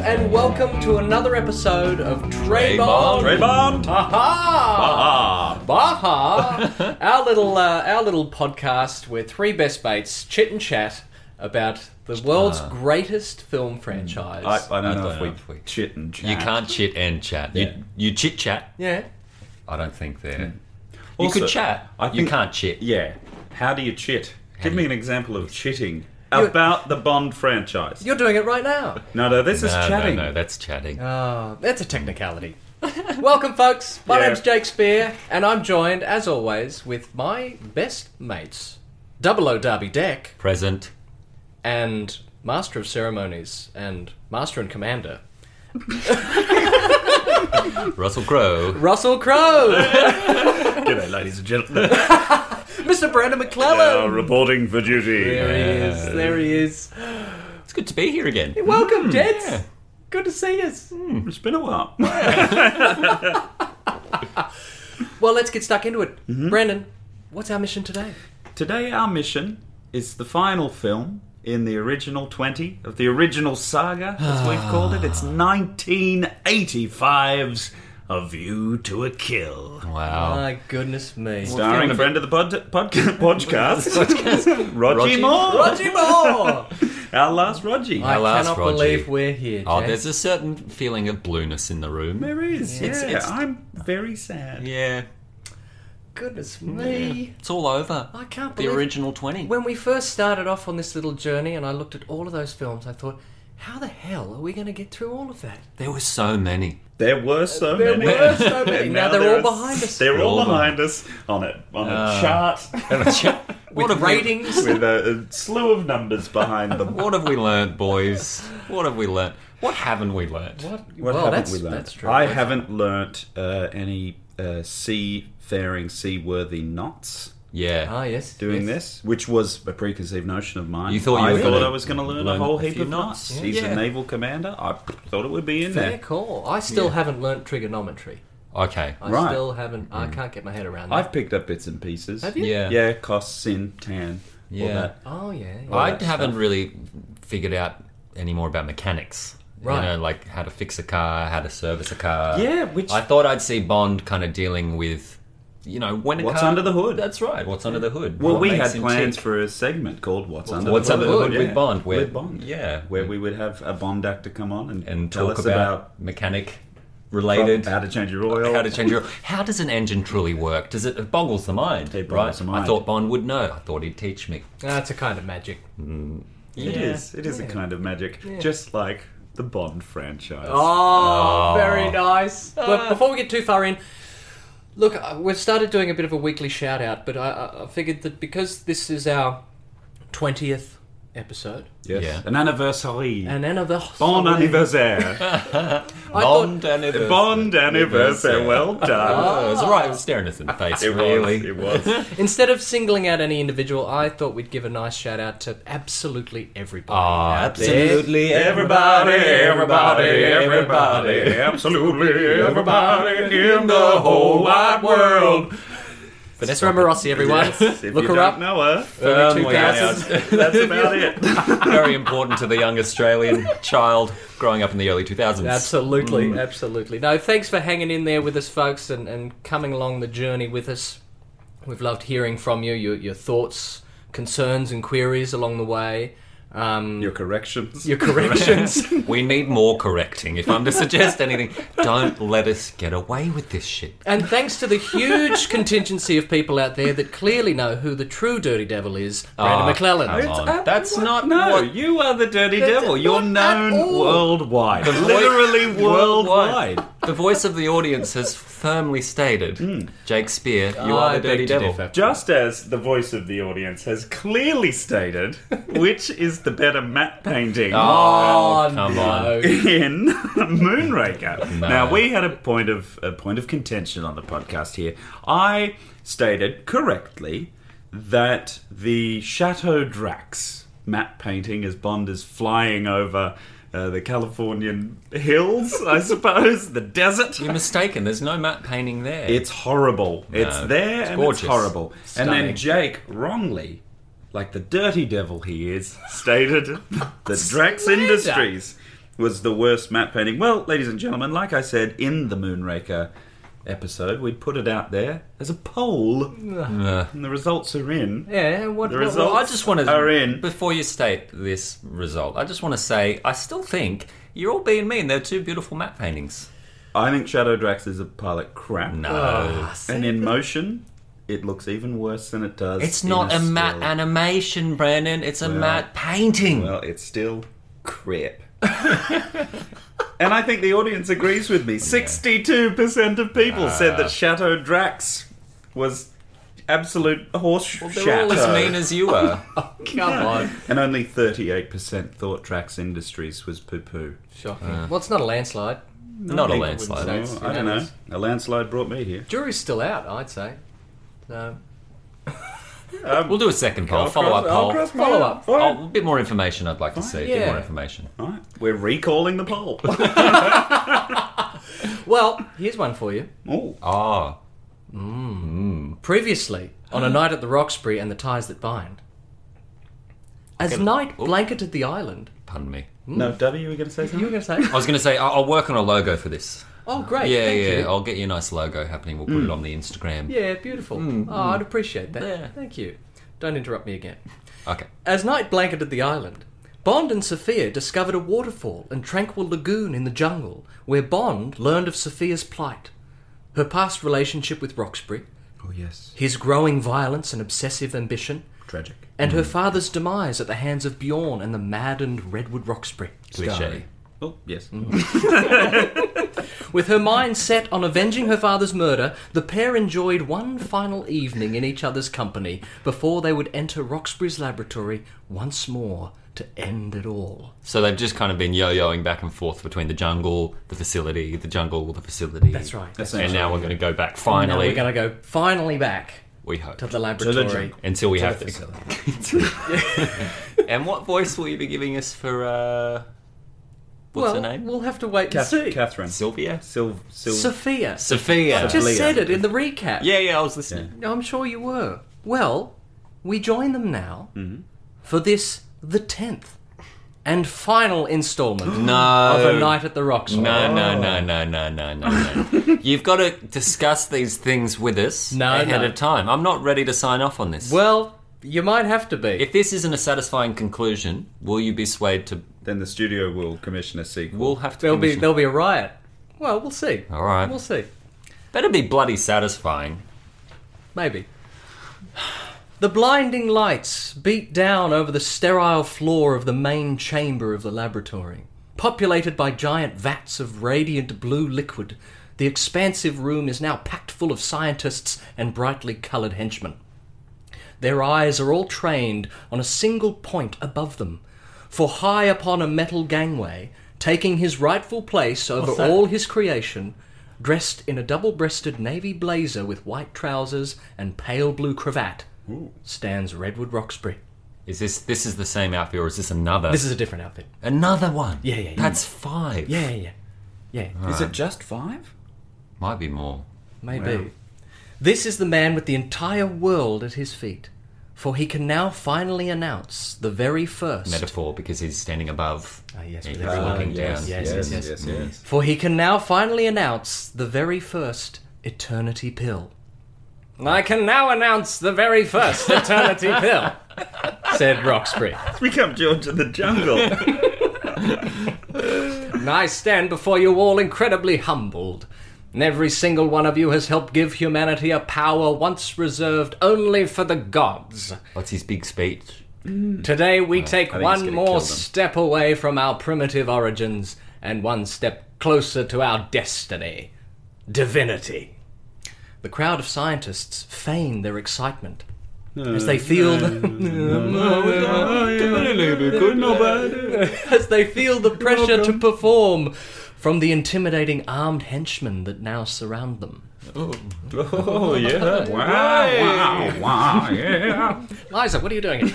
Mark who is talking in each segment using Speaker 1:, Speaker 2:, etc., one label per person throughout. Speaker 1: welcome to another episode of Trayvon.
Speaker 2: Raybond.
Speaker 1: Ah,
Speaker 2: Ah,
Speaker 1: Baha. Baha. our little uh, our little podcast where three best mates chit and chat about the world's greatest film franchise.
Speaker 2: Ah. Mm, I, I don't know
Speaker 3: don't
Speaker 2: if
Speaker 3: know.
Speaker 2: we chit and chat.
Speaker 3: You can't chit and chat.
Speaker 2: Yeah.
Speaker 3: You, you chit chat.
Speaker 1: yeah.
Speaker 3: I don't think they're. You
Speaker 2: Also,
Speaker 3: could chat.
Speaker 2: I
Speaker 3: you
Speaker 2: think-
Speaker 3: can't chit.
Speaker 2: Yeah. How do you chit? Give me an example of chitting
Speaker 1: You're-
Speaker 2: about the Bond franchise.
Speaker 1: You're doing it right now.
Speaker 2: No, no, this is
Speaker 3: no,
Speaker 2: chatting.
Speaker 3: no, no, that's chatting.
Speaker 1: Oh, that's a technicality. welcome, folks. My
Speaker 2: Yeah.
Speaker 1: name's Jake Spear, and I'm joined, as always, with my best mates, Double O Derby Deck.
Speaker 3: Present.
Speaker 1: and Master of Ceremonies and Master and Commander.
Speaker 3: Russell Crowe.
Speaker 1: Russell Crowe!
Speaker 2: G'day, ladies and gentlemen.
Speaker 1: Mr. Brandon
Speaker 2: Now
Speaker 1: McClellan!
Speaker 2: reporting for duty.
Speaker 1: There he is, there he is.
Speaker 3: It's good to be here again.
Speaker 1: Welcome, gents!
Speaker 3: yeah.
Speaker 1: Good to see us.
Speaker 2: It's been a while.
Speaker 1: Well, let's get stuck into it. Brandon, what's our mission today?
Speaker 2: Today, our mission is the final film in the original 20 of the original saga, as we've called it. It's 1985's A View to a Kill.
Speaker 3: Wow.
Speaker 1: My goodness me.
Speaker 2: Starring friend of the pod, pod, podcast, Roger,
Speaker 3: Roger-
Speaker 2: Moore.
Speaker 1: Roger Moore!
Speaker 2: Our last Roger.
Speaker 1: I
Speaker 3: Hello,
Speaker 1: cannot
Speaker 3: Roger.
Speaker 1: believe we're here.
Speaker 3: oh,
Speaker 1: Jack.
Speaker 3: there's a certain feeling of blueness in the room.
Speaker 2: There is. Yeah,
Speaker 3: It's- it's-
Speaker 2: I'm very sad.
Speaker 3: Yeah.
Speaker 1: Goodness me.
Speaker 3: It's all over.
Speaker 1: I can't
Speaker 3: The
Speaker 1: believe
Speaker 3: original 20.
Speaker 1: When we first started off on this little journey and I looked at all of those films, I thought, how the hell are we going to get through all of that?
Speaker 3: There were so many.
Speaker 2: There were so
Speaker 1: There
Speaker 2: many.
Speaker 1: were so many. now, they're all Uh.
Speaker 2: there are-
Speaker 1: behind us.
Speaker 2: They're all
Speaker 3: All
Speaker 2: behind us on a on a chart
Speaker 3: what
Speaker 1: With
Speaker 3: have
Speaker 1: ratings.
Speaker 2: with a, a slew of numbers behind them.
Speaker 3: We, what have we learnt, boys? What have we learnt? What haven't we learnt?
Speaker 1: What?
Speaker 2: What
Speaker 1: well,
Speaker 2: haven't
Speaker 1: that's,
Speaker 2: we learnt?
Speaker 1: that's true.
Speaker 2: I haven't learnt uh, any uh, seafaring, seaworthy knots
Speaker 3: Yeah.
Speaker 1: Ah, yes. yes.
Speaker 2: doing this, which was a preconceived notion of mine.
Speaker 3: You thought you
Speaker 2: I
Speaker 3: were
Speaker 2: thought
Speaker 3: gonna
Speaker 2: I was going to learn a
Speaker 3: learn
Speaker 2: whole
Speaker 3: a
Speaker 2: heap
Speaker 3: few
Speaker 2: of knots.
Speaker 3: knots.
Speaker 2: He's
Speaker 3: Yeah.
Speaker 2: a naval commander. I thought it would be in
Speaker 1: Fair
Speaker 2: there.
Speaker 1: call. I still haven't learnt trigonometry.
Speaker 3: Okay.
Speaker 1: I
Speaker 2: Right.
Speaker 1: still haven't. I can't get my head around that.
Speaker 2: I've picked up bits and pieces.
Speaker 1: Have you?
Speaker 3: Yeah.
Speaker 2: Yeah, cost, sin, tan, all
Speaker 3: Yeah.
Speaker 2: that.
Speaker 1: oh yeah. yeah.
Speaker 3: I
Speaker 2: that
Speaker 3: haven't really figured out any more about mechanics.
Speaker 1: Right.
Speaker 3: You know, like how to fix a car, how to service a car.
Speaker 2: Yeah, which-
Speaker 3: I thought I'd see Bond kind of dealing with, you know, when a
Speaker 2: What's
Speaker 3: car-
Speaker 2: under the hood?
Speaker 3: That's right. What's under the hood?
Speaker 2: Well,
Speaker 3: What
Speaker 2: we
Speaker 3: makes
Speaker 2: had
Speaker 3: him
Speaker 2: plans
Speaker 3: tick?
Speaker 2: for a segment called "What's Under
Speaker 3: What's
Speaker 2: the
Speaker 3: under the
Speaker 2: Hood,
Speaker 3: hood
Speaker 2: yeah.
Speaker 3: with Bond? Where,
Speaker 2: With Bond,
Speaker 3: Yeah,
Speaker 2: where we would have a Bond actor come on and,
Speaker 3: and
Speaker 2: tell
Speaker 3: talk
Speaker 2: us
Speaker 3: about,
Speaker 2: about,
Speaker 3: mechanic related.
Speaker 2: how to change your oil.
Speaker 3: How to change your? How does an engine truly work? Does it, it boggles the mind?
Speaker 2: It
Speaker 3: right?
Speaker 2: boggles the mind.
Speaker 3: I thought Bond would know. I thought he'd teach me.
Speaker 1: Ah, it's a kind of magic.
Speaker 2: It is. It is
Speaker 1: Yeah.
Speaker 2: a kind of magic, just like the Bond franchise.
Speaker 1: Oh,
Speaker 3: Oh.
Speaker 1: very nice. But before we get too far in, look, uh, we've started doing a bit of a weekly shout out, but I, I- I figured that because this is our twentieth episode,
Speaker 2: yes.
Speaker 3: Yeah.
Speaker 2: an anniversary.
Speaker 1: and anniversary.
Speaker 2: Bon anniversaire.
Speaker 1: I thought-
Speaker 3: Bond anniversary.
Speaker 2: Bond anniversary. Ah, Well done.
Speaker 3: Oh, it was right. It was staring us in the face.
Speaker 2: It was,
Speaker 3: really.
Speaker 2: It was.
Speaker 1: Instead of singling out any individual, I thought we'd give a nice shout out to absolutely everybody.
Speaker 3: Ah,
Speaker 1: out
Speaker 3: absolutely
Speaker 2: Everybody, everybody, everybody, absolutely everybody in the whole wide world.
Speaker 1: there. Vanessa Amorosi, everyone.
Speaker 2: Yes, if
Speaker 1: Look
Speaker 2: you
Speaker 1: her
Speaker 2: don't
Speaker 1: up.
Speaker 2: know her,
Speaker 3: Firmly
Speaker 1: 32,000.
Speaker 3: out.
Speaker 2: that's about it.
Speaker 3: Very important to the young Australian child growing up in the early 2000s.
Speaker 1: Absolutely,
Speaker 3: Mm.
Speaker 1: absolutely. No, thanks for hanging in there with us, folks, and, and coming along the journey with us. We've loved hearing from you, your, your thoughts, concerns, and queries along the way. Um,
Speaker 2: Your corrections.
Speaker 1: your corrections.
Speaker 3: we need more correcting. If I'm to suggest anything, don't let us get away with this shit.
Speaker 1: and thanks to the huge contingency of people out there that clearly know who the true dirty devil is, Brandon
Speaker 3: Ah,
Speaker 1: McClellan.
Speaker 3: come on.
Speaker 2: uh,
Speaker 3: That's
Speaker 2: what?
Speaker 3: not
Speaker 2: no.
Speaker 3: what-
Speaker 2: You are the dirty
Speaker 1: That's
Speaker 2: devil.
Speaker 1: not
Speaker 2: You're
Speaker 1: at
Speaker 2: known
Speaker 1: all.
Speaker 2: worldwide,
Speaker 3: voice-
Speaker 2: literally worldwide.
Speaker 3: The voice of the audience has firmly stated, Jake Spear, you
Speaker 1: I
Speaker 3: are the
Speaker 1: beg
Speaker 3: dirty
Speaker 1: to
Speaker 3: devil.
Speaker 1: differ.
Speaker 2: Just as the voice of the audience has clearly stated, which is the better map painting.
Speaker 1: Oh,
Speaker 3: come
Speaker 1: no.
Speaker 2: in Moonraker. Now we had a point of a point of contention on the podcast here. I stated correctly that the Chateau Drax map painting as Bond is flying over uh, the Californian hills, I suppose, the desert.
Speaker 3: You're mistaken. There's no matte painting there.
Speaker 2: It's horrible. it's there and
Speaker 3: gorgeous.
Speaker 2: it's horrible. And
Speaker 1: Stunning.
Speaker 2: then Jake wrongly, like the dirty devil he is, stated that Drax
Speaker 1: Slander.
Speaker 2: Industries was the worst map painting. Well, ladies and gentlemen, like I said in the Moonraker episode, we put it out there. There's a poll,
Speaker 3: Uh,
Speaker 2: and the results are in.
Speaker 1: Yeah, what,
Speaker 2: The
Speaker 1: what-
Speaker 2: results
Speaker 1: I just want to.
Speaker 2: are in.
Speaker 3: before you state this result, I just want to say I still think you're all being mean. They're two beautiful map paintings.
Speaker 2: I think Shadow Drax is a pile of crap.
Speaker 3: No.
Speaker 2: And in motion, it looks even worse than it does.
Speaker 3: It's
Speaker 2: in
Speaker 3: not a matte
Speaker 2: still.
Speaker 3: animation, Brandon. It's a matte painting.
Speaker 2: Well, it's still crap. and I think the audience agrees with me. Sixty-two percent of people said
Speaker 3: Uh.
Speaker 2: that Chateau Drax was absolute horse
Speaker 3: They're
Speaker 2: shat. Uh,
Speaker 3: all as mean as you are.
Speaker 1: Come on.
Speaker 2: and only thirty-eight percent thought Drax Industries was poo-poo.
Speaker 1: Shocking.
Speaker 3: Uh.
Speaker 1: well, it's not a landslide.
Speaker 3: Not a landslide. eh?
Speaker 1: say it's
Speaker 2: "Oh, I don't know.
Speaker 1: unanimous.
Speaker 2: A landslide brought me here.
Speaker 1: Jury's still out, I'd say. Uh, No.
Speaker 3: We'll do a second poll, follow up
Speaker 2: I'll
Speaker 3: poll.
Speaker 2: cross my-
Speaker 1: Follow up.
Speaker 2: All right.
Speaker 3: Oh, a bit more information I'd like to see. A bit
Speaker 1: Yeah.
Speaker 3: more information.
Speaker 2: All right. We're recalling the poll.
Speaker 1: Well, here's one for you.
Speaker 2: oh,
Speaker 3: Oh,
Speaker 1: Previously, on a
Speaker 3: Uh-huh.
Speaker 1: night at the Roxbury and the ties that bind, as night blanketed the island.
Speaker 3: pardon me.
Speaker 2: no, W, you were going to say
Speaker 1: You were
Speaker 2: something?
Speaker 1: going to say?
Speaker 3: I was going to say, I- I'll work on a logo for this.
Speaker 1: Oh, great.
Speaker 3: yeah,
Speaker 1: thank
Speaker 3: yeah.
Speaker 1: you.
Speaker 3: I'll get you a nice logo happening. We'll put
Speaker 2: Hmm.
Speaker 3: it on the Instagram.
Speaker 1: Yeah, beautiful. oh, I'd appreciate that.
Speaker 3: Hmm, Yeah.
Speaker 1: Thank you. Don't interrupt me again.
Speaker 3: Okay.
Speaker 1: As night blanketed the island, Bond and Sophia discovered a waterfall and tranquil lagoon in the jungle where Bond learned of Sophia's plight, her past relationship with Roxbury,
Speaker 2: Oh, yes.
Speaker 1: his growing violence and obsessive ambition,
Speaker 2: Tragic.
Speaker 1: and her father's demise at the hands of Bjorn and the maddened Redwood Roxbury.
Speaker 3: Cliche.
Speaker 2: Oh, yes.
Speaker 3: Mm-hmm.
Speaker 1: With her mind set on avenging her father's murder, the pair enjoyed one final evening in each other's company before they would enter Roxbury's laboratory once more to end it all.
Speaker 3: So they've just kind of been yo-yoing back and forth between the jungle, the facility, the jungle, the facility.
Speaker 1: That's right.
Speaker 2: That's
Speaker 3: And
Speaker 2: nice.
Speaker 3: now we're going to go back
Speaker 1: Now
Speaker 3: finally.
Speaker 1: we're going to go finally back
Speaker 3: we hope.
Speaker 1: to the laboratory.
Speaker 2: jungle.
Speaker 3: Until we have
Speaker 2: the
Speaker 3: to. and what voice will you be giving us for, uh... What's
Speaker 1: well,
Speaker 3: her name?
Speaker 1: we'll have to wait and
Speaker 2: Kath-
Speaker 1: see.
Speaker 2: Catherine.
Speaker 3: Sylvia?
Speaker 2: Sil- Sil-
Speaker 1: Sophia.
Speaker 3: Sophia.
Speaker 1: I just
Speaker 2: Leah.
Speaker 1: said it in the recap.
Speaker 3: Yeah, yeah, I was listening.
Speaker 1: I'm sure you were. Well, we join them now
Speaker 3: Mm-hmm.
Speaker 1: for this, the 10th and final installment
Speaker 3: No.
Speaker 1: of A Night at the Roxbury.
Speaker 3: No, Oh, no,
Speaker 1: Oh.
Speaker 3: no, no, no, no, no, no. You've got to discuss these things with us
Speaker 1: No,
Speaker 3: ahead
Speaker 1: no.
Speaker 3: of time. I'm not ready to sign off on this.
Speaker 1: Well, you might have to be.
Speaker 3: if this isn't a satisfying conclusion, will you be swayed to?
Speaker 2: Then the studio will commission a sequel.
Speaker 3: We'll have to.
Speaker 1: there'll be
Speaker 3: commission-
Speaker 1: there'll be a riot. Well, we'll see.
Speaker 3: All right.
Speaker 1: We'll see.
Speaker 3: Better be bloody satisfying.
Speaker 1: Maybe. The blinding lights beat down over the sterile floor of the main chamber of the laboratory. Populated by giant vats of radiant blue liquid, the expansive room is now packed full of scientists and brightly coloured henchmen. Their eyes are all trained on a single point above them, for high upon a metal gangway, taking his rightful place over all his creation, dressed in a double breasted navy blazer with white trousers and pale blue cravat, stands Redwood Roxbury.
Speaker 3: Is this this is the same outfit or is this another?
Speaker 1: This is a different outfit.
Speaker 3: another one.
Speaker 1: Yeah, yeah, yeah.
Speaker 3: That's five.
Speaker 1: Yeah, yeah, yeah. Yeah,
Speaker 2: Is it just five?
Speaker 3: might be more.
Speaker 1: maybe. This is the man with the entire world at his feet, for he can now finally announce the very first.
Speaker 3: Metaphor because he's standing above.
Speaker 1: Ah, yes,
Speaker 3: and
Speaker 1: with
Speaker 3: he's
Speaker 1: everyone.
Speaker 3: looking down.
Speaker 1: yes, yes, yes,
Speaker 2: yes,
Speaker 1: For he can now finally announce the very first Eternity Pill. I can now announce the very first Eternity Pill, said Roxbury.
Speaker 2: It's become George of the Jungle.
Speaker 1: And I stand before you all incredibly humbled. And every single one of you has helped give humanity a power once reserved only for the gods.
Speaker 3: What's his big speech?
Speaker 1: Today we take
Speaker 2: I think it's
Speaker 1: one
Speaker 2: gonna
Speaker 1: more
Speaker 2: kill them.
Speaker 1: step away from our primitive origins and one step closer to our destiny divinity. The crowd of scientists feign their excitement as they feel as they feel the pressure to perform from the intimidating armed henchmen that now surround them.
Speaker 2: oh, yeah. Wow, wow, wow, yeah.
Speaker 1: Liza, what are you doing?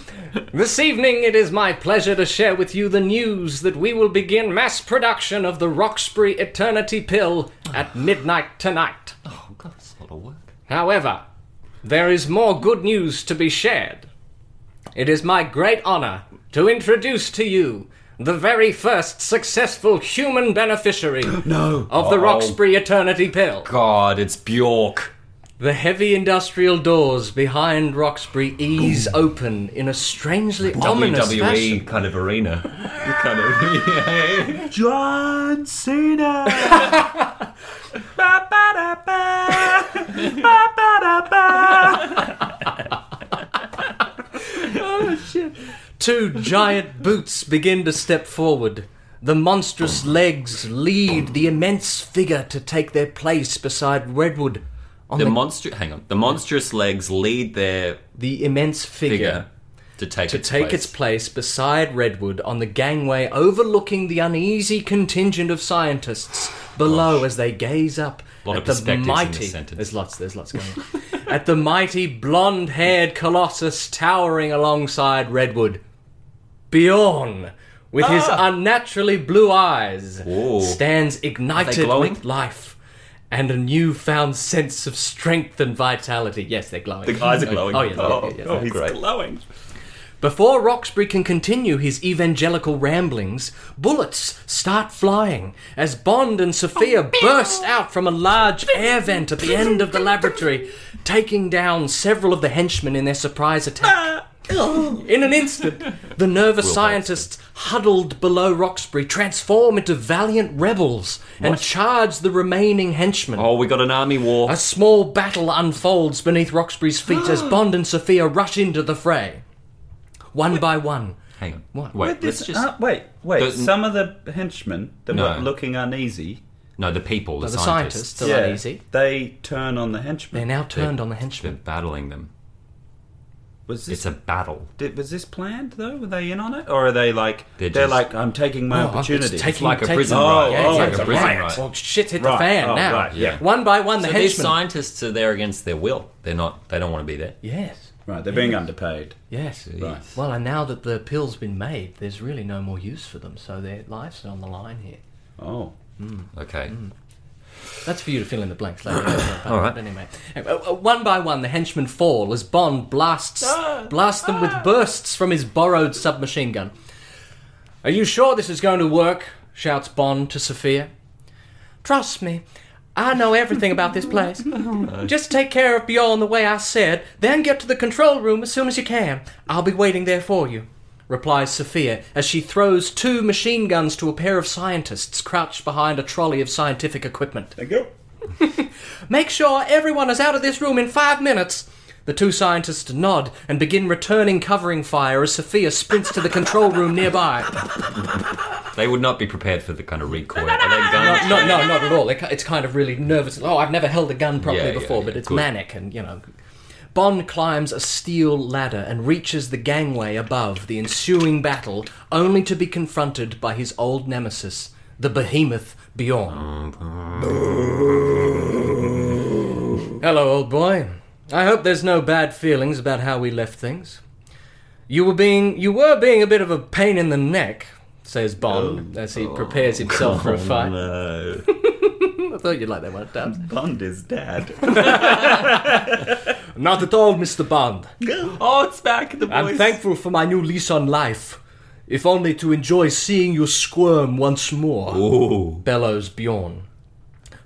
Speaker 1: this evening, it is my pleasure to share with you the news that we will begin mass production of the Roxbury Eternity Pill at midnight tonight.
Speaker 3: Oh god, that's a lot of work.
Speaker 1: However, there is more good news to be shared. It is my great honor to introduce to you the very first successful human beneficiary
Speaker 2: No.
Speaker 1: of the
Speaker 3: Oh.
Speaker 1: Roxbury Eternity Pill.
Speaker 3: God, it's Bjork.
Speaker 1: The heavy industrial doors behind Roxbury ease open in a strangely ominous
Speaker 3: WWE
Speaker 1: fashion.
Speaker 3: E kind of arena. kind of. Yeah.
Speaker 2: John Cena. Ba-ba-da-ba. Ba-ba-da-ba.
Speaker 1: Two giant boots begin to step forward. The monstrous legs lead the immense figure to take their place beside Redwood. On
Speaker 3: The
Speaker 1: the,
Speaker 3: monster. Hang on. The monstrous legs lead their
Speaker 1: the immense figure
Speaker 3: figure to take
Speaker 1: to take its place beside Redwood on the gangway overlooking the uneasy contingent of scientists below as they gaze up
Speaker 3: Lot
Speaker 1: at
Speaker 3: of
Speaker 1: the
Speaker 3: perspectives in this
Speaker 1: mighty
Speaker 3: sentence.
Speaker 1: there's lots there's lots going on at the mighty blonde-haired colossus towering alongside Redwood Bjorn with his
Speaker 3: Ah.
Speaker 1: unnaturally blue eyes
Speaker 3: Whoa.
Speaker 1: stands ignited
Speaker 3: glowing?
Speaker 1: with life and a newfound sense of strength and vitality. Yes, they're glowing.
Speaker 2: The eyes are glowing.
Speaker 1: Oh, yes, yes,
Speaker 2: oh,
Speaker 1: yes, yes.
Speaker 2: oh, he's
Speaker 3: Great.
Speaker 2: glowing.
Speaker 1: Before Roxbury can continue his evangelical ramblings, bullets start flying as Bond and Sophia burst out from a large air vent at the end of the laboratory, taking down several of the henchmen in their surprise attack. In an instant, the nervous scientists huddled below Roxbury transform into valiant rebels and charge the remaining henchmen.
Speaker 3: Oh, we got an army war.
Speaker 1: A small battle unfolds beneath Roxbury's feet as Bond and Sophia rush into the fray. One by one.
Speaker 3: Hang on.
Speaker 1: What?
Speaker 3: Wait.
Speaker 2: But this,
Speaker 3: let's just.
Speaker 2: uh, wait, wait.
Speaker 3: Don't-
Speaker 2: Some of the henchmen that
Speaker 3: No.
Speaker 2: were looking uneasy.
Speaker 3: no, the people. The,
Speaker 1: Oh, The
Speaker 3: scientists.
Speaker 1: scientists are uneasy.
Speaker 2: They turn on the
Speaker 1: They're
Speaker 2: henchmen.
Speaker 1: now turned on the
Speaker 3: They're
Speaker 1: henchmen.
Speaker 3: battling them.
Speaker 2: Was this
Speaker 3: It's a battle.
Speaker 2: did, was this planned though? Were they in on it, or are they like
Speaker 3: They're
Speaker 2: they're,
Speaker 3: just-
Speaker 2: like I'm taking my
Speaker 1: Oh, it's
Speaker 2: opportunity?
Speaker 1: taking-
Speaker 3: It's like a
Speaker 1: taking-
Speaker 3: prison
Speaker 2: Oh,
Speaker 3: riot.
Speaker 2: yeah,
Speaker 3: it's like
Speaker 2: it's
Speaker 3: a
Speaker 2: a
Speaker 3: prison
Speaker 2: riot.
Speaker 3: riot.
Speaker 1: Well, shit hit the
Speaker 2: Right,
Speaker 1: fan
Speaker 2: oh,
Speaker 1: now.
Speaker 2: right, yeah.
Speaker 1: One by one, the
Speaker 3: So these
Speaker 1: henchmen.
Speaker 3: scientists are there against their will. They're not. They don't want to be there.
Speaker 1: yes,
Speaker 2: Right, they're being underpaid.
Speaker 1: yes.
Speaker 2: Right.
Speaker 1: Well, and now that the pill's been made, there's really no more use for them, so their lives are on the line here.
Speaker 2: Oh,
Speaker 3: Okay.
Speaker 1: Mm. That's for you to fill in the blanks later. All
Speaker 3: right.
Speaker 1: Anyway, Uh, uh, one by one, the henchmen fall as Bond blasts blasts them with bursts from his borrowed submachine gun. Are you sure this is going to work? shouts Bond to Sophia. Trust me, I know everything about this place. Just take care of Bjorn the way I said, then get to the control room as soon as you can. I'll be waiting there for you, replies Sophia as she throws two machine guns to a pair of scientists crouched behind a trolley of scientific equipment.
Speaker 2: there you go.
Speaker 1: Make sure everyone is out of this room in five minutes. The two scientists nod and begin returning covering fire as Sophia sprints to the control room nearby.
Speaker 3: They would not be prepared for the kind of recoil. Are they
Speaker 1: No,
Speaker 3: gunned?
Speaker 1: no, no, not at all. It- It's kind of really nervous. Oh, I've never held a gun properly
Speaker 3: Yeah, yeah,
Speaker 1: before,
Speaker 3: yeah,
Speaker 1: but it's
Speaker 3: good.
Speaker 1: manic and, you know. Bond climbs a steel ladder and reaches the gangway above the ensuing battle, only to be confronted by his old nemesis, the behemoth Bjorn. Hello, old boy. I hope there's no bad feelings about how we left things. You were being you were being a bit of a pain in the neck, says Bond
Speaker 3: Oh,
Speaker 1: as he prepares himself for a fight.
Speaker 2: No,
Speaker 1: I thought you'd like that one, Dubs.
Speaker 2: Bond is dead.
Speaker 1: Not at all, Mr. Bond.
Speaker 3: Oh, it's back. The boys.
Speaker 1: I'm thankful for my new lease on life. If only to enjoy seeing you squirm once more,
Speaker 3: Ooh.
Speaker 1: bellows Bjorn.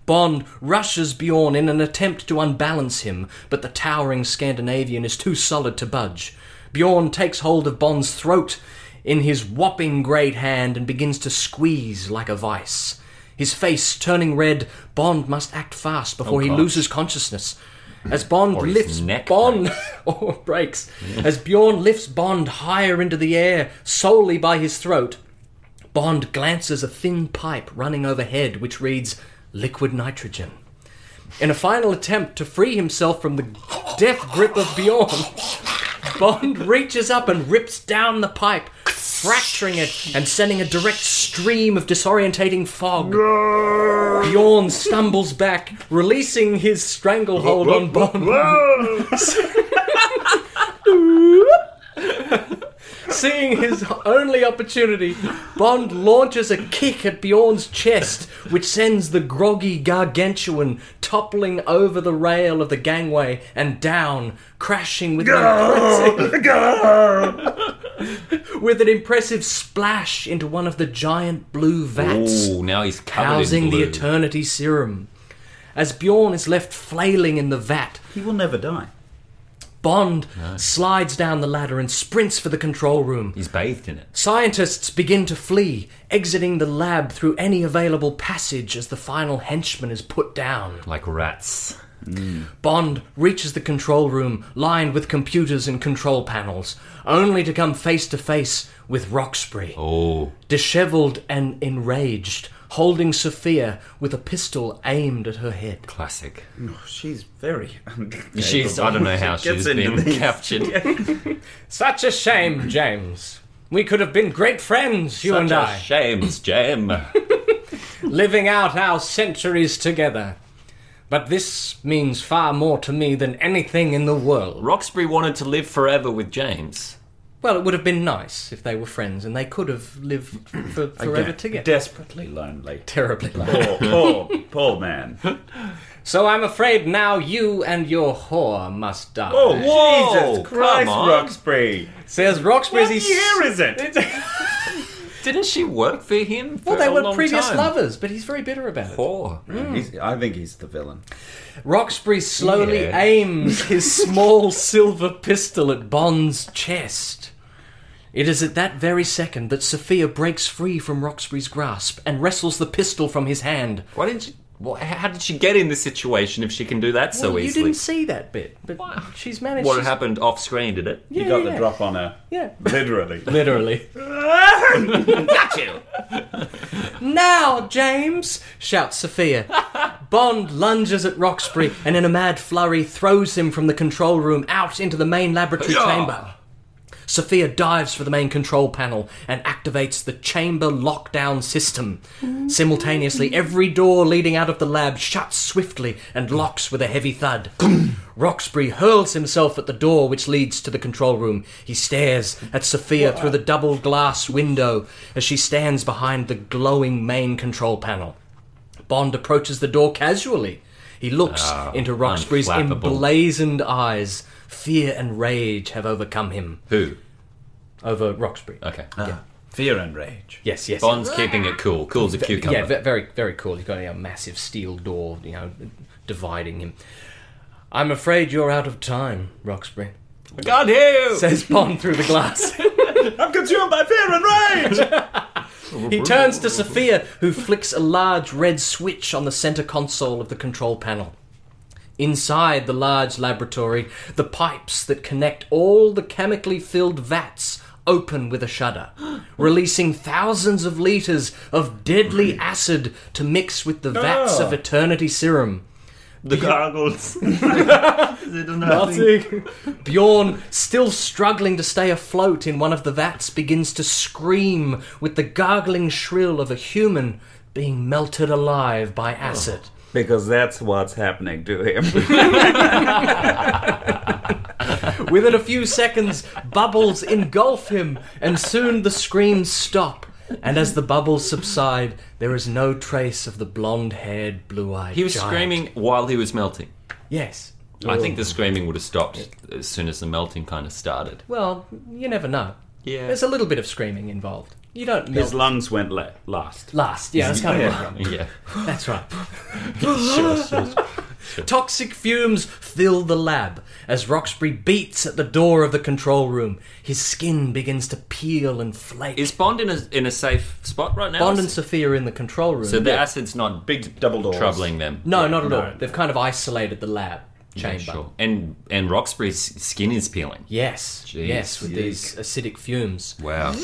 Speaker 1: Bond rushes Bjorn in an attempt to unbalance him, but the towering Scandinavian is too solid to budge. Bjorn takes hold of Bond's throat in his whopping great hand and begins to squeeze like a vice. His face turning red, Bond must act fast before he
Speaker 3: God.
Speaker 1: loses consciousness. As Bond
Speaker 3: Oh, his
Speaker 1: lifts
Speaker 3: neck
Speaker 1: Bond or breaks, as Bjorn lifts Bond higher into the air solely by his throat, Bond glances a thin pipe running overhead which reads liquid nitrogen. In a final attempt to free himself from the death grip of Bjorn, Bond reaches up and rips down the pipe, fracturing it and sending a direct stream of disorientating fog. Bjorn stumbles back, releasing his stranglehold on Bond. Seeing his only opportunity, Bond launches a kick at Bjorn's chest, which sends the groggy gargantuan toppling over the rail of the gangway and down, crashing with an impressive with an impressive splash into one of the giant blue vats
Speaker 3: Ooh, now he's covered in
Speaker 1: housing the
Speaker 3: blue.
Speaker 1: Eternity Serum. As Bjorn is left flailing in the vat,
Speaker 2: He will never die.
Speaker 1: Bond slides down the ladder and sprints for the control room.
Speaker 3: He's bathed in it.
Speaker 1: Scientists begin to flee, exiting the lab through any available passage as the final henchman is put down.
Speaker 3: Like rats.
Speaker 1: Bond reaches the control room lined with computers and control panels, only to come face to face with Roxbury.
Speaker 3: Oh.
Speaker 1: Disheveled and enraged, holding Sophia with a pistol aimed at her head.
Speaker 3: Classic.
Speaker 2: She's very.
Speaker 3: She's, I don't know how
Speaker 2: Gets
Speaker 3: she's
Speaker 2: into
Speaker 3: been
Speaker 2: these.
Speaker 3: captured.
Speaker 1: Such a shame, James. We could have been great friends, you and
Speaker 3: Such a
Speaker 1: I.
Speaker 3: Shames, Jam.
Speaker 1: living out our centuries together. But this means far more to me than anything in the world.
Speaker 3: Roxbury wanted to live forever with James.
Speaker 1: Well, it would have been nice if they were friends and they could have lived for, forever together.
Speaker 2: Desperately lonely.
Speaker 1: Terribly.
Speaker 2: Poor, poor, poor man.
Speaker 1: So I'm afraid now you and your whore must die.
Speaker 2: Oh,
Speaker 3: Whoa,
Speaker 2: Jesus Christ,
Speaker 3: come on.
Speaker 2: Roxbury.
Speaker 1: Says Roxbury.
Speaker 2: What
Speaker 1: as he
Speaker 2: year
Speaker 1: s-
Speaker 2: is it?
Speaker 3: Didn't she work for him? For
Speaker 1: Well, they
Speaker 3: a
Speaker 1: were
Speaker 3: long
Speaker 1: previous
Speaker 3: time?
Speaker 1: lovers, but he's very bitter about it.
Speaker 3: Poor.
Speaker 2: He's, I think he's the villain.
Speaker 1: Roxbury slowly
Speaker 3: Yeah.
Speaker 1: aims his small silver pistol at Bond's chest. It is at that very second that Sophia breaks free from Roxbury's grasp and wrestles the pistol from his hand.
Speaker 3: Why didn't she? Well, how did she get in this situation if she can do that so
Speaker 1: well, you
Speaker 3: easily?
Speaker 1: didn't see that bit, but
Speaker 3: Wow.
Speaker 1: she's managed.
Speaker 3: What
Speaker 1: she's-
Speaker 3: happened off screen? Did it?
Speaker 1: Yeah,
Speaker 2: You got
Speaker 1: yeah,
Speaker 2: the
Speaker 1: yeah.
Speaker 2: drop on her.
Speaker 1: Yeah.
Speaker 2: Literally.
Speaker 1: Literally. Now, James! shouts Sophia. Bond lunges at Roxbury and, in a mad flurry, throws him from the control room out into the main laboratory
Speaker 3: Yeah.
Speaker 1: chamber. Sophia dives for the main control panel and activates the chamber lockdown system. Simultaneously, every door leading out of the lab shuts swiftly and locks with a heavy thud. Roxbury hurls himself at the door which leads to the control room. He stares at Sophia through the double glass window as she stands behind the glowing main control panel. Bond approaches the door casually. He looks into Roxbury's
Speaker 3: unflappable.
Speaker 1: emblazoned eyes. Fear and rage have overcome him.
Speaker 3: Who?
Speaker 1: Over Roxbury.
Speaker 3: Okay.
Speaker 2: Fear and rage.
Speaker 1: Yes, yes.
Speaker 3: Bond's keeping it cool. Cool's a cucumber.
Speaker 1: Yeah, ve- very, very cool. He's got a massive steel door, you know, dividing him. I'm afraid you're out of time, Roxbury.
Speaker 3: God hear you!
Speaker 1: Says Bond through the glass.
Speaker 2: I'm consumed by fear and rage!
Speaker 1: He turns to Sophia, who flicks a large red switch on the center console of the control panel. Inside the large laboratory, the pipes that connect all the chemically filled vats open with a shudder, releasing thousands of liters of deadly acid to mix with the vats of eternity serum.
Speaker 2: the gargles.
Speaker 1: Bjorn, still struggling to stay afloat in one of the vats, begins to scream with the gargling shrill of a human being melted alive by
Speaker 2: Oh.
Speaker 1: acid.
Speaker 2: because that's what's happening to him.
Speaker 1: Within a few seconds, bubbles engulf him, and soon the screams stop. And as the bubbles subside, there is no trace of the blonde haired, blue eyed.
Speaker 3: He was screaming while he was melting.
Speaker 1: Yes.
Speaker 3: I think the screaming would have stopped as soon as the melting kind of started.
Speaker 1: Well, you never know.
Speaker 3: Yeah.
Speaker 1: There's a little bit of screaming involved. You don't
Speaker 2: His
Speaker 1: melt
Speaker 2: lungs went la- last.
Speaker 1: last. Yeah, that's kind of
Speaker 2: Yeah.
Speaker 3: Yeah.
Speaker 1: That's right. Toxic fumes fill the lab as Roxbury beats at the door of the control room. His skin begins to peel and flake.
Speaker 3: Is Bond in a, in a safe spot right now?
Speaker 1: Bond and Sophia are in the control room?
Speaker 3: so the acid's not
Speaker 2: Big double doors.
Speaker 3: troubling them.
Speaker 1: no, not at
Speaker 2: no,
Speaker 1: all.
Speaker 2: no.
Speaker 1: They've kind of isolated the lab chamber.
Speaker 3: Sure. And and Roxbury's skin is peeling.
Speaker 1: Yes,
Speaker 3: Jeez.
Speaker 1: yes, with these acidic fumes.
Speaker 3: Wow.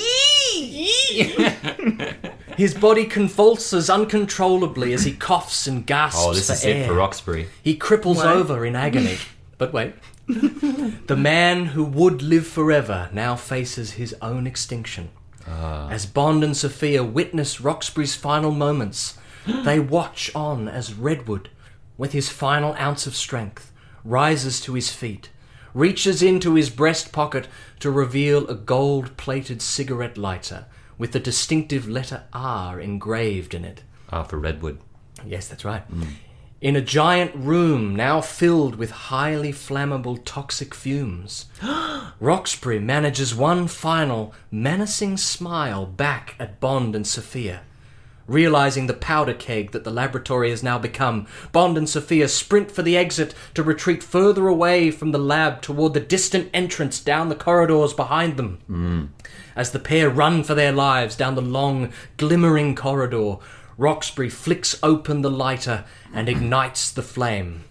Speaker 1: His body convulses uncontrollably as he coughs and gasps
Speaker 3: Oh, this
Speaker 1: for
Speaker 3: is
Speaker 1: air.
Speaker 3: it for Roxbury.
Speaker 1: He cripples over in agony. But wait. the man who would live forever now faces his own extinction. As Bond and Sophia witness Roxbury's final moments, they watch on as Redwood, with his final ounce of strength, rises to his feet, reaches into his breast pocket to reveal a gold plated cigarette lighter with the distinctive letter R engraved in it.
Speaker 3: Ah, for Redwood.
Speaker 1: Yes, that's right. in a giant room now filled with highly flammable toxic fumes. Roxbury manages one final menacing smile back at Bond and Sophia. Realizing the powder keg that the laboratory has now become, Bond and Sophia sprint for the exit to retreat further away from the lab toward the distant entrance down the corridors behind them. As the pair run for their lives down the long, glimmering corridor, Roxbury flicks open the lighter and ignites the flame.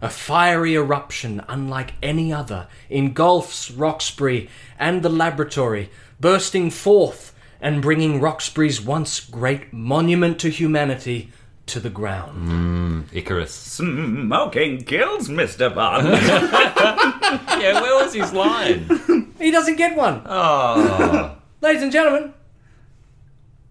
Speaker 1: A fiery eruption, unlike any other, engulfs Roxbury and the laboratory, bursting forth and bringing Roxbury's once great monument to humanity to the ground.
Speaker 3: Icarus.
Speaker 2: Smoking kills, Mr. Bond.
Speaker 3: yeah, where was his line?
Speaker 1: He doesn't get one!
Speaker 3: Oh.
Speaker 1: Ladies and gentlemen,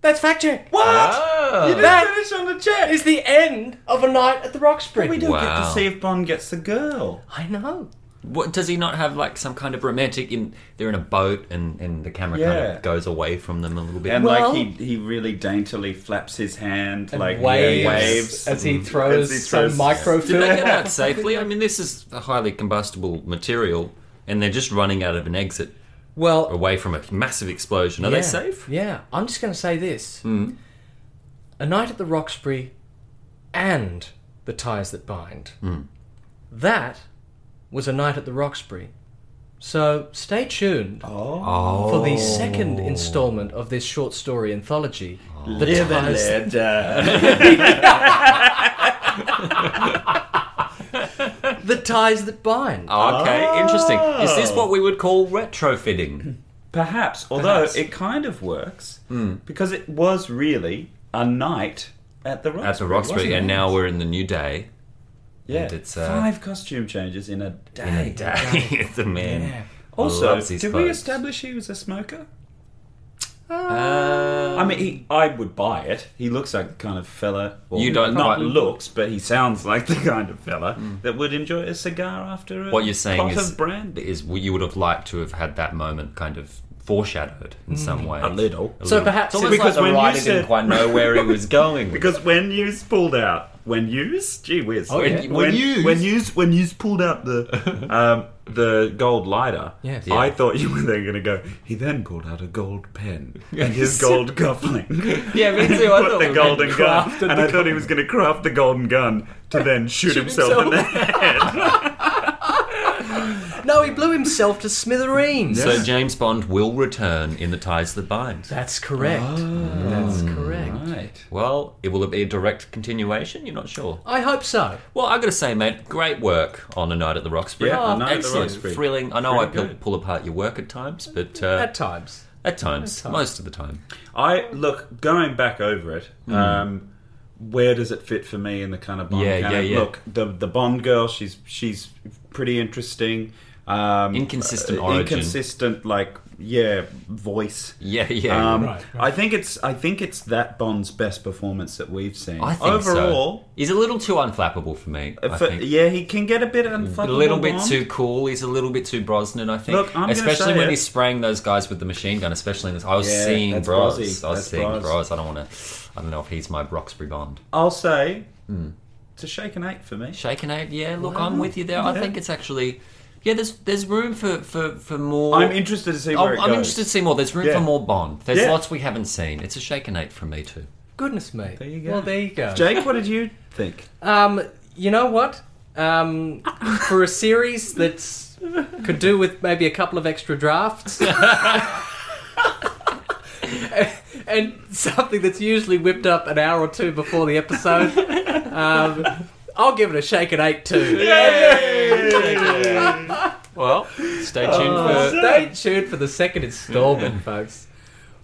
Speaker 1: that's fact check.
Speaker 2: what?
Speaker 3: Oh.
Speaker 1: That
Speaker 2: Finish on the check.
Speaker 1: is the end of a night at the Roxbury.
Speaker 2: We don't get to
Speaker 3: Wow.
Speaker 2: see if Bond gets the girl.
Speaker 1: I know.
Speaker 3: What, does he not have like some kind of romantic? In they're in a boat, and, and the camera kind
Speaker 2: Yeah.
Speaker 3: of goes away from them a little bit.
Speaker 2: And
Speaker 1: Well-
Speaker 2: like he, he really daintily flaps his hand, like
Speaker 1: waves,
Speaker 2: waves. Mm.
Speaker 1: as he throws,
Speaker 2: As he throws-
Speaker 1: some microfilm.
Speaker 3: Did they get out safely? I mean, this is a highly combustible material, and they're just running out of an exit
Speaker 1: Well,
Speaker 3: away from a massive explosion. Are
Speaker 1: yeah,
Speaker 3: they safe?
Speaker 1: Yeah, I'm just going to say this:
Speaker 2: Mm.
Speaker 1: a night at the Roxbury, and the ties that bind.
Speaker 2: Mm.
Speaker 1: That was a night at the Roxbury. So stay tuned
Speaker 3: Oh,
Speaker 1: for the second instalment of this short story anthology. The
Speaker 2: Live and
Speaker 1: ties
Speaker 2: let die.
Speaker 1: the ties that bind.
Speaker 3: okay, interesting. Is this
Speaker 2: Oh.
Speaker 3: what we would call retrofitting?
Speaker 2: Perhaps, although it kind of works because it was really a night at the Roxbury.
Speaker 3: At the Roxbury,
Speaker 2: wasn't
Speaker 3: and
Speaker 2: it?
Speaker 3: now we're in the new day.
Speaker 2: yeah,
Speaker 3: and it's, uh,
Speaker 2: five costume changes in a day.
Speaker 3: In a day, the man.
Speaker 2: Also,
Speaker 3: Loves
Speaker 2: did
Speaker 3: his
Speaker 2: we
Speaker 3: clothes.
Speaker 2: establish he was a smoker?
Speaker 3: Uh,
Speaker 2: I mean, he, I would buy it. He looks like the kind of fella. Well,
Speaker 3: Um, You don't
Speaker 2: not
Speaker 3: quite-
Speaker 2: looks, but he sounds like the kind of fella that would enjoy a cigar after a
Speaker 3: What you're saying
Speaker 2: pot
Speaker 3: is-
Speaker 2: of brandy.
Speaker 3: is you would have liked to have had that moment kind of foreshadowed in some way.
Speaker 2: A little.
Speaker 1: So perhaps
Speaker 3: It's
Speaker 1: it-
Speaker 3: almost like
Speaker 2: Because
Speaker 3: the
Speaker 2: when you
Speaker 3: writer
Speaker 2: said-
Speaker 3: didn't quite know where he was going. with
Speaker 2: Because when yous pulled out, when yous, gee whiz,
Speaker 1: Oh, yeah.
Speaker 2: when, when,
Speaker 3: When yous-
Speaker 2: when yous, when yous pulled out the um, the gold lighter,
Speaker 1: Yes.
Speaker 2: I
Speaker 3: Yeah.
Speaker 2: thought you were then going to go. He then pulled out a gold pen and his gold cufflink.
Speaker 3: Yeah, me
Speaker 2: and
Speaker 3: too. I
Speaker 2: put
Speaker 3: thought
Speaker 2: the
Speaker 3: we
Speaker 2: golden
Speaker 3: meant
Speaker 2: gun,
Speaker 1: crafted
Speaker 2: and
Speaker 1: the
Speaker 2: I thought he was going to craft the golden gun to then shoot, himself, in the head.
Speaker 1: No, he blew himself to smithereens.
Speaker 3: So James Bond will return in The Ties That Bind.
Speaker 1: That's correct.
Speaker 2: Ah.
Speaker 1: That's correct.
Speaker 2: right.
Speaker 3: Well, it will be a direct continuation. You're not sure.
Speaker 1: I hope so.
Speaker 3: Well, I got to say, mate, great work on a night at the Roxbury.
Speaker 2: Yeah, A Night at the
Speaker 3: excellent,
Speaker 2: Roxbury.
Speaker 3: thrilling. I know
Speaker 2: Pretty
Speaker 3: I pull,
Speaker 2: good.
Speaker 3: pull apart your work at times, but uh,
Speaker 1: At times.
Speaker 3: at times, most of the time,
Speaker 2: I look going back over it.
Speaker 3: Hmm.
Speaker 2: Um, where does it fit for me in the kind of Bond?
Speaker 3: Yeah,
Speaker 2: canon?
Speaker 3: yeah, yeah.
Speaker 2: Look, the the Bond girl, she's she's pretty interesting. Um,
Speaker 3: Inconsistent origin.
Speaker 2: inconsistent, like yeah, voice.
Speaker 3: yeah, yeah.
Speaker 2: Um,
Speaker 1: Right,
Speaker 2: I think it's I think it's that Bond's best performance that we've seen.
Speaker 3: I think so.
Speaker 2: overall,
Speaker 3: he's a little too unflappable for me. I
Speaker 2: for-
Speaker 3: think.
Speaker 2: yeah, he can get a bit
Speaker 3: A
Speaker 2: unfuckable
Speaker 3: little bit
Speaker 2: Bond.
Speaker 3: too cool. He's a little bit too Brosnan, I think.
Speaker 2: Look, I'm gonna
Speaker 3: especially
Speaker 2: say
Speaker 3: when
Speaker 2: it.
Speaker 3: he's spraying those guys with the machine gun. Especially in this, I was
Speaker 2: Yeah,
Speaker 3: seeing
Speaker 2: that's
Speaker 3: Bros.
Speaker 2: Brozzy.
Speaker 3: I was
Speaker 2: That's
Speaker 3: seeing
Speaker 2: Broz.
Speaker 3: Bros. I don't want to. I don't know if he's my Roxbury Bond.
Speaker 2: I'll say
Speaker 3: Hmm.
Speaker 2: it's a shake and eight for me.
Speaker 3: Shaken Ape, yeah. Look,
Speaker 2: Wow.
Speaker 3: I'm with you there. I
Speaker 2: Yeah.
Speaker 3: think it's actually, yeah. There's there's room for for for more.
Speaker 2: I'm interested to see
Speaker 3: I'm,
Speaker 2: where it
Speaker 3: I'm
Speaker 2: goes.
Speaker 3: interested to see more. There's room
Speaker 2: Yeah.
Speaker 3: for more Bond. There's
Speaker 2: Yeah.
Speaker 3: lots we haven't seen. It's a shaken eight from me too.
Speaker 1: Goodness me.
Speaker 2: There you go.
Speaker 1: Well, there you go.
Speaker 2: Jake, what did you think?
Speaker 1: Um, you know what? Um, for a series that's could do with maybe a couple of extra drafts. and something that's usually whipped up an hour or two before the episode. Um, I'll give it a shake at eight too.
Speaker 3: Well, stay tuned
Speaker 2: Oh.
Speaker 3: for.
Speaker 1: Stay tuned for the second installment, folks.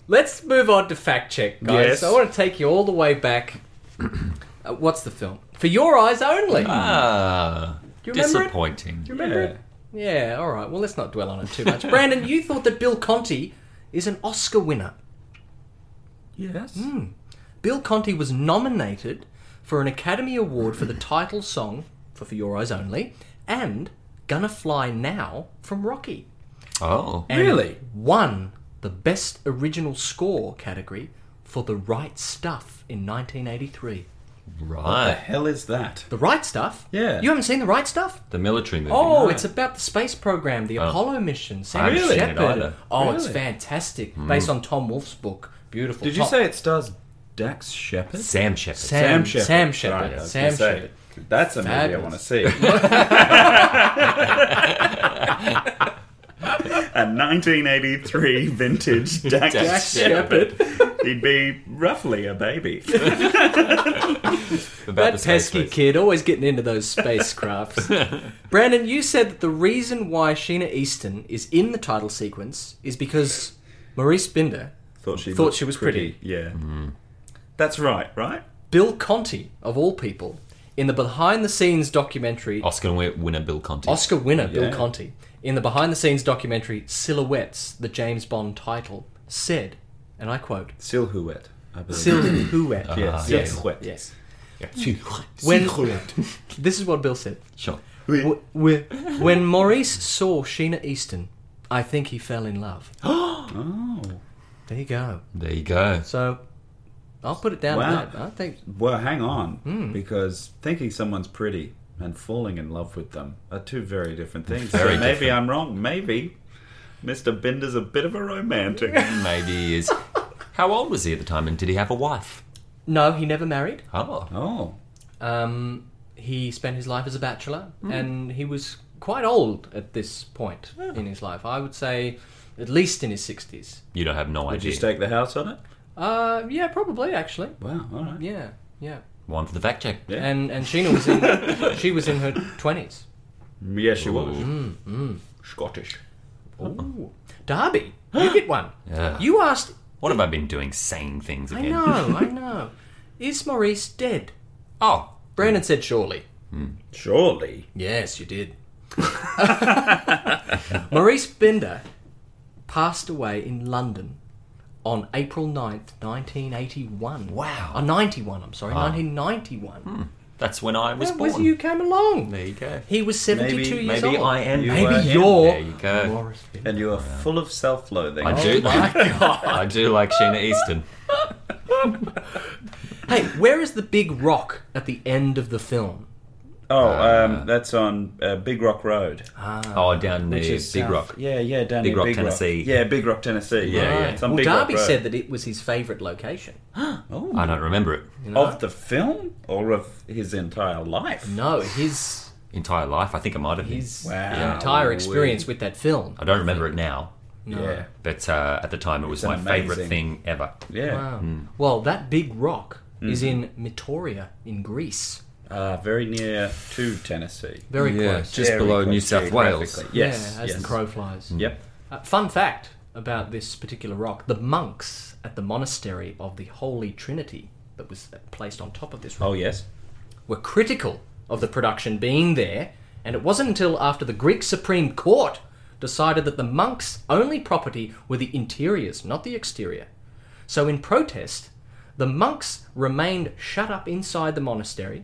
Speaker 1: Let's move on to fact check, guys.
Speaker 2: Yes.
Speaker 1: So I want to take you all the way back. Uh, what's the film? For Your Eyes Only.
Speaker 3: Ah,
Speaker 1: Do you remember it?
Speaker 3: disappointing.
Speaker 1: Do you remember it? Yeah, all right. Well, let's not dwell on it too much. Brandon, you thought that Bill Conti is an Oscar winner.
Speaker 2: Yes.
Speaker 1: Hmm. Bill Conti was nominated for an Academy Award for the title song for For Your Eyes Only and Gonna Fly Now from Rocky.
Speaker 3: Oh,
Speaker 1: And
Speaker 2: Really?
Speaker 1: Won the Best Original Score category for The Right Stuff in 1983.
Speaker 2: What the
Speaker 3: Right.
Speaker 2: hell is that?
Speaker 1: The right stuff?
Speaker 2: Yeah.
Speaker 1: You haven't seen the right stuff?
Speaker 3: The military movie.
Speaker 1: Oh, it's about the space program, the Apollo mission, Sam
Speaker 3: Oh. haven't seen it
Speaker 1: Shepard.
Speaker 3: either. Hmm.
Speaker 1: Oh, it's
Speaker 2: Really?
Speaker 1: fantastic. Based on Tom Wolfe's book. Beautiful.
Speaker 2: Did you
Speaker 1: Tom-
Speaker 2: say it stars Dax Shepard?
Speaker 3: Sam Shepard.
Speaker 1: Sam,
Speaker 2: Shepard.
Speaker 1: Sam
Speaker 2: Sorry,
Speaker 1: Shepard.
Speaker 2: I was
Speaker 1: Sam
Speaker 2: gonna say,
Speaker 1: Shepard.
Speaker 2: That's a movie I
Speaker 1: Fabulous.
Speaker 2: want to see. A 1983 vintage Dax,
Speaker 3: Dax
Speaker 2: Shepard. He'd be roughly a baby.
Speaker 3: About
Speaker 1: That
Speaker 3: the space
Speaker 1: pesky
Speaker 3: race.
Speaker 1: kid, always getting into those spacecrafts. Brandon, you said that the reason why Sheena Easton is in the title sequence is because Maurice Binder,
Speaker 2: Thought she
Speaker 1: Thought
Speaker 2: looked
Speaker 1: she was pretty.
Speaker 2: Yeah, that's right. Right.
Speaker 1: Bill Conti, of all people, in the behind the scenes documentary,
Speaker 3: Oscar wi- winner Bill Conti.
Speaker 1: Oscar winner Bill
Speaker 2: Oh, Yeah.
Speaker 1: Conti, in the behind the scenes documentary Silhouettes, the James Bond title, said, and I quote,
Speaker 2: Silhouette. I believe.
Speaker 1: Silhouette.
Speaker 2: Yes.
Speaker 1: yes.
Speaker 2: Silhouette.
Speaker 1: Yes.
Speaker 3: when
Speaker 1: When, this is what Bill said.
Speaker 3: sure.
Speaker 1: Wh- wh- when Maurice saw Sheena Easton, I think he fell in love.
Speaker 2: Oh.
Speaker 1: There you go.
Speaker 3: There you go.
Speaker 1: So I'll put it down to
Speaker 2: Wow.
Speaker 1: that. I think
Speaker 2: Well, hang on,
Speaker 3: Hmm.
Speaker 2: because thinking someone's pretty and falling in love with them are two very different things.
Speaker 3: Very
Speaker 2: so maybe I'm wrong. Maybe Mr. Binder's a bit of a romantic.
Speaker 3: Maybe he is. How old was he at the time, and did he have a wife?
Speaker 1: no, he never married.
Speaker 3: Oh,
Speaker 2: oh,
Speaker 1: Um, he spent his life as a bachelor, and he was quite old at this point in his life. I would say at least in his sixties.
Speaker 3: you don't have no
Speaker 2: would you
Speaker 3: idea.
Speaker 2: stake the house on it?
Speaker 1: Uh, yeah, probably actually.
Speaker 2: Wow. All right.
Speaker 1: Yeah, yeah.
Speaker 3: One for the fact check.
Speaker 2: Yeah.
Speaker 1: And and Sheena was in she was in her twenties.
Speaker 2: Yes, she was
Speaker 3: Ooh.
Speaker 2: Scottish.
Speaker 1: Ooh, Darby, you get one.
Speaker 3: Yeah.
Speaker 1: You asked
Speaker 3: What have I been doing? Saying things
Speaker 1: I
Speaker 3: again.
Speaker 1: know, I know. Is Maurice dead?
Speaker 3: Oh,
Speaker 1: Brandon said, surely.
Speaker 2: Surely.
Speaker 1: Yes, you did. Maurice Binder passed away in London on April 9th, 1981.
Speaker 3: Wow.
Speaker 1: Oh, 91, I'm
Speaker 2: Ah.
Speaker 1: sorry, 1991.
Speaker 2: Hmm.
Speaker 3: that's when I was
Speaker 1: That
Speaker 3: born.
Speaker 1: was you Oh, came along.
Speaker 3: There you go.
Speaker 1: He was 72
Speaker 2: Maybe-
Speaker 1: years
Speaker 3: Maybe
Speaker 1: old.
Speaker 3: I am.
Speaker 2: You
Speaker 1: Maybe
Speaker 2: were him.
Speaker 1: you're
Speaker 3: There you go.
Speaker 1: Maurice Binder.
Speaker 2: And you are full of self-loathing.
Speaker 3: I do.
Speaker 1: Oh my God.
Speaker 3: I do like Sheena Easton.
Speaker 1: Hey, where is the big rock at the end of the film?
Speaker 2: Oh, um, that's on uh, Big Rock Road.
Speaker 3: Oh, down near
Speaker 1: Uh, Which
Speaker 3: Big
Speaker 1: is south.
Speaker 3: Rock.
Speaker 2: Yeah, yeah, down
Speaker 3: Big
Speaker 2: near
Speaker 3: Rock, Tennessee.
Speaker 2: Yeah, Big Rock, Tennessee. Yeah, yeah. It's on
Speaker 1: well,
Speaker 2: Big
Speaker 1: Darby
Speaker 2: Rock Road.
Speaker 1: said that it was his favourite location.
Speaker 2: Oh.
Speaker 3: I don't remember it.
Speaker 2: Of the film or of his entire life?
Speaker 1: No, his
Speaker 3: Entire life. I think I might have. been.
Speaker 1: his
Speaker 2: Wow.
Speaker 1: entire experience with that film.
Speaker 3: I don't remember it now,
Speaker 2: Yeah.
Speaker 3: but uh, at the time it was
Speaker 2: It's
Speaker 3: my
Speaker 2: an
Speaker 3: favorite
Speaker 2: amazing-
Speaker 3: thing ever.
Speaker 2: Yeah.
Speaker 1: Wow. Well, that big rock
Speaker 2: Mm-hmm.
Speaker 1: is in Mitoria in Greece.
Speaker 2: Uh, very near to Tennessee.
Speaker 1: Very
Speaker 3: Yeah,
Speaker 1: close.
Speaker 3: just
Speaker 2: Very
Speaker 3: below
Speaker 2: close
Speaker 3: New South Wales.
Speaker 2: geographically. Yes.
Speaker 1: Yeah, as
Speaker 2: yes.
Speaker 1: the crow flies.
Speaker 2: Yep.
Speaker 1: Uh, fun fact about this particular rock the monks at the monastery of the Holy Trinity that was placed on top of this rock
Speaker 2: Oh, yes.
Speaker 1: were critical of the production being there, and it wasn't until after the Greek Supreme Court decided that the monks' only property were the interiors, not the exterior. So, in protest, the monks remained shut up inside the monastery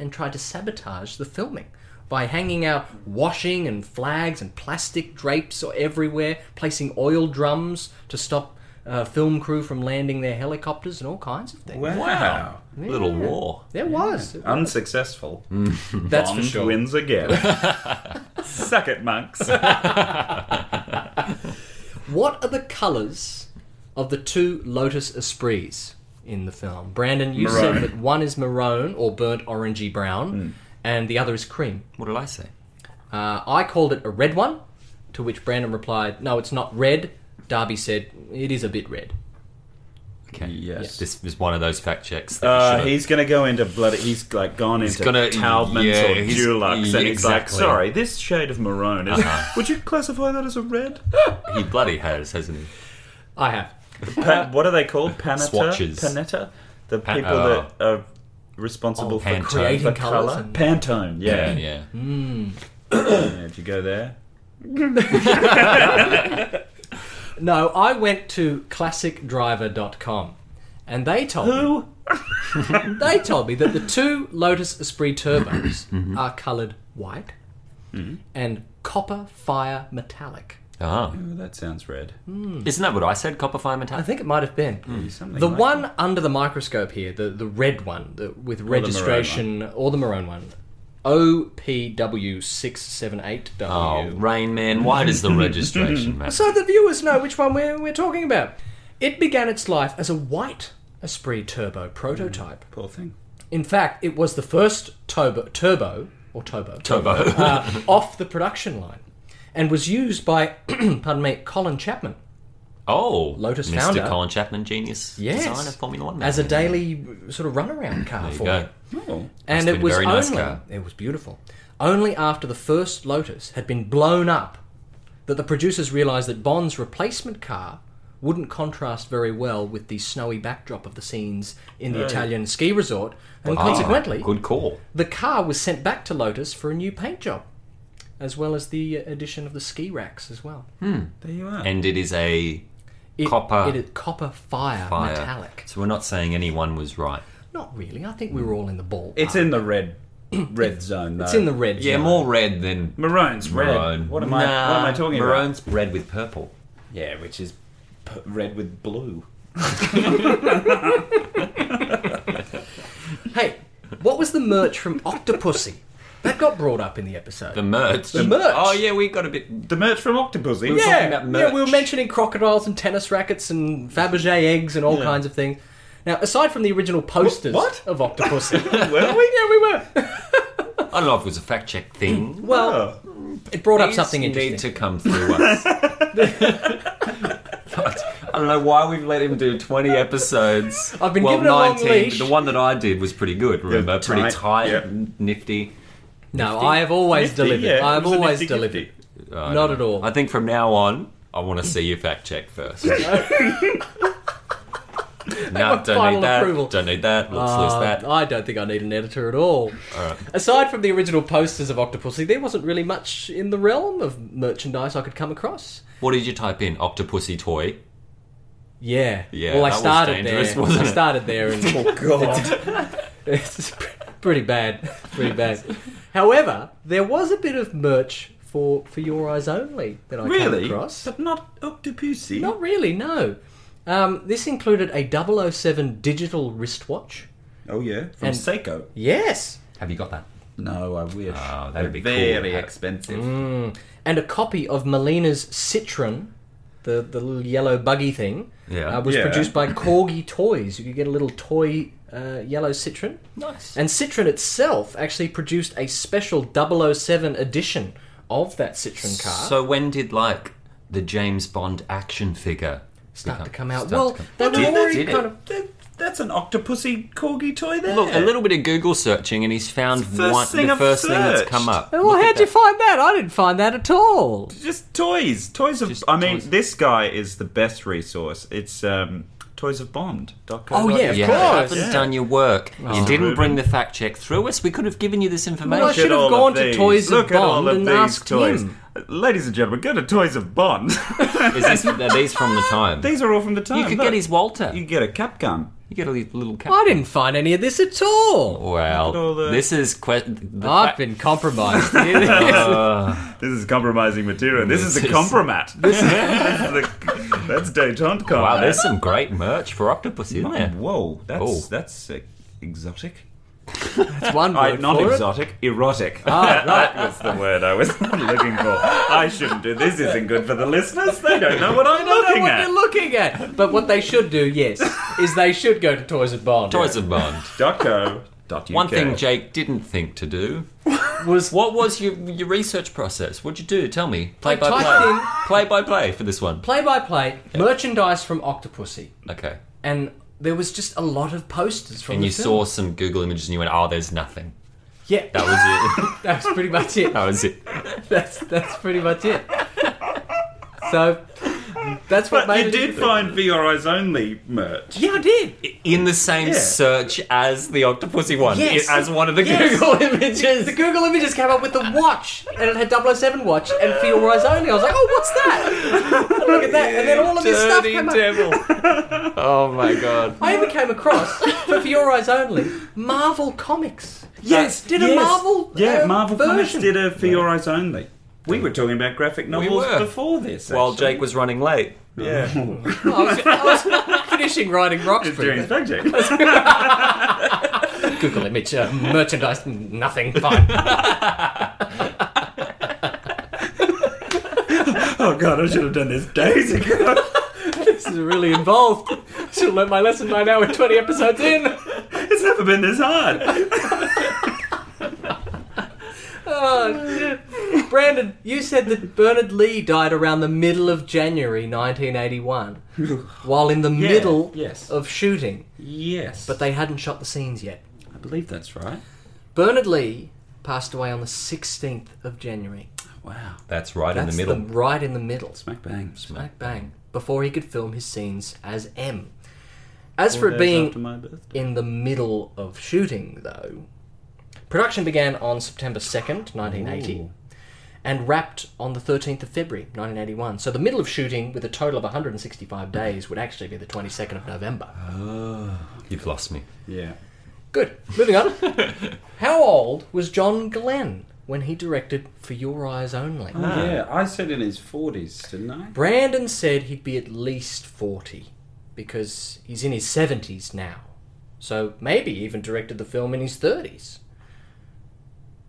Speaker 1: and tried to sabotage the filming by hanging out washing and flags and plastic drapes everywhere, placing oil drums to stop uh, film crew from landing their helicopters and all kinds of things.
Speaker 2: Wow.
Speaker 3: Little war.
Speaker 1: There was.
Speaker 2: Unsuccessful.
Speaker 3: Mm.
Speaker 1: That's
Speaker 2: Bond
Speaker 1: for sure.
Speaker 2: wins again. Suck it, monks.
Speaker 1: What are the colours of the two Lotus Esprits in the film? Brandon, you
Speaker 2: Maroon.
Speaker 1: said that one is maroon or burnt orangey brown, and the other is cream.
Speaker 3: What did I say?
Speaker 1: Uh, I called it a red one, to which Brandon replied, No, it's not red. Darby said, It is a bit red.
Speaker 3: Okay.
Speaker 2: Yes.
Speaker 3: This was one of those fact checks. That
Speaker 2: Uh,
Speaker 3: should've-
Speaker 2: he's going to go into bloody. He's like gone into
Speaker 3: gonna-
Speaker 2: Taubman's
Speaker 3: yeah,
Speaker 2: or
Speaker 3: he's-
Speaker 2: Dulux,
Speaker 3: yeah,
Speaker 2: and he's like,
Speaker 3: exactly. Uh-huh.
Speaker 2: "Sorry, this shade of maroon is. Would you classify that as a red?
Speaker 3: he bloody has, hasn't he?
Speaker 1: I have.
Speaker 2: Pa- what are they called? Panetta.
Speaker 3: Swatches.
Speaker 2: Panetta. The
Speaker 3: Pan-
Speaker 2: people
Speaker 3: oh.
Speaker 2: that are responsible
Speaker 3: Oh,
Speaker 2: for
Speaker 3: Pantone.
Speaker 2: creating
Speaker 1: Creating colours
Speaker 2: color.
Speaker 1: and-
Speaker 2: Pantone. Yeah.
Speaker 3: Yeah, yeah.
Speaker 2: Yeah, If you go there,
Speaker 1: No, I went to classicdriver.com and they told
Speaker 2: Oh,
Speaker 1: me they told me that the two Lotus Esprit turbos are coloured white and copper fire metallic.
Speaker 3: Ah.
Speaker 2: Oh, that sounds red.
Speaker 3: Isn't that what I said? Copper fire
Speaker 1: I
Speaker 3: metallic?
Speaker 1: think it might have been.
Speaker 2: Something
Speaker 1: The
Speaker 2: like
Speaker 1: one under the microscope here, the, the red one the, with registration, or the maroon one,
Speaker 3: Oh,
Speaker 1: OPW678W.
Speaker 3: Rain Man, why does the registration matter?
Speaker 1: So the viewers know which one we're, we're talking about. It began its life as a white Esprit Turbo prototype.
Speaker 2: Poor thing.
Speaker 1: In fact, it was the first turbo, turbo or turbo,
Speaker 3: Turbo.
Speaker 1: uh, off the production line, and was used by, pardon me, Colin Chapman
Speaker 3: Oh,
Speaker 1: Lotus
Speaker 3: Mr.
Speaker 1: founder.
Speaker 3: Colin Chapman, genius
Speaker 1: Yes.
Speaker 3: designer, Formula One man.
Speaker 1: as a daily sort of runaround car
Speaker 3: you
Speaker 1: for
Speaker 3: go.
Speaker 1: him.
Speaker 2: Oh.
Speaker 1: and
Speaker 3: Must've
Speaker 1: it
Speaker 3: been
Speaker 1: was
Speaker 3: very
Speaker 1: only
Speaker 3: nice car.
Speaker 1: it was beautiful. Only after the first Lotus had been blown up that the producers realized that Bond's replacement car wouldn't contrast very well with the snowy backdrop of the scenes in the Italian ski resort, and
Speaker 3: Ah,
Speaker 1: consequently,
Speaker 3: good call.
Speaker 1: the car was sent back to Lotus for a new paint job, as well as the uh, addition of the ski racks as well.
Speaker 2: There you are.
Speaker 3: And it is a
Speaker 1: It,
Speaker 3: Copper.
Speaker 1: it is copper fire,
Speaker 3: fire.
Speaker 1: metallic.
Speaker 3: So we're not saying anyone was right.
Speaker 1: Not really. I think we were all in the ball. Ah.
Speaker 2: it's in the red red zone though.
Speaker 1: it's in the red.
Speaker 3: Yeah,
Speaker 1: zone.
Speaker 3: more red than
Speaker 2: Maroon's red.
Speaker 3: maroon.
Speaker 2: What am I?
Speaker 3: Nah,
Speaker 2: What am I talking about?
Speaker 3: maroon's red with purple.
Speaker 2: Yeah, which is p- red with blue.
Speaker 1: Hey, what was the merch from Octopussy? That got brought up in the episode.
Speaker 3: The merch. The
Speaker 1: merch.
Speaker 3: Oh yeah, we got a bit.
Speaker 2: The merch from Octopussy.
Speaker 3: were
Speaker 1: yeah,
Speaker 3: talking about
Speaker 1: yeah, we were
Speaker 3: merch.
Speaker 1: mentioning crocodiles and tennis rackets and Fabergé eggs and all kinds of things. Now, aside from the original posters
Speaker 2: what?
Speaker 1: of Octopussy,
Speaker 2: Were we?
Speaker 1: yeah, we were.
Speaker 3: I don't know if it was a fact check thing.
Speaker 1: Well,
Speaker 2: Oh.
Speaker 1: it brought up
Speaker 3: These
Speaker 1: Mm. something interesting.
Speaker 3: need to come through us. But I don't know why we've let him do 20 episodes.
Speaker 1: I've been
Speaker 3: well,
Speaker 1: given a long leash.
Speaker 3: The one that I did was pretty good, remember?
Speaker 2: Yeah,
Speaker 3: pretty
Speaker 2: tight,
Speaker 3: tight,
Speaker 2: yeah.
Speaker 3: nifty.
Speaker 1: no, I have always
Speaker 2: Nifty,
Speaker 1: delivered.
Speaker 2: yeah,
Speaker 1: I have
Speaker 2: it was a
Speaker 1: always
Speaker 2: nifty
Speaker 1: delivered.
Speaker 2: gifty.
Speaker 3: I
Speaker 1: Not
Speaker 3: don't
Speaker 1: at
Speaker 3: know.
Speaker 1: all.
Speaker 3: I think from now on, I want to see you fact check first. no,
Speaker 1: want
Speaker 3: don't
Speaker 1: final
Speaker 3: need that.
Speaker 1: approval.
Speaker 3: Don't need that. Let's lose
Speaker 1: Uh,
Speaker 3: that.
Speaker 1: I don't think I need an editor at all. Aside from the original posters of Octopussy, there wasn't really much in the realm of merchandise I could come across.
Speaker 3: What did you type in? Octopussy toy.
Speaker 1: Yeah.
Speaker 3: Yeah,
Speaker 1: Well, I
Speaker 3: that was
Speaker 1: started
Speaker 3: dangerous,
Speaker 1: there.
Speaker 3: wasn't
Speaker 1: I
Speaker 3: it?
Speaker 1: started there, and
Speaker 2: Oh god.
Speaker 1: it's pr- pretty bad. Pretty bad. However, there was a bit of merch for for your eyes only that I came
Speaker 2: really?
Speaker 1: across.
Speaker 2: But not Octopussy.
Speaker 1: Not really. No. Um, this included a 007 digital wristwatch.
Speaker 2: Oh yeah, from
Speaker 1: And-
Speaker 2: Seiko. Ah,
Speaker 1: Yes.
Speaker 3: Have you got that?
Speaker 2: No, I wish.
Speaker 3: Oh, that'd be cool.
Speaker 2: very expensive.
Speaker 1: And a copy of Melina's Citron, the the little yellow buggy thing,
Speaker 3: Yeah.
Speaker 1: uh, was
Speaker 2: Yeah.
Speaker 1: produced by Corgi Toys. You could get a little toy uh, yellow Citron.
Speaker 3: Nice.
Speaker 1: And Citroen itself actually produced a special 007 edition of that Citroen car.
Speaker 3: So when did like the James Bond action figure
Speaker 1: start
Speaker 3: become-
Speaker 1: to come out.
Speaker 3: start
Speaker 1: Well,
Speaker 3: to come-
Speaker 1: they
Speaker 2: Did
Speaker 1: were already
Speaker 2: it?
Speaker 1: kind of.
Speaker 2: That- That's an Octopussy corgi toy there.
Speaker 3: Look, a little bit of Google searching, and he's found
Speaker 2: the first
Speaker 3: one,
Speaker 2: thing
Speaker 3: the
Speaker 2: I've
Speaker 3: first thing that's
Speaker 2: searched.
Speaker 3: come up.
Speaker 1: Well, how'd you find that? I didn't find that at all.
Speaker 2: just toys. Toys of. I mean,
Speaker 3: toys.
Speaker 2: this guy is the best resource. It's um, toys of Bond.
Speaker 1: Oh, yeah, of
Speaker 3: You
Speaker 1: course.
Speaker 3: haven't
Speaker 2: Yeah.
Speaker 3: done your work. You didn't
Speaker 2: Ruben.
Speaker 3: bring the fact check through us. We could have given you this
Speaker 1: Well, I
Speaker 3: information.
Speaker 1: should have gone to Toys of
Speaker 2: Look at all
Speaker 1: Bond
Speaker 2: of
Speaker 1: and
Speaker 2: these
Speaker 1: asked
Speaker 2: toys.
Speaker 1: him.
Speaker 2: Ladies and gentlemen, go to Toys of Bond.
Speaker 3: Is this, are these from the time?
Speaker 2: these are all from the time.
Speaker 3: you could
Speaker 2: Look,
Speaker 3: get his Walter.
Speaker 2: You
Speaker 3: You,
Speaker 2: could get a cap gun.
Speaker 3: get a li- little cap.
Speaker 1: I didn't find any of this at all.
Speaker 3: Well,
Speaker 2: Look at all the-
Speaker 3: this is que- the
Speaker 1: I've
Speaker 3: fact-
Speaker 1: been compromised. here. This-
Speaker 2: This is compromising material. This, is
Speaker 3: This
Speaker 2: a
Speaker 3: is-
Speaker 2: compromat. This is the, that's detente combat.
Speaker 3: Wow, there's some great merch for Octopus, isn't there?
Speaker 2: Whoa, that's
Speaker 3: Oh.
Speaker 2: that's uh, exotic.
Speaker 1: That's one
Speaker 2: I,
Speaker 1: word
Speaker 2: not
Speaker 1: for it.
Speaker 2: exotic, erotic. that was the word I was looking for. I shouldn't do this. Isn't good for the listeners. They don't know what I'm
Speaker 1: I don't know
Speaker 2: looking
Speaker 1: what
Speaker 2: at.
Speaker 1: they're looking at. But what they should do, yes, is they should go to Toys at Bond.
Speaker 3: Toys of Bond.
Speaker 2: Dot co. Dot uk.
Speaker 3: One thing Jake didn't think to do
Speaker 1: was
Speaker 3: What was your your research process? What'd you do? Tell me. Play
Speaker 1: I
Speaker 3: by
Speaker 1: typed
Speaker 3: play.
Speaker 1: in-
Speaker 3: Play by play for this one.
Speaker 1: play by play merchandise from Octopussy,
Speaker 3: Okay.
Speaker 1: and there was just a lot of posters from
Speaker 3: And
Speaker 1: the
Speaker 3: you
Speaker 1: film.
Speaker 3: saw some Google images and you went, "Oh, there's nothing."
Speaker 1: yeah,
Speaker 3: That was it.
Speaker 1: that was pretty much it.
Speaker 3: that was it.
Speaker 1: That's that's pretty much it. So that's what
Speaker 2: But
Speaker 1: made
Speaker 2: you
Speaker 1: it
Speaker 2: did find for your eyes only merch.
Speaker 1: Yeah, I did.
Speaker 3: In the same
Speaker 2: Yeah.
Speaker 3: search as the octopusy one,
Speaker 1: Yes.
Speaker 3: i- as one of the
Speaker 1: Yes.
Speaker 3: Google images.
Speaker 1: The Google Images came up with the watch, and it had 007 watch and For Your Eyes Only. I was like, oh, what's that? Look at that, and then all of this stuff
Speaker 3: Dirty
Speaker 1: came up.
Speaker 3: devil. oh my god.
Speaker 1: I even came across for For Your Eyes Only Marvel Comics.
Speaker 2: Yes,
Speaker 1: did a Marvel,
Speaker 2: Yeah,
Speaker 1: uh,
Speaker 2: Marvel
Speaker 1: version.
Speaker 2: Comics did a for your eyes only. We were talking about graphic novels
Speaker 3: were.
Speaker 2: before this.
Speaker 3: While
Speaker 2: actually.
Speaker 3: Jake was running late.
Speaker 2: yeah,
Speaker 1: I was, I was finishing writing
Speaker 2: doing his
Speaker 1: Roxbury.
Speaker 2: fact check.
Speaker 1: Google image, uh, merchandise, nothing, fine.
Speaker 2: Oh god, I should have done this days ago.
Speaker 1: this is really involved. Should have learned my lesson by now we're 20 episodes in.
Speaker 2: It's never been this hard.
Speaker 1: Oh, shit. Brandon, you said that Bernard Lee died around the middle of January 1981, while in the middle
Speaker 2: yes.
Speaker 1: of shooting,
Speaker 2: Yes,
Speaker 1: but they hadn't shot the scenes yet.
Speaker 2: I believe that's right.
Speaker 1: Bernard Lee passed away on the 16th of January.
Speaker 2: Wow,
Speaker 3: That's right
Speaker 1: That's
Speaker 3: in the middle.
Speaker 1: right in the middle.
Speaker 2: smack bang.
Speaker 1: Smack bang. Before he could film his scenes as M. As
Speaker 2: Four
Speaker 1: for it
Speaker 2: days
Speaker 1: being
Speaker 2: after my birthday.
Speaker 1: in the middle of shooting, though, production began on September 2nd, 1980,
Speaker 2: Ooh.
Speaker 1: and wrapped on the 13th of February, 1981. So the middle of shooting, with a total of 165 days, would actually be the 22nd of November.
Speaker 3: You've lost me.
Speaker 2: Yeah.
Speaker 1: Good. Moving on. How old was John Glenn when he directed For Your Eyes Only?
Speaker 2: Yeah, I said in his 40s, didn't I?
Speaker 1: Brandon said he'd be at least 40 because he's in his 70s now. So maybe even directed the film in his 30s.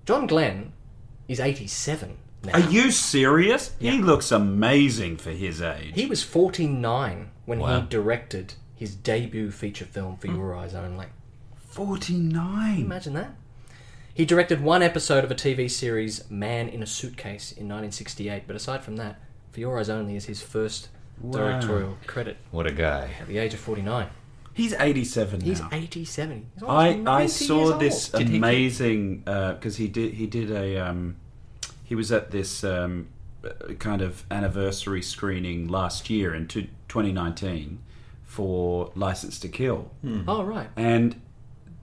Speaker 1: John Glenn is 87 now.
Speaker 2: Are you serious? He looks amazing for his age.
Speaker 1: He was 49 when
Speaker 3: Wow.
Speaker 1: he directed his debut feature film
Speaker 2: Hmm.
Speaker 1: for Your Eyes Only.
Speaker 2: 49.
Speaker 1: Imagine that. He directed one episode of a TV series, Man in a Suitcase, in 1968, but aside from that, For Your Eyes Only is his first directorial credit
Speaker 3: What a guy.
Speaker 1: at the age of 49.
Speaker 2: He's 87
Speaker 1: He's
Speaker 2: now.
Speaker 1: 87. He's almost
Speaker 2: I,
Speaker 1: 90
Speaker 2: I
Speaker 1: years
Speaker 2: saw
Speaker 1: old.
Speaker 2: this
Speaker 3: Did he keep-
Speaker 2: amazing because he did he did a um, he was at this um, uh, kind of anniversary screening last year in two- 2019 for License to Kill.
Speaker 1: Oh, right.
Speaker 2: and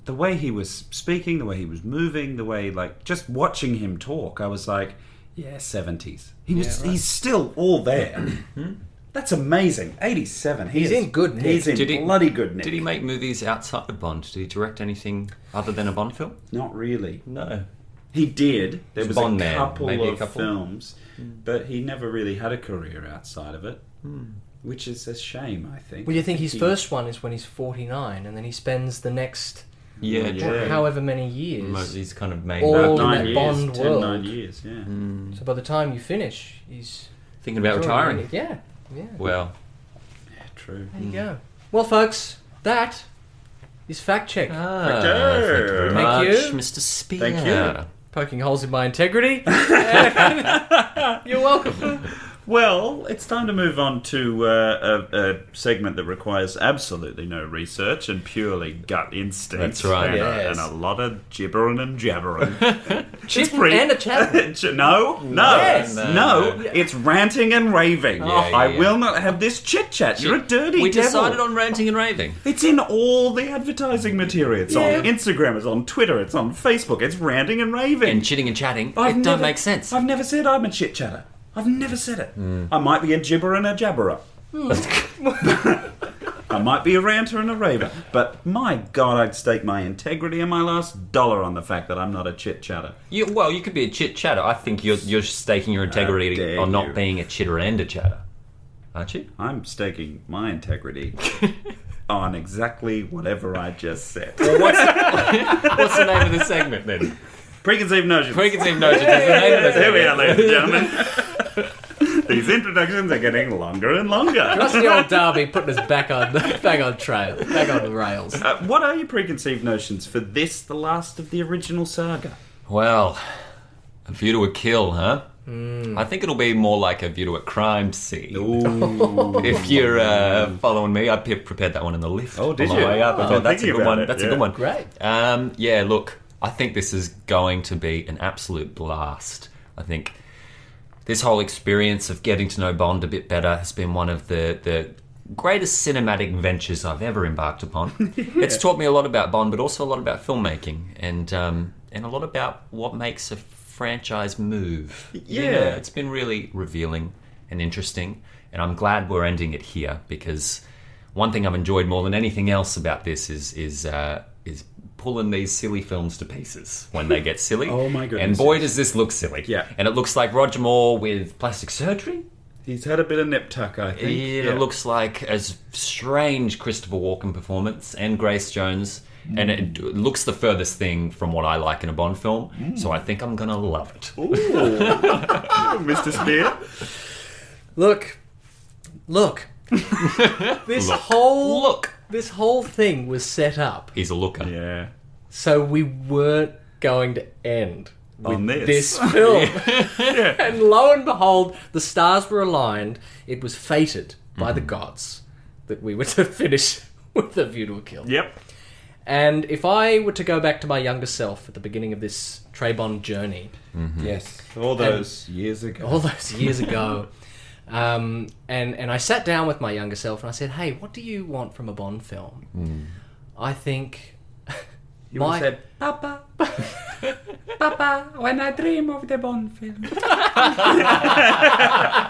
Speaker 2: the way he was speaking, the way he was moving, the way like just watching him talk, I was like, yeah, seventies. He was he's still all there. That's amazing. Eighty seven.
Speaker 1: Hmm? He's in good nick.
Speaker 2: He's in
Speaker 3: Did he-
Speaker 2: bloody good nick.
Speaker 3: Did he make movies outside of Bond? Did he direct anything other than a Bond film?
Speaker 2: Not really.
Speaker 3: No.
Speaker 2: He did. There
Speaker 3: He's
Speaker 2: was
Speaker 3: Bond
Speaker 2: a
Speaker 3: man,
Speaker 2: couple
Speaker 3: maybe a
Speaker 2: of
Speaker 3: couple. Hmm.
Speaker 2: films, but he never really had a career outside of it, which is a shame. I think.
Speaker 1: Well, you think his
Speaker 2: he-
Speaker 1: first one is when he's 49, and then he spends the next
Speaker 3: Yeah,
Speaker 2: Yeah.
Speaker 3: true.
Speaker 1: however many years.
Speaker 3: Mo- He's kind of made
Speaker 1: Or-
Speaker 3: that.
Speaker 1: all in
Speaker 2: nine
Speaker 1: that
Speaker 2: years,
Speaker 1: Bond
Speaker 2: ten,
Speaker 1: world.
Speaker 2: nine years. Yeah.
Speaker 3: Hmm.
Speaker 1: So by the time you finish, he's.
Speaker 3: Thinking about retiring.
Speaker 1: Yeah, yeah.
Speaker 2: Mm.
Speaker 3: Well,
Speaker 2: yeah. True.
Speaker 1: There you go. Well, folks, that is fact check.
Speaker 3: ah,
Speaker 2: Thank
Speaker 3: thank you
Speaker 2: you.
Speaker 3: very
Speaker 1: Thank
Speaker 3: much,
Speaker 1: you.
Speaker 3: Mr. Spear.
Speaker 2: Thank you.
Speaker 1: Poking holes in my integrity. You're welcome.
Speaker 2: Well, it's time to move on to uh, a, a segment that requires absolutely no research and purely gut instinct.
Speaker 3: That's right,
Speaker 2: and,
Speaker 1: yes.
Speaker 2: a, and a lot of gibbering and jabbering.
Speaker 1: Chip
Speaker 2: pretty-
Speaker 1: and a chat.
Speaker 2: no, no,
Speaker 1: Yes.
Speaker 2: no,
Speaker 3: No.
Speaker 2: It's ranting and raving.
Speaker 3: Oh, Yeah, yeah,
Speaker 2: I
Speaker 3: yeah.
Speaker 2: will not have this chit chat. You're a dirty
Speaker 3: We
Speaker 2: devil.
Speaker 3: decided on ranting and raving.
Speaker 2: It's in all the advertising material. It's on
Speaker 1: Yeah.
Speaker 2: Instagram. It's on Twitter. It's on Facebook. It's ranting and raving.
Speaker 3: And chitting and chatting.
Speaker 2: I've
Speaker 3: it
Speaker 2: never-
Speaker 3: don't make sense.
Speaker 2: I've never said I'm a chit chatter. I've never said it. I might be a gibber and a jabberer.
Speaker 3: Hmm.
Speaker 2: I might be a ranter and a raver, but my God, I'd stake my integrity and my last dollar on the fact that I'm not a chit chatter.
Speaker 3: You, well, you could be a chit chatter. I think you're, you're staking your integrity
Speaker 2: dare
Speaker 3: on not
Speaker 2: you.
Speaker 3: being a chitter and a chatter. Aren't you?
Speaker 2: I'm staking my integrity on exactly whatever I just said.
Speaker 3: What's, what's the name of the segment then?
Speaker 2: Preconceived notions.
Speaker 3: Preconceived notions is the name of the
Speaker 2: Here we
Speaker 3: segment.
Speaker 2: are, ladies and gentlemen. These introductions are getting longer and longer.
Speaker 1: Rusty old Darby putting us back on back on trail, back on the rails.
Speaker 2: Uh, what are your preconceived notions for this, the last of the original saga?
Speaker 3: Well, a view to a kill, huh? I think it'll be more like a view to a crime scene. If you're uh, following me, I pre- prepared that one in the lift.
Speaker 2: Oh, did
Speaker 3: on the
Speaker 2: you?
Speaker 3: Way up. I
Speaker 2: Oh,
Speaker 3: thought, that's a
Speaker 2: thinking
Speaker 3: good
Speaker 2: about
Speaker 3: one.
Speaker 2: it,
Speaker 3: that's
Speaker 2: yeah.
Speaker 3: a good one.
Speaker 1: Great.
Speaker 3: Um, yeah, look, I think this is going to be an absolute blast. I think this whole experience of getting to know Bond a bit better has been one of the, the greatest cinematic ventures I've ever embarked upon. It's taught me a lot about Bond, but also a lot about filmmaking and um, and a lot about what makes a franchise move. You
Speaker 2: Yeah.
Speaker 3: know, it's been really revealing and interesting, and I'm glad we're ending it here because one thing I've enjoyed more than anything else about this is is uh, is pulling these silly films to pieces when they get silly.
Speaker 2: Oh my goodness,
Speaker 3: And boy,
Speaker 2: yes.
Speaker 3: does this look silly.
Speaker 2: Yeah.
Speaker 3: And it looks like Roger Moore with plastic surgery.
Speaker 2: He's had a bit of nip tuck, I think.
Speaker 3: It
Speaker 2: Yeah.
Speaker 3: looks like a s- strange Christopher Walken performance and Grace Jones, and it d- looks the furthest thing from what I like in a Bond film.
Speaker 2: Mm.
Speaker 3: So I think I'm gonna love it.
Speaker 2: Ooh. Mr. Spear.
Speaker 1: Look, look. this whole
Speaker 3: Look,
Speaker 1: this whole thing was set up
Speaker 3: he's a looker.
Speaker 2: Yeah.
Speaker 1: so we weren't going to end with
Speaker 2: On this.
Speaker 1: this film. and lo and behold, the stars were aligned. It was fated by the gods that we were to finish with a view to a kill.
Speaker 2: Yep.
Speaker 1: And if I were to go back to my younger self at the beginning of this Trebon journey,
Speaker 2: Yes. All those years ago.
Speaker 1: all those years ago. Um, and and I sat down with my younger self and I said, "Hey, what do you want from a Bond film?"
Speaker 3: Hmm.
Speaker 1: I think
Speaker 2: You
Speaker 1: my-
Speaker 2: said,
Speaker 1: Papa.
Speaker 2: Papa, when I dream of the Bond film,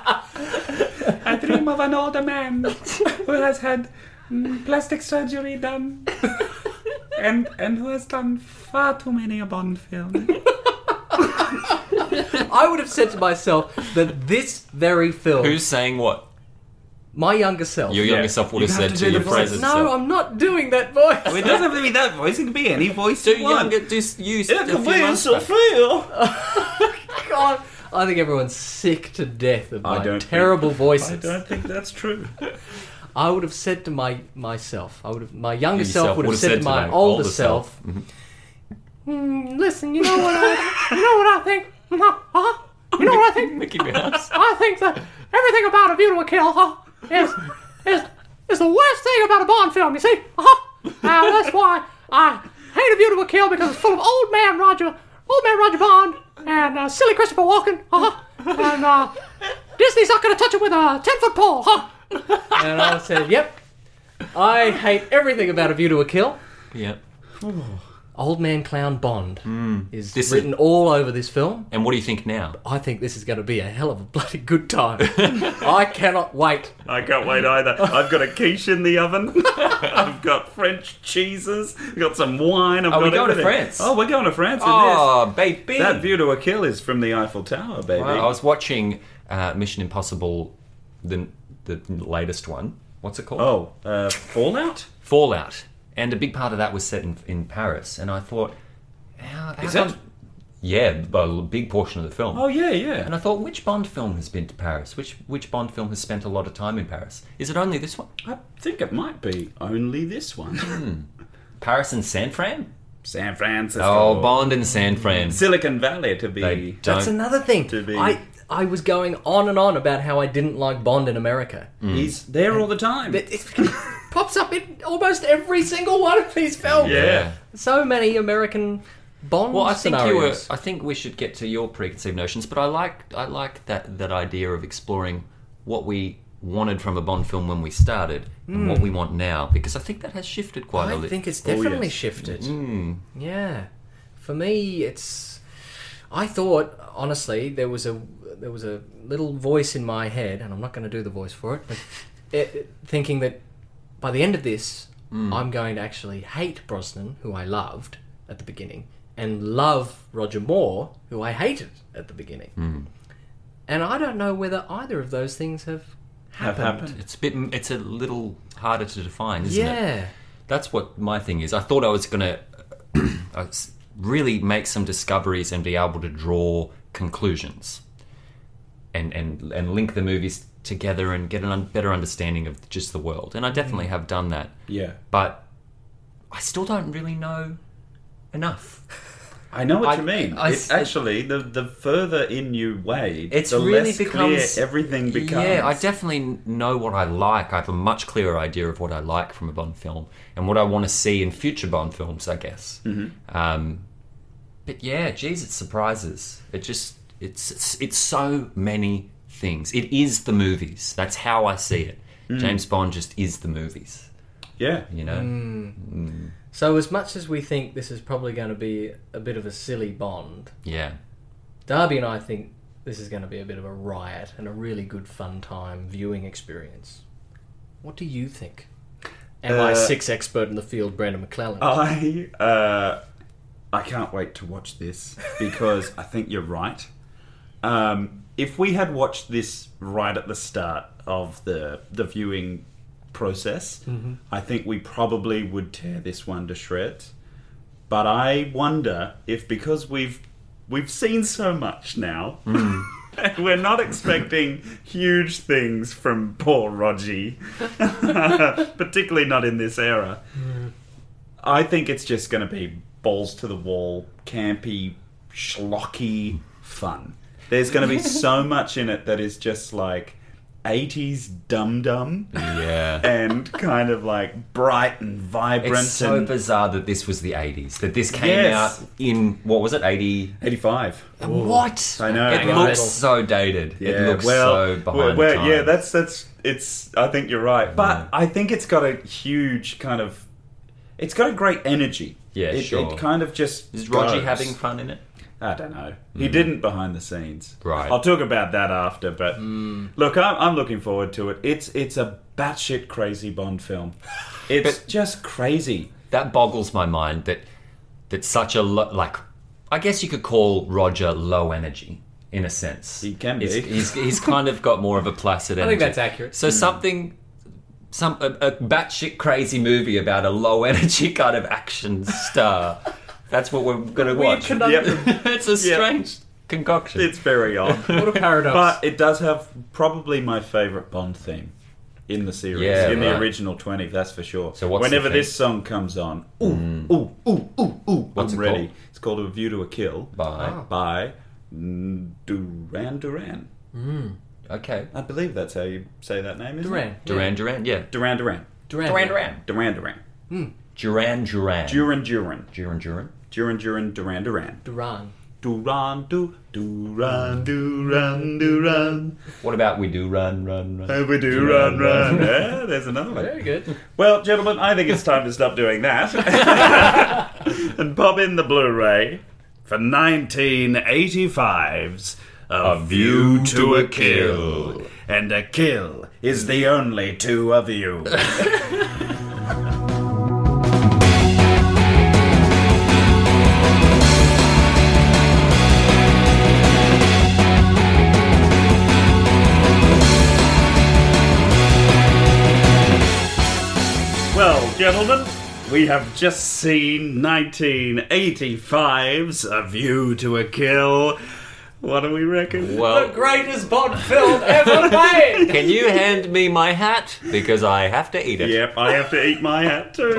Speaker 2: I dream of an older man who has had mm, plastic surgery done and and who has done far too many a Bond film.
Speaker 1: I would have said to myself that this very film,
Speaker 3: Who's saying what?
Speaker 1: my younger self.
Speaker 3: Your younger
Speaker 2: Yeah.
Speaker 3: self would
Speaker 2: You
Speaker 3: have
Speaker 2: have
Speaker 3: said to,
Speaker 2: to do
Speaker 3: your
Speaker 2: the voice.
Speaker 3: present
Speaker 1: no,
Speaker 3: self.
Speaker 1: I'm not doing that voice.
Speaker 2: It doesn't have to be that voice. It can be any voice
Speaker 3: Do
Speaker 2: you want.
Speaker 3: younger, just use a few months back.
Speaker 2: feel.
Speaker 1: God, I think everyone's sick to death of
Speaker 2: I
Speaker 1: my
Speaker 2: don't
Speaker 1: terrible voices.
Speaker 2: I don't think that's true.
Speaker 1: I would have said to my myself, I would have my younger
Speaker 3: Yourself
Speaker 1: self would have said, to my
Speaker 3: the
Speaker 1: older,
Speaker 3: older
Speaker 1: self, "Mm, "Listen, you know what I, you know what I think, Huh? Huh? you know what I think.
Speaker 3: Mickey Mouse.
Speaker 1: I think that everything about a View to a Kill huh, is, is is the worst thing about a Bond film. You see, huh? Now, that's why I hate a View to a Kill because it's full of old man Roger, old man Roger Bond, and uh, silly Christopher Walken, huh? and uh, Disney's not going to touch it with a ten foot pole, uh-huh. huh? And I said, "Yep, I hate everything about a View to a Kill."
Speaker 3: yeah.
Speaker 1: Old man clown Bond is
Speaker 3: Hmm. This is-
Speaker 1: written all over this film.
Speaker 3: And what do you think now?
Speaker 1: I think this is going to be a hell of a bloody good time. I cannot wait.
Speaker 2: I can't wait either. I've got a quiche in the oven. I've got French cheeses. I've got some wine. I've
Speaker 3: Oh,
Speaker 2: got
Speaker 3: we're going to
Speaker 2: everything.
Speaker 3: France.
Speaker 2: Oh, we're going to France. in this.
Speaker 3: Oh, baby.
Speaker 2: That view to a kill is from the Eiffel Tower, baby.
Speaker 3: Wow, I was watching uh, Mission Impossible, the the latest one. What's it called?
Speaker 2: oh, uh, Fallout?
Speaker 3: Fallout. And a big part of that was set in, in Paris. And I thought, how, how
Speaker 2: Is
Speaker 3: come-
Speaker 2: it?
Speaker 3: Yeah, but a big portion of the film.
Speaker 2: Oh, yeah, yeah.
Speaker 3: And I thought, which Bond film has been to Paris? Which which Bond film has spent a lot of time in Paris? Is it only this one?
Speaker 2: I think it might be only this one.
Speaker 3: Paris and San Fran?
Speaker 2: San Francisco.
Speaker 3: Oh, Bond and San Fran.
Speaker 2: Silicon Valley to be.
Speaker 3: They
Speaker 1: That's
Speaker 3: don't.
Speaker 1: another thing.
Speaker 2: To be-
Speaker 1: I I was going on and on about how I didn't like Bond in America.
Speaker 2: He's
Speaker 3: Mm.
Speaker 2: there all the time.
Speaker 1: It, it pops up in almost every single one of these films.
Speaker 2: Yeah.
Speaker 1: So many American Bond
Speaker 3: Well, I think you were.
Speaker 1: scenarios.
Speaker 3: I think we should get to your preconceived notions, but I like I like that that idea of exploring what we wanted from a Bond film when we started and what we want now, because I think that has shifted quite a
Speaker 1: Hmm. I
Speaker 3: little.
Speaker 1: think it's
Speaker 2: Oh, yes. Mm.
Speaker 1: definitely shifted. Yeah, for me, it's. I thought honestly there was a there was a little voice in my head, and I'm not going to do the voice for it, but it, it- thinking that by the end of this,
Speaker 2: Mm.
Speaker 1: I'm going to actually hate Brosnan, who I loved at the beginning, and love Roger Moore, who I hated at the beginning.
Speaker 2: Mm.
Speaker 1: And I don't know whether either of those things have
Speaker 2: Have
Speaker 1: happened.
Speaker 2: happened.
Speaker 3: it's a bit. It's a little harder to define, isn't it?
Speaker 1: Yeah.
Speaker 3: That's what my thing is. I thought I was going to really make some discoveries and be able to draw conclusions and, and, and link the movies together and get a un- better understanding of just the world. And I
Speaker 1: Hmm.
Speaker 3: definitely have done that.
Speaker 2: Yeah.
Speaker 3: But I still don't really know enough.
Speaker 2: I know what
Speaker 3: I-
Speaker 2: you mean.
Speaker 3: I-
Speaker 2: it's actually, the, the further in you wade,
Speaker 3: It's
Speaker 2: the
Speaker 3: really
Speaker 2: less
Speaker 3: becomes
Speaker 2: clear everything becomes.
Speaker 3: Yeah, I definitely know what I like. I have a much clearer idea of what I like from a Bond film and what I want to see in future Bond films, I guess.
Speaker 2: Mm-hmm.
Speaker 3: Um, but yeah, geez, it surprises. It just it's, it's it's so many things. It is the movies. That's how I see it.
Speaker 2: Mm.
Speaker 3: James Bond just is the movies.
Speaker 2: yeah.
Speaker 3: You know,
Speaker 1: So as much as we think this is probably going to be a bit of a silly Bond,
Speaker 3: yeah.
Speaker 1: Darby and I think this is going to be a bit of a riot and a really good fun time viewing experience. What do you think? MI6 expert in the field, Brandon McClellan.
Speaker 2: I uh, I can't wait to watch this because I think you're right. Um, if we had watched this right at the start of the the viewing process, I think we probably would tear this one to shreds. But I wonder if because we've we've seen so much now. and We're not expecting huge things from poor Rogie, particularly not in this era. I think it's just going to be balls to the wall, campy, schlocky fun. There's going to be so much in it that is just like 80s dum dum
Speaker 3: Yeah.
Speaker 2: and kind of like bright and vibrant
Speaker 3: It's so
Speaker 2: and
Speaker 3: bizarre that this was the 80s. That this came
Speaker 2: Yes.
Speaker 3: out in, what was it, 80?
Speaker 2: 85.
Speaker 3: What?
Speaker 2: I know,
Speaker 3: It
Speaker 2: right?
Speaker 3: looks so dated. it looks so behind
Speaker 2: well,
Speaker 3: time.
Speaker 2: yeah, that's that's it's. I think you're right, but I think it's got a huge kind of. It's got a great energy.
Speaker 3: Yeah,
Speaker 2: it,
Speaker 3: sure.
Speaker 2: It kind of just
Speaker 3: Is Roger
Speaker 2: goes.
Speaker 3: having fun in it?
Speaker 2: I don't know. He didn't behind the scenes.
Speaker 3: Hmm. Right.
Speaker 2: I'll talk about that after. But
Speaker 3: Hmm.
Speaker 2: look, I'm, I'm looking forward to it. It's it's a batshit crazy Bond film. It's just crazy.
Speaker 3: That boggles my mind that that such a lo- like I guess you could call Roger low energy in a sense.
Speaker 2: He can be.
Speaker 3: He's, he's, he's kind of got more of a placid
Speaker 1: I
Speaker 3: energy.
Speaker 1: think that's accurate.
Speaker 2: Hmm.
Speaker 3: So something some a, a batshit crazy movie about a low energy kind of action star. that's what we're going to
Speaker 1: Weird
Speaker 3: watch.
Speaker 1: conundrum.
Speaker 3: it's a
Speaker 2: Yep.
Speaker 3: strange concoction.
Speaker 2: It's very odd,
Speaker 1: What a paradox.
Speaker 2: but it does have probably my favourite Bond theme in the series.
Speaker 3: Yeah,
Speaker 2: in
Speaker 3: right.
Speaker 2: the original twenty, that's for sure.
Speaker 3: So what's the
Speaker 2: whenever
Speaker 3: theme?
Speaker 2: this song comes on, ooh ooh ooh ooh ooh,
Speaker 3: What's
Speaker 2: I'm
Speaker 3: it
Speaker 2: ready.
Speaker 3: called?
Speaker 2: It's called A View to a Kill
Speaker 3: Bye.
Speaker 2: by mm, Duran Duran.
Speaker 1: Oh.
Speaker 3: Okay.
Speaker 2: I believe that's how you say that name, isn't
Speaker 1: Duran.
Speaker 2: it?
Speaker 3: Duran Duran, yeah.
Speaker 2: Duran Duran.
Speaker 1: Duran.
Speaker 3: Duran. Duran
Speaker 2: Duran Duran.
Speaker 3: Duran.
Speaker 2: Duran Duran.
Speaker 3: Duran Duran.
Speaker 2: Duran Duran Duran Duran.
Speaker 1: Duran.
Speaker 2: Duran Du Duran Duran Duran.
Speaker 3: What about we do run, run, run?
Speaker 2: We do run run. Yeah, there's another
Speaker 1: Very
Speaker 2: one.
Speaker 1: good.
Speaker 2: Well, gentlemen, I think it's time to stop doing that and pop in the Blu-ray for 1985's A View to a Kill. And a kill is the only two of you. Well, gentlemen, we have just seen 1985's A View to a Kill. What do we reckon?
Speaker 1: The
Speaker 3: Well,
Speaker 1: greatest Bond film ever made.
Speaker 3: can you hand me my hat? Because I have to eat it.
Speaker 2: Yep, I have to eat my hat too.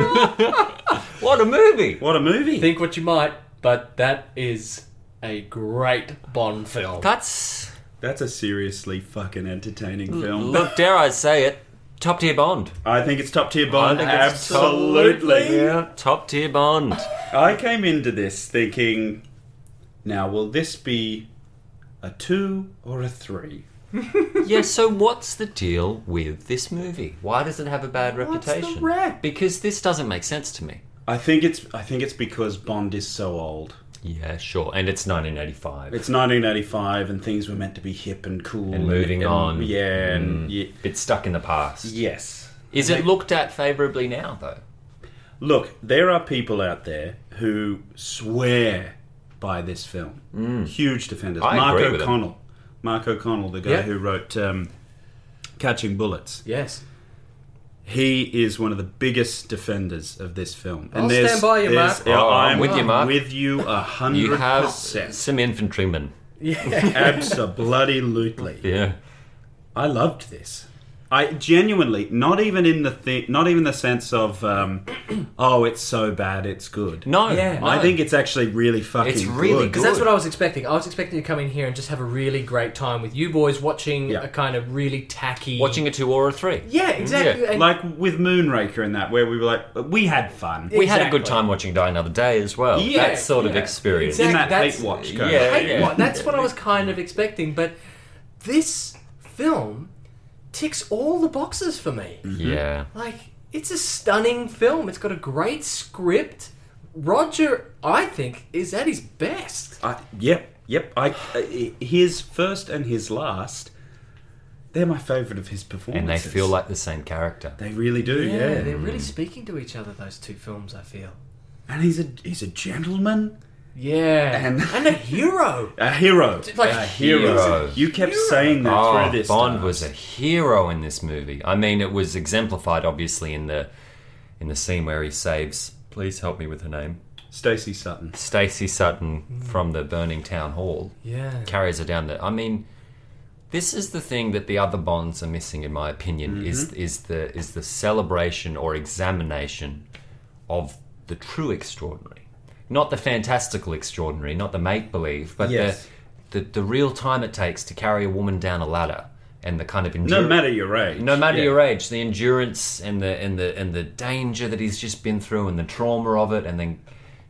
Speaker 3: What a movie!
Speaker 2: What a movie!
Speaker 1: Think what you might, but that is a great Bond film.
Speaker 3: That's,
Speaker 2: That's a seriously fucking entertaining film.
Speaker 3: look, dare I say it, top tier Bond.
Speaker 2: I think it's top tier Bond.
Speaker 3: I think it's
Speaker 2: Absolutely.
Speaker 3: Yeah, top tier Bond.
Speaker 2: I came into this thinking, now will this be a two or a three?
Speaker 3: yeah, so what's the deal with this movie? Why does it have a bad
Speaker 2: What's the
Speaker 3: reputation?
Speaker 2: rep?
Speaker 3: Because this doesn't make sense to me.
Speaker 2: I think it's I think it's because Bond is so old.
Speaker 3: Yeah, sure. And it's 1985.
Speaker 2: It's 1985 and things were meant to be hip and cool
Speaker 3: And moving on. Mm.
Speaker 2: Yeah, and ye-
Speaker 3: it's stuck in the past.
Speaker 2: yes.
Speaker 3: Is it looked at favourably now, though?
Speaker 2: Look, there are people out there who swear by this film. Huge defenders.
Speaker 3: Mm. I
Speaker 2: Mark
Speaker 3: agree with them.
Speaker 2: O'Connell. Mark O'Connell, the guy
Speaker 1: Yeah.
Speaker 2: who wrote um, Catching Bullets.
Speaker 1: yes.
Speaker 2: He is one of the biggest defenders of this film. And
Speaker 1: I'll
Speaker 2: there's-
Speaker 1: stand by you,
Speaker 2: there's-
Speaker 1: Mark.
Speaker 3: Oh, I'm
Speaker 2: I'm
Speaker 3: with you, Mark.
Speaker 2: With you a hundred
Speaker 3: You have
Speaker 2: percent.
Speaker 3: some infantrymen.
Speaker 2: Absolutely.
Speaker 3: Yeah.
Speaker 2: I loved this. I genuinely, not even in the thi- not even the sense of, um, oh, it's so bad, it's good.
Speaker 3: No.
Speaker 1: Yeah.
Speaker 3: no.
Speaker 2: I think it's actually really fucking.
Speaker 3: It's really
Speaker 2: good.
Speaker 1: Because that's
Speaker 3: Good.
Speaker 1: what I was expecting. I was expecting to come in here and just have a really great time with you boys watching
Speaker 2: Yeah.
Speaker 1: a kind of really tacky.
Speaker 3: watching a two or a three.
Speaker 1: Yeah, exactly.
Speaker 3: Yeah.
Speaker 1: And-
Speaker 2: Like with Moonraker and that, where we were like, we had fun
Speaker 3: We had a
Speaker 1: Exactly.
Speaker 3: good time watching Die Another Day as well.
Speaker 2: Yeah,
Speaker 3: that sort of
Speaker 2: yeah.
Speaker 3: experience.
Speaker 1: Exactly.
Speaker 2: in that
Speaker 1: That's-
Speaker 2: hate watch.
Speaker 3: Yeah,
Speaker 2: Code.
Speaker 1: Hey,
Speaker 3: yeah.
Speaker 1: what- That's what I was kind of expecting, but this film ticks all the boxes for me.
Speaker 3: Mm. Yeah.
Speaker 1: Like, it's a stunning film. It's got a great script. Roger, I think, is at his best.
Speaker 2: I, yep, yep. I uh, his first and his last. They're my favourite of his performances.
Speaker 3: and they feel like the same character.
Speaker 2: they really do. Yeah,
Speaker 1: they're really speaking to each other. Those two films, I feel.
Speaker 2: and he's a he's a gentleman,
Speaker 1: Yeah,
Speaker 2: And-
Speaker 1: a hero.
Speaker 2: a hero,
Speaker 1: Like
Speaker 2: a
Speaker 3: hero.
Speaker 2: You kept saying that
Speaker 3: Oh,
Speaker 2: through this.
Speaker 3: Bond
Speaker 2: time.
Speaker 3: was a hero in this movie. I mean, it was exemplified obviously in the in the scene where he saves. Please help me with her name.
Speaker 2: Stacey Sutton.
Speaker 3: Stacey Sutton
Speaker 2: Mm.
Speaker 3: from the burning town hall
Speaker 1: Yeah,
Speaker 3: carries her down there. I mean, this is the thing that the other Bonds are missing, in my opinion,
Speaker 2: Mm-hmm.
Speaker 3: is is the is the celebration or examination of the true extraordinary, not the fantastical extraordinary, not the make believe, but
Speaker 2: Yes.
Speaker 3: the, the the real time it takes to carry a woman down a ladder and the kind of
Speaker 2: No
Speaker 3: endurance.
Speaker 2: matter your age.
Speaker 3: No matter
Speaker 2: Yeah.
Speaker 3: your age, the endurance and the and the and the danger that he's just been through and the trauma of it and then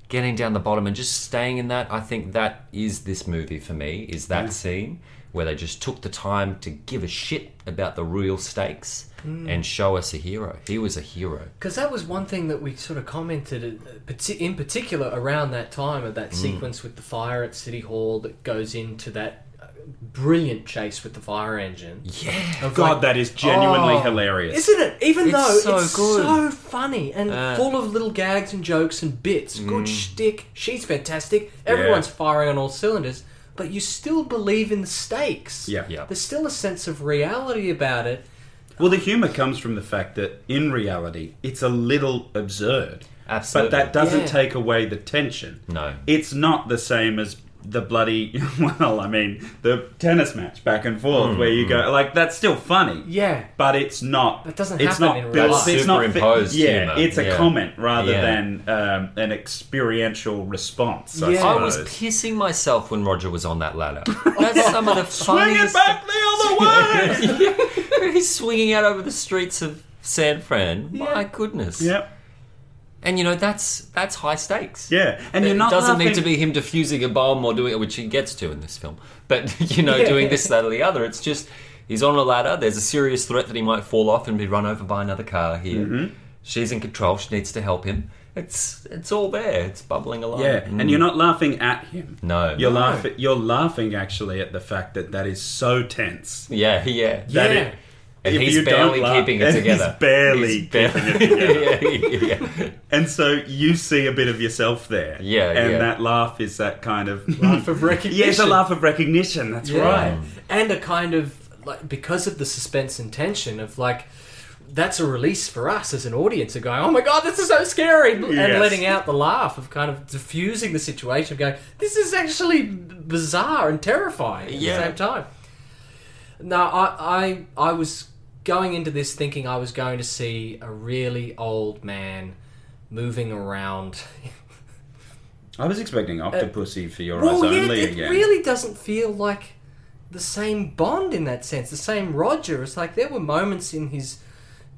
Speaker 3: getting down the bottom and just staying in that, I think that is this movie for me, is that scene where they just took the time to give a shit about the real stakes
Speaker 2: Hmm.
Speaker 3: and show us a hero. He was a hero.
Speaker 1: because that was one thing that we sort of commented uh, parti- in particular around that time of that sequence with the fire at City Hall that goes into that uh, brilliant chase with the fire engine.
Speaker 3: Yeah.
Speaker 1: Of
Speaker 2: God,
Speaker 1: like-
Speaker 2: that is genuinely
Speaker 3: Oh.
Speaker 2: hilarious.
Speaker 1: Isn't it? Even
Speaker 3: It's
Speaker 1: though
Speaker 3: so
Speaker 1: it's
Speaker 3: good.
Speaker 1: so funny and full of little gags and jokes and bits, good shtick. She's fantastic. Everyone's firing on all cylinders, but you still believe in the stakes.
Speaker 2: Yeah.
Speaker 3: Yeah.
Speaker 1: There's still a sense of reality about it.
Speaker 2: Well, the humour comes from the fact that in reality, it's a little absurd.
Speaker 3: Absolutely.
Speaker 2: But that doesn't
Speaker 1: Yeah.
Speaker 2: take away the tension.
Speaker 3: No.
Speaker 2: It's not the same as the bloody, well, I mean, the tennis match back and forth where you
Speaker 3: Hmm.
Speaker 2: go, like, that's still funny.
Speaker 1: Yeah.
Speaker 2: But it's not.
Speaker 1: That doesn't
Speaker 2: it's
Speaker 1: happen
Speaker 2: not
Speaker 1: in real
Speaker 2: built-
Speaker 1: life.
Speaker 2: It's not fi-
Speaker 3: Superimposed
Speaker 2: yeah,
Speaker 3: humour.
Speaker 2: it's a
Speaker 3: Yeah.
Speaker 2: comment rather
Speaker 3: Yeah.
Speaker 2: than um, an experiential response. I,
Speaker 1: Yeah.
Speaker 3: I was
Speaker 2: suppose.
Speaker 3: pissing myself when Roger was on that ladder. That's some of the
Speaker 2: Swing it
Speaker 3: funniest
Speaker 2: back the other way.
Speaker 3: He's swinging out over the streets of San Fran. My goodness.
Speaker 2: yep.
Speaker 3: And you know that's that's high stakes.
Speaker 2: Yeah, and you're
Speaker 3: it
Speaker 2: not
Speaker 3: doesn't need
Speaker 2: laughing-
Speaker 3: to be him defusing a bomb or doing which he gets to in this film. But you know,
Speaker 1: Yeah.
Speaker 3: doing this, that, or the other. It's just he's on a ladder. There's a serious threat that he might fall off and be run over by another car here.
Speaker 2: Mm-hmm.
Speaker 3: She's in control. She needs to help him. It's it's all there. It's bubbling along.
Speaker 2: Yeah, and
Speaker 3: Mm.
Speaker 2: you're not laughing at him.
Speaker 3: No.
Speaker 2: you're laughing. You're laughing actually at the fact that that is so tense.
Speaker 3: yeah yeah
Speaker 2: That
Speaker 1: Yeah.
Speaker 2: it-
Speaker 3: And
Speaker 2: if
Speaker 3: he's
Speaker 2: you don't
Speaker 3: barely
Speaker 2: laugh-
Speaker 3: keeping it
Speaker 2: and
Speaker 3: together.
Speaker 2: He's barely
Speaker 3: He's barely-
Speaker 2: keeping it together.
Speaker 3: yeah, yeah, yeah.
Speaker 2: And so you see a bit of yourself there.
Speaker 3: Yeah,
Speaker 2: and
Speaker 3: yeah.
Speaker 2: that laugh is that kind of
Speaker 1: Laugh of
Speaker 2: yeah, it's a
Speaker 1: recognition.
Speaker 2: laugh of recognition. That's
Speaker 1: Yeah.
Speaker 2: right.
Speaker 1: And a kind of like because of the suspense and tension of like that's a release for us as an audience of going, Oh my god, this is so scary
Speaker 2: Yes.
Speaker 1: and letting out the laugh of kind of diffusing the situation of going, This is actually bizarre and terrifying at
Speaker 3: Yeah.
Speaker 1: the same time. No, I, I I was going into this thinking I was going to see a really old man moving around
Speaker 2: I was expecting Octopussy for your eyes
Speaker 1: Well, yeah,
Speaker 2: only
Speaker 1: it
Speaker 2: again.
Speaker 1: really doesn't feel like the same Bond in that sense, the same Roger. It's like there were moments in his,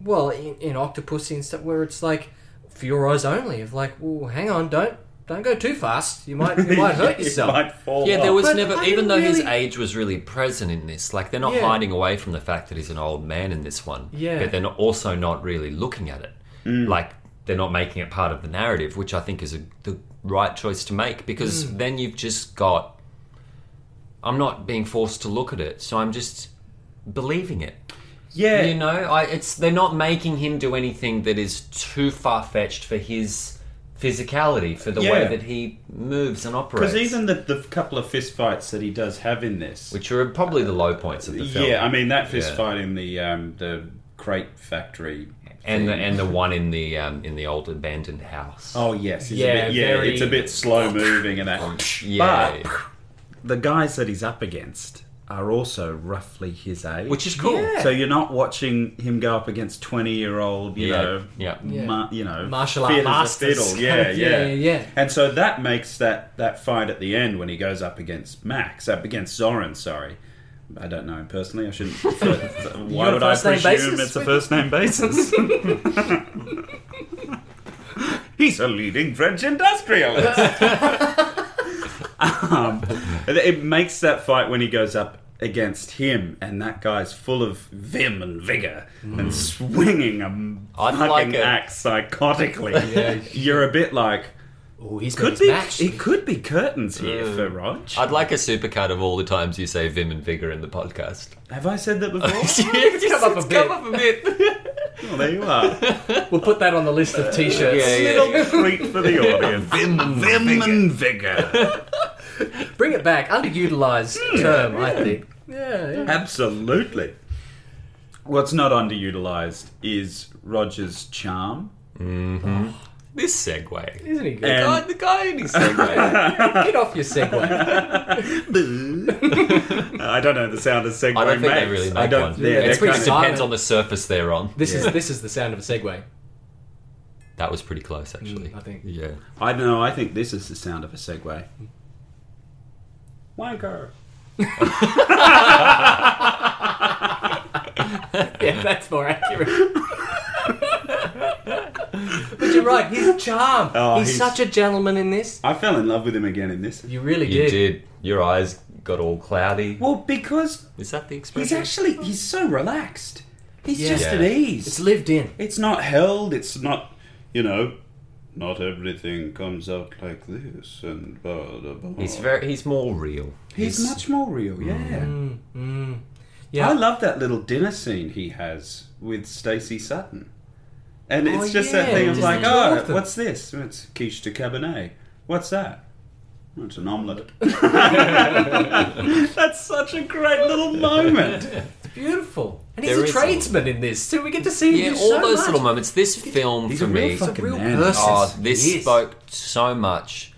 Speaker 1: well, in, in Octopussy and stuff, where it's like for your eyes only. Of like, well, hang on, don't don't go too fast. You might you might hurt
Speaker 2: You
Speaker 1: yourself.
Speaker 2: might fall
Speaker 3: Yeah, there
Speaker 2: off.
Speaker 3: was
Speaker 1: But
Speaker 3: never,
Speaker 1: I
Speaker 3: even
Speaker 1: didn't
Speaker 3: though his
Speaker 1: really-
Speaker 3: age was really present in this, like they're not
Speaker 1: Yeah.
Speaker 3: hiding away from the fact that he's an old man in this one.
Speaker 1: Yeah.
Speaker 3: But they're not, also not really looking at it. Like they're not making it part of the narrative, which I think is a, the right choice to make because
Speaker 1: Mm.
Speaker 3: then you've just got. I'm not being forced to look at it, so I'm just believing it.
Speaker 2: yeah,
Speaker 3: You know, I, it's they're not making him do anything that is too far fetched for his physicality, for the way
Speaker 2: Yeah.
Speaker 3: that he moves and operates.
Speaker 2: because even the, the couple of fist fights that he does have in this,
Speaker 3: which are probably the low points of the film.
Speaker 2: yeah, I mean that fist
Speaker 3: Yeah.
Speaker 2: fight in the um, the crate factory
Speaker 3: and the, and the one in the um, in the old abandoned house.
Speaker 2: Oh yes, it's a
Speaker 1: Yeah,
Speaker 2: bit, yeah,
Speaker 1: very-
Speaker 2: it's a bit slow moving and that.
Speaker 3: yeah,
Speaker 2: But the guys that he's up against are also roughly his age,
Speaker 3: which is cool.
Speaker 1: Yeah.
Speaker 2: so you're not watching him go up against twenty year old, you
Speaker 3: Yeah,
Speaker 2: know,
Speaker 3: yeah.
Speaker 2: ma- you know,
Speaker 1: Martial
Speaker 2: fit
Speaker 1: art
Speaker 2: as a
Speaker 1: masters.
Speaker 2: fiddle. Yeah, yeah,
Speaker 1: Yeah, yeah, yeah.
Speaker 2: And so that makes that that fight at the end when he goes up against Max, up against Zoran. Sorry. I don't know him personally. I shouldn't. Why
Speaker 1: on a
Speaker 2: would I
Speaker 1: first-name
Speaker 2: presume
Speaker 1: basis
Speaker 2: it's a
Speaker 1: with-
Speaker 2: first name basis? He's a leading French industrialist. um, it- it makes that fight when he goes up against him, and that guy's full of vim and vigor and swinging a m-
Speaker 3: I'd
Speaker 2: fucking
Speaker 3: like it.
Speaker 2: axe psychotically. You're a bit like,
Speaker 1: Oh, he's got
Speaker 2: Could
Speaker 1: his
Speaker 2: be.
Speaker 1: match.
Speaker 2: It could be curtains here for Rog.
Speaker 3: I'd like a supercut of all the times you say Vim and Vigor in the podcast.
Speaker 2: Have I said that before?
Speaker 3: It's
Speaker 1: come up a bit.
Speaker 3: Come up a bit.
Speaker 2: well, there you are.
Speaker 1: We'll put that on the list
Speaker 2: Uh,
Speaker 1: of t-shirts.
Speaker 3: Yeah, yeah.
Speaker 2: Little treat for the audience. Vim, vim, and vigor.
Speaker 1: Bring it back. Underutilized
Speaker 2: Hmm.
Speaker 1: term, I think. Yeah, yeah.
Speaker 2: Absolutely. What's not underutilized is Roger's charm.
Speaker 3: This segue.
Speaker 1: Isn't he good?
Speaker 2: And-
Speaker 3: God, the guy in his segue.
Speaker 1: Get off your segue.
Speaker 2: Uh, I don't know the sound of segue
Speaker 3: I don't think
Speaker 2: makes.
Speaker 3: they really make
Speaker 2: I don't,
Speaker 3: one.
Speaker 2: Yeah,
Speaker 3: it
Speaker 2: they're
Speaker 1: It's pretty
Speaker 2: kind of-
Speaker 1: simple.
Speaker 3: depends on the surface they're on.
Speaker 1: This
Speaker 2: Yeah.
Speaker 1: is this is the sound of a segue.
Speaker 3: That was pretty close, actually.
Speaker 1: Mm, I think.
Speaker 3: Yeah.
Speaker 2: I don't know. I think this is the sound of a segue. Wanker.
Speaker 1: Yeah, that's more accurate. but you're right. His charm.
Speaker 2: Oh,
Speaker 1: he's,
Speaker 2: he's-
Speaker 1: such a gentleman in this.
Speaker 2: I fell in love with him again in this.
Speaker 1: You really
Speaker 3: You did. Your eyes got all cloudy.
Speaker 2: Well, because
Speaker 3: Is that the expression?
Speaker 2: he's actually he's so relaxed. He's
Speaker 1: Yeah.
Speaker 2: just
Speaker 3: Yeah.
Speaker 2: at ease.
Speaker 1: It's lived in.
Speaker 2: It's not held. It's not, you know, not everything comes out like this and blah blah blah.
Speaker 3: He's very. He's more real.
Speaker 2: He's, much more real. Yeah.
Speaker 1: Mm, Yeah.
Speaker 2: I love that little dinner scene he has with Stacey Sutton, and
Speaker 1: Oh,
Speaker 2: it's just that
Speaker 1: yeah,
Speaker 2: thing of
Speaker 1: just
Speaker 2: like,
Speaker 1: the two
Speaker 2: oh,
Speaker 1: of them."
Speaker 2: what's this? It's quiche de cabernet. What's that? "Oh, It's an omelette. That's such a great little moment.
Speaker 1: It's beautiful. And he's
Speaker 3: There
Speaker 1: a
Speaker 3: is
Speaker 1: tradesman in this, so we get to see
Speaker 3: Yeah,
Speaker 1: him do
Speaker 3: all
Speaker 1: so
Speaker 3: those
Speaker 1: much.
Speaker 3: little moments. This film
Speaker 2: He's
Speaker 3: for
Speaker 2: a real
Speaker 3: me.
Speaker 2: fucking
Speaker 1: real
Speaker 2: man.
Speaker 1: person.
Speaker 3: Oh, this
Speaker 1: Yes.
Speaker 3: spoke so much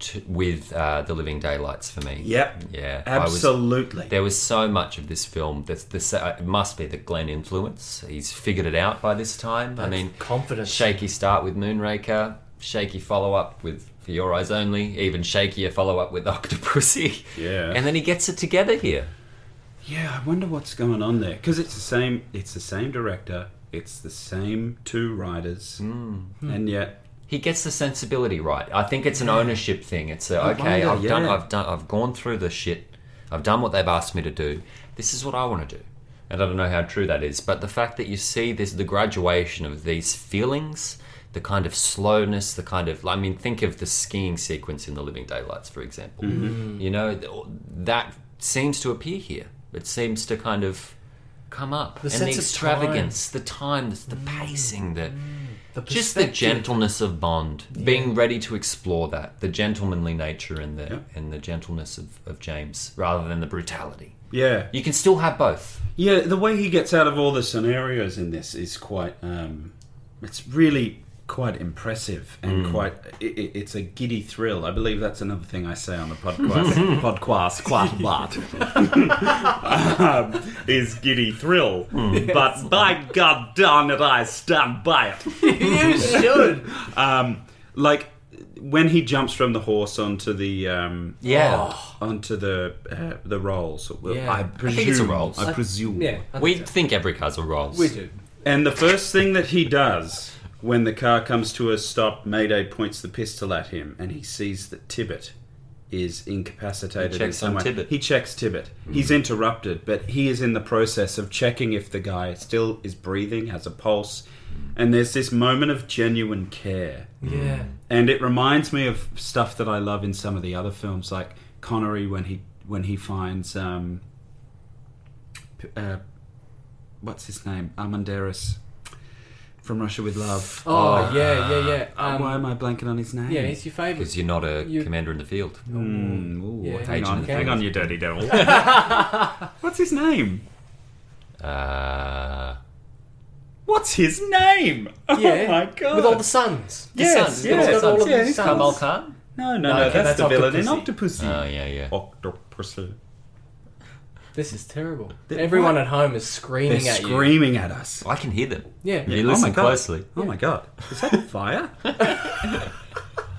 Speaker 3: to, with uh, the Living Daylights for me.
Speaker 2: Yep.
Speaker 3: Yeah. I was-
Speaker 2: Absolutely.
Speaker 3: there was so much of this film. That's this. Uh, it must be the Glenn influence. He's figured it out by this time. I mean,
Speaker 1: confidence.
Speaker 3: shaky start with Moonraker, shaky follow up with For Your Eyes Only, even shakier follow up with Octopussy.
Speaker 2: Yeah.
Speaker 3: And then he gets it together here.
Speaker 2: Yeah, I wonder what's going on there because it's the same. It's the same director. It's the same two writers,
Speaker 1: Mm.
Speaker 2: and yet
Speaker 3: he gets the sensibility right. I think it's an ownership thing. It's a, okay,
Speaker 2: wonder,
Speaker 3: I've done,
Speaker 2: yeah.
Speaker 3: I've done, I've gone through the shit. I've done what they've asked me to do. This is what I want to do, and I don't know how true that is. But the fact that you see this, the graduation of these feelings, the kind of slowness, the kind of, I mean, think of the skiing sequence in The Living Daylights, for example. You know, th- that seems to appear here. It seems to kind of come up, and
Speaker 1: sense
Speaker 3: the
Speaker 1: of
Speaker 3: extravagance, the time, the, the pacing, the just the
Speaker 1: perspective.
Speaker 3: gentleness of Bond, being ready to explore that, the gentlemanly nature and the and the gentleness of, of James, rather than the brutality.
Speaker 2: yeah,
Speaker 3: You can still have both.
Speaker 2: yeah. The way he gets out of all the scenarios in this is quite. Um, it's really quite impressive and
Speaker 1: Mm.
Speaker 2: quite. i i it's a giddy thrill. I believe that's another thing I say on the podcast. podcast quite a lot. um, is giddy thrill,
Speaker 1: Hmm.
Speaker 2: but by God darn it, I stand by it.
Speaker 1: you should.
Speaker 2: um, like when he jumps from the horse onto the um,
Speaker 3: Yeah,
Speaker 2: onto the uh, the rolls. Well,
Speaker 1: Yeah.
Speaker 2: I
Speaker 1: I
Speaker 2: presume.
Speaker 3: think it's a rolls.
Speaker 2: I presume.
Speaker 1: Yeah,
Speaker 3: we think every car's a Rolls.
Speaker 1: Oh. we do.
Speaker 2: And the first thing that he does when the car comes to a stop, Mayday points the pistol at him, and he sees that Tibbet is incapacitated.
Speaker 3: He checks
Speaker 2: in some
Speaker 3: on
Speaker 2: way.
Speaker 3: Tibbet. Hmm.
Speaker 2: He checks Tibbet. He's interrupted, but he is in the process of checking if the guy still is breathing, has a pulse,
Speaker 3: Hmm.
Speaker 2: and there's this moment of genuine care.
Speaker 1: Yeah.
Speaker 2: and it reminds me of stuff that I love in some of the other films, like Connery when he when he finds um, p- uh, what's his name, Amanderis from Russia with Love.
Speaker 1: Oh, yeah, yeah, yeah.
Speaker 2: Oh,
Speaker 1: Um,
Speaker 2: why am I blanking on his name?
Speaker 1: yeah, he's your favourite.
Speaker 3: because you're not a
Speaker 1: You-
Speaker 3: commander in the field.
Speaker 2: Mm, ooh,
Speaker 1: Yeah.
Speaker 2: hang,
Speaker 1: Agent
Speaker 2: on,
Speaker 1: of the
Speaker 2: hang
Speaker 1: Devil.
Speaker 2: on, you dirty devil. what's his name?
Speaker 3: Uh,
Speaker 2: What's his name? Oh
Speaker 1: yeah.
Speaker 2: my god!
Speaker 1: With all the suns.
Speaker 2: yes,
Speaker 3: The
Speaker 2: yes,
Speaker 1: He's got all of
Speaker 2: yeah,
Speaker 1: his
Speaker 2: he's got
Speaker 1: sons.
Speaker 3: Kamal
Speaker 2: all-
Speaker 3: Khan.
Speaker 2: No,
Speaker 1: No,
Speaker 2: no, no,
Speaker 1: okay,
Speaker 2: that's,
Speaker 1: that's
Speaker 2: the villain in
Speaker 1: Octopussy.
Speaker 2: Octopussy.
Speaker 3: Oh yeah, yeah.
Speaker 2: Octopussy.
Speaker 1: This is terrible.
Speaker 2: The-
Speaker 1: Everyone
Speaker 2: what?
Speaker 1: at home is screaming
Speaker 2: They're
Speaker 1: at you.
Speaker 2: screaming at us.
Speaker 3: I can hear them.
Speaker 1: Yeah.
Speaker 3: If
Speaker 1: Yeah.
Speaker 3: you
Speaker 2: Oh
Speaker 3: listen
Speaker 2: my God.
Speaker 3: closely.
Speaker 2: Oh my god, is that fire? but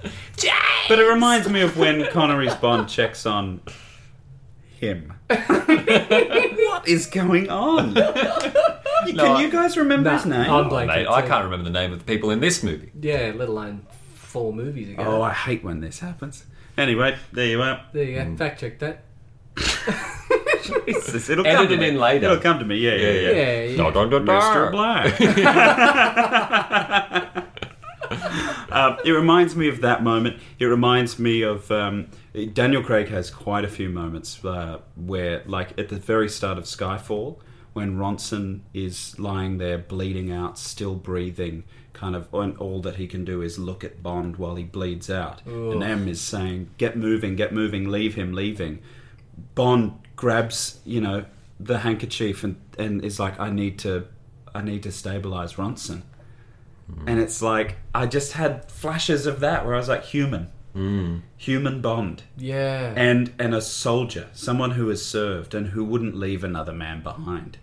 Speaker 2: it reminds me of when Connery's Bond checks on him. what is going on? You-
Speaker 3: No,
Speaker 2: Can you guys remember
Speaker 1: Nah,
Speaker 2: his name?
Speaker 1: I'm
Speaker 3: Oh,
Speaker 1: blanking.
Speaker 3: mate, I
Speaker 1: too.
Speaker 3: can't remember the name of the people in this movie.
Speaker 1: Yeah, let alone four movies ago.
Speaker 2: oh, I hate when this happens. Anyway, there you are.
Speaker 1: There you go. Fact check that.
Speaker 2: Jesus, it'll come
Speaker 3: Edited
Speaker 2: to me.
Speaker 3: in later.
Speaker 2: It'll come to me. Yeah, yeah, yeah.
Speaker 1: Yeah, yeah.
Speaker 3: Da, da, da, da.
Speaker 2: Mr. Black. Uh, it reminds me of that moment. It reminds me of um, Daniel Craig has quite a few moments uh, where, like at the very start of Skyfall, when Ronson is lying there bleeding out, still breathing, kind of, and all that he can do is look at Bond while he bleeds out, and M is saying, "Get moving, get moving, leave him, leaving." Bond grabs, you know, the handkerchief and, and is like, I need to I need to stabilize Ronson. And it's like I just had flashes of that where I was like human.
Speaker 3: Mm.
Speaker 2: Human bond.
Speaker 1: Yeah.
Speaker 2: And and a soldier, someone who has served and who wouldn't leave another man behind.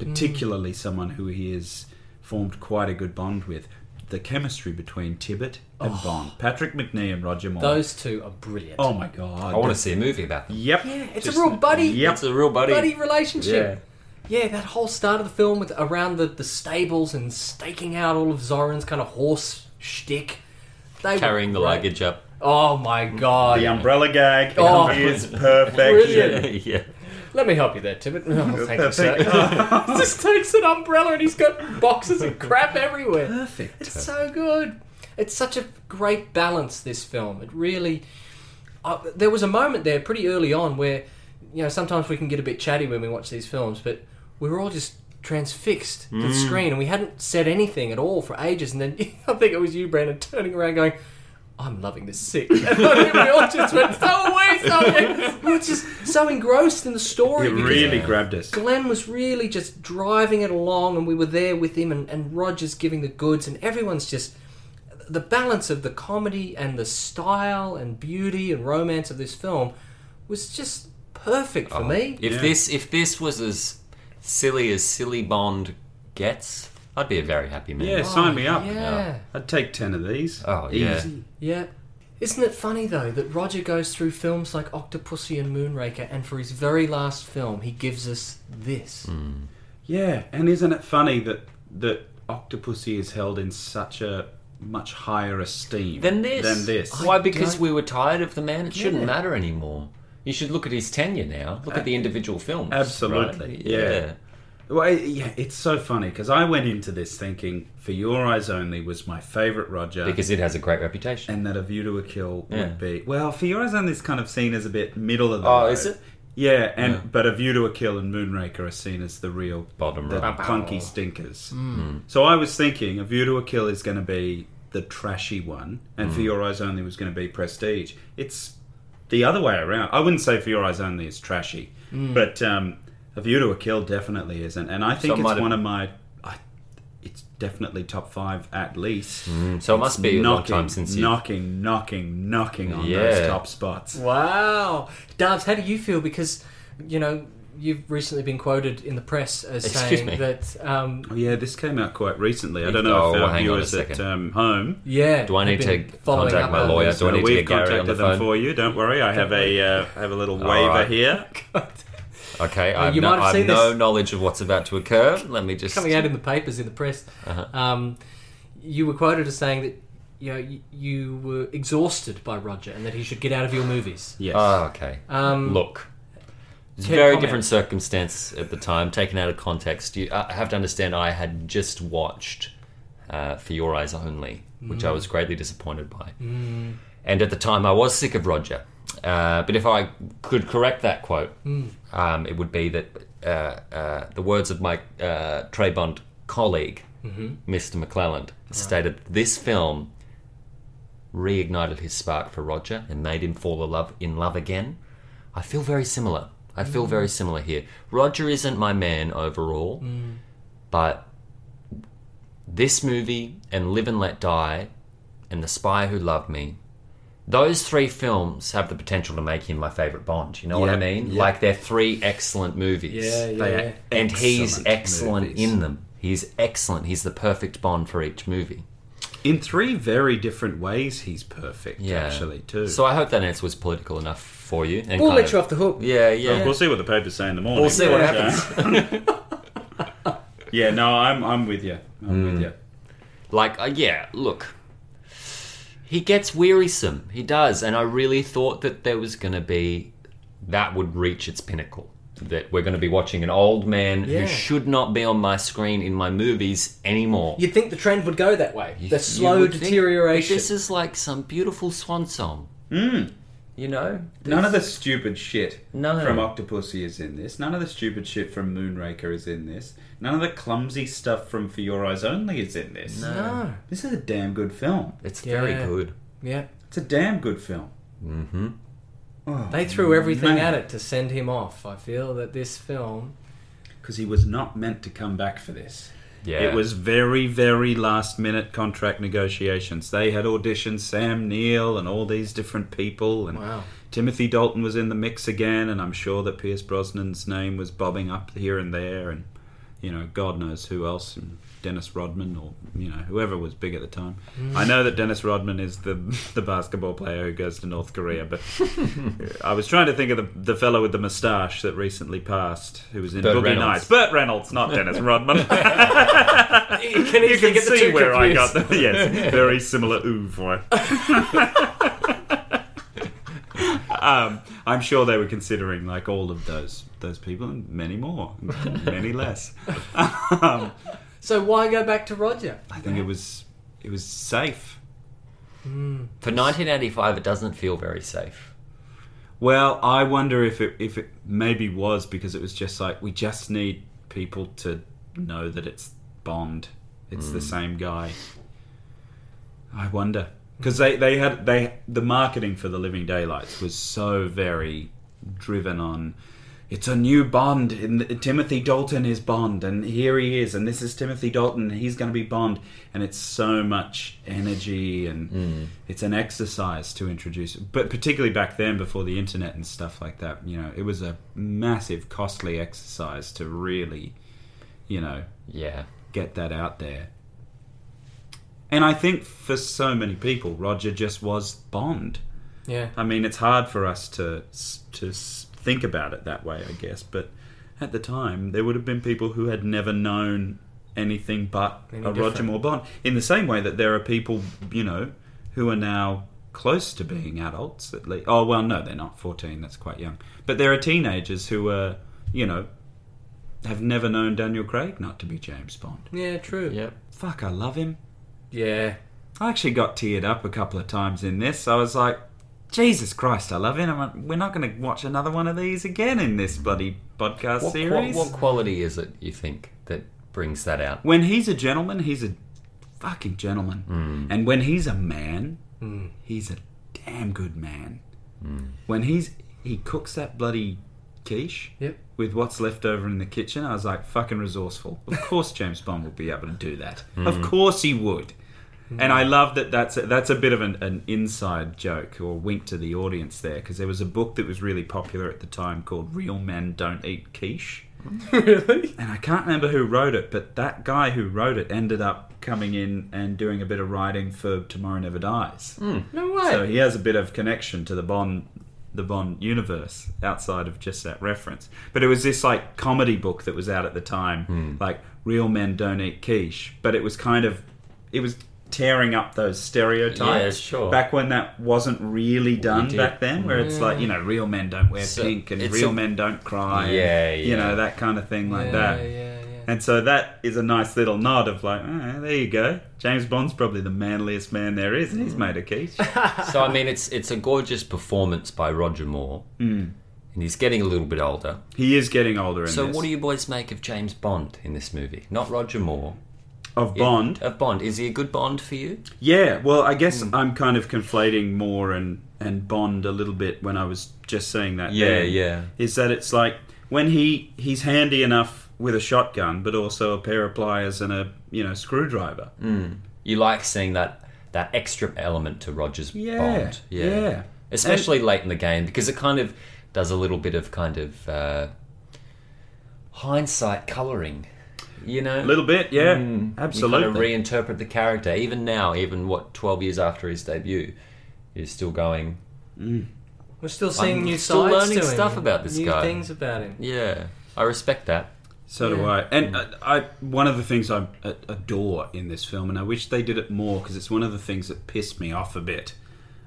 Speaker 2: Particularly
Speaker 1: Mm.
Speaker 2: someone who he has formed quite a good bond with. The chemistry between Tibbet
Speaker 3: Oh.
Speaker 2: and Bond. Patrick McNee and Roger Moore.
Speaker 1: Those two are brilliant.
Speaker 2: oh my god.
Speaker 3: I want to see a movie about them.
Speaker 2: Yep.
Speaker 1: Yeah, it's
Speaker 2: Just-
Speaker 1: a real buddy.
Speaker 2: Yep.
Speaker 3: It's a real buddy.
Speaker 1: buddy relationship. Yeah. that whole start of the film with around the, the stables and staking out all of Zoran's kind of horse shtick. They were
Speaker 3: Carrying the
Speaker 1: great.
Speaker 3: luggage up.
Speaker 1: Oh my god.
Speaker 2: The umbrella gag
Speaker 1: Oh.
Speaker 2: is perfection.
Speaker 1: Brilliant.
Speaker 3: yeah.
Speaker 1: Let me help you there, Tibbet. Oh, thank you, sir. He just takes an umbrella and he's got boxes and crap everywhere.
Speaker 2: Perfect.
Speaker 1: It's so good. It's such a great balance. This film. It really. Uh, there was a moment there pretty early on where, you know, sometimes we can get a bit chatty when we watch these films, but we were all just transfixed to
Speaker 2: Mm.
Speaker 1: the screen and we hadn't said anything at all for ages. And then I think it was you, Brandon, turning around going. I'm loving this sick. And I think we all just went so away, so away. We were just so engrossed in the story.
Speaker 2: It
Speaker 1: because-
Speaker 2: really grabbed us.
Speaker 1: Glenn was really just driving it along, and we were there with him, and, and Roger's giving the goods, and everyone's just the balance of the comedy and the style and beauty and romance of this film was just perfect
Speaker 2: Oh,
Speaker 1: for me.
Speaker 3: If this if this was as silly as silly Bond gets, I'd be a very happy man.
Speaker 2: Yeah, sign me up.
Speaker 1: Oh, Yeah.
Speaker 3: Yeah.
Speaker 2: I'd take ten of these.
Speaker 3: Oh, yeah.
Speaker 2: Easy.
Speaker 1: Yeah. Isn't it funny though that Roger goes through films like Octopussy and Moonraker, and for his very last film, he gives us this.
Speaker 2: Yeah, and isn't it funny that that Octopussy is held in such a much higher esteem
Speaker 3: Than this.
Speaker 2: Than this.
Speaker 3: Why? Because we were tired of the man. It shouldn't matter anymore. You should look at his tenure now. Look at the individual films.
Speaker 2: Absolutely,
Speaker 3: right?
Speaker 2: yeah. Well, it- yeah, it's so funny because I went into this thinking "For Your Eyes Only" was my favorite Roger,
Speaker 3: Because it has a great reputation.
Speaker 2: and that "A View to a Kill"
Speaker 3: Yeah.
Speaker 2: would be well. "For Your Eyes Only" is kind of seen as a bit middle of the
Speaker 3: Oh,
Speaker 2: road.
Speaker 3: is it?
Speaker 2: Yeah, and but "A View to a Kill" and "Moonraker" are seen as the real
Speaker 3: Bottom
Speaker 2: the
Speaker 3: right.
Speaker 2: clunky stinkers.
Speaker 3: Mm. Hmm.
Speaker 2: So I was thinking, A View to a Kill is going to be the trashy one, and
Speaker 3: Hmm.
Speaker 2: For Your Eyes Only was going to be Prestige. It's the other way around. I wouldn't say For Your Eyes Only is trashy, but um, A View to a Kill definitely isn't. And I think
Speaker 3: Hmm. So it
Speaker 2: it's
Speaker 3: might have-
Speaker 2: one of my. I, it's definitely top five at least.
Speaker 3: So it must be a long time since you.
Speaker 2: knocking, knocking, knocking on
Speaker 3: Yeah.
Speaker 2: those top spots.
Speaker 1: Wow, Dubs, how do you feel? Because you know you've recently been quoted in the press as
Speaker 3: Excuse
Speaker 1: saying
Speaker 3: me.
Speaker 1: that um,
Speaker 2: Oh, yeah, this came out quite recently. I don't know
Speaker 3: Oh,
Speaker 2: if our
Speaker 3: hang on a
Speaker 2: viewers at
Speaker 3: second.
Speaker 2: um, home
Speaker 1: Yeah.
Speaker 3: Do I need
Speaker 1: they've
Speaker 3: to
Speaker 1: been following
Speaker 3: contact
Speaker 1: up
Speaker 3: my
Speaker 1: on
Speaker 3: lawyer?
Speaker 1: this.
Speaker 3: Oh, Do I need to
Speaker 2: uh, we've
Speaker 3: get Gary on
Speaker 2: contacted
Speaker 3: the
Speaker 2: them
Speaker 3: phone?
Speaker 2: for you. Don't worry, I have a uh, I have a little waiver
Speaker 3: right.
Speaker 2: here.
Speaker 3: Okay, I have
Speaker 1: you
Speaker 3: no,
Speaker 1: might have
Speaker 3: I have
Speaker 1: seen
Speaker 3: no
Speaker 1: this.
Speaker 3: knowledge of what's about to occur. Let me just.
Speaker 1: Coming out in the papers, in the press,
Speaker 3: Uh-huh.
Speaker 1: um, you were quoted as saying that you, know, you, you were exhausted by Roger and that he should get out of your movies.
Speaker 2: Yes.
Speaker 3: Oh, okay.
Speaker 1: Um,
Speaker 3: Look. It's a
Speaker 1: Ted,
Speaker 3: very
Speaker 1: comment.
Speaker 3: different circumstance at the time, taken out of context. You uh, I have to understand I had just watched uh, For Your Eyes Only, which I was greatly disappointed by. And at the time, I was sick of Roger. Uh, but if I could correct that quote, um, it would be that uh, uh, the words of my uh, Trey Bond colleague, Mr. McClelland, stated this film reignited his spark for Roger and made him fall in love, in love again. I feel very similar. I feel very
Speaker 1: Mm.
Speaker 3: similar here. Roger isn't my man overall, but this movie and Live and Let Die and The Spy Who Loved Me, those three films have the potential to make him my favorite Bond. You know what I
Speaker 2: Yeah,
Speaker 3: mean?
Speaker 2: yeah.
Speaker 3: Like they're three excellent movies.
Speaker 1: yeah, yeah.
Speaker 2: They
Speaker 1: yeah.
Speaker 2: are
Speaker 3: And he's
Speaker 2: excellent
Speaker 3: excellent
Speaker 2: movies.
Speaker 3: in them. He's excellent. He's the perfect Bond for each movie.
Speaker 2: in three very different ways. He's perfect,
Speaker 3: Yeah.
Speaker 2: actually, too.
Speaker 3: So I hope that answer was political enough for you. and
Speaker 1: We'll
Speaker 3: kind
Speaker 1: let
Speaker 3: of-
Speaker 1: you off the hook.
Speaker 3: Yeah, yeah.
Speaker 2: We'll see what the papers say in the morning.
Speaker 3: We'll see what
Speaker 2: Yeah.
Speaker 3: happens.
Speaker 2: Yeah, no, I'm I'm with you. I'm
Speaker 3: Hmm.
Speaker 2: with you.
Speaker 3: Like, uh, yeah, look. He gets wearisome. He does. And I really thought that there was going to be. That would reach its pinnacle. that we're going to be watching an old man
Speaker 1: Yeah.
Speaker 3: who should not be on my screen in my movies anymore.
Speaker 1: You'd think the trend would go that way. the
Speaker 3: You
Speaker 1: slow
Speaker 3: would think,
Speaker 1: deterioration. Hmm.
Speaker 3: but This is like some beautiful swan song. You know?
Speaker 2: None of the stupid shit
Speaker 3: No.
Speaker 2: from Octopussy is in this. None of the stupid shit from Moonraker is in this. None of the clumsy stuff from For Your Eyes Only is in this.
Speaker 1: No.
Speaker 2: This is a damn good film.
Speaker 3: It's
Speaker 1: Yeah.
Speaker 3: very good.
Speaker 1: Yeah.
Speaker 2: It's a damn good film.
Speaker 1: They threw everything
Speaker 2: Man.
Speaker 1: at it to send him off. I feel that this film.
Speaker 2: Because he was not meant to come back for this.
Speaker 3: Yeah.
Speaker 2: It was very, very last minute contract negotiations. They had auditioned Sam Neill and all these different people, and
Speaker 1: Wow.
Speaker 2: Timothy Dalton was in the mix again, and I'm sure that Pierce Brosnan's name was bobbing up here and there, and you know, God knows who else, and Dennis Rodman or you know whoever was big at the time.
Speaker 3: Mm.
Speaker 2: I know that Dennis Rodman is the the basketball player who goes to North Korea, but I was trying to think of the, the fellow with the moustache that recently passed, who was in
Speaker 3: Burt
Speaker 2: Boogie
Speaker 3: Reynolds.
Speaker 2: Nights. Burt Reynolds, not Dennis Rodman.
Speaker 1: You can,
Speaker 2: you
Speaker 1: easily
Speaker 2: can
Speaker 1: get the
Speaker 2: see
Speaker 1: two
Speaker 2: where I got
Speaker 1: confused.
Speaker 2: them. Yes, very similar ooh voice. um, I'm sure they were considering like all of those those people and many more, many less. Um,
Speaker 1: So why go back to Roger?
Speaker 2: I think it was it was safe.
Speaker 3: For 1985, it doesn't feel very safe.
Speaker 2: Well, I wonder if it if it maybe was because it was just like we just need people to know that it's Bond. It's
Speaker 1: Mm.
Speaker 2: the same guy. I wonder because they they had they the marketing for the Living Daylights was so very driven on. It's a new Bond, and Timothy Dalton is Bond, and here he is, and this is Timothy Dalton, and he's going to be Bond, and it's so much energy, and it's an exercise to introduce, but particularly back then before the internet and stuff like that, you know, it was a massive, costly exercise to really, you know,
Speaker 3: Yeah.
Speaker 2: get that out there. And I think for so many people, Roger just was Bond.
Speaker 1: Yeah.
Speaker 2: I mean, it's hard for us to to s- think about it that way, I guess. But at the time, there would have been people who had never known anything but
Speaker 1: Any
Speaker 2: a Roger
Speaker 1: different.
Speaker 2: Moore Bond. In the same way that there are people, you know, who are now close to being adults. At least, oh well, no, they're not fourteen. That's quite young. But there are teenagers who are, you know, have never known Daniel Craig not to be James Bond.
Speaker 1: Yeah, true.
Speaker 3: Yep.
Speaker 2: Fuck, I love him.
Speaker 1: Yeah.
Speaker 2: I actually got teared up a couple of times in this. I was like, Jesus Christ, I love it. I'm like, we're not going to watch another one of these again in this bloody podcast
Speaker 3: What, what,
Speaker 2: series.
Speaker 3: what quality is it, you think, that brings that out?
Speaker 2: When he's a gentleman, he's a fucking gentleman.
Speaker 3: Hmm.
Speaker 2: And when he's a man, he's a damn good man.
Speaker 3: Hmm.
Speaker 2: When he's he cooks that bloody quiche
Speaker 1: Yep.
Speaker 2: with what's left over in the kitchen, I was like, fucking resourceful. Of course, James Bond would be able to do that. Of course, he would. And I love that that's a, that's a bit of an, an inside joke or wink to the audience there because there was a book that was really popular at the time called Real Men Don't Eat Quiche. really? And I can't remember who wrote it, but that guy who wrote it ended up coming in and doing a bit of writing for Tomorrow Never Dies.
Speaker 1: No way.
Speaker 2: So he has a bit of connection to the Bond, the Bond universe outside of just that reference. But it was this like comedy book that was out at the time,
Speaker 3: Hmm.
Speaker 2: like Real Men Don't Eat Quiche. But it was kind of, it was tearing up those stereotypes.
Speaker 3: Yeah, sure.
Speaker 2: Back when that wasn't really done
Speaker 3: did.
Speaker 2: back then, where it's like you know, real men don't wear
Speaker 3: So
Speaker 2: pink and
Speaker 3: it's
Speaker 2: real
Speaker 3: a-
Speaker 2: men don't cry. and,
Speaker 3: Yeah,
Speaker 2: You
Speaker 3: yeah.
Speaker 2: know that kind of thing like
Speaker 1: yeah,
Speaker 2: that.
Speaker 1: Yeah, yeah.
Speaker 2: And so that is a nice little nod of like, "Ah, there you go. James Bond's probably the manliest man there is,
Speaker 3: Hmm.
Speaker 2: and he's made a quiche.
Speaker 3: so I mean, it's it's a gorgeous performance by Roger Moore, mm.
Speaker 2: Hmm.
Speaker 3: and he's getting a little bit older.
Speaker 2: He is getting older in
Speaker 3: So
Speaker 2: this.
Speaker 3: what do you boys make of James Bond in this movie? Not Roger Moore
Speaker 2: of Bond?
Speaker 3: of Bond. Is he a good Bond for you?
Speaker 2: Yeah, well, I guess
Speaker 3: Hmm.
Speaker 2: I'm kind of conflating Moore and and Bond a little bit when I was just saying that.
Speaker 3: Yeah,
Speaker 2: there.
Speaker 3: yeah.
Speaker 2: Is that it's like when he he's handy enough with a shotgun, but also a pair of pliers and a you know screwdriver.
Speaker 3: Hmm. You like seeing that that extra element to Roger's
Speaker 2: Yeah,
Speaker 3: Bond,
Speaker 2: yeah.
Speaker 3: especially late in the game because it kind of does a little bit of kind of uh, hindsight coloring, you know.
Speaker 2: A little bit,
Speaker 3: Hmm.
Speaker 2: yeah,
Speaker 3: You kind
Speaker 2: absolutely.
Speaker 3: of reinterpret the character, even now, even what twelve years after his debut, you're still going.
Speaker 1: We're still seeing
Speaker 3: I'm
Speaker 1: new
Speaker 3: still
Speaker 1: sides
Speaker 3: learning
Speaker 1: to him,
Speaker 3: stuff about this
Speaker 1: new
Speaker 3: guy.
Speaker 1: things about him.
Speaker 3: Yeah, I respect that.
Speaker 2: So do
Speaker 1: Yeah.
Speaker 2: I. And uh, I, one of the things I uh, adore in this film, and I wish they did it more because it's one of the things that pissed me off a bit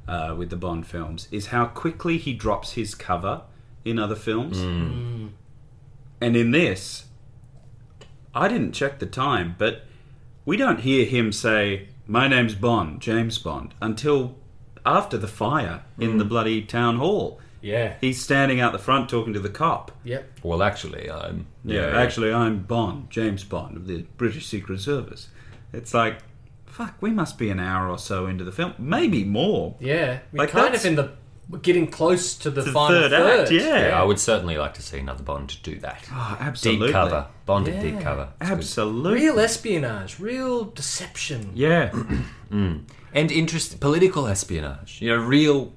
Speaker 2: uh, with the Bond films, is how quickly he drops his cover in other films. And in this, I didn't check the time, but we don't hear him say, My name's Bond, James Bond, until after the fire in the bloody town hall.
Speaker 1: Yeah.
Speaker 2: He's standing out the front talking to the cop.
Speaker 1: Yep.
Speaker 3: Well, actually, um, I'm.
Speaker 2: Yeah, actually, I'm Bond, James Bond of the British Secret Service. It's like, fuck, we must be an hour or so into the film, maybe more.
Speaker 1: Yeah. We're
Speaker 2: Like,
Speaker 1: kind
Speaker 2: that's-
Speaker 1: of in the we're getting close to the
Speaker 2: The
Speaker 1: final
Speaker 2: third,
Speaker 1: third.
Speaker 2: act, yeah.
Speaker 3: Yeah, I would certainly like to see another Bond do that.
Speaker 2: Oh,
Speaker 3: Deep
Speaker 2: absolutely.
Speaker 3: cover. Bond at
Speaker 1: Yeah.
Speaker 3: deep cover. It's good.
Speaker 2: Absolutely.
Speaker 1: Real espionage, real deception.
Speaker 2: Yeah.
Speaker 3: And interest political espionage. You know, real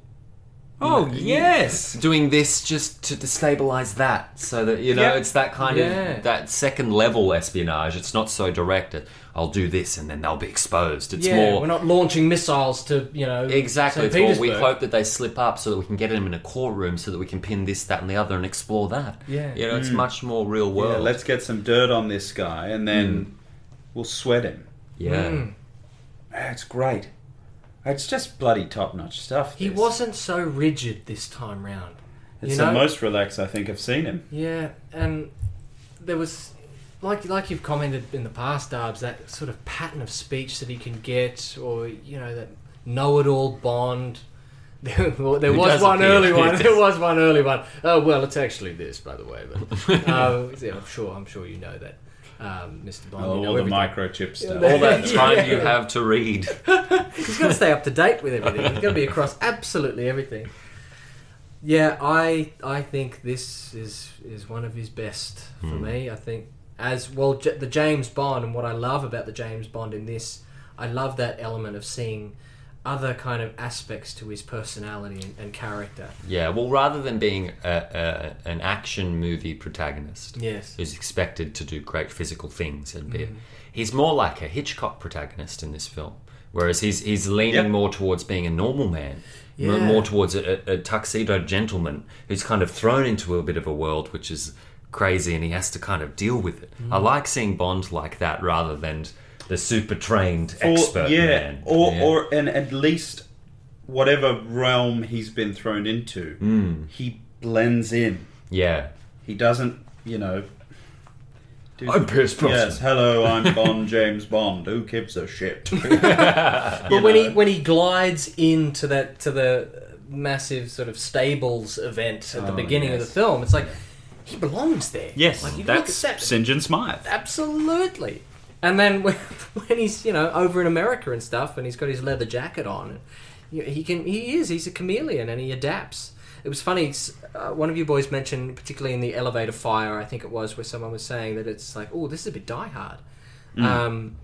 Speaker 2: oh, yes.
Speaker 3: doing this just to destabilize that so that you know
Speaker 2: Yeah.
Speaker 3: it's that kind
Speaker 1: Yeah.
Speaker 3: of that second level espionage it's not so direct that i'll do this and then they'll be exposed it's
Speaker 1: Yeah,
Speaker 3: more
Speaker 1: we're not launching missiles to you know
Speaker 3: exactly
Speaker 1: St.
Speaker 3: it's more, we
Speaker 1: Petersburg.
Speaker 3: hope that they slip up so that we can get them in a courtroom so that we can pin this that and the other and explore that
Speaker 1: Yeah.
Speaker 3: you know it's much more real
Speaker 2: Mm. Yeah,
Speaker 3: world
Speaker 2: let's get some dirt on this guy and then we'll sweat him.
Speaker 3: yeah
Speaker 1: Hmm. Mm.
Speaker 2: That's great. It's just bloody top notch stuff.
Speaker 1: He
Speaker 2: this.
Speaker 1: wasn't so rigid this time round.
Speaker 2: It's
Speaker 1: you know?
Speaker 2: the most relaxed I think I've seen him.
Speaker 1: Yeah, and there was like like you've commented in the past, Darbs, that sort of pattern of speech that he can get, or you know that know-it-all Bond. There, well, there
Speaker 3: He
Speaker 1: was
Speaker 3: does
Speaker 1: one
Speaker 3: appear.
Speaker 1: early
Speaker 3: He
Speaker 1: one.
Speaker 3: does.
Speaker 1: There was one early one. Oh well, it's actually this, by the way. But uh, yeah, I'm sure I'm sure you know that, um, Mr. Bond. you
Speaker 2: Oh,
Speaker 1: know
Speaker 2: all the
Speaker 1: everything.
Speaker 2: microchip stuff.
Speaker 1: Yeah.
Speaker 3: all that time
Speaker 1: Yeah.
Speaker 3: you have to read
Speaker 1: He's got to stay up to date with everything. He's got to be across absolutely everything. Yeah, I I think this is is one of his best for
Speaker 2: Hmm.
Speaker 1: me. I think as well J- the James Bond and what I love about the James Bond in this, I love that element of seeing other kind of aspects to his personality and, and character.
Speaker 3: yeah well rather than being a, a, an action movie protagonist
Speaker 1: Yes.
Speaker 3: who's expected to do great physical things and
Speaker 2: Mm.
Speaker 3: be he's more like a Hitchcock protagonist in this film whereas he's he's leaning
Speaker 2: Yep.
Speaker 3: more towards being a normal man m-
Speaker 1: Yeah.
Speaker 3: more towards a, a, a tuxedo gentleman who's kind of thrown into a bit of a world which is crazy and he has to kind of deal with it
Speaker 2: Mm.
Speaker 3: I like seeing Bond like that rather than the super trained expert
Speaker 2: yeah,
Speaker 3: man
Speaker 2: or
Speaker 3: Yeah.
Speaker 2: or and at least whatever realm he's been thrown into, he blends in.
Speaker 3: yeah
Speaker 2: He doesn't, you know. do-
Speaker 3: I'm Pierce Brosnan.
Speaker 2: Yes, hello, I'm Bond, James Bond. Who gives a shit?
Speaker 1: But when
Speaker 2: Uh,
Speaker 1: he when he glides into that to the massive sort of stables event at the
Speaker 2: Oh,
Speaker 1: beginning of
Speaker 2: yes.
Speaker 1: the film, it's like he belongs there.
Speaker 2: yes,
Speaker 1: like, you look at
Speaker 2: that's
Speaker 1: that-
Speaker 2: St. John Smythe.
Speaker 1: Absolutely. And then when, when he's you know over in America and stuff, and he's got his leather jacket on, you- he can he is he's a chameleon and he adapts. It was funny. s- Uh, one of you boys mentioned, particularly in the elevator fire, I think it was, where someone was saying that it's like, oh, this is a bit Die Hard.
Speaker 2: Hmm.
Speaker 1: Um,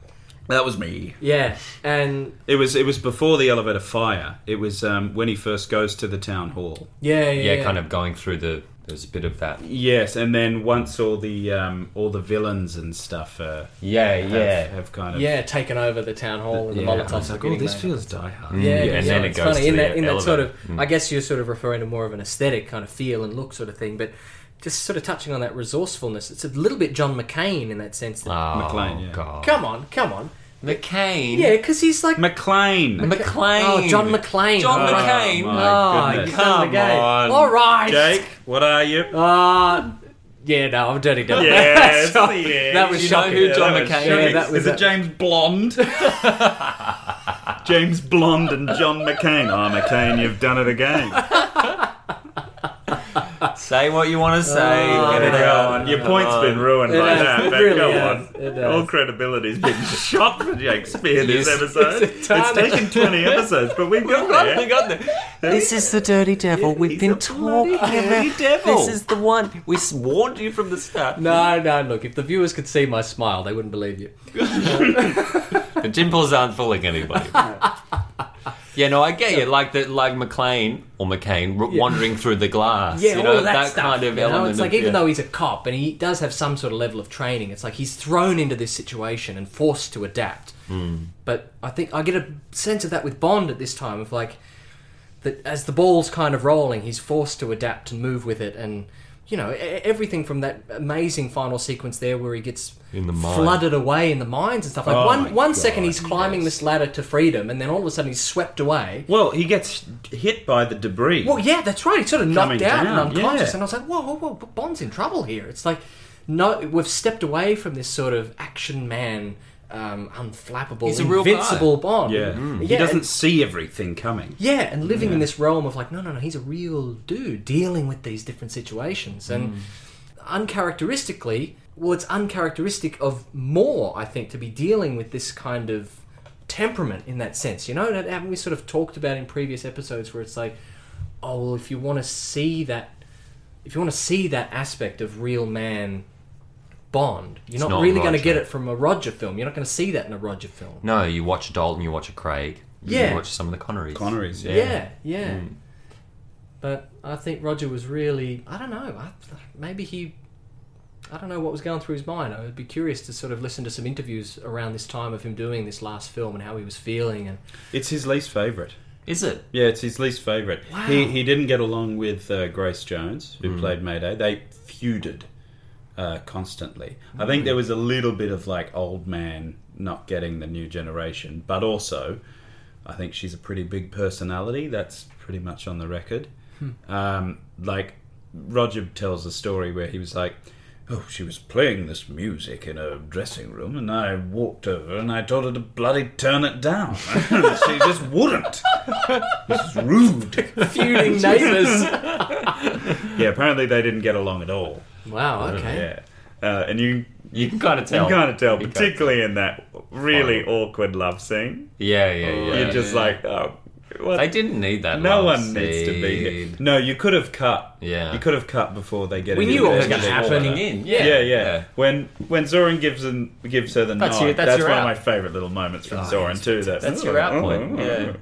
Speaker 2: That was me.
Speaker 1: yeah, and
Speaker 2: It was it was before the elevator fire. It was um, when he first goes to the town hall.
Speaker 1: yeah, yeah,
Speaker 3: yeah kind of going through the there's a bit of that
Speaker 2: Yes, and then once all the um, all the villains and stuff uh,
Speaker 3: yeah
Speaker 2: have,
Speaker 3: yeah
Speaker 2: have kind of
Speaker 1: yeah, taking over the town hall and the
Speaker 2: yeah, I
Speaker 1: Molotovs.
Speaker 2: was
Speaker 1: are
Speaker 2: like, oh,
Speaker 1: getting
Speaker 2: this
Speaker 1: made."
Speaker 2: feels Die Hard.
Speaker 1: Yeah,
Speaker 3: and
Speaker 1: yeah,
Speaker 3: then
Speaker 1: yeah,
Speaker 3: it
Speaker 1: it's
Speaker 3: goes
Speaker 1: funny.
Speaker 3: to
Speaker 1: in
Speaker 3: the
Speaker 1: that, in that sort of.
Speaker 3: elevator.
Speaker 1: I guess you're sort of referring to more of an aesthetic kind of feel and look sort of thing, but just sort of touching on that resourcefulness. It's a little bit John McCain in that sense. That,
Speaker 3: oh
Speaker 2: McLean, yeah.
Speaker 3: god
Speaker 1: come on, come on,
Speaker 3: McCain
Speaker 1: yeah, because he's like
Speaker 2: McLean.
Speaker 3: McLean.
Speaker 1: oh John McCain,
Speaker 3: John
Speaker 1: Oh,
Speaker 3: McCain.
Speaker 2: my
Speaker 1: oh,
Speaker 2: goodness.
Speaker 1: you've done it
Speaker 3: Come
Speaker 1: again.
Speaker 3: on.
Speaker 1: all right,
Speaker 2: Jake, what are you?
Speaker 1: Uh, yeah, no, I'm dirty. Dozen.
Speaker 2: Yes,
Speaker 1: So,
Speaker 2: yes.
Speaker 1: that was
Speaker 3: You know
Speaker 1: shocking.
Speaker 3: who John
Speaker 2: that was
Speaker 3: McCain
Speaker 2: shocking.
Speaker 1: is? That was
Speaker 2: Is it
Speaker 1: a-
Speaker 2: James Blonde? James Blonde and John McCain. Oh, McCain, you've done it again.
Speaker 3: Say what you want to say.
Speaker 1: Oh,
Speaker 3: get it
Speaker 1: yeah.
Speaker 3: out.
Speaker 2: Your point's been ruined
Speaker 1: It
Speaker 2: by
Speaker 1: has,
Speaker 2: that,
Speaker 1: it
Speaker 2: but
Speaker 1: really
Speaker 2: go
Speaker 1: has,
Speaker 2: on.
Speaker 1: it has.
Speaker 2: All credibility's been shot for Shakespeare this
Speaker 3: Yes.
Speaker 2: episode. It's,
Speaker 1: It's a ton-
Speaker 2: taken 20 episodes, but we've got there.
Speaker 3: We got there. This is the dirty devil we've
Speaker 2: He's
Speaker 3: been
Speaker 2: a bloody
Speaker 3: talking about.
Speaker 2: dirty devil.
Speaker 3: This is the one we s- warned you from the start.
Speaker 1: No, no, look, if the viewers could see my smile, they wouldn't believe you.
Speaker 3: The dimples aren't fooling anybody. yeah, no, I get you. Like the like McLean or McCain r- wandering through the glass.
Speaker 1: Yeah,
Speaker 3: you know
Speaker 1: all of that, stuff,
Speaker 3: kind of
Speaker 1: you know?
Speaker 3: element.
Speaker 1: It's like
Speaker 3: of,
Speaker 1: even
Speaker 3: yeah.
Speaker 1: though he's a cop and he does have some sort of level of training, it's like he's thrown into this situation and forced to adapt.
Speaker 3: Hmm.
Speaker 1: But I think I get a sense of that with Bond at this time of like that as the ball's kind of rolling, he's forced to adapt and move with it and. You know e- everything from that amazing final sequence there, where he gets
Speaker 3: In the mine.
Speaker 1: flooded away in the mines and stuff. Like
Speaker 2: Oh
Speaker 1: one
Speaker 2: my
Speaker 1: one second
Speaker 2: God,
Speaker 1: he's climbing this ladder to freedom, and then all of a sudden he's swept away.
Speaker 2: Well, he gets hit by the debris.
Speaker 1: Well, yeah, that's right. He sort of knocked
Speaker 2: Coming
Speaker 1: out
Speaker 2: down,
Speaker 1: and unconscious,
Speaker 2: yeah.
Speaker 1: and I was like, whoa, whoa, whoa, Bond's in trouble here. It's like no, we've stepped away from this sort of action man, um, unflappable,
Speaker 3: He's a real guy.
Speaker 1: invincible Bond. Mm.
Speaker 2: Yeah. Mm. He
Speaker 1: Yeah,
Speaker 2: doesn't
Speaker 1: and-
Speaker 2: see everything coming.
Speaker 1: yeah, and living in this realm of like, no, no, no, he's a real dude dealing with these different situations.
Speaker 3: Mm.
Speaker 1: And uncharacteristically, well, it's uncharacteristic of Moore, I think, to be dealing with this kind of temperament in that sense. You know, that- haven't we sort of talked about in previous episodes where it's like, oh, well, if you want to see that, if you want to see that aspect of real man. Bond. You're not,
Speaker 3: not
Speaker 1: really going to
Speaker 3: Roger.
Speaker 1: get it from a Roger film. You're not going to see that in a Roger film.
Speaker 3: No, you watch Dalton, you watch a Craig,
Speaker 1: Yeah.
Speaker 3: you watch some of the Connerys.
Speaker 2: Connery's, yeah.
Speaker 1: Yeah, yeah.
Speaker 2: Hmm.
Speaker 1: But I think Roger was really. I don't know. I, maybe he. I don't know what was going through his mind. I would be curious to sort of listen to some interviews around this time of him doing this last film and how he was feeling. And
Speaker 2: It's his least favourite.
Speaker 3: Is it?
Speaker 2: Yeah, it's his least favourite.
Speaker 1: Wow.
Speaker 2: He, he didn't get along with uh, Grace Jones, who played Mayday. They feuded uh, constantly. I think there was a little bit of like old man not getting the new generation, but also I think she's a pretty big personality. That's pretty much on the record. Um, like Roger tells a story where he was like, "Oh, she was playing this music in her dressing room, and I walked over and I told her to bloody turn it down. she just wouldn't. It's rude."
Speaker 1: feuding neighbours.
Speaker 2: Yeah, apparently they didn't get along at all.
Speaker 1: wow. Okay.
Speaker 2: Oh, Yeah, uh, and you
Speaker 3: You can kind of
Speaker 2: you
Speaker 3: tell.
Speaker 2: kind of tell,
Speaker 3: You can't-
Speaker 2: particularly in that really awkward love scene.
Speaker 3: Yeah, yeah, yeah.
Speaker 2: You're just
Speaker 3: yeah.
Speaker 2: like, oh, what?
Speaker 3: They didn't need that.
Speaker 2: no
Speaker 3: love
Speaker 2: one needs to be here.
Speaker 3: scene.
Speaker 2: No, you could have cut.
Speaker 3: Yeah.
Speaker 2: you could have cut before they get.
Speaker 1: We
Speaker 2: into
Speaker 1: knew what
Speaker 2: the
Speaker 1: was
Speaker 2: early
Speaker 1: gonna
Speaker 2: order.
Speaker 1: happen.
Speaker 3: Turning in.
Speaker 2: Yeah,
Speaker 3: Yeah,
Speaker 2: yeah. When when Zoran gives him, gives her the
Speaker 3: That's
Speaker 2: nod,
Speaker 3: your- that's
Speaker 2: that's
Speaker 3: your
Speaker 2: one
Speaker 3: out.
Speaker 2: of my favourite little moments from
Speaker 3: Oh,
Speaker 2: Zoran too. That Oh,
Speaker 3: That's your out point. Yeah.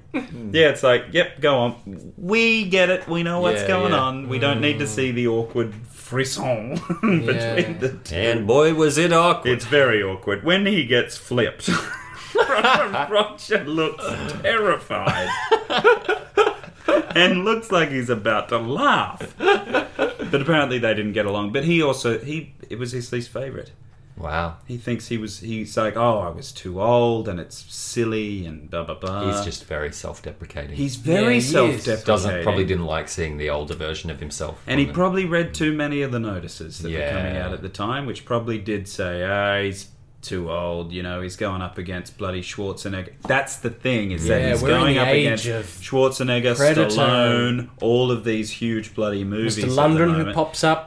Speaker 2: Yeah, it's like, yep, go on. We get it. We know what's
Speaker 3: Yeah,
Speaker 2: going
Speaker 3: yeah.
Speaker 2: on. We don't need to see the awkward frisson between
Speaker 1: Yeah.
Speaker 2: the two.
Speaker 3: And boy, was it awkward.
Speaker 2: It's very awkward. When he gets flipped, Roger looks terrified and looks like he's about to laugh. But apparently they didn't get along. But he also he it was his least favorite.
Speaker 3: wow.
Speaker 2: He thinks he was he's like, "Oh, I was too old and it's silly and blah blah blah."
Speaker 3: He's just very self-deprecating.
Speaker 2: uh, he's very
Speaker 1: Yeah, he is.
Speaker 2: self-deprecating.
Speaker 3: doesn't probably didn't like seeing the older version of himself.
Speaker 2: And he
Speaker 3: on the-
Speaker 2: probably read too many of the notices that were
Speaker 3: Yeah.
Speaker 2: coming out at the time, which probably did say, ah, he's too old, you know, he's going up against bloody Schwarzenegger. That's the thing, is that
Speaker 1: Yeah,
Speaker 2: he's
Speaker 1: we're in
Speaker 2: going
Speaker 1: the
Speaker 2: up
Speaker 1: age
Speaker 2: against
Speaker 1: of
Speaker 2: Schwarzenegger,
Speaker 1: Predator.
Speaker 2: Stallone, all of these huge bloody movies. at
Speaker 1: Mr.
Speaker 2: the
Speaker 1: London who
Speaker 2: moment.
Speaker 1: pops up.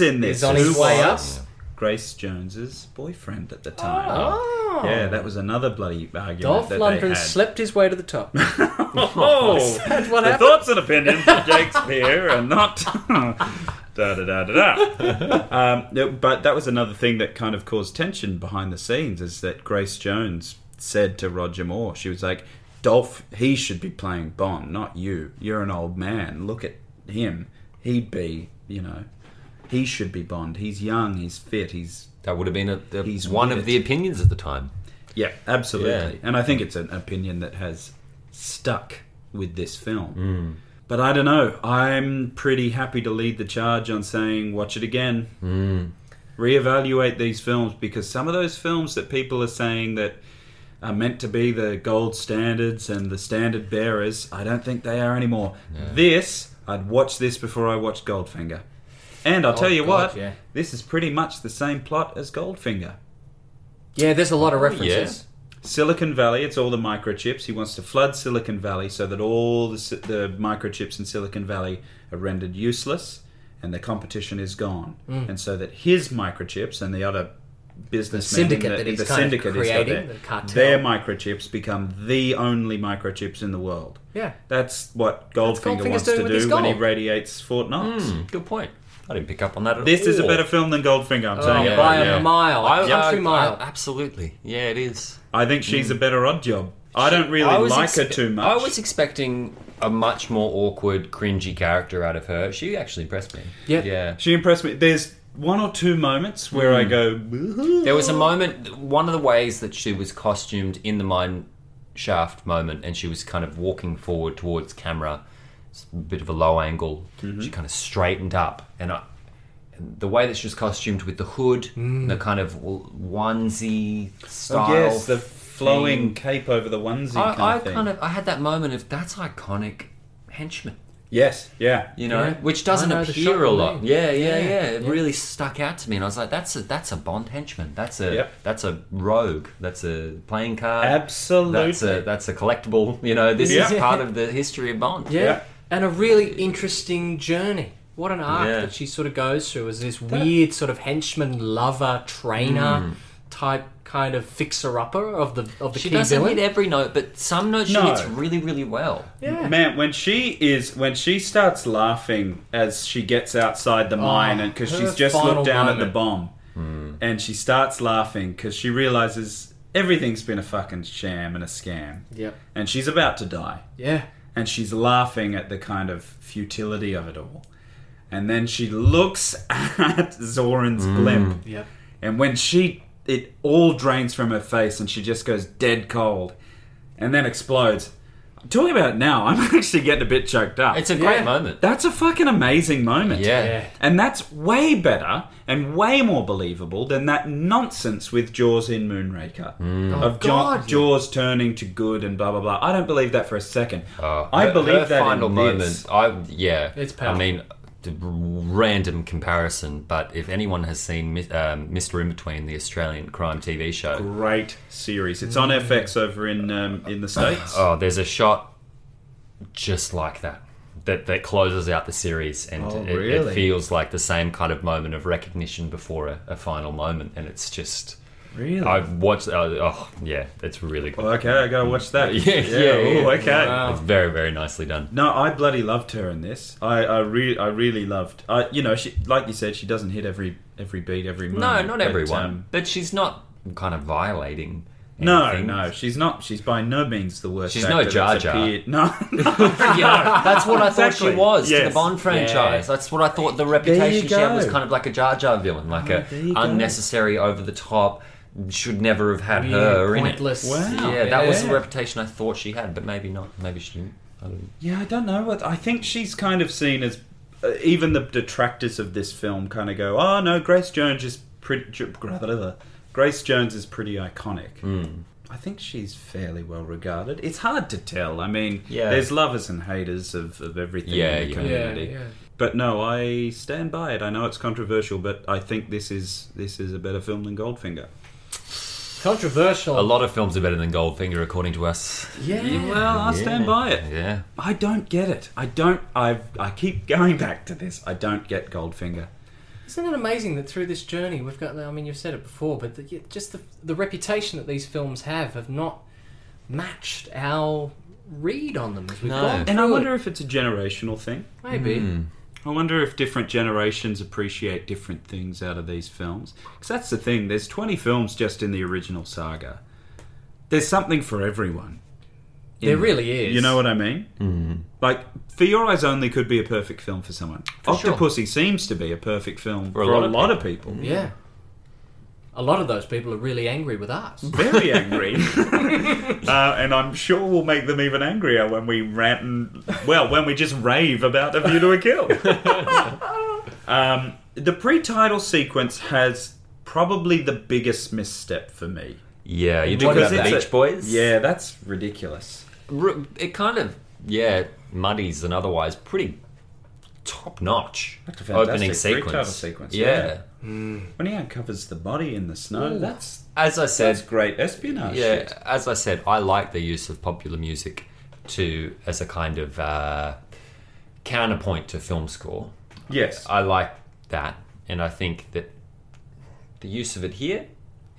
Speaker 1: is,
Speaker 2: in this.
Speaker 1: Is on his
Speaker 2: who
Speaker 1: way up.
Speaker 2: was Grace Jones's boyfriend at the time. Yeah, that was another bloody argument
Speaker 1: Oh. Dolph
Speaker 2: that they
Speaker 1: Lundgren
Speaker 2: had.
Speaker 1: slept his way to the top.
Speaker 2: Oh,
Speaker 1: That's what
Speaker 2: the
Speaker 1: happened.
Speaker 2: thoughts and opinions of Shakespeare are not. da da da da da. Um, no, but that was another thing that kind of caused tension behind the scenes is that Grace Jones said to Roger Moore, she was like, Dolph, he should be playing Bond, not you. You're an old man. Look at him. He'd be, you know, he should be Bond. He's young, he's fit, he's.
Speaker 3: That would have been a, a-
Speaker 2: He's
Speaker 3: one
Speaker 2: weird.
Speaker 3: of the opinions at the time.
Speaker 2: Yeah, absolutely.
Speaker 3: Yeah.
Speaker 2: And I think it's an opinion that has stuck with this film. But I don't know. I'm pretty happy to lead the charge on saying watch it again. Mm. Reevaluate these films because some of those films that people are saying that are meant to be the gold standards and the standard bearers, I don't think they are anymore. This, I'd watch this before I watched Goldfinger. And I'll tell you
Speaker 1: God,
Speaker 2: what,
Speaker 1: yeah.
Speaker 2: this is pretty much the same plot as Goldfinger.
Speaker 1: Yeah, there's a lot of references.
Speaker 2: Silicon Valley, it's all the microchips. He wants to flood Silicon Valley so that all the, si- the microchips in Silicon Valley are rendered useless and the competition is gone.
Speaker 1: Mm.
Speaker 2: And so that his microchips and the other business
Speaker 1: syndicate that he's kind of creating, the cartel.
Speaker 2: their microchips become the only microchips in the world.
Speaker 1: Yeah.
Speaker 2: That's what Goldfinger
Speaker 1: Goldfinger's
Speaker 2: wants
Speaker 1: doing
Speaker 2: to
Speaker 1: with his
Speaker 2: do when he
Speaker 1: gold. Mm.
Speaker 2: radiates Fort Knox.
Speaker 3: Hmm, good point. I didn't pick up on that at
Speaker 2: This
Speaker 3: all.
Speaker 2: is a better film than Goldfinger, I'm saying
Speaker 1: Oh,
Speaker 2: it
Speaker 1: by
Speaker 2: right
Speaker 1: a
Speaker 2: now.
Speaker 1: mile, a
Speaker 3: I,
Speaker 1: country
Speaker 3: I-
Speaker 1: mile.
Speaker 3: I- absolutely. Yeah, it is.
Speaker 2: I think she's a
Speaker 1: Mm.
Speaker 2: better odd job. I don't really
Speaker 3: I was
Speaker 2: like her
Speaker 3: expe-
Speaker 2: too much.
Speaker 3: I was expecting a much more awkward, cringy character out of her. She actually impressed me.
Speaker 1: Yep.
Speaker 3: Yeah.
Speaker 2: She impressed me. There's one or two moments where I go, "Woohoo."
Speaker 3: There was a moment, one of the ways that she was costumed in the mine shaft moment, and she was kind of walking forward towards camera, it's a bit of a low angle.
Speaker 2: Mm-hmm.
Speaker 3: She kind of straightened up, and, I, and the way that she was costumed with the hood,
Speaker 2: Mm.
Speaker 3: the kind of onesie style.
Speaker 2: Oh, yes, the flowing cape over the onesie
Speaker 3: I,
Speaker 2: kind
Speaker 3: I
Speaker 2: of thing.
Speaker 3: kind of I had that moment of that's iconic henchman.
Speaker 2: Yes. Yeah.
Speaker 3: you know,
Speaker 1: Yeah.
Speaker 3: which doesn't
Speaker 1: I know the shot
Speaker 3: appear a
Speaker 1: you
Speaker 3: lot.
Speaker 1: mean.
Speaker 3: Yeah, yeah, yeah.
Speaker 1: Yeah,
Speaker 3: It really stuck out to me, and I was like, "That's a that's a Bond henchman. That's a
Speaker 2: Yep.
Speaker 3: that's a rogue. That's a playing card.
Speaker 2: Absolutely.
Speaker 3: That's a that's a collectible. You know, this is
Speaker 2: Yeah.
Speaker 3: part of the history of Bond.
Speaker 1: Yeah.
Speaker 2: Yeah.
Speaker 1: And a really interesting journey. What an arc
Speaker 3: Yeah.
Speaker 1: that she sort of goes through as this weird sort of henchman lover trainer type kind of fixer upper of the of the
Speaker 3: She
Speaker 1: key
Speaker 3: doesn't
Speaker 1: villain.
Speaker 3: hit every note, but some notes
Speaker 2: No.
Speaker 3: she hits really, really well.
Speaker 1: yeah.
Speaker 2: Man, when she is when she starts laughing as she gets outside the mine, and because
Speaker 1: her
Speaker 2: she's just
Speaker 1: final
Speaker 2: looked down at the
Speaker 1: moment.
Speaker 2: bomb,
Speaker 3: Hmm.
Speaker 2: and she starts laughing because she realizes everything's been a fucking sham and a scam,
Speaker 1: Yep.
Speaker 2: and she's about to die,
Speaker 1: Yeah.
Speaker 2: and she's laughing at the kind of futility of it all, and then she looks at Zoran's
Speaker 3: Mm.
Speaker 2: blimp,
Speaker 1: Yep.
Speaker 2: and when she it all drains from her face and she just goes dead cold and then explodes. I'm talking about it now, I'm actually getting a bit choked up.
Speaker 3: It's a great
Speaker 1: Yeah.
Speaker 3: moment.
Speaker 2: that's a fucking amazing moment.
Speaker 3: Yeah.
Speaker 1: Yeah.
Speaker 2: And that's way better and way more believable than that nonsense with Jaws in Moonraker.
Speaker 3: Mm.
Speaker 2: Of
Speaker 1: Oh,
Speaker 2: Jo-
Speaker 1: God, yeah.
Speaker 2: Jaws turning to good and blah blah blah. I don't believe that for a second.
Speaker 3: Uh,
Speaker 2: I
Speaker 3: her-
Speaker 2: believe
Speaker 3: her
Speaker 2: that
Speaker 3: final
Speaker 2: in
Speaker 3: moment.
Speaker 2: this.
Speaker 3: I yeah,
Speaker 1: It's powerful.
Speaker 3: I mean, the random comparison, but if anyone has seen Mi- um, Mr. In Between, the Australian crime TV show,
Speaker 2: Great series. It's on FX over in um, in the States.
Speaker 3: Oh, there's a shot just like that that that closes out the series, and
Speaker 2: Oh,
Speaker 3: it,
Speaker 2: really?
Speaker 3: it feels like the same kind of moment of recognition before a, a final moment, and it's just
Speaker 2: really?
Speaker 3: I've watched. Uh, oh, yeah, it's really good.
Speaker 2: Oh, okay, I gotta watch that.
Speaker 3: Yeah, yeah,
Speaker 2: ooh,
Speaker 3: yeah.
Speaker 2: okay.
Speaker 1: Wow.
Speaker 3: It's very very nicely done.
Speaker 2: No, I bloody loved her in this. I I, re- I really loved. I you know she like you said she doesn't hit every every beat every moment.
Speaker 3: No, not
Speaker 2: but,
Speaker 3: everyone,
Speaker 2: um,
Speaker 3: but she's not kind of violating.
Speaker 2: no,
Speaker 3: anything.
Speaker 2: no, she's not. She's by no means the worst.
Speaker 3: She's no
Speaker 2: actor
Speaker 3: Jar
Speaker 2: that's
Speaker 3: Jar.
Speaker 2: appeared. No,
Speaker 3: yeah, that's what I thought
Speaker 2: Exactly.
Speaker 3: she was to
Speaker 2: Yes.
Speaker 3: the Bond franchise.
Speaker 2: Yeah.
Speaker 3: That's what I thought the reputation she
Speaker 2: go.
Speaker 3: had was kind of like a Jar Jar villain, like
Speaker 2: there
Speaker 3: a
Speaker 2: you go.
Speaker 3: unnecessary, over the top. Should never have had
Speaker 1: Weird,
Speaker 3: her in it.
Speaker 1: pointless.
Speaker 2: Wow.
Speaker 3: Yeah, that was the
Speaker 2: Yeah.
Speaker 3: reputation I thought she had, but maybe not. Maybe she didn't. I don't know.
Speaker 2: yeah, I don't know. What I think she's kind of seen as uh, even the detractors of this film kind of go, oh no, Grace Jones is pretty. Ju- blah, blah, blah. Grace Jones is pretty iconic.
Speaker 3: Hmm.
Speaker 2: I think she's fairly well regarded. It's hard to tell. I mean,
Speaker 3: Yeah.
Speaker 2: there's lovers and haters of, of everything
Speaker 3: Yeah,
Speaker 2: in the
Speaker 3: yeah.
Speaker 1: Yeah,
Speaker 2: community.
Speaker 1: yeah.
Speaker 2: But no, I stand by it. I know it's controversial, but I think this is this is a better film than Goldfinger.
Speaker 1: Controversial.
Speaker 3: A lot of films are better than Goldfinger, according to us.
Speaker 1: Yeah.
Speaker 2: Well, I stand by it.
Speaker 3: Yeah.
Speaker 2: I don't get it. I don't. I I keep going back to this. I don't get Goldfinger.
Speaker 1: Isn't it amazing that through this journey we've got? I mean, you've said it before, but the, yeah, just the, the reputation that these films have have not matched our read on them as we've
Speaker 3: No.
Speaker 1: gone.
Speaker 2: And I
Speaker 1: through
Speaker 2: wonder
Speaker 1: it.
Speaker 2: if it's a generational thing.
Speaker 1: maybe
Speaker 2: Hmm. I wonder if different generations appreciate different things out of these films. Because that's the thing. There's 20 films just in the original saga. There's something for everyone.
Speaker 1: there really is.
Speaker 2: You know what I mean? Like, For Your Eyes Only could be a perfect film for someone.
Speaker 3: sure.
Speaker 2: Octopussy seems to be a perfect film for,
Speaker 3: a
Speaker 2: a,
Speaker 3: lot
Speaker 2: lot
Speaker 3: of Mm-hmm.
Speaker 2: of people.
Speaker 1: Yeah. A lot of those people are really angry with us.
Speaker 2: Very angry. uh, and I'm sure we'll make them even angrier when we rant and, well, when we just rave about A View to a Kill. um, the pre title sequence has probably the biggest misstep for me.
Speaker 3: Yeah, you talking about the
Speaker 2: it's
Speaker 3: Beach
Speaker 2: a-
Speaker 3: Boys?
Speaker 2: Yeah, that's ridiculous.
Speaker 3: R- It kind of, yeah, muddies an otherwise pretty top notch
Speaker 2: That's a fantastic
Speaker 3: opening sequence.
Speaker 2: pre-title sequence,
Speaker 3: Yeah.
Speaker 2: When he uncovers the body in the snow, that's
Speaker 3: As I said,
Speaker 2: that's great espionage.
Speaker 3: yeah,
Speaker 2: Oh, shit.
Speaker 3: as I said, I like the use of popular music to as a kind of uh, counterpoint to film score.
Speaker 2: Yes.
Speaker 3: I like that, and I think that the use of it here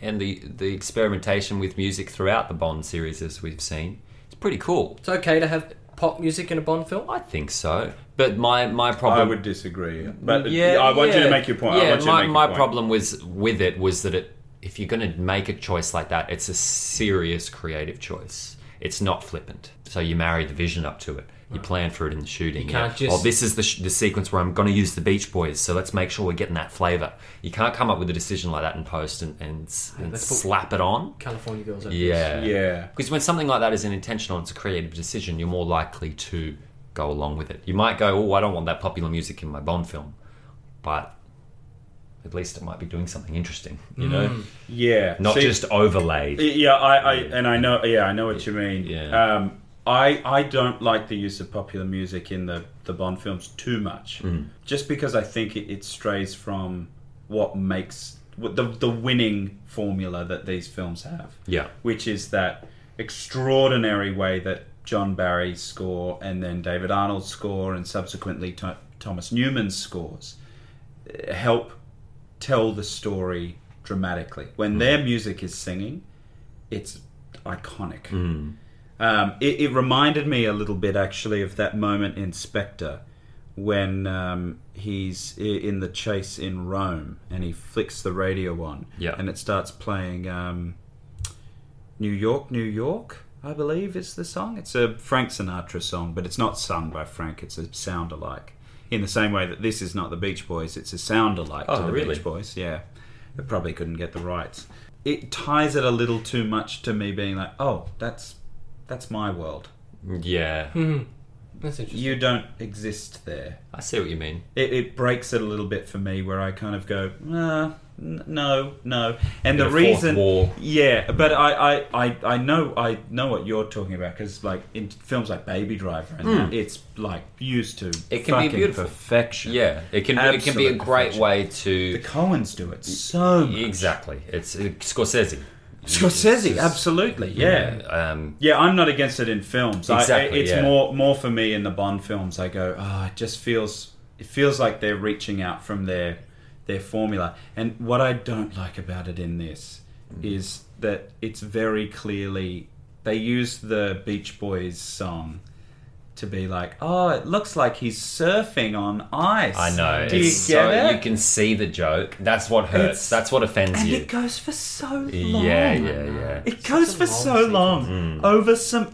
Speaker 3: and the the experimentation with music throughout the Bond series, as we've seen, is pretty cool.
Speaker 1: It's okay to have pop music in a Bond film.
Speaker 3: I think so, but my my
Speaker 2: I
Speaker 3: problem
Speaker 2: would disagree, but
Speaker 3: yeah,
Speaker 2: I want you
Speaker 3: yeah.
Speaker 2: to make your point. I
Speaker 3: Yeah,
Speaker 2: want you to
Speaker 3: my,
Speaker 2: make your
Speaker 3: my
Speaker 2: point.
Speaker 3: problem was with it was that it, if you're going to make a choice like that, it's a serious creative choice. It's not flippant. So you marry the vision up to it. You plan for it in the shooting.
Speaker 1: You can't
Speaker 3: yeah.
Speaker 1: just-
Speaker 3: Well, this is the, sh- the sequence where I'm going to use the Beach Boys, so let's make sure we're getting that flavour. You can't come up with a decision like that in post and, and, s- and
Speaker 1: Let's put-
Speaker 3: slap it on.
Speaker 1: California Girls. I
Speaker 3: Yeah.
Speaker 2: Yeah.
Speaker 3: Because when something like that is unintentional, and it's a creative decision, you're more likely to go along with it. You might go, oh, I don't want that popular music in my Bond film, but at least it might be doing something interesting, you know?
Speaker 2: Yeah,
Speaker 3: Not
Speaker 2: Mm. See,
Speaker 3: just overlaid.
Speaker 2: Yeah, I, I and I know. Yeah, I know what you mean.
Speaker 3: Yeah.
Speaker 2: Um, I I don't like the use of popular music in the the Bond films too much, just because I think it, it strays from what makes what the the winning formula that these films have.
Speaker 3: Yeah.
Speaker 2: which is that extraordinary way that John Barry's score and then David Arnold's score and subsequently Tho- Thomas Newman's scores uh, help tell the story dramatically. When their music is singing, it's iconic. Um, it, it reminded me a little bit actually of that moment in Spectre when um, he's i- in the chase in Rome and he flicks the radio on
Speaker 3: Yeah.
Speaker 2: and it starts playing um, New York, New York. I believe is the song. It's a Frank Sinatra song, but it's not sung by Frank. It's a sound alike. In the same way that this is not the Beach Boys, it's a sound alike to
Speaker 3: Oh,
Speaker 2: the
Speaker 3: really?
Speaker 2: Beach Boys. Yeah, they probably couldn't get the rights. It ties it a little too much to me being like, oh, that's that's my world.
Speaker 3: Yeah.
Speaker 1: That's interesting.
Speaker 2: You don't exist there.
Speaker 3: I see what you mean.
Speaker 2: It, it breaks it a little bit for me, where I kind of go, ah, n- no, no. And
Speaker 3: Bit
Speaker 2: the
Speaker 3: of fourth
Speaker 2: reason,
Speaker 3: wall.
Speaker 2: yeah, but I, I, I, I know, I know what you're talking about because, like, in films like Baby Driver, and that, it's like used to
Speaker 3: Hmm. It can be
Speaker 2: fucking
Speaker 3: beautiful.
Speaker 2: perfection.
Speaker 3: Yeah, it can it can be a
Speaker 2: Absolute
Speaker 3: great
Speaker 2: perfection.
Speaker 3: way
Speaker 2: the
Speaker 3: to
Speaker 2: Coens do it so much.
Speaker 3: exactly. It's, it's Scorsese.
Speaker 2: Scorsese, absolutely, yeah.
Speaker 3: Um,
Speaker 2: Yeah, I'm not against it in films. I,
Speaker 3: Exactly,
Speaker 2: it's
Speaker 3: yeah.
Speaker 2: more more for me in the Bond films. I go, oh, it just feels it feels like they're reaching out from their their formula. And what I don't like about it in this
Speaker 3: Mm.
Speaker 2: is that it's very clearly they use the Beach Boys song to be like, oh, it looks like he's surfing on ice.
Speaker 3: I know.
Speaker 2: Do
Speaker 3: it's
Speaker 2: you get
Speaker 3: so
Speaker 2: it?
Speaker 3: you can see the joke. That's what hurts.
Speaker 2: It's-
Speaker 3: That's what offends
Speaker 2: and
Speaker 3: you.
Speaker 2: it goes for so long.
Speaker 3: yeah, yeah, yeah.
Speaker 2: It goes
Speaker 1: a
Speaker 2: for
Speaker 1: long
Speaker 2: so long over some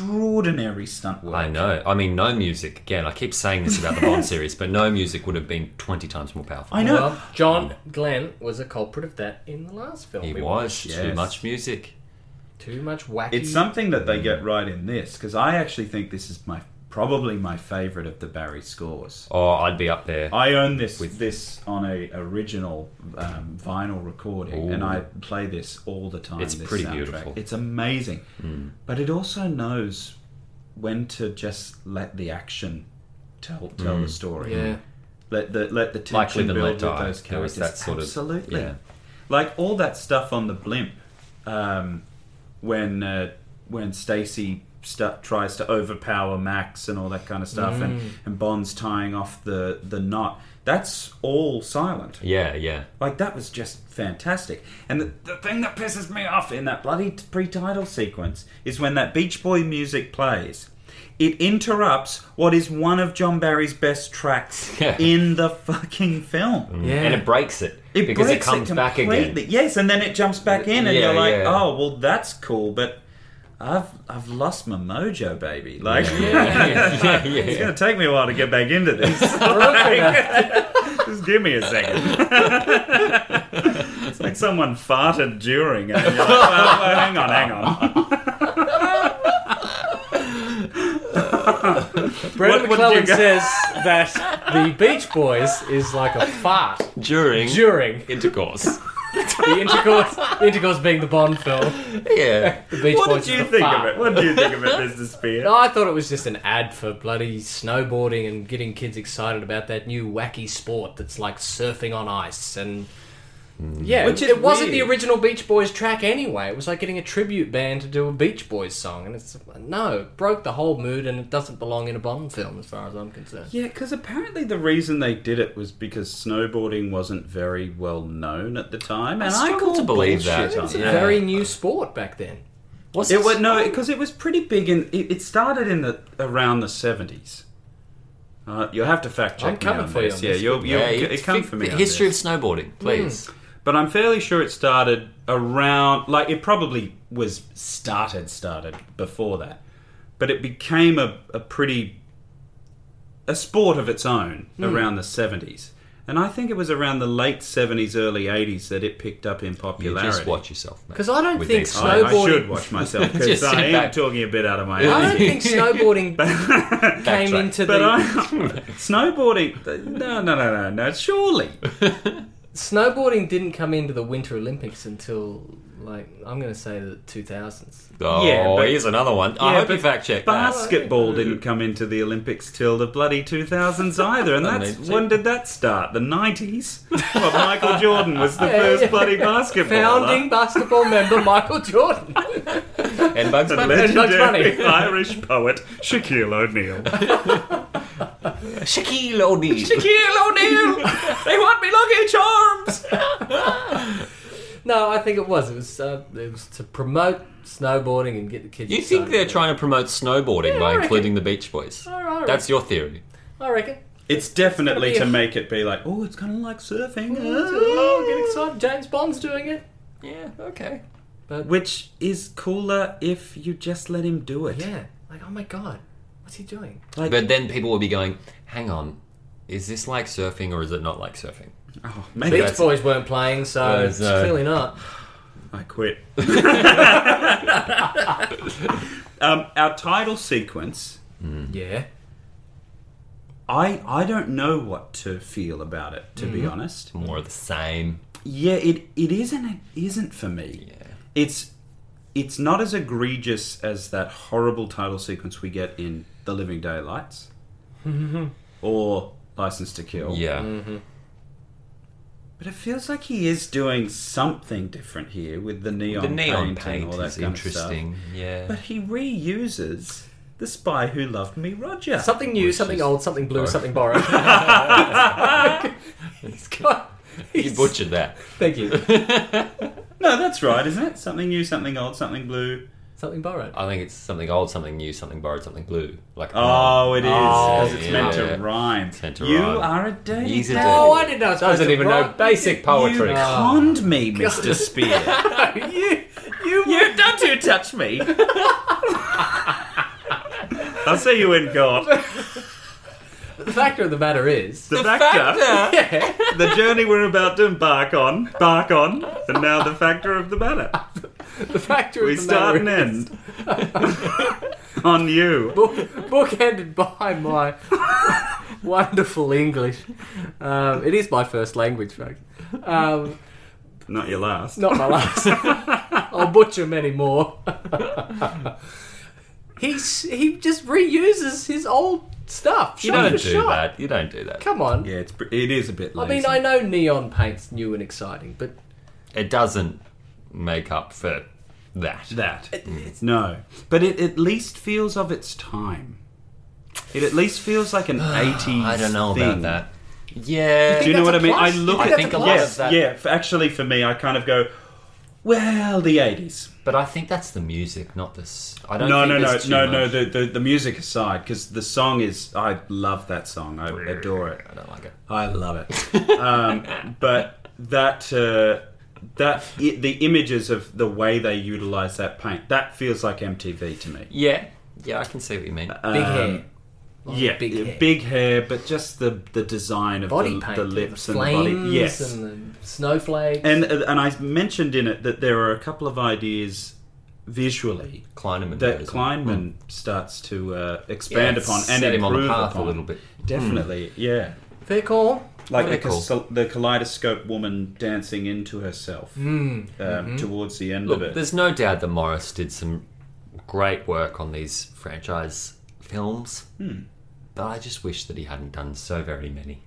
Speaker 2: extraordinary stunt work.
Speaker 3: I know. I mean, no music. Again, I keep saying this about the Bond series, but no music would have been twenty times more powerful.
Speaker 2: I know.
Speaker 1: Well, John Glenn was a culprit of that in the last film.
Speaker 3: It
Speaker 1: We
Speaker 3: was too
Speaker 2: yes.
Speaker 3: much music.
Speaker 1: watched too much wacky.
Speaker 2: It's something that they
Speaker 3: Mm.
Speaker 2: get right in this because I actually think this is my probably my favorite of the Barry scores.
Speaker 3: Oh, I'd be up there.
Speaker 2: I own this this on a original um, vinyl recording,
Speaker 3: Ooh.
Speaker 2: and I play this all the time.
Speaker 3: It's
Speaker 2: this
Speaker 3: pretty
Speaker 2: soundtrack.
Speaker 3: beautiful. Mm.
Speaker 2: It's amazing, but it also knows when to just let the action tell tell
Speaker 3: Mm.
Speaker 2: the story.
Speaker 1: yeah.
Speaker 2: Let the let the tension
Speaker 3: Like Live and
Speaker 2: build
Speaker 3: Let
Speaker 2: with
Speaker 3: Die.
Speaker 2: those characters.
Speaker 3: There was that sort of-
Speaker 2: Absolutely.
Speaker 3: yeah.
Speaker 2: Like all that stuff on the blimp, um, when uh, when Stacy stu- tries to overpower Max and all that kind of stuff, and,
Speaker 3: Mm.
Speaker 2: and Bond's tying off the the knot. That's all silent.
Speaker 3: Yeah, yeah.
Speaker 2: Like that was just fantastic. And the, the thing that pisses me off in that bloody t- pre-title sequence is when that Beach Boy music plays. It interrupts what is one of John Barry's best tracks
Speaker 3: Yeah.
Speaker 2: in the fucking film.
Speaker 1: Yeah.
Speaker 3: And it breaks it,
Speaker 2: It
Speaker 3: because
Speaker 2: breaks
Speaker 3: it comes back
Speaker 2: completely.
Speaker 3: again.
Speaker 2: Yes, and then it jumps back in, and
Speaker 3: Yeah,
Speaker 2: you're like,
Speaker 3: yeah.
Speaker 2: "Oh, well, that's cool," but I've I've lost my mojo, baby. Like,
Speaker 3: Yeah, yeah, yeah.
Speaker 2: it's gonna take me a while to get back into this. Just give me a second. it's like someone farted during, and you're like, well, well, "Hang on, hang on."
Speaker 1: Brendan
Speaker 2: What- what did you
Speaker 1: McClellan
Speaker 2: go-
Speaker 1: says that the Beach Boys is like a fart
Speaker 3: During,
Speaker 1: during
Speaker 3: intercourse.
Speaker 1: the intercourse, intercourse being the Bond film.
Speaker 3: yeah.
Speaker 1: The Beach
Speaker 2: What
Speaker 1: Boys
Speaker 2: did
Speaker 1: is
Speaker 2: you
Speaker 1: the
Speaker 2: think
Speaker 1: fart.
Speaker 2: of it? What do you think of it, Mister Spear?
Speaker 1: No, I thought it was just an ad for bloody snowboarding and getting kids excited about that new wacky sport that's like surfing on ice and yeah,
Speaker 2: Which is
Speaker 1: it wasn't
Speaker 2: weird.
Speaker 1: the original Beach Boys track anyway. It was like getting a tribute band to do a Beach Boys song, and it's no, it broke the whole mood, and it doesn't belong in a Bond film as far as I'm concerned.
Speaker 2: Yeah, because apparently the reason they did it was because snowboarding wasn't very well known at the time, and I,
Speaker 3: struggle
Speaker 2: call
Speaker 3: to believe
Speaker 2: bullshit
Speaker 3: that.
Speaker 2: on
Speaker 1: It's a
Speaker 3: Yeah.
Speaker 1: very new sport back then.
Speaker 3: What's
Speaker 2: It
Speaker 3: this-
Speaker 2: was no, because it was pretty big in. It, it started in the around the seventies. Uh, you'll have to fact check.
Speaker 1: I'm
Speaker 2: me
Speaker 1: coming
Speaker 2: on
Speaker 1: for you
Speaker 2: this.
Speaker 1: on
Speaker 2: Yeah,
Speaker 1: this.
Speaker 2: you'll, you'll,
Speaker 3: Yeah,
Speaker 2: it come for me. Hmm.
Speaker 3: The
Speaker 2: on
Speaker 3: history
Speaker 2: this.
Speaker 3: of snowboarding, please.
Speaker 2: but I'm fairly sure it started around. Like it probably was started started before that, but it became a, a pretty a sport of its own
Speaker 1: Hmm.
Speaker 2: around the seventies. And I think it was around the late seventies, early eighties that it picked up in
Speaker 3: You
Speaker 2: popularity.
Speaker 3: just watch yourself. mate,
Speaker 1: 'Cause I don't
Speaker 3: with
Speaker 1: think
Speaker 3: these
Speaker 1: so.
Speaker 2: I,
Speaker 3: guys.
Speaker 2: I should
Speaker 1: Snowboarding.
Speaker 2: watch myself because
Speaker 3: Just sit
Speaker 2: I am
Speaker 3: back.
Speaker 2: talking a bit out of my
Speaker 1: I
Speaker 2: ass.
Speaker 1: don't think snowboarding came
Speaker 3: Backtrack.
Speaker 1: into
Speaker 2: But
Speaker 1: the.
Speaker 2: I, snowboarding. No, no, no, no, no. Surely
Speaker 1: snowboarding didn't come into the Winter Olympics until like I'm going to say the 2000s.
Speaker 3: Oh,
Speaker 2: Yeah, but-
Speaker 3: here's another one. I
Speaker 2: Yeah,
Speaker 3: hope you
Speaker 2: but
Speaker 3: fact check that.
Speaker 2: Basketball didn't come into the Olympics till the bloody 2000s either, and that's
Speaker 3: Amazing.
Speaker 2: when did that start? The 90s. Well, Michael Jordan was the
Speaker 1: Yeah,
Speaker 2: first
Speaker 1: yeah.
Speaker 2: bloody basketball.
Speaker 1: Founding basketball member Michael Jordan.
Speaker 3: And Bugs
Speaker 2: The
Speaker 3: Bunny.
Speaker 1: Bugs
Speaker 2: legendary
Speaker 1: Bunny.
Speaker 2: Irish poet Shaquille O'Neal.
Speaker 3: Shaquille O'Neal.
Speaker 1: Shaquille O'Neal.
Speaker 3: they want me luggage arms.
Speaker 1: No, I think it was. It was. Uh, it was to promote snowboarding and get the kids.
Speaker 3: You think they're trying to promote snowboarding
Speaker 1: Yeah, I
Speaker 3: by
Speaker 1: reckon.
Speaker 3: including the Beach Boys?
Speaker 1: All right,
Speaker 3: That's your theory.
Speaker 1: I reckon.
Speaker 2: It's definitely
Speaker 1: It's
Speaker 2: to
Speaker 1: gonna be
Speaker 2: make it be like, oh, it's kind of like surfing.
Speaker 1: Oh, get excited! James Bond's doing it.
Speaker 3: Yeah. Okay.
Speaker 2: Which is cooler if you just let him do it.
Speaker 1: Yeah. Like, oh my god, what's he doing?
Speaker 2: Like,
Speaker 3: But then people will be going, "Hang on, is this like surfing or is it not like surfing?"
Speaker 2: oh, maybe
Speaker 1: Beach
Speaker 2: that's-
Speaker 1: Boys weren't playing, so
Speaker 3: Uh,
Speaker 1: it's
Speaker 3: so-
Speaker 1: clearly not.
Speaker 2: I quit. um, our title sequence
Speaker 1: Yeah.
Speaker 2: I I don't know what to feel about it, to
Speaker 3: Mm-hmm.
Speaker 2: be honest.
Speaker 3: more of the same.
Speaker 2: Yeah, it it isn't it isn't for me.
Speaker 3: Yeah.
Speaker 2: It's it's not as egregious as that horrible title sequence we get in The Living Daylights or License to Kill.
Speaker 3: Yeah.
Speaker 2: But it feels like he is doing something different here with the neon
Speaker 3: The neon
Speaker 2: paint, and
Speaker 3: paint
Speaker 2: all that
Speaker 3: is
Speaker 2: kind of stuff.
Speaker 3: interesting. Yeah.
Speaker 2: But he reuses The Spy Who Loved Me Roger.
Speaker 1: Something new,
Speaker 3: Which
Speaker 1: something
Speaker 3: is-
Speaker 1: old, something blue,
Speaker 3: Sorry.
Speaker 1: something borrowed. he's got.
Speaker 3: you
Speaker 1: he's-
Speaker 3: butchered that.
Speaker 1: Thank you.
Speaker 2: no, that's right, isn't it? Something new, something old, something blue.
Speaker 1: Something borrowed.
Speaker 3: I think it's something old, something new, something borrowed, something blue. Like
Speaker 2: Oh, it is
Speaker 1: Oh,
Speaker 2: because it's meant
Speaker 3: yeah.
Speaker 2: to rhyme.
Speaker 3: meant to
Speaker 2: you
Speaker 3: rhyme.
Speaker 2: are a dirty.
Speaker 3: He's a
Speaker 2: dog.
Speaker 3: dirty-
Speaker 1: Oh, I didn't know. I was supposed
Speaker 3: Doesn't
Speaker 1: to
Speaker 3: even know
Speaker 1: write-
Speaker 3: basic poetry.
Speaker 2: You conned me, Mister Spear.
Speaker 1: you, you,
Speaker 2: you don't you touch me. I'll see you in God.
Speaker 1: The fact of the matter is,
Speaker 2: The, factor, the journey we're about to embark on, embark on, and now the factor of the matter.
Speaker 1: the fact of
Speaker 2: We
Speaker 1: the
Speaker 2: start and
Speaker 1: matter is,
Speaker 2: end on you.
Speaker 1: book, bookended by my wonderful English. Um, it is my first language, folks. Um,
Speaker 2: Not your last.
Speaker 1: not my last. I'll butcher many more. He's, he just reuses his old stuff.
Speaker 3: You
Speaker 1: shot
Speaker 3: don't
Speaker 1: for
Speaker 3: do
Speaker 1: shot.
Speaker 3: that. You don't do that.
Speaker 1: Come on.
Speaker 2: Yeah, it's pr- it is a bit.
Speaker 1: I
Speaker 2: Lazy.
Speaker 1: mean, I know neon paint's new and exciting, but
Speaker 3: It doesn't make up for that.
Speaker 2: that. no, but it at least feels of its time. It at least feels like an 80s.
Speaker 3: I don't know
Speaker 2: thing.
Speaker 3: about that. Yeah.
Speaker 2: Do you know what I mean? I look
Speaker 3: I
Speaker 2: at
Speaker 3: think a lot of
Speaker 2: yes,
Speaker 3: that-
Speaker 2: yeah. f- Actually, for me, I kind of go, well, the 80s.
Speaker 3: But I think that's the music, not this. I don't.
Speaker 2: No,
Speaker 3: think
Speaker 2: no, no,
Speaker 3: there's too
Speaker 2: no, no.
Speaker 3: much-
Speaker 2: The, the the music aside, because the song is. I love that song. I adore it.
Speaker 3: I don't like it.
Speaker 2: I love it. um, but that uh, that i the images of the way they utilize that paint that feels like MTV to me. Um,
Speaker 3: Yeah. Yeah, I can see what you mean.
Speaker 1: big hair.
Speaker 2: Uh, yeah,
Speaker 1: big
Speaker 2: yeah,
Speaker 1: hair.
Speaker 2: big hair, but just the the design of
Speaker 1: Body
Speaker 2: the,
Speaker 1: paint.
Speaker 2: the lips
Speaker 1: the
Speaker 2: and
Speaker 1: flames
Speaker 2: the body. Yes, and
Speaker 1: and the snowflakes.
Speaker 2: and, I mentioned in it that there are a couple of ideas visually
Speaker 3: Kleineman.
Speaker 2: that
Speaker 3: knows it.
Speaker 2: Kleinman starts to uh,
Speaker 3: Mm.
Speaker 2: expand
Speaker 3: Yeah,
Speaker 2: upon and
Speaker 3: set him on
Speaker 2: improve
Speaker 3: the path
Speaker 2: upon
Speaker 3: a little bit.
Speaker 2: Definitely, yeah.
Speaker 1: Fair call.
Speaker 2: Like
Speaker 3: Very
Speaker 2: the,
Speaker 3: cool.
Speaker 2: kys- the kaleidoscope woman dancing into herself um, towards the end of
Speaker 3: Look,
Speaker 2: it.
Speaker 3: there's no doubt that Morris did some great work on these franchise films,
Speaker 2: Hmm.
Speaker 3: but I just wish that he hadn't done so very many.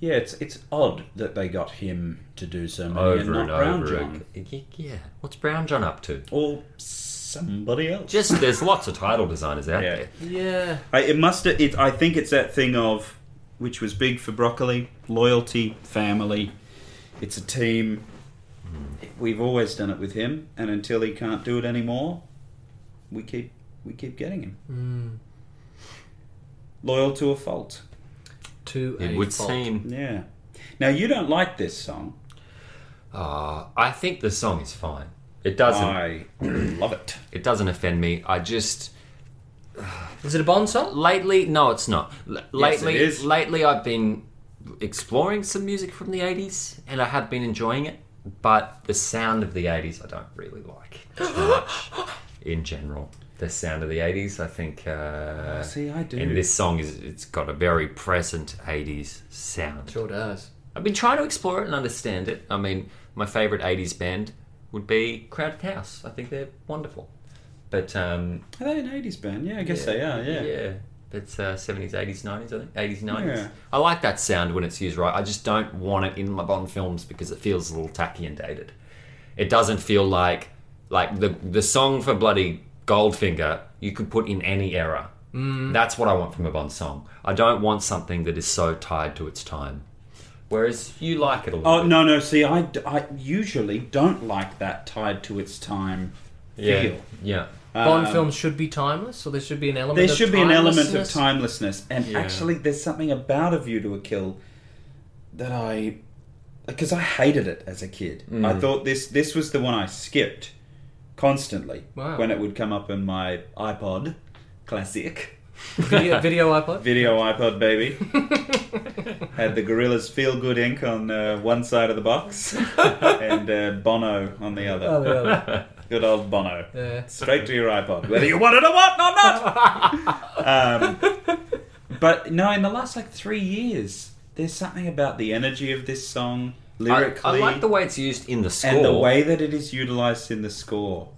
Speaker 2: yeah, it's it's odd that they got him to do so many
Speaker 3: Over
Speaker 2: and not
Speaker 3: and
Speaker 2: Brown
Speaker 3: over
Speaker 2: John
Speaker 3: again. Yeah, what's Brown John up to?
Speaker 2: or somebody else.
Speaker 3: Just there's lots of title designers out
Speaker 2: Yeah.
Speaker 3: there.
Speaker 1: Yeah.
Speaker 2: I, it must. It, I think it's that thing of which was big for broccoli: loyalty, family. It's a team.
Speaker 3: Hmm.
Speaker 2: We've always done it with him, and until he can't do it anymore, we keep we keep getting him. Loyal to a fault.
Speaker 1: To
Speaker 3: It
Speaker 1: a
Speaker 3: would
Speaker 1: fault.
Speaker 3: seem.
Speaker 2: Yeah. Now you don't like this song.
Speaker 3: Uh, I think the song is fine. It doesn't.
Speaker 2: I love it.
Speaker 3: It doesn't offend me. I just
Speaker 1: Is it a Bond song?
Speaker 3: lately, no, it's not. L- lately,
Speaker 2: it is.
Speaker 3: lately, I've been exploring some music from the '80s, and I have been enjoying it. But the sound of the '80s, I don't really like too much in general. The sound of the '80s, I think. Uh,
Speaker 2: See, I do.
Speaker 3: and this song is—it's got a very present '80s sound.
Speaker 1: Sure does.
Speaker 3: I've been trying to explore it and understand it. I mean, my favorite '80s band would be Crowded House. I think they're wonderful, but um,
Speaker 2: Are they an 80s band? Yeah, I guess they are, yeah.
Speaker 3: yeah. It's uh, 70s, 80s, 90s, I think. 80s, 90s.
Speaker 2: Yeah.
Speaker 3: I like that sound when it's used right. I just don't want it in my Bond films because it feels a little tacky and dated. It doesn't feel like like the the song for bloody Goldfinger you could put in any era. Mm. That's what I want from a Bond song. I don't want something that is so tied to its time. Whereas you like it a little
Speaker 2: Oh,
Speaker 3: bit.
Speaker 2: no, no, see, I, d- I usually don't like that tied to its time
Speaker 3: yeah.
Speaker 2: feel.
Speaker 3: Yeah.
Speaker 1: Bond films should be timeless, so there should be an element.
Speaker 2: There
Speaker 1: of
Speaker 2: should be an element of
Speaker 1: timelessness.
Speaker 2: timelessness, and
Speaker 3: Yeah.
Speaker 2: actually, there's something about A View to a Kill that I, because I hated it as a kid. I thought this this was the one I skipped constantly
Speaker 1: Wow.
Speaker 2: when it would come up in my iPod classic
Speaker 1: Video, video iPod.
Speaker 2: video iPod baby. Had the Gorillas Feel Good Inc. on uh, one side of the box and uh, Bono on the other.
Speaker 1: Oh, yeah.
Speaker 2: Good old Bono.
Speaker 1: Yeah.
Speaker 2: Straight to your iPod, whether you want it or what or not. um, but no, in the last like three years, there's something about the energy of this song
Speaker 3: I,
Speaker 2: lyrically
Speaker 3: I like the way it's used in the score.
Speaker 2: and the way that it is utilized in the score.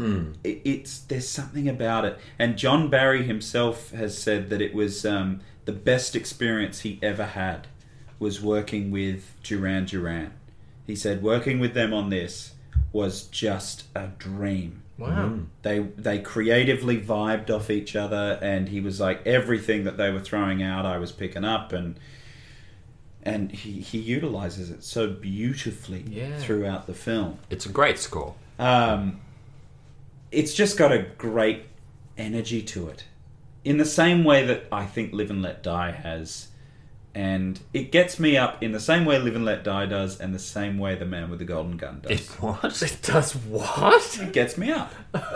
Speaker 2: It, it's there's something about it. And John Barry himself has said that it was um, the best experience he ever had was working with Duran Duran. He said working with them on this was just a dream
Speaker 1: Wow.
Speaker 2: they they creatively vibed off each other and he was like everything that they were throwing out I was picking up and and he, he utilizes it so beautifully
Speaker 1: Yeah.
Speaker 2: throughout the film.
Speaker 3: It's a great score.
Speaker 2: Um, it's just got a great energy to it. In the same way that I think Live and Let Die has. And it gets me up in the same way Live and Let Die does and the same way The Man with the Golden Gun does.
Speaker 3: It what?
Speaker 1: It does what?
Speaker 2: gets me up.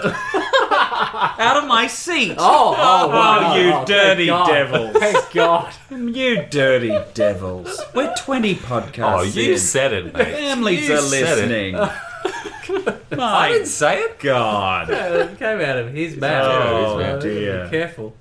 Speaker 2: Out of my seat.
Speaker 1: Oh, oh, wow.
Speaker 2: you
Speaker 1: Oh, thank
Speaker 2: dirty
Speaker 1: God.
Speaker 2: devils.
Speaker 1: Thank God.
Speaker 2: You dirty devils. We're 20 podcasts.
Speaker 3: Oh, you
Speaker 2: in.
Speaker 3: said it, mate.
Speaker 2: Families
Speaker 3: You
Speaker 2: are
Speaker 3: said it.
Speaker 2: listening.
Speaker 3: I didn't
Speaker 2: My
Speaker 3: say it.
Speaker 2: God.
Speaker 1: Uh, it came out of his mouth.
Speaker 2: Oh,
Speaker 1: His mouth.
Speaker 2: dear.
Speaker 1: Be careful.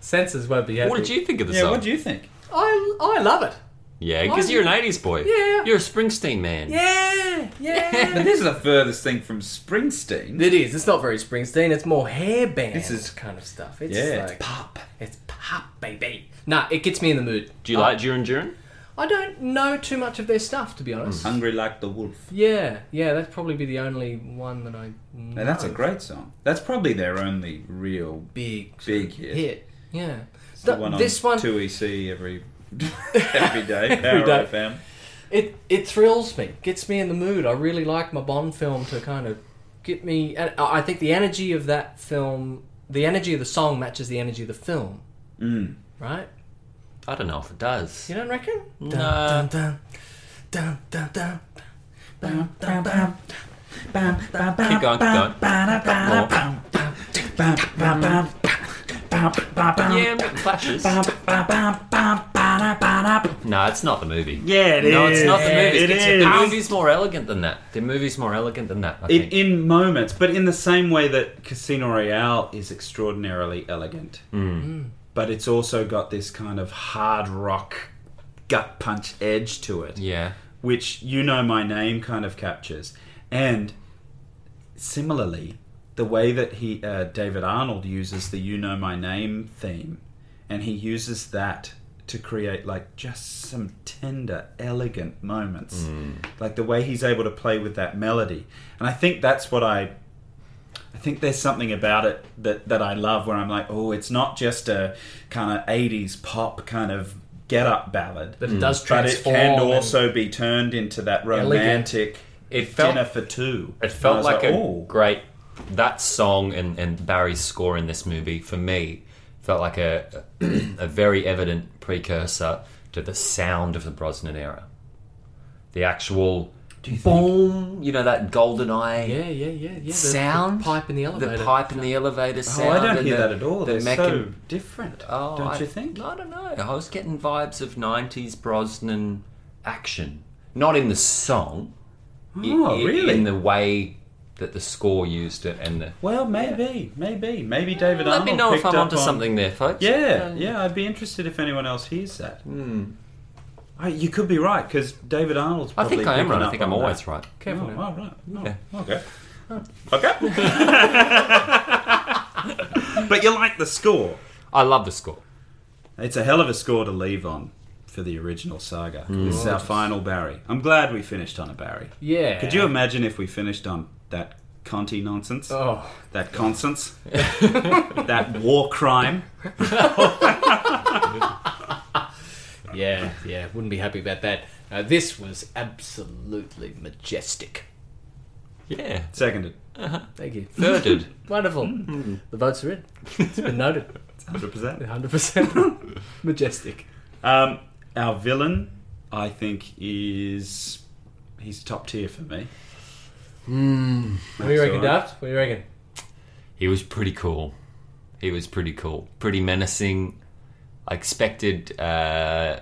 Speaker 1: Censors won't be happy.
Speaker 3: What did you think of the
Speaker 2: Yeah,
Speaker 3: song?
Speaker 2: what do you think?
Speaker 1: I, I love it.
Speaker 3: Yeah, because you're an '80s boy.
Speaker 1: Yeah.
Speaker 3: you're a Springsteen man.
Speaker 1: Yeah,
Speaker 2: But
Speaker 1: yeah.
Speaker 2: this is the furthest thing from Springsteen.
Speaker 1: it is. It's not very Springsteen. It's more hair band.
Speaker 2: This is-
Speaker 1: kind of stuff. It's
Speaker 2: Yeah,
Speaker 1: like,
Speaker 2: it's pop.
Speaker 1: it's pop, baby. Nah, it gets me in the mood.
Speaker 3: Do you like Duran Duran?
Speaker 1: I don't know too much of their stuff, to be honest.
Speaker 2: Hungry Like the Wolf.
Speaker 1: Yeah, yeah. That'd probably be the only one that I. Know.
Speaker 2: And that's a great song. That's probably their only real
Speaker 1: big,
Speaker 2: big hit.
Speaker 1: hit. Yeah.
Speaker 2: It's the
Speaker 1: Th-
Speaker 2: one on
Speaker 1: this one,
Speaker 2: 2EC every, every day. Power
Speaker 1: day.
Speaker 2: FM.
Speaker 1: it it thrills me, gets me in the mood. I really like my Bond film to kind of get me. And I I think the energy of that film, the energy of the song matches the energy of the film. Mm. Right?
Speaker 3: I don't know if it does.
Speaker 1: You don't reckon?
Speaker 3: Nah.
Speaker 1: Dun, dun, dun, dun, dun, dun, dun, dun.
Speaker 3: Keep
Speaker 4: Keep
Speaker 3: going, keep going. Got more. Yeah, but it flashes. No, it's not the movie.
Speaker 2: Yeah, it is.
Speaker 3: No, it's not the movie.
Speaker 2: It
Speaker 3: It's-
Speaker 2: is.
Speaker 3: The movie's more elegant than that. The movie's more elegant than that. I
Speaker 2: It,
Speaker 3: think.
Speaker 2: in moments, but in the same way that Casino Royale is extraordinarily elegant,
Speaker 3: Mm.
Speaker 2: but it's also got this kind of hard rock, gut punch edge to it,
Speaker 3: yeah.
Speaker 2: which you know my name kind of captures. And similarly, the way that he uh, David Arnold uses the "You Know My Name" theme, and he uses that to create like just some tender, elegant moments, like the way he's able to play with that melody. And I think that's what I, I think there's something about it that that I love, where I'm like, oh, it's not just a kind of '80s pop kind of get up ballad,
Speaker 1: But it does
Speaker 2: Mm. but it
Speaker 1: transform
Speaker 2: can
Speaker 1: and-
Speaker 2: also be turned into that romantic.
Speaker 3: It felt
Speaker 2: dinner for two.
Speaker 3: It
Speaker 2: And I
Speaker 3: felt
Speaker 2: was
Speaker 3: like, a
Speaker 2: "Oh."
Speaker 3: great that song and, and Barry's score in this movie for me felt like a a very evident precursor to the sound of the Brosnan era. The actual boom, you know that golden eye
Speaker 1: Yeah, yeah, yeah, yeah. The,
Speaker 3: sound,
Speaker 1: the pipe in the elevator.
Speaker 3: the pipe in the elevator
Speaker 2: Oh,
Speaker 3: sound.
Speaker 2: I don't
Speaker 3: and
Speaker 2: hear
Speaker 3: the-
Speaker 2: that at all.
Speaker 3: the mechan-
Speaker 2: They're so different,
Speaker 3: Oh,
Speaker 2: don't
Speaker 3: I,
Speaker 2: you think?
Speaker 3: I don't know. I was getting vibes of '90s Brosnan action, not in the song. i-
Speaker 2: Oh,
Speaker 3: i-
Speaker 2: really?
Speaker 3: In the way that the score used it, and the,
Speaker 2: Well, maybe, maybe, maybe David.
Speaker 3: let
Speaker 2: Arnold
Speaker 3: me know if
Speaker 2: picked
Speaker 3: I'm
Speaker 2: up
Speaker 3: onto
Speaker 2: on-
Speaker 3: something there, folks. Hmm.
Speaker 2: Yeah, yeah, I'd be interested if anyone else hears that. I, you could be right because David Arnold's.
Speaker 3: I
Speaker 2: Probably
Speaker 3: think I am
Speaker 2: picking
Speaker 3: right. I
Speaker 2: up
Speaker 3: think I'm
Speaker 2: on
Speaker 3: always
Speaker 2: that.
Speaker 3: right.
Speaker 1: Careful
Speaker 2: Oh,
Speaker 1: now.
Speaker 2: all right. Oh,
Speaker 3: Yeah. Oh.
Speaker 2: Okay. Okay. but you like the score.
Speaker 3: I love the score.
Speaker 2: It's a hell of a score to leave on for the original saga. This is our final Barry. I'm glad we finished on a Barry.
Speaker 1: Mm. Yeah.
Speaker 2: Could you imagine if we finished on that Conti nonsense?
Speaker 1: Oh,
Speaker 2: That consonance? that war crime?
Speaker 1: yeah, yeah. Wouldn't be happy about that. Uh, this was absolutely majestic.
Speaker 3: Yeah.
Speaker 2: Seconded.
Speaker 1: Thank you.
Speaker 3: Thirded.
Speaker 1: Wonderful. The votes are in. It's been noted.
Speaker 2: 100%.
Speaker 1: 100% majestic.
Speaker 2: Um, our villain, I think, is. He's top tier for
Speaker 1: What
Speaker 2: me.
Speaker 1: do Hmm. you reckon,
Speaker 2: all right.
Speaker 1: Daft? What do you reckon?
Speaker 3: He was pretty cool. He was pretty cool. Pretty menacing. I expected. Uh,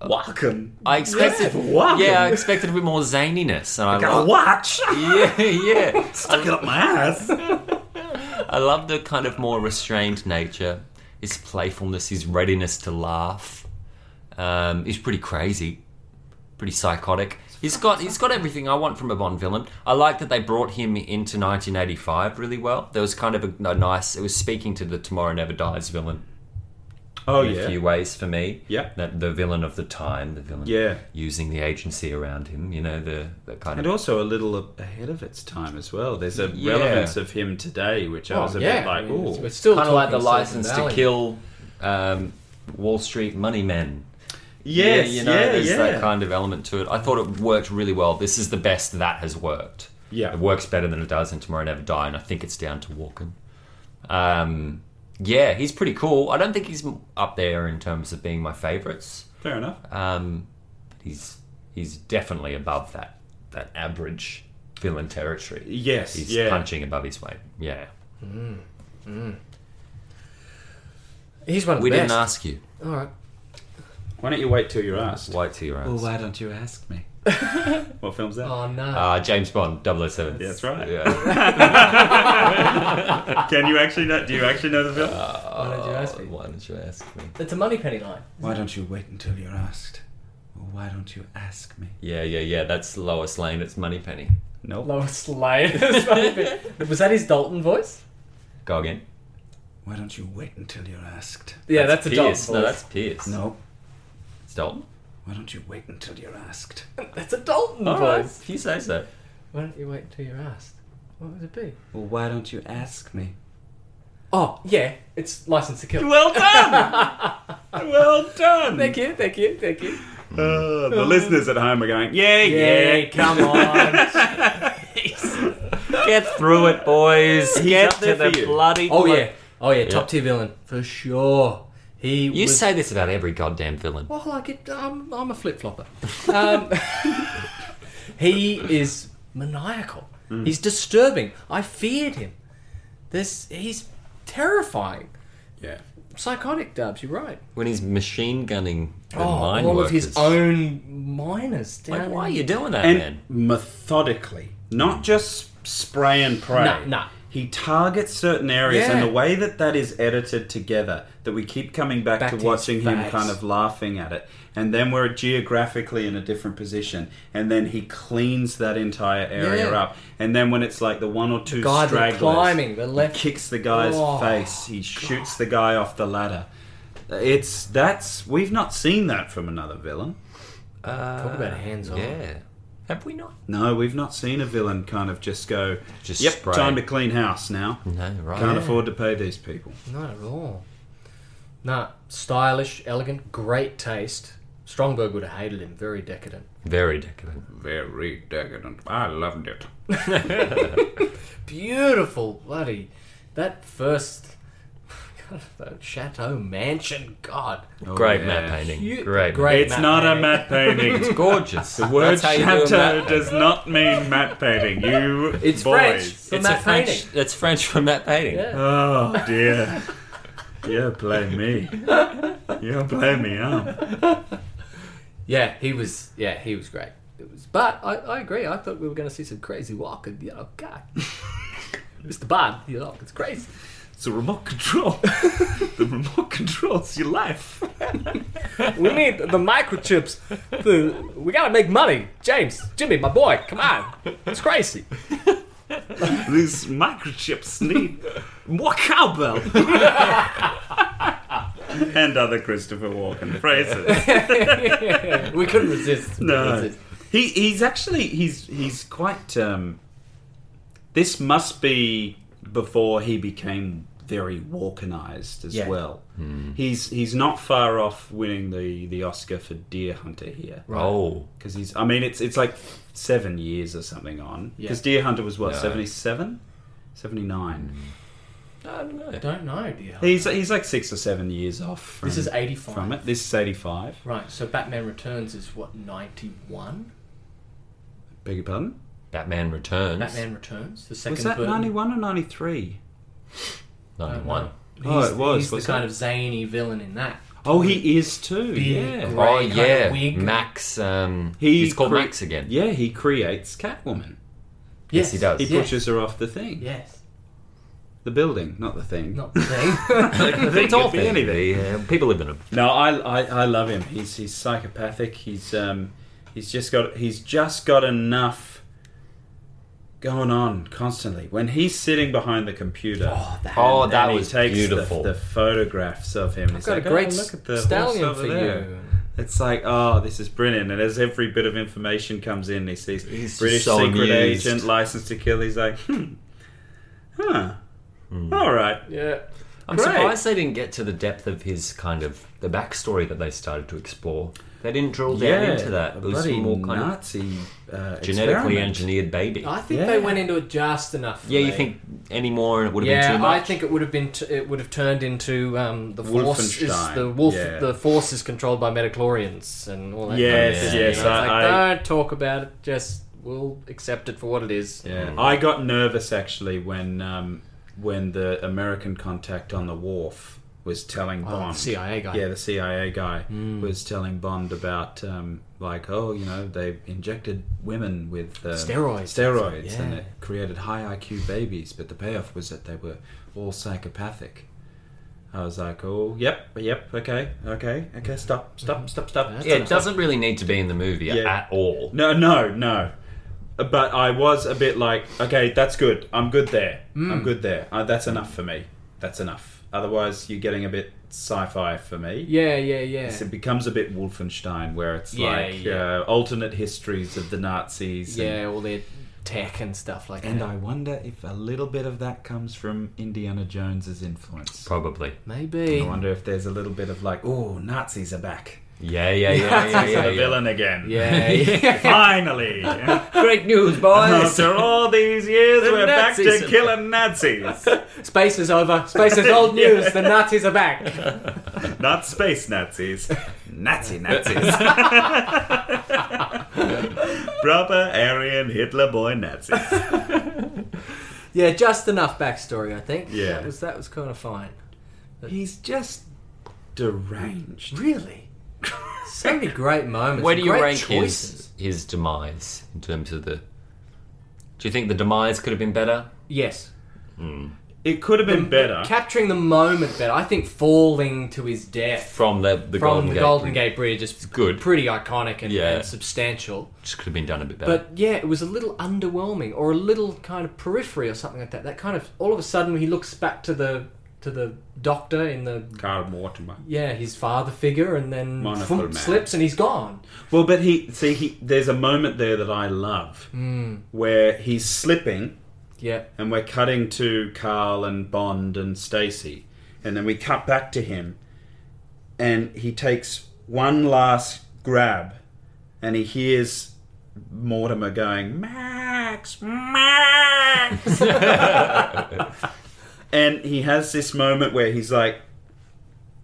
Speaker 2: Walken.
Speaker 3: I expected.
Speaker 2: Yeah, Walken.
Speaker 3: yeah, I expected a bit more zaniness, and I
Speaker 2: Got a
Speaker 3: love.
Speaker 2: watch!
Speaker 3: Yeah, yeah.
Speaker 2: Stuck it up my ass!
Speaker 3: I love the kind of more restrained nature, his playfulness, his readiness to laugh. Um, he's pretty crazy, pretty psychotic. He's got he's got everything I want from a Bond villain. I like that they brought him into 1985 really well. There was kind of a, a nice. It was speaking to the Tomorrow Never Dies villain
Speaker 2: Oh,
Speaker 3: in a few
Speaker 2: yeah.
Speaker 3: ways for me.
Speaker 2: Yeah.
Speaker 3: that the villain of the time, the villain
Speaker 2: Yeah.
Speaker 3: using the agency around him. You know the the kind
Speaker 2: And
Speaker 3: of
Speaker 2: also a little a- ahead of its time as well. There's a
Speaker 3: Yeah. Oh,
Speaker 2: relevance of him today, which I was a bit like, ooh.
Speaker 1: Oh, We're still
Speaker 3: kind of like the
Speaker 1: talking Silicon
Speaker 3: license to
Speaker 1: Valley.
Speaker 3: kill um, Wall Street money men.
Speaker 2: Yes,
Speaker 3: yeah,
Speaker 2: yeah,
Speaker 3: you know,
Speaker 2: yeah,
Speaker 3: there's that kind of element to it. I thought it worked really well. This is the best that has worked.
Speaker 2: Yeah.
Speaker 3: It works better than it does in Tomorrow Never Die, and I think it's down to Walken. Um, yeah, he's pretty cool. I don't think he's m- up there in terms of being my favourites.
Speaker 2: Fair enough.
Speaker 3: Um, but he's he's definitely above that that average villain territory.
Speaker 2: Yes,
Speaker 3: He's
Speaker 2: yeah.
Speaker 3: punching above his weight. Yeah.
Speaker 1: He's one of
Speaker 3: We
Speaker 1: the
Speaker 3: didn't
Speaker 1: best.
Speaker 3: ask you.
Speaker 1: All right.
Speaker 2: Why don't you wait till you're asked?
Speaker 3: Wait till you're asked.
Speaker 2: don't you ask me? what film's that?
Speaker 1: Oh, no.
Speaker 3: Uh, James Bond, 007.
Speaker 2: That's right.
Speaker 3: Yeah.
Speaker 2: Can you actually know? Do you actually know the film?
Speaker 1: Why don't you ask me?
Speaker 3: Why didn't you ask me?
Speaker 1: It's a money penny line.
Speaker 2: why don't you wait until you're asked? Or why don't you ask me?
Speaker 3: Yeah, yeah, yeah. That's Lois Lane. It's Moneypenny.
Speaker 2: No.
Speaker 1: Lois Lane. Was that his Dalton voice?
Speaker 3: Go again.
Speaker 2: Why don't you wait until you're asked?
Speaker 1: Yeah, that's, a Dalton
Speaker 3: Pierce.
Speaker 1: voice.
Speaker 3: No, that's Pierce.
Speaker 2: No.
Speaker 3: It's Dalton.
Speaker 2: Why don't you wait until you're asked?
Speaker 1: That's a Dalton
Speaker 3: All right.
Speaker 1: voice.
Speaker 3: If you say so.
Speaker 1: Why don't you wait until you're asked? What would it be?
Speaker 2: Well, why don't you ask me?
Speaker 1: Oh, yeah. It's License to Kill.
Speaker 2: Well done. well done.
Speaker 1: Thank you, thank you, thank you.
Speaker 2: Uh, the listeners at home are going, yeah, yeah.
Speaker 1: Yeah, come on.
Speaker 3: Get through it, boys.
Speaker 2: Get up there to for the you.
Speaker 3: bloody.
Speaker 1: oh, yeah. Oh, yeah. Top tier villain. For sure. He
Speaker 3: You
Speaker 1: was...
Speaker 3: say this about every goddamn villain.
Speaker 1: Well, I get, I'm, I'm a flip flopper. Um, he is maniacal.
Speaker 3: Hmm.
Speaker 1: He's disturbing. I feared him. This he's terrifying.
Speaker 2: Yeah.
Speaker 1: Psychotic Dubs, you're right.
Speaker 3: When he's machine gunning the
Speaker 1: Oh,
Speaker 3: mine
Speaker 1: all
Speaker 3: workers.
Speaker 1: of his own miners down.
Speaker 3: Like,
Speaker 1: in-
Speaker 3: why are you doing that,
Speaker 2: and
Speaker 3: man?
Speaker 2: methodically, not just spray and pray.
Speaker 1: Nah, nah.
Speaker 2: He targets certain areas,
Speaker 1: Yeah.
Speaker 2: and the way that that is edited together, that we keep coming back,
Speaker 1: Back to
Speaker 2: to,
Speaker 1: his
Speaker 2: watching him
Speaker 1: face.
Speaker 2: kind of laughing at it, and then we're geographically in a different position, and then he cleans that entire area
Speaker 1: Yeah.
Speaker 2: up, and then when it's like the one or two
Speaker 1: Guy, they're
Speaker 2: stragglers,
Speaker 1: climbing, the
Speaker 2: he
Speaker 1: left-
Speaker 2: kicks the guy's
Speaker 1: Oh,
Speaker 2: face, he shoots the guy off the ladder. It's that's we've not seen that from another villain.
Speaker 1: Talk about hands on.
Speaker 3: Uh, Yeah. Have we not?
Speaker 2: No, we've not seen a villain kind of just go.
Speaker 3: Just
Speaker 2: yep,
Speaker 3: spray.
Speaker 2: time to clean house now.
Speaker 3: No, right.
Speaker 2: Can't afford to pay these people.
Speaker 1: Not at all. Nah, stylish, elegant, great taste. Strongberg would have hated him. Very decadent.
Speaker 3: Very decadent.
Speaker 2: Very decadent. I loved it.
Speaker 1: beautiful bloody that first God, that chateau mansion god
Speaker 3: Great map painting.
Speaker 1: You-
Speaker 3: Great.
Speaker 1: great.
Speaker 2: It's
Speaker 1: Matte
Speaker 2: not
Speaker 1: painting.
Speaker 2: a matte painting.
Speaker 3: Gorgeous. The
Speaker 2: Word chateau
Speaker 3: does.
Speaker 2: does not mean matte painting. You
Speaker 1: it's
Speaker 2: boys.
Speaker 1: french for
Speaker 3: It's
Speaker 1: matte
Speaker 3: a French.
Speaker 1: painting
Speaker 3: That's French for Matt Painting.
Speaker 1: yeah
Speaker 2: Oh dear. You play me. You play me up.
Speaker 1: yeah he was yeah he was great it was but i, I agree i thought we were going to see some crazy walk and you know god mr bond you know it's crazy
Speaker 2: It's a remote control. the remote controls your life.
Speaker 1: We need the microchips. The- we gotta make money. James, Jimmy, my boy, come on. It's crazy.
Speaker 2: These microchips need more cowbell. and other Christopher Walken phrases.
Speaker 1: We couldn't resist. We couldn't
Speaker 2: No,
Speaker 1: resist.
Speaker 2: he, he's actually he's he's quite. Um, this must be before he became very Walkenized as
Speaker 1: Yeah.
Speaker 2: well. He's he's not far off winning the the Oscar for Deer Hunter here.
Speaker 3: Oh,
Speaker 2: because he's. I mean, it's it's like seven years or something on.
Speaker 1: Yeah.
Speaker 2: Because Deer Hunter was what
Speaker 3: No.
Speaker 2: 77? 79.
Speaker 3: I don't know.
Speaker 1: Don't know, dear.
Speaker 2: He's he's like six or seven years off. From,
Speaker 1: This is 85.
Speaker 2: from it. This is eighty five.
Speaker 1: Right, so Batman Returns is what, 91?
Speaker 2: Beg your pardon.
Speaker 3: Batman Returns.
Speaker 1: Batman Returns? The second
Speaker 2: Was that
Speaker 1: Burton-
Speaker 2: ninety one or ninety three?
Speaker 3: ninety-one.
Speaker 2: Oh,
Speaker 1: He's-
Speaker 2: it was,
Speaker 1: He's
Speaker 2: was
Speaker 1: the kind
Speaker 2: it?
Speaker 1: of zany villain in that.
Speaker 2: Oh, he is too.
Speaker 1: Big
Speaker 2: Yeah.
Speaker 1: gr-
Speaker 3: Oh
Speaker 1: Right, kind of
Speaker 3: yeah,
Speaker 1: wig.
Speaker 3: Max. Um,
Speaker 2: He
Speaker 3: he's called
Speaker 2: cre-
Speaker 3: Max again.
Speaker 2: Yeah, he creates Catwoman.
Speaker 3: Yes, he does.
Speaker 2: He
Speaker 1: yes,
Speaker 2: pushes her off the thing,
Speaker 1: Yes.
Speaker 2: the building, not the thing.
Speaker 1: Not the thing.
Speaker 3: it's all
Speaker 2: could be
Speaker 3: family.
Speaker 2: anything.
Speaker 3: Yeah, people live in them.
Speaker 2: No, I, I, I love him. He's he's psychopathic. He's um he's just got he's just got enough going on constantly. When he's sitting behind the computer, oh,
Speaker 1: that-
Speaker 3: Oh, that was
Speaker 2: he takes the-
Speaker 3: beautiful.
Speaker 2: The, photographs of him. He's
Speaker 1: Got a
Speaker 2: like,
Speaker 1: great
Speaker 2: "Oh, look at the horse
Speaker 1: stallion
Speaker 2: over
Speaker 1: for
Speaker 2: there."
Speaker 1: you.
Speaker 2: It's like, oh, this is brilliant. And as every bit of information comes in, he sees
Speaker 3: He's just
Speaker 2: British
Speaker 3: so
Speaker 2: secret
Speaker 3: amused.
Speaker 2: agent, license to kill. He's like, hmm, huh, all right.
Speaker 1: Yeah.
Speaker 3: I'm
Speaker 2: Great.
Speaker 3: surprised they didn't get to the depth of his kind of the backstory that they started to explore. They didn't drill down into that.
Speaker 2: a
Speaker 3: It was
Speaker 2: bloody
Speaker 3: more kind of
Speaker 2: Nazi uh,
Speaker 3: genetically
Speaker 2: experiment.
Speaker 3: engineered baby.
Speaker 1: I think
Speaker 2: Yeah.
Speaker 1: they went into it just enough.
Speaker 3: yeah, you
Speaker 1: mate.
Speaker 3: think any more and it would have
Speaker 1: Yeah,
Speaker 3: been too
Speaker 1: I
Speaker 3: much.
Speaker 1: think it would have been. T- it would have turned into um, the force. Is,
Speaker 2: Wolfenstein,
Speaker 1: the wolf.
Speaker 2: yeah.
Speaker 1: The force is controlled by Metachlorians and all that.
Speaker 2: Yes,
Speaker 1: kind of
Speaker 2: yes,
Speaker 1: You know, it's
Speaker 2: I-
Speaker 1: like,
Speaker 2: I-
Speaker 1: don't talk about it. Just we'll accept it for what it is.
Speaker 2: Yeah, I got nervous actually when um, when the American contact on the wharf was telling
Speaker 1: Oh,
Speaker 2: Bond.
Speaker 1: the CIA guy.
Speaker 2: Yeah, the CIA guy was telling Bond about um, like, oh, you know, they injected women with uh,
Speaker 1: Steroids.
Speaker 2: steroids, and
Speaker 1: Yeah.
Speaker 2: it created high IQ babies. But the payoff was that they were all psychopathic. I was like, oh, yep, yep, okay, okay, okay, stop, stop, stop, stop.
Speaker 1: That's
Speaker 3: yeah, it doesn't really need to be in the movie
Speaker 2: Yeah.
Speaker 3: at all.
Speaker 2: No, no, no. But I was a bit like, okay, that's good. I'm good there.
Speaker 1: Hmm.
Speaker 2: I'm good there. Uh, that's enough for me. That's enough. Otherwise, you're getting a bit sci-fi for me.
Speaker 1: yeah, yeah, yeah.
Speaker 2: It becomes a bit Wolfenstein, where it's
Speaker 1: Yeah,
Speaker 2: like
Speaker 1: yeah.
Speaker 2: Uh, alternate histories of the Nazis.
Speaker 1: yeah, all their tech and stuff like
Speaker 2: And, and
Speaker 1: that.
Speaker 2: I wonder if a little bit of that comes from Indiana Jones's influence.
Speaker 3: Probably.
Speaker 2: I
Speaker 1: Maybe.
Speaker 2: wonder if there's a little bit of like, oh, Nazis are back.
Speaker 3: Yeah, yeah, yeah, yeah,
Speaker 2: Nazis
Speaker 3: yeah,
Speaker 2: are the
Speaker 3: yeah.
Speaker 2: villain again.
Speaker 1: Yeah. yeah.
Speaker 2: Finally.
Speaker 3: Great news, boys!
Speaker 2: After all these years,
Speaker 3: Uh-huh. The
Speaker 2: we're back
Speaker 3: Nazis
Speaker 2: to
Speaker 3: are
Speaker 2: killing Nazis.
Speaker 1: Space is over. Space is old news. The Nazis are back.
Speaker 2: Not space Nazis. Nazi Nazis. Proper Aryan Hitler boy Nazis.
Speaker 1: Yeah, just enough backstory. I think.
Speaker 2: Yeah.
Speaker 1: that was that was kind of fine.
Speaker 2: He's just deranged.
Speaker 1: Really? so many great moments.
Speaker 3: Where do you
Speaker 1: great
Speaker 3: rank
Speaker 1: choices.
Speaker 3: his, his demise in terms of the. Do you think the demise could have been better?
Speaker 1: Yes.
Speaker 2: It could have been better.
Speaker 1: Capturing the moment better. I think falling to his death
Speaker 3: From the, the
Speaker 1: from
Speaker 3: Golden
Speaker 1: the
Speaker 3: Gate
Speaker 1: Golden
Speaker 3: Bridge?
Speaker 1: Gate Bridge is
Speaker 3: good.
Speaker 1: pretty iconic and,
Speaker 3: Yeah.
Speaker 1: and substantial.
Speaker 3: Just could have been done a bit better.
Speaker 1: But yeah, it was a little underwhelming or a little kind of periphery or something like that. That kind of all of a sudden he looks back to the to the doctor in the
Speaker 2: Karl Mortimer.
Speaker 1: yeah, his father figure and then
Speaker 2: Monocle
Speaker 1: thump,
Speaker 2: man.
Speaker 1: slips and he's gone.
Speaker 2: Well, but he see he there's a moment there that I love where he's slipping
Speaker 1: Yeah.
Speaker 2: and we're cutting to Carl and Bond and Stacy, and then we cut back to him, and he takes one last grab, and he hears Mortimer going Max, Max, and he has this moment where he's like,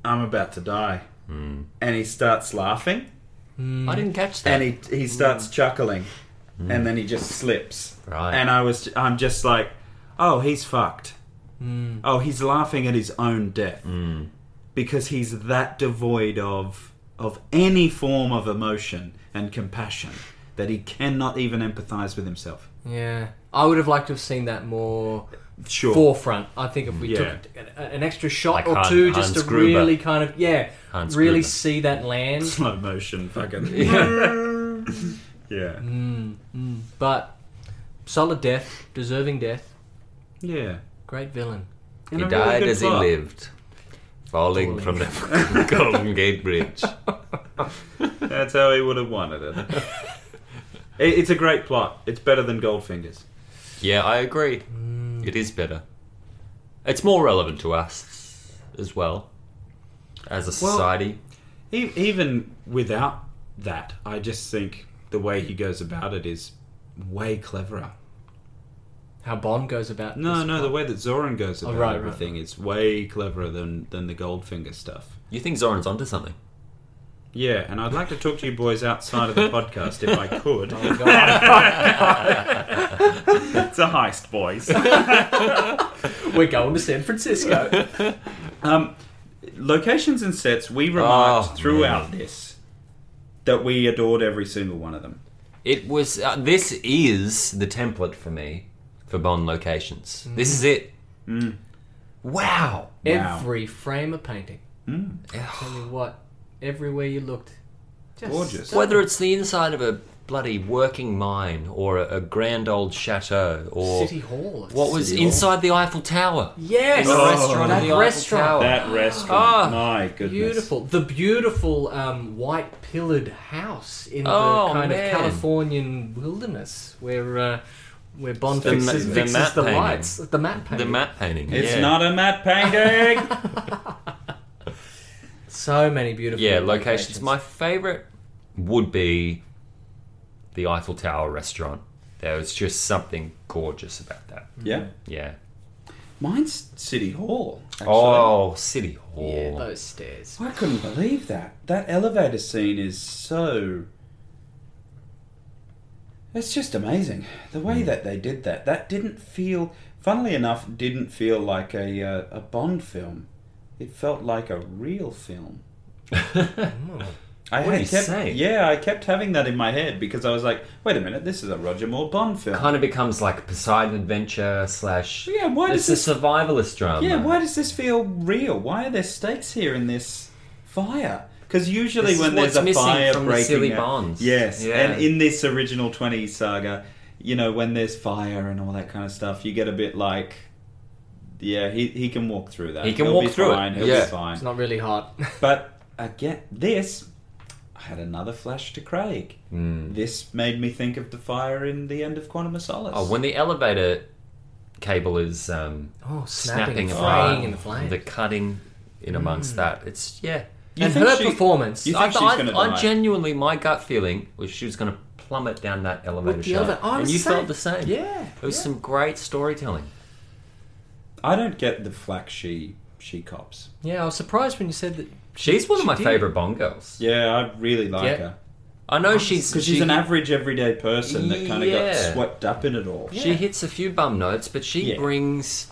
Speaker 2: "I'm about to die," and he starts laughing,
Speaker 3: I didn't catch that. Mm.
Speaker 2: and he he starts chuckling, and then he just slips.
Speaker 3: Right.
Speaker 2: And I was I'm just like, oh, he's fucked. Oh, he's laughing at his own death
Speaker 3: Mm.
Speaker 2: because he's that devoid of of any form of emotion and compassion that he cannot even empathize with himself.
Speaker 1: Yeah. I would have liked to have seen that more
Speaker 2: Sure.
Speaker 1: forefront. I think if we
Speaker 2: Yeah.
Speaker 1: took a- a- an extra shot
Speaker 3: Like
Speaker 1: or
Speaker 3: Han-
Speaker 1: two,
Speaker 3: Hans
Speaker 1: just to
Speaker 3: Gruber.
Speaker 1: really kind of yeah,
Speaker 3: Hans
Speaker 1: really
Speaker 3: Gruber.
Speaker 1: see that land.
Speaker 2: Slow motion, fucking. yeah.
Speaker 1: But solid death, deserving death,
Speaker 2: Yeah.
Speaker 1: great villain.
Speaker 2: And
Speaker 3: He
Speaker 2: a really
Speaker 3: died
Speaker 2: good
Speaker 3: as he
Speaker 2: plot.
Speaker 3: lived, falling from the Golden Gate Bridge.
Speaker 2: That's how he would have wanted it. It- It's a great plot. It's better than Goldfingers.
Speaker 3: Yeah, I agree.
Speaker 1: Mm.
Speaker 3: It is better. It's more relevant to us as well as a
Speaker 2: Well-
Speaker 3: society.
Speaker 2: E- Even without that, I just think the way he goes about it is way cleverer.
Speaker 1: How Bond goes about
Speaker 2: No,
Speaker 1: this
Speaker 2: no, the
Speaker 1: plot.
Speaker 2: way that Zoran goes about
Speaker 1: Oh, right, right,
Speaker 2: everything is way cleverer than, than the Goldfinger stuff.
Speaker 3: You think Zoran's onto something?
Speaker 2: Yeah, and I'd like to talk to you boys outside of the podcast if I could.
Speaker 1: Oh, God.
Speaker 2: It's a heist, boys.
Speaker 1: We're going to San Francisco.
Speaker 2: Um, locations and sets, we remarked
Speaker 3: Oh,
Speaker 2: throughout this that we adored every single one of them.
Speaker 3: It was. Uh, this is the template for me for Bond locations.
Speaker 2: Mm.
Speaker 3: This is it. Wow.
Speaker 2: Wow.
Speaker 1: Every frame of painting. Tell you what, everywhere you looked, just
Speaker 2: Gorgeous.
Speaker 1: stunning.
Speaker 3: Whether it's the inside of a bloody working mine or a, a grand old chateau or
Speaker 1: City Hall. it's-
Speaker 3: what was
Speaker 2: City Hall.
Speaker 3: inside the Eiffel Tower.
Speaker 1: Yes,
Speaker 3: In the
Speaker 2: Oh,
Speaker 3: restaurant,
Speaker 1: that
Speaker 3: in the
Speaker 1: restaurant.
Speaker 3: Eiffel Tower.
Speaker 2: That restaurant,
Speaker 3: Ah,
Speaker 2: my goodness.
Speaker 1: Oh. Beautiful. The beautiful um, white pillared house in
Speaker 3: Oh,
Speaker 1: the kind
Speaker 3: man.
Speaker 1: of Californian wilderness where uh, where Bond
Speaker 3: The ma-
Speaker 1: fixes,
Speaker 3: the
Speaker 1: fixes
Speaker 3: matte
Speaker 1: the
Speaker 3: painting.
Speaker 1: lights. The map painting.
Speaker 3: The matte painting.
Speaker 2: It's
Speaker 3: yeah.
Speaker 2: not a matte painting!
Speaker 1: So many beautiful
Speaker 3: Yeah, locations. My favorite would be the Eiffel Tower restaurant. There was just something gorgeous about that.
Speaker 2: yeah.
Speaker 3: Yeah.
Speaker 2: Mine's City Hall. Actually.
Speaker 3: Oh, City Hall.
Speaker 1: Yeah, those stairs.
Speaker 2: I couldn't believe that. That elevator scene is so. It's just amazing the way
Speaker 3: Hmm.
Speaker 2: that they did that. That didn't feel, funnily enough, didn't feel like a uh, a Bond film. It felt like a real film. I
Speaker 3: What are
Speaker 2: had
Speaker 3: you
Speaker 2: kept,
Speaker 3: saying?
Speaker 2: Yeah, I kept having that in my head because I was like, wait a minute, this is a Roger Moore Bond film.
Speaker 3: kind of becomes like Poseidon Adventure slash.
Speaker 2: Yeah, why
Speaker 3: it's
Speaker 2: does
Speaker 3: a survivalist drama.
Speaker 2: Yeah, why does this feel real? Why are there stakes here in this fire? Because usually
Speaker 3: This is
Speaker 2: when
Speaker 3: what's
Speaker 2: there's a
Speaker 3: missing
Speaker 2: fire
Speaker 3: from the
Speaker 2: breaking
Speaker 3: silly
Speaker 2: out-
Speaker 3: Bonds.
Speaker 2: yes,
Speaker 3: Yeah.
Speaker 2: and in this original twenty saga, you know when there's fire and all that kind of stuff, you get a bit like, yeah, he, he can walk through that.
Speaker 3: He can
Speaker 2: He'll
Speaker 3: walk
Speaker 2: be
Speaker 3: through it.
Speaker 2: fine. He'll
Speaker 3: Yeah.
Speaker 2: be fine.
Speaker 1: It's not really hot.
Speaker 2: But again, this I had another flash to Craig.
Speaker 3: Hmm.
Speaker 2: This made me think of the fire in the end of Quantum of Solace.
Speaker 3: Oh, when the elevator cable is um,
Speaker 1: Oh,
Speaker 3: snapping
Speaker 1: snapping, and
Speaker 3: apart,
Speaker 1: fraying in the flames.
Speaker 3: the cutting in amongst that. It's yeah.
Speaker 2: You
Speaker 1: and
Speaker 2: think
Speaker 1: her
Speaker 2: she-
Speaker 1: performance.
Speaker 2: you
Speaker 3: I,
Speaker 2: think she's
Speaker 3: I,
Speaker 2: gonna
Speaker 3: I
Speaker 2: die.
Speaker 3: genuinely, my gut feeling was she was going to plummet down that elevator
Speaker 1: the
Speaker 3: shaft,
Speaker 1: other- I
Speaker 3: and
Speaker 1: was
Speaker 3: you
Speaker 1: saying-
Speaker 3: felt the same.
Speaker 1: yeah,
Speaker 3: it was some great storytelling.
Speaker 2: I don't get the flack she she cops.
Speaker 1: yeah, I was surprised when you said that.
Speaker 3: She's one of
Speaker 1: She
Speaker 3: my
Speaker 1: did.
Speaker 3: favorite Bond girls.
Speaker 2: Yeah, I really like
Speaker 1: Yeah.
Speaker 2: her.
Speaker 3: I know she's
Speaker 2: Because she's
Speaker 3: she-
Speaker 2: an average everyday person that kind of
Speaker 3: Yeah.
Speaker 2: got swept up in it all.
Speaker 3: She hits a few bum notes, but she
Speaker 2: Yeah.
Speaker 3: brings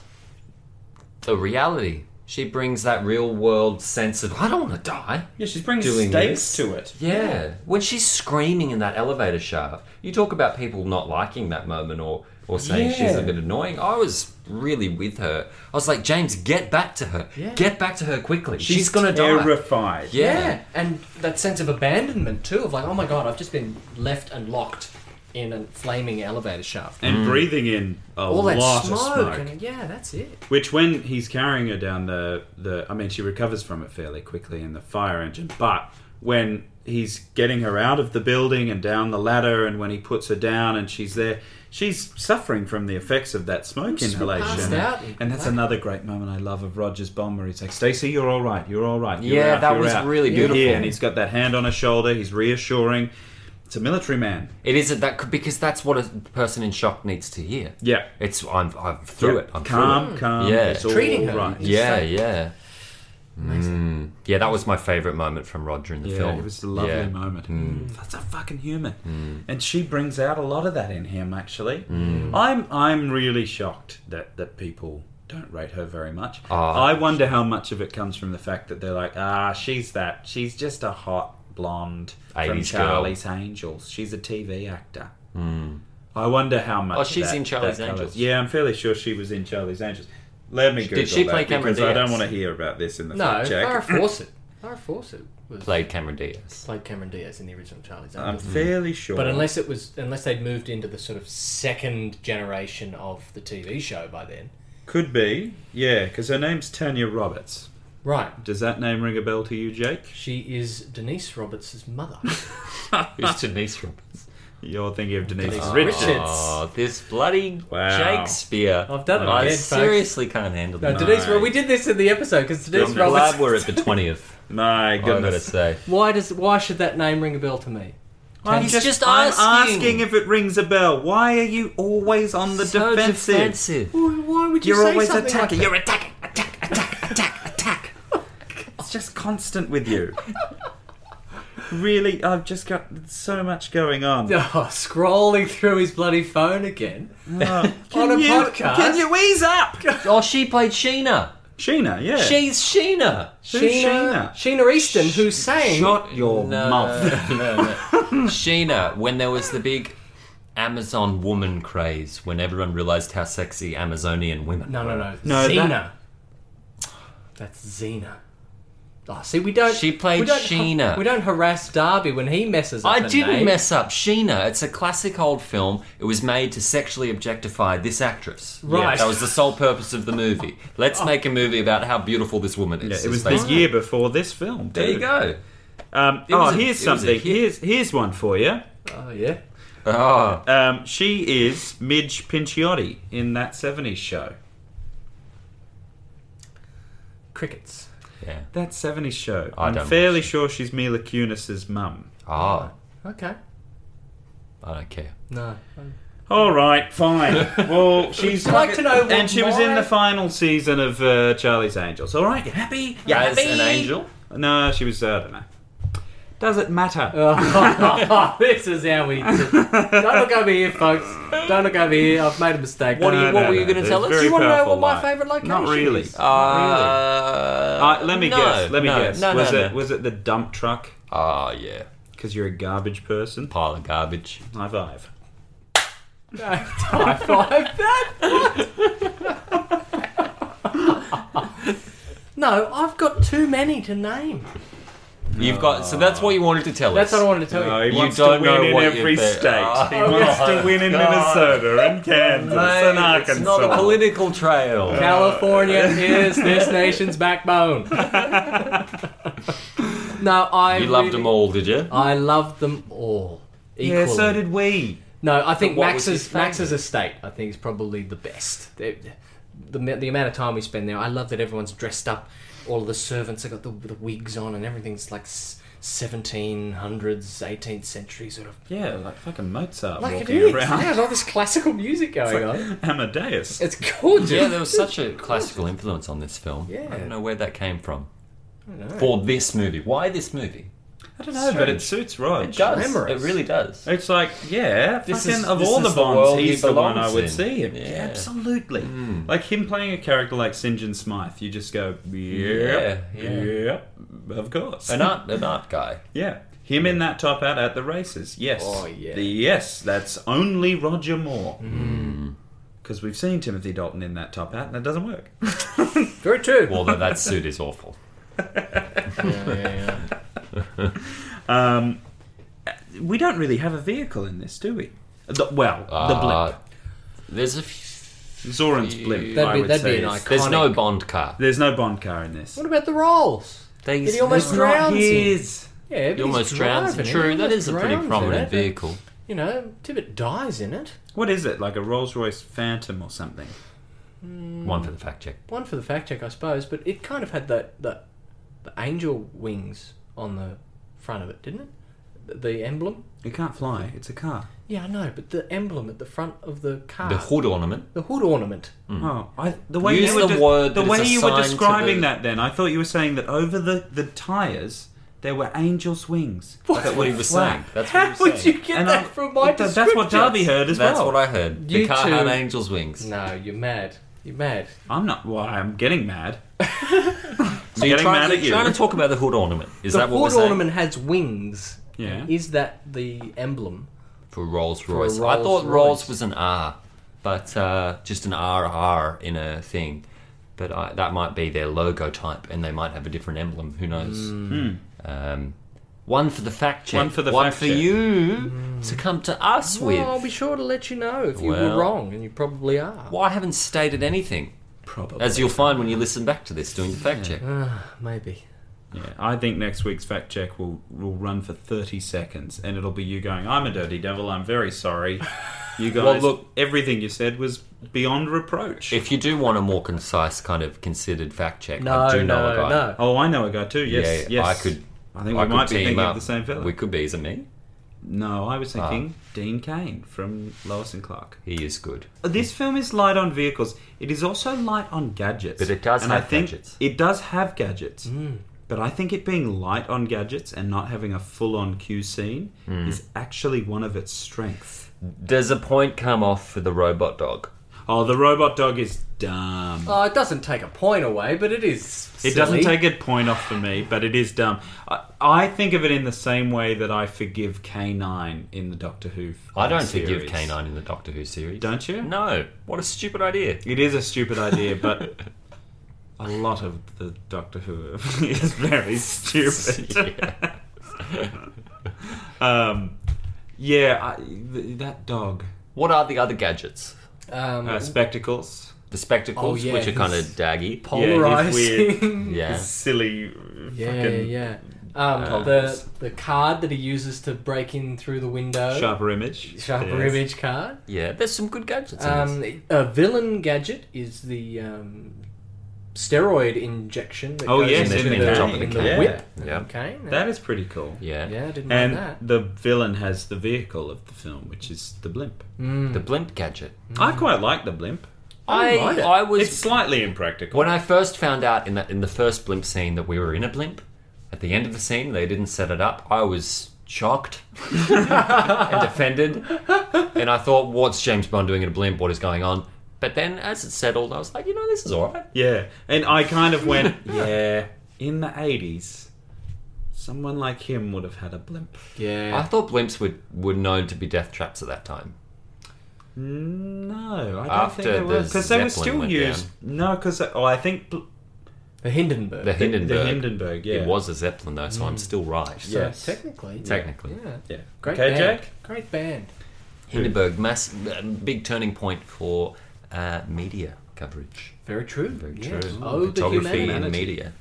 Speaker 3: the reality. She brings that real world sense of I don't want to die.
Speaker 2: Yeah, she's bringing
Speaker 3: Doing
Speaker 2: stakes
Speaker 3: this.
Speaker 2: to it.
Speaker 3: Yeah. When she's screaming in that elevator shaft, you talk about people not liking that moment or, or saying she's
Speaker 2: Yeah.
Speaker 3: a bit annoying. I was really with her. I was like, James, get back to her.
Speaker 1: Yeah.
Speaker 3: Get back to her quickly. She's,
Speaker 2: She's,
Speaker 3: gonna die.
Speaker 2: terrified.
Speaker 3: Yeah.
Speaker 1: and that sense of abandonment too, of like, oh my god, I've just been left and locked in a flaming elevator shaft.
Speaker 2: And breathing in a
Speaker 1: Mm. All that
Speaker 2: lot
Speaker 1: smoke,
Speaker 2: of smoke.
Speaker 1: and yeah, that's it.
Speaker 2: Which, when he's carrying her down the, the. I mean, she recovers from it fairly quickly in the fire engine, but when he's getting her out of the building and down the ladder, and when he puts her down and she's there, she's suffering from the effects of that smoke inhalation.
Speaker 1: passed out.
Speaker 2: And that's another great moment I love of Roger's bomb where he's like, Stacey, you're all right, you're all right. You're
Speaker 3: Yeah,
Speaker 2: out,
Speaker 3: that
Speaker 2: you're
Speaker 3: was
Speaker 2: out.
Speaker 3: really
Speaker 2: You're
Speaker 3: beautiful.
Speaker 2: here," and he's got that hand on her shoulder, he's reassuring. It's a military man.
Speaker 3: It isn't that c- because that's what a person in shock needs to hear.
Speaker 2: Yeah.
Speaker 3: It's I'm I'm through
Speaker 2: Yeah.
Speaker 3: it. I'm
Speaker 2: calm,
Speaker 3: through it.
Speaker 2: calm.
Speaker 3: Yeah.
Speaker 2: It's all right.
Speaker 1: Treating her. It's
Speaker 3: Yeah,
Speaker 1: like-
Speaker 3: yeah. Mm. Yeah, that was my favourite moment from Roger in the
Speaker 2: Yeah,
Speaker 3: film.
Speaker 2: it was a lovely
Speaker 3: Yeah. Mm.
Speaker 2: moment. Mm. That's a fucking human, and she brings out a lot of that in him. Actually,
Speaker 3: Mm.
Speaker 2: I'm I'm really shocked that that people don't rate her very much.
Speaker 3: Ah.
Speaker 2: I wonder how much of it comes from the fact that they're like, ah, she's that, she's just a hot blonde from
Speaker 3: 80s girl." Mm.
Speaker 2: Charlie's Angels. She's a TV actor. I wonder how much.
Speaker 3: Oh, she's
Speaker 2: that-
Speaker 3: in Charlie's
Speaker 2: that colours-
Speaker 3: Angels.
Speaker 2: Yeah, I'm fairly sure she was in Charlie's Angels. Let me Google
Speaker 3: she play
Speaker 2: that
Speaker 3: Cameron
Speaker 2: because
Speaker 3: Diaz?
Speaker 2: I don't want to hear about this in the
Speaker 1: No,
Speaker 2: fact check.
Speaker 1: Farrah Fawcett. Farrah Fawcett was
Speaker 3: Played Cameron Diaz.
Speaker 1: played Cameron Diaz in the original Charlie's
Speaker 2: I'm
Speaker 1: Angels. Mm-hmm.
Speaker 2: fairly sure.
Speaker 1: But unless it was, unless they'd moved into the sort of second generation of the TV show by then,
Speaker 2: could be, yeah, because her name's Tanya Roberts.
Speaker 1: right?
Speaker 2: Does that name ring a bell to you, Jake?
Speaker 1: She is Denise Roberts' mother.
Speaker 3: Who's Denise Roberts?
Speaker 2: You're thinking of Denise
Speaker 1: Denise
Speaker 2: Richards.
Speaker 1: Richards.
Speaker 3: Oh, this bloody
Speaker 2: Wow.
Speaker 3: Shakespeare.
Speaker 1: I've done it
Speaker 3: I
Speaker 1: again, folks.
Speaker 3: seriously can't handle
Speaker 1: No,
Speaker 3: that.
Speaker 1: Denise. Well, we did this in the episode because Denise
Speaker 3: I'm glad
Speaker 1: Roberts.
Speaker 3: we're at the 20th.
Speaker 2: My
Speaker 3: I've got to
Speaker 2: goodness.
Speaker 3: say.
Speaker 1: Why does? Why should that name ring a bell to me?
Speaker 2: I'm
Speaker 3: He's just
Speaker 2: I'm
Speaker 3: asking.
Speaker 2: asking if it rings a bell. Why are you always on the
Speaker 3: So
Speaker 2: defensive?
Speaker 3: defensive.
Speaker 1: Why, why would you
Speaker 2: You're
Speaker 1: say
Speaker 2: always
Speaker 1: something
Speaker 2: attacking.
Speaker 1: Like
Speaker 2: You're attacking. Attack. Attack. Attack. Attack. it's just constant with you. really, I've just got so much going on.
Speaker 1: that? Oh, scrolling through his bloody phone again.
Speaker 2: Oh,
Speaker 1: On a
Speaker 2: you-
Speaker 1: podcast?
Speaker 2: Can you ease up?
Speaker 3: Oh, she played Sheena.
Speaker 2: Sheena, yeah.
Speaker 3: She's Sheena.
Speaker 2: Who's
Speaker 1: Sheena, Sheena Easton, who sang.
Speaker 2: Shut your
Speaker 3: No,
Speaker 2: mouth.
Speaker 3: no, no. Sheena, when there was the big Amazon woman craze, when everyone realized how sexy Amazonian women.
Speaker 1: No, no, no.
Speaker 2: No,
Speaker 1: Xena.
Speaker 2: that-
Speaker 1: That's Xena. Oh, see, we don't.
Speaker 3: She played
Speaker 1: we don't-
Speaker 3: Sheena.
Speaker 1: We don't harass Darby when he messes up.
Speaker 3: I
Speaker 1: a
Speaker 3: didn't
Speaker 1: name.
Speaker 3: mess up. Sheena. It's a classic old film. It was made to sexually objectify this actress.
Speaker 1: Right. Oh.
Speaker 3: That was the sole purpose of the movie. Let's make a movie about how beautiful this woman is.
Speaker 2: Yeah, it
Speaker 3: is
Speaker 2: was the
Speaker 3: basically-
Speaker 2: year before this film.
Speaker 3: There you
Speaker 2: too.
Speaker 3: go.
Speaker 2: Um,
Speaker 3: It
Speaker 2: oh,
Speaker 3: was a-
Speaker 2: here's
Speaker 3: it was a
Speaker 2: something.
Speaker 3: hit.
Speaker 2: Here's here's one for you.
Speaker 1: Oh yeah.
Speaker 3: Oh,
Speaker 2: Um, she is Midge Pinciotti in that '70s show.
Speaker 1: Crickets.
Speaker 3: yeah.
Speaker 2: That '70s show.
Speaker 3: I
Speaker 2: am
Speaker 3: don't
Speaker 2: fairly
Speaker 3: watch it.
Speaker 2: sure she's Mila Kunis's mum.
Speaker 3: Oh,
Speaker 1: Okay.
Speaker 3: I don't care.
Speaker 1: No.
Speaker 2: All right, fine. Well, she's
Speaker 1: I'd like to know what
Speaker 2: and she was in
Speaker 1: my-
Speaker 2: the final season of uh, Charlie's Angels. All right, you happy? You
Speaker 3: As
Speaker 2: happy?
Speaker 3: an angel?
Speaker 2: No, she was. Uh, I don't know. Does it matter?
Speaker 1: Oh, this is how we. Do. Don't look over here, folks. Don't look over here. I've made a mistake.
Speaker 3: What do you-
Speaker 2: No,
Speaker 3: what
Speaker 2: no,
Speaker 3: were you
Speaker 2: no,
Speaker 3: gonna
Speaker 2: there's
Speaker 3: tell us?
Speaker 2: very
Speaker 1: Do you wanna know
Speaker 2: powerful
Speaker 1: what my
Speaker 2: light.
Speaker 1: favourite location
Speaker 2: Not really.
Speaker 1: is?
Speaker 3: Uh,
Speaker 2: Uh, let me
Speaker 3: no,
Speaker 2: guess. Let me
Speaker 3: no,
Speaker 2: guess.
Speaker 3: No, no,
Speaker 2: was
Speaker 3: no.
Speaker 2: it was it the dump truck?
Speaker 3: Ah, yeah.
Speaker 2: Because you're a garbage person.
Speaker 3: Pile of garbage.
Speaker 2: High five.
Speaker 1: High five that. no, I've got too many to name.
Speaker 3: You've got. So that's what you wanted to tell
Speaker 1: That's
Speaker 3: us.
Speaker 1: what I wanted to tell
Speaker 2: No,
Speaker 1: you.
Speaker 2: he
Speaker 3: You
Speaker 2: wants
Speaker 3: don't
Speaker 2: to
Speaker 3: know
Speaker 2: win in
Speaker 3: what
Speaker 2: every
Speaker 3: you think.
Speaker 2: state. he
Speaker 3: Oh,
Speaker 2: wants to
Speaker 3: my
Speaker 2: win in
Speaker 3: God.
Speaker 2: Minnesota and Kansas and
Speaker 3: Mate,
Speaker 2: Arkansas.
Speaker 3: it's not a political trail. Uh,
Speaker 1: California is this nation's backbone. no, I.
Speaker 3: You loved
Speaker 1: really-
Speaker 3: them all, did you?
Speaker 1: I loved them all. Equally.
Speaker 2: yeah, so did we.
Speaker 1: No, I think
Speaker 3: But what
Speaker 1: Max's
Speaker 3: was his favourite?
Speaker 1: Max's estate. I think is probably the best. The, the, the amount of time we spend there. I love that everyone's dressed up. All of the servants have got the, the wigs on, and everything's like seventeen hundreds, eighteenth century sort of.
Speaker 2: Yeah, like fucking Mozart
Speaker 1: Like it
Speaker 2: walking
Speaker 1: is.
Speaker 2: around.
Speaker 1: Yeah, there's all this classical music going on.
Speaker 2: Amadeus.
Speaker 1: It's gorgeous.
Speaker 3: Yeah, there was such a classical influence on this film. I
Speaker 1: Yeah.
Speaker 3: don't know where that came from.
Speaker 1: know.
Speaker 3: For this movie. Why this movie?
Speaker 2: I don't know, but it suits Rog.
Speaker 3: It does.
Speaker 1: glamorous.
Speaker 3: It really does.
Speaker 2: It's like, yeah,
Speaker 3: This
Speaker 2: fucking
Speaker 3: is-
Speaker 2: of
Speaker 3: this
Speaker 2: all
Speaker 3: is
Speaker 2: the
Speaker 3: the
Speaker 2: Bonds,
Speaker 3: world he
Speaker 2: he's the one I
Speaker 3: belongs
Speaker 2: would
Speaker 3: in.
Speaker 2: see him. Yeah,
Speaker 3: Yeah. Hmm.
Speaker 2: absolutely. Like him playing a character like St. John Smythe, you just go, yep,
Speaker 3: Yeah, yeah.
Speaker 2: yeah, yep, of course.
Speaker 3: An art, an art guy.
Speaker 2: Yeah. Him in that top hat at the races. Yes.
Speaker 1: Oh, yeah.
Speaker 2: The yes, that's only Roger Moore.
Speaker 3: Hmm.
Speaker 2: Because we've seen Timothy Dalton in that top hat and that doesn't work.
Speaker 1: Very true.
Speaker 3: Although that suit is awful.
Speaker 1: Yeah, yeah, yeah.
Speaker 2: We don't really have a vehicle in this, do we? The, well,
Speaker 3: Uh,
Speaker 2: the
Speaker 3: There's a. F-
Speaker 2: blimp. Zoran's blimp.
Speaker 1: That'd
Speaker 2: I
Speaker 1: be-
Speaker 2: would
Speaker 1: that'd be
Speaker 2: say
Speaker 1: an
Speaker 2: is-
Speaker 1: icon.
Speaker 3: there's
Speaker 1: Iconic.
Speaker 3: no Bond car.
Speaker 2: There's no Bond car in this.
Speaker 1: What about the rolls?
Speaker 3: They,
Speaker 1: Did he almost
Speaker 2: It's
Speaker 1: drown?
Speaker 2: not
Speaker 1: Drowns him.
Speaker 2: his.
Speaker 1: Yeah, but
Speaker 3: He
Speaker 1: he's
Speaker 3: almost drowns.
Speaker 1: driving it.
Speaker 3: True,
Speaker 1: He
Speaker 3: that
Speaker 1: almost
Speaker 3: is a pretty
Speaker 1: drowns in
Speaker 3: prominent
Speaker 1: it.
Speaker 3: vehicle.
Speaker 1: You know, Tibbet dies in it.
Speaker 2: What is it? Like a Rolls Royce Phantom or something?
Speaker 3: One for the fact check.
Speaker 1: One for the fact check, I suppose, but it kind of had that the, the angel wings on the front of it, didn't it? The, the emblem.
Speaker 2: It can't fly. It's a car.
Speaker 1: Yeah, I know, but the emblem at the front of the car,
Speaker 3: The hood ornament.
Speaker 1: the hood ornament.
Speaker 2: Oh, I, the way
Speaker 3: Hmm. Use
Speaker 2: you were
Speaker 3: the
Speaker 2: de-
Speaker 3: word
Speaker 2: the
Speaker 3: that
Speaker 2: way
Speaker 3: is
Speaker 2: you were
Speaker 3: assigned to
Speaker 2: describing
Speaker 3: the-
Speaker 2: that. Then I thought you were saying that over the the tires there were angels' wings.
Speaker 3: That's
Speaker 2: that
Speaker 3: what
Speaker 2: would
Speaker 3: he was
Speaker 2: flap.
Speaker 3: saying. That's
Speaker 1: How
Speaker 3: what he was
Speaker 1: would
Speaker 3: saying.
Speaker 1: you get
Speaker 2: And
Speaker 1: that
Speaker 2: I-
Speaker 1: from my
Speaker 2: that- That's what Darby
Speaker 1: descriptions?
Speaker 2: heard as
Speaker 3: That's
Speaker 2: well.
Speaker 3: what I heard.
Speaker 1: You
Speaker 3: the car had
Speaker 1: two-
Speaker 3: angel's wings.
Speaker 1: No, you're mad. You're mad.
Speaker 2: I'm not. Well, I'm getting mad.
Speaker 3: So you're
Speaker 2: Getting
Speaker 3: trying,
Speaker 2: mad
Speaker 3: you're
Speaker 2: at you.
Speaker 3: trying to talk about the hood ornament. Is
Speaker 1: the
Speaker 3: that what we're
Speaker 1: hood
Speaker 3: saying?
Speaker 1: ornament has wings.
Speaker 2: Yeah.
Speaker 1: Is that the emblem
Speaker 3: for Rolls
Speaker 1: a
Speaker 3: Royce. I
Speaker 1: Rolls
Speaker 3: thought
Speaker 1: Royce.
Speaker 3: Rolls was an R, but uh, just an RR in a thing. But I, that might be their logo type, and they might have a different emblem. Who knows? Um, one for the fact check.
Speaker 2: One for the
Speaker 3: one
Speaker 2: fact
Speaker 3: for
Speaker 2: check.
Speaker 3: you to come to us
Speaker 1: Well,
Speaker 3: with.
Speaker 1: I'll be sure to let you know if you were
Speaker 3: Well.
Speaker 1: wrong, and you probably are.
Speaker 3: Well, I haven't stated anything,
Speaker 2: Probably.
Speaker 3: as you'll find when you listen back to this doing the fact check.
Speaker 1: Maybe.
Speaker 2: Yeah, I think next week's fact check will will run for thirty seconds, and it'll be you going, "I'm a dirty devil. I'm very sorry." You guys,
Speaker 3: Well, look-
Speaker 2: everything you said was beyond reproach.
Speaker 3: If you do want a more concise kind of considered fact check,
Speaker 1: No,
Speaker 3: I do know
Speaker 1: no,
Speaker 3: a guy.
Speaker 1: no.
Speaker 2: oh, I know a guy too. Yes,
Speaker 3: yeah,
Speaker 2: yes.
Speaker 3: I could.
Speaker 2: I think
Speaker 3: I
Speaker 2: we
Speaker 3: could
Speaker 2: might be
Speaker 3: team
Speaker 2: thinking
Speaker 3: up.
Speaker 2: of the same fella.
Speaker 3: We Ah. could be. Is it me?
Speaker 2: No, I was thinking Dean Kane from Lois and Clark.
Speaker 3: He is good.
Speaker 2: Uh, This film is light on vehicles. It is also light on gadgets.
Speaker 3: But it does
Speaker 2: and I
Speaker 3: have
Speaker 2: think
Speaker 3: gadgets.
Speaker 2: It does have gadgets. But I think it being light on gadgets and not having a full on Q scene
Speaker 3: Hmm.
Speaker 2: is actually one of its strengths.
Speaker 3: Does a point come off for the robot dog?
Speaker 2: Oh, the robot dog is dumb.
Speaker 1: Oh, it doesn't take a point away, but it is.
Speaker 2: It doesn't
Speaker 1: silly.
Speaker 2: take a point off for me, but it is dumb. I, I think of it in the same way that I forgive K9 in the Doctor Who.
Speaker 3: I don't
Speaker 2: series.
Speaker 3: forgive K9 in the Doctor Who series.
Speaker 2: Don't you?
Speaker 3: No. What a stupid idea.
Speaker 2: It is a stupid idea, but a lot of the Doctor Who is very stupid.
Speaker 3: yeah.
Speaker 2: Um, yeah, I, th- that dog.
Speaker 3: What are the other gadgets?
Speaker 1: Um,
Speaker 3: Mm-hmm.
Speaker 2: Uh, spectacles.
Speaker 3: The spectacles,
Speaker 1: Oh, yeah,
Speaker 3: which are kind of
Speaker 1: his-
Speaker 3: daggy.
Speaker 1: polarizing.
Speaker 3: Yeah.
Speaker 2: Silly.
Speaker 1: yeah, yeah,
Speaker 2: fucking uh,
Speaker 1: yeah. Um, the the card that he uses to break in through the window.
Speaker 2: Sharper image.
Speaker 1: Sharper
Speaker 2: Yes.
Speaker 1: image card.
Speaker 3: Yeah, there's some good gadgets in this.
Speaker 1: Um, a villain gadget is the um, steroid injection that
Speaker 2: Oh,
Speaker 1: goes
Speaker 2: yes,
Speaker 1: into
Speaker 3: in the
Speaker 1: the,
Speaker 3: top of the
Speaker 1: in
Speaker 3: cane.
Speaker 1: whip.
Speaker 3: Yeah.
Speaker 1: the cane.
Speaker 2: That is pretty cool.
Speaker 3: Yeah.
Speaker 1: yeah, I didn't mind
Speaker 2: And
Speaker 1: that.
Speaker 2: the villain has the vehicle of the film, which is the blimp.
Speaker 1: Mm,
Speaker 3: The blimp gadget.
Speaker 2: I quite like the blimp.
Speaker 3: I,
Speaker 2: like it.
Speaker 3: I was
Speaker 2: It's slightly impractical.
Speaker 3: When I first found out in the in the first blimp scene that we were in a blimp, at the end of the scene they didn't set it up. I was shocked and offended, and I thought, "What's James Bond doing in a blimp? What is going on?" But then, as it settled, I was like, "You know, this is all right."
Speaker 2: Yeah, and I kind of went, yeah. In the eighties, someone like him would have had a blimp.
Speaker 3: I
Speaker 1: yeah,
Speaker 3: thought blimps were were known to be death traps at that time.
Speaker 2: No, I don't
Speaker 3: After
Speaker 2: think they were
Speaker 3: the
Speaker 2: because they were
Speaker 3: Zeppelin
Speaker 2: still
Speaker 3: went
Speaker 2: used. No, because oh, I think bl-
Speaker 1: the Hindenburg.
Speaker 3: The Hindenburg.
Speaker 2: the Hindenburg. Yeah,
Speaker 3: It was a zeppelin though, so I'm still right.
Speaker 1: so
Speaker 2: yes.
Speaker 1: technically,
Speaker 3: Technically.
Speaker 1: yeah,
Speaker 2: Yeah.
Speaker 1: great Hmm.
Speaker 2: okay,
Speaker 1: band.
Speaker 2: Jack.
Speaker 1: Great band.
Speaker 3: Hindenburg, mass, uh, big turning point for uh, media coverage,
Speaker 1: Very true.
Speaker 3: Very
Speaker 1: yes.
Speaker 3: true.
Speaker 1: Oh, the
Speaker 3: photography
Speaker 1: humanity.
Speaker 3: and media.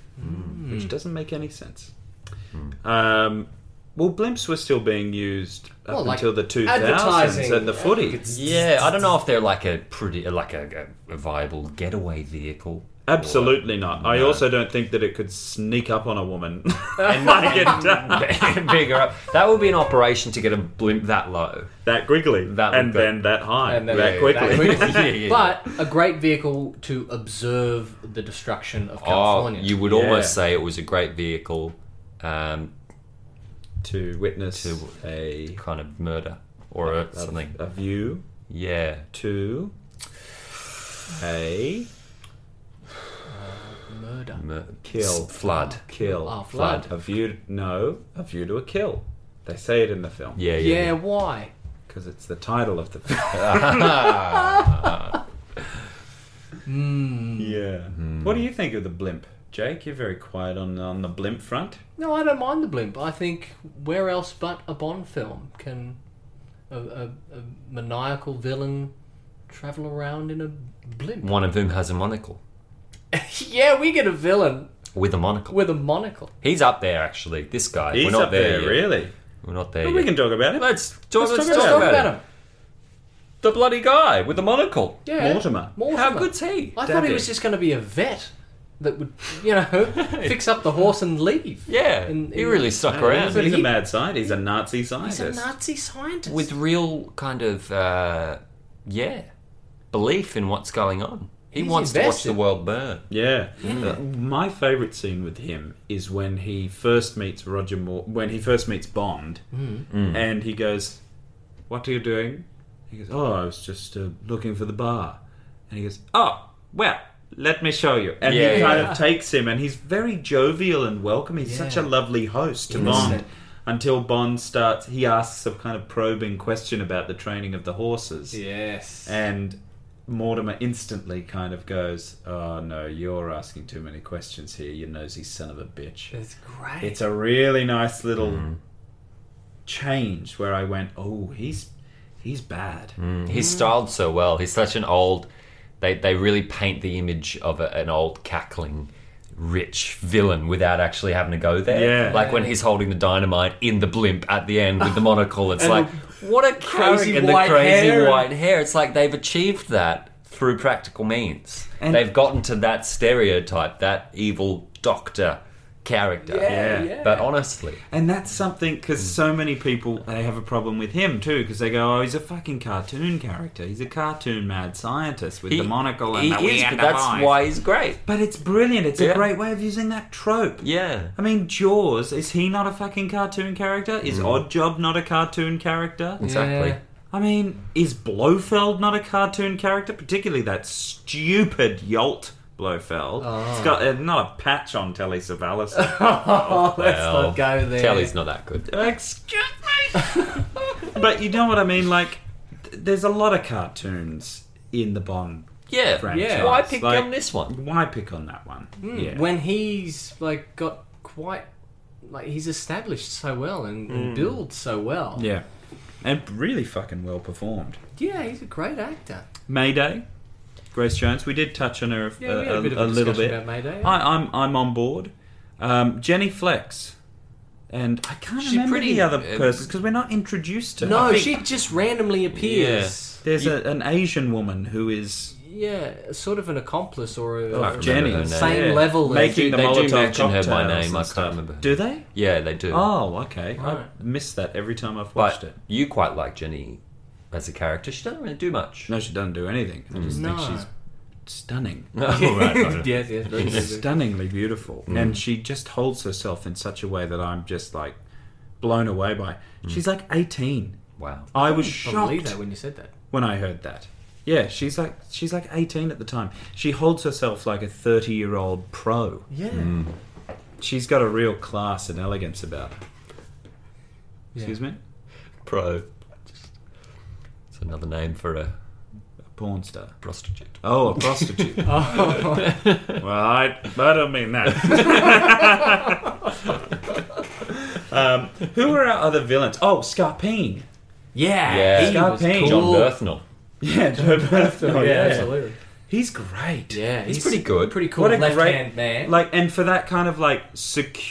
Speaker 2: Which doesn't make any sense.
Speaker 3: Hmm.
Speaker 2: Um, well, blimps were still being used up
Speaker 1: Well, like
Speaker 2: until the two thousands
Speaker 1: advertising.
Speaker 2: and the
Speaker 1: I
Speaker 2: footy.
Speaker 1: think it's-
Speaker 3: Yeah, I don't know if they're like a pretty, like a, a, a viable getaway vehicle.
Speaker 2: Absolutely not. I
Speaker 3: No.
Speaker 2: also don't think that it could sneak up on a woman and make it down.
Speaker 3: Bigger up. That would be an operation to get a blimp that low.
Speaker 2: that quickly,
Speaker 3: That would
Speaker 2: and
Speaker 3: go-
Speaker 2: then that high,
Speaker 1: And then
Speaker 2: that
Speaker 1: that
Speaker 2: quickly.
Speaker 1: quickly.
Speaker 3: Yeah, yeah, yeah.
Speaker 1: But a great vehicle to observe the destruction of
Speaker 3: Oh,
Speaker 1: California.
Speaker 3: you would
Speaker 2: Yeah.
Speaker 3: almost say it was a great vehicle, um,
Speaker 2: to witness
Speaker 3: To-
Speaker 2: a,
Speaker 3: kind of murder or a,
Speaker 2: a,
Speaker 3: something.
Speaker 2: a view
Speaker 3: Yeah.
Speaker 2: to a
Speaker 1: Murder.
Speaker 3: Mur-
Speaker 2: Kill.
Speaker 3: s- Flood.
Speaker 2: kill.
Speaker 1: Oh, flood.
Speaker 2: A view no, a view to a kill. They say it in the film
Speaker 3: Yeah,
Speaker 1: Yeah,
Speaker 3: yeah.
Speaker 1: why?
Speaker 2: because it's the title of the film.
Speaker 3: Hmm.
Speaker 2: yeah. What do you think of the blimp, Jake? You're very quiet on on the blimp front.
Speaker 1: No, I don't mind the blimp. I think where else but a Bond film can a, a, a maniacal villain travel around in a blimp?
Speaker 3: One of whom has a monocle.
Speaker 1: yeah, we get a villain
Speaker 3: With a monocle.
Speaker 1: with a monocle.
Speaker 3: He's up there, actually. This guy.
Speaker 2: He's
Speaker 3: We're not
Speaker 2: up there,
Speaker 3: yet.
Speaker 2: really.
Speaker 3: We're not there
Speaker 2: But
Speaker 3: yet.
Speaker 2: we can talk about it.
Speaker 3: Let's talk,
Speaker 2: Let's
Speaker 3: let's
Speaker 2: talk
Speaker 3: talk
Speaker 1: Talk
Speaker 3: about,
Speaker 1: about
Speaker 3: it.
Speaker 1: him.
Speaker 3: The bloody guy with the monocle.
Speaker 1: Yeah,
Speaker 2: Mortimer.
Speaker 1: Mortimer.
Speaker 3: How good's he?
Speaker 1: I thought
Speaker 2: Daddy.
Speaker 1: he was just going to be a vet that would, you know, fix up the horse and leave.
Speaker 3: Yeah,
Speaker 1: In-
Speaker 3: he
Speaker 1: in-
Speaker 3: really stuck
Speaker 2: He's a,
Speaker 3: around
Speaker 2: he's a
Speaker 1: he-
Speaker 2: mad scientist. He's a Nazi scientist.
Speaker 1: He's a Nazi scientist.
Speaker 3: with real kind of uh, yeah belief in what's going on. He
Speaker 1: He's
Speaker 3: wants to watch
Speaker 1: invested.
Speaker 3: the world burn.
Speaker 2: Yeah. Uh, My favourite scene with him is when he first meets Roger Moore, when he first meets Bond, and he goes, What are you doing? He goes, Oh, I was just uh, looking for the bar. And he goes, Oh, well, let me show you. And
Speaker 3: Yeah,
Speaker 2: he kind
Speaker 3: yeah.
Speaker 2: of takes him, and he's very jovial and welcome. He's such a
Speaker 1: Yeah.
Speaker 2: lovely host to
Speaker 1: Innocent.
Speaker 2: Bond. until Bond starts. He asks a kind of probing question about the training of the horses.
Speaker 1: Yes.
Speaker 2: And Mortimer instantly kind of goes, "Oh no, you're asking too many questions here, you nosy son of a bitch."
Speaker 1: it's great.
Speaker 2: It's a really nice little change where I went, "Oh, he's he's bad."
Speaker 3: He's styled so well. He's such an old. They they really paint the image of a, an old cackling, rich villain without actually having to go there.
Speaker 2: Yeah.
Speaker 3: Like when he's holding the dynamite in the blimp at the end with the monocle. It's like what a crazy
Speaker 1: and
Speaker 3: and
Speaker 1: the
Speaker 3: the crazy
Speaker 1: hair.
Speaker 3: white hair. It's like they've achieved that through practical means.
Speaker 2: And-
Speaker 3: they've gotten to that stereotype, that evil doctor character.
Speaker 1: yeah,
Speaker 2: Yeah. oh,
Speaker 1: yeah.
Speaker 3: But honestly,
Speaker 2: And that's something because so many people they have a problem with him too because they go, "Oh, he's a fucking cartoon character. He's a cartoon mad scientist with
Speaker 3: he,
Speaker 2: the monocle and
Speaker 3: he
Speaker 2: the
Speaker 3: is, but
Speaker 2: weird
Speaker 3: that's
Speaker 2: eyes."
Speaker 3: why he's great.
Speaker 2: But it's brilliant. It's
Speaker 3: Yeah.
Speaker 2: a great way of using that trope.
Speaker 3: Yeah.
Speaker 2: I mean, Jaws, is he not a fucking cartoon character? Is Oddjob not a cartoon character?
Speaker 3: Exactly.
Speaker 1: Mm. Yeah.
Speaker 2: I mean, is Blofeld not a cartoon character? Particularly that stupid Yolt Blofeld. It's got uh, not a patch on Telly Savalas.
Speaker 1: oh, let's
Speaker 3: Well,
Speaker 1: not go there.
Speaker 3: Telly's not that good.
Speaker 2: Excuse me. but you know what I mean? Like, th- there's a lot of cartoons in the Bond.
Speaker 3: Yeah,
Speaker 2: franchise.
Speaker 1: Yeah. Hmm.
Speaker 3: Why pick
Speaker 2: Like,
Speaker 3: on this one?
Speaker 2: Why pick on that one? Yeah.
Speaker 1: when he's like got quite like he's established so well and, and built so well.
Speaker 2: Hmm. yeah. And really fucking well performed.
Speaker 1: Yeah, he's a great actor.
Speaker 2: Mayday, Grace Jones. We did touch on her a,
Speaker 1: Yeah, we had
Speaker 2: a,
Speaker 1: a bit of
Speaker 2: a
Speaker 1: a,
Speaker 2: little
Speaker 1: discussion
Speaker 2: bit.
Speaker 1: about Mayday.
Speaker 2: I, I'm I'm on board. Um, Jenny Flex, and I can't
Speaker 3: She's
Speaker 2: remember
Speaker 3: pretty,
Speaker 2: the other
Speaker 3: uh,
Speaker 2: persons because we're not introduced to. her. I
Speaker 1: no,
Speaker 2: think
Speaker 1: she just randomly appears.
Speaker 2: There's a, an Asian woman who is
Speaker 1: Yeah. sort of an accomplice or a, or
Speaker 2: Oh,
Speaker 1: a-
Speaker 3: remember
Speaker 2: Jenny,
Speaker 3: her name.
Speaker 1: Same level as-
Speaker 2: making the
Speaker 3: They do
Speaker 2: Molotov
Speaker 3: mention her by
Speaker 2: cocktails
Speaker 3: name,
Speaker 2: and
Speaker 3: I can't
Speaker 2: stuff.
Speaker 3: remember her
Speaker 2: Do they?
Speaker 3: Yeah, they do.
Speaker 2: Oh, okay. I
Speaker 1: Right.
Speaker 2: missed that every time I've watched
Speaker 3: but
Speaker 2: it.
Speaker 3: you quite like Jenny as a character. She doesn't really do much.
Speaker 2: No, she doesn't do anything. I just
Speaker 1: No.
Speaker 2: think she's stunning.
Speaker 3: All right, right.
Speaker 1: yes, yes, Mm. very good.
Speaker 2: stunningly beautiful. And she just holds herself in such a way that I'm just like blown away by. She's like 18.
Speaker 3: Wow.
Speaker 2: I was
Speaker 1: Mm. Believe
Speaker 2: shocked
Speaker 1: that when you said that.
Speaker 2: when I heard that. Yeah, she's like she's like 18 at the time. She holds herself like a 30-year-old pro.
Speaker 1: Yeah.
Speaker 2: Hmm. She's got a real class and elegance about her.
Speaker 1: Yeah.
Speaker 2: Excuse me?
Speaker 3: Pro. It's another name for a
Speaker 2: A porn star.
Speaker 3: prostitute.
Speaker 2: Oh, a prostitute.
Speaker 1: Oh,
Speaker 2: Well, I, I don't mean that. um, who were our other villains? Oh, Scarpine.
Speaker 1: yeah.
Speaker 3: Yeah.
Speaker 1: He was
Speaker 2: Scarpine.
Speaker 1: cool.
Speaker 3: John Berthnell.
Speaker 2: Yeah, Joe Berthnell.
Speaker 1: Oh, Yeah,
Speaker 2: Oh, yeah.
Speaker 1: absolutely.
Speaker 2: He's great.
Speaker 1: Yeah,
Speaker 3: He's pretty good.
Speaker 1: Pretty cool
Speaker 2: What a great-
Speaker 1: left-hand man.
Speaker 2: Like, and for that kind of like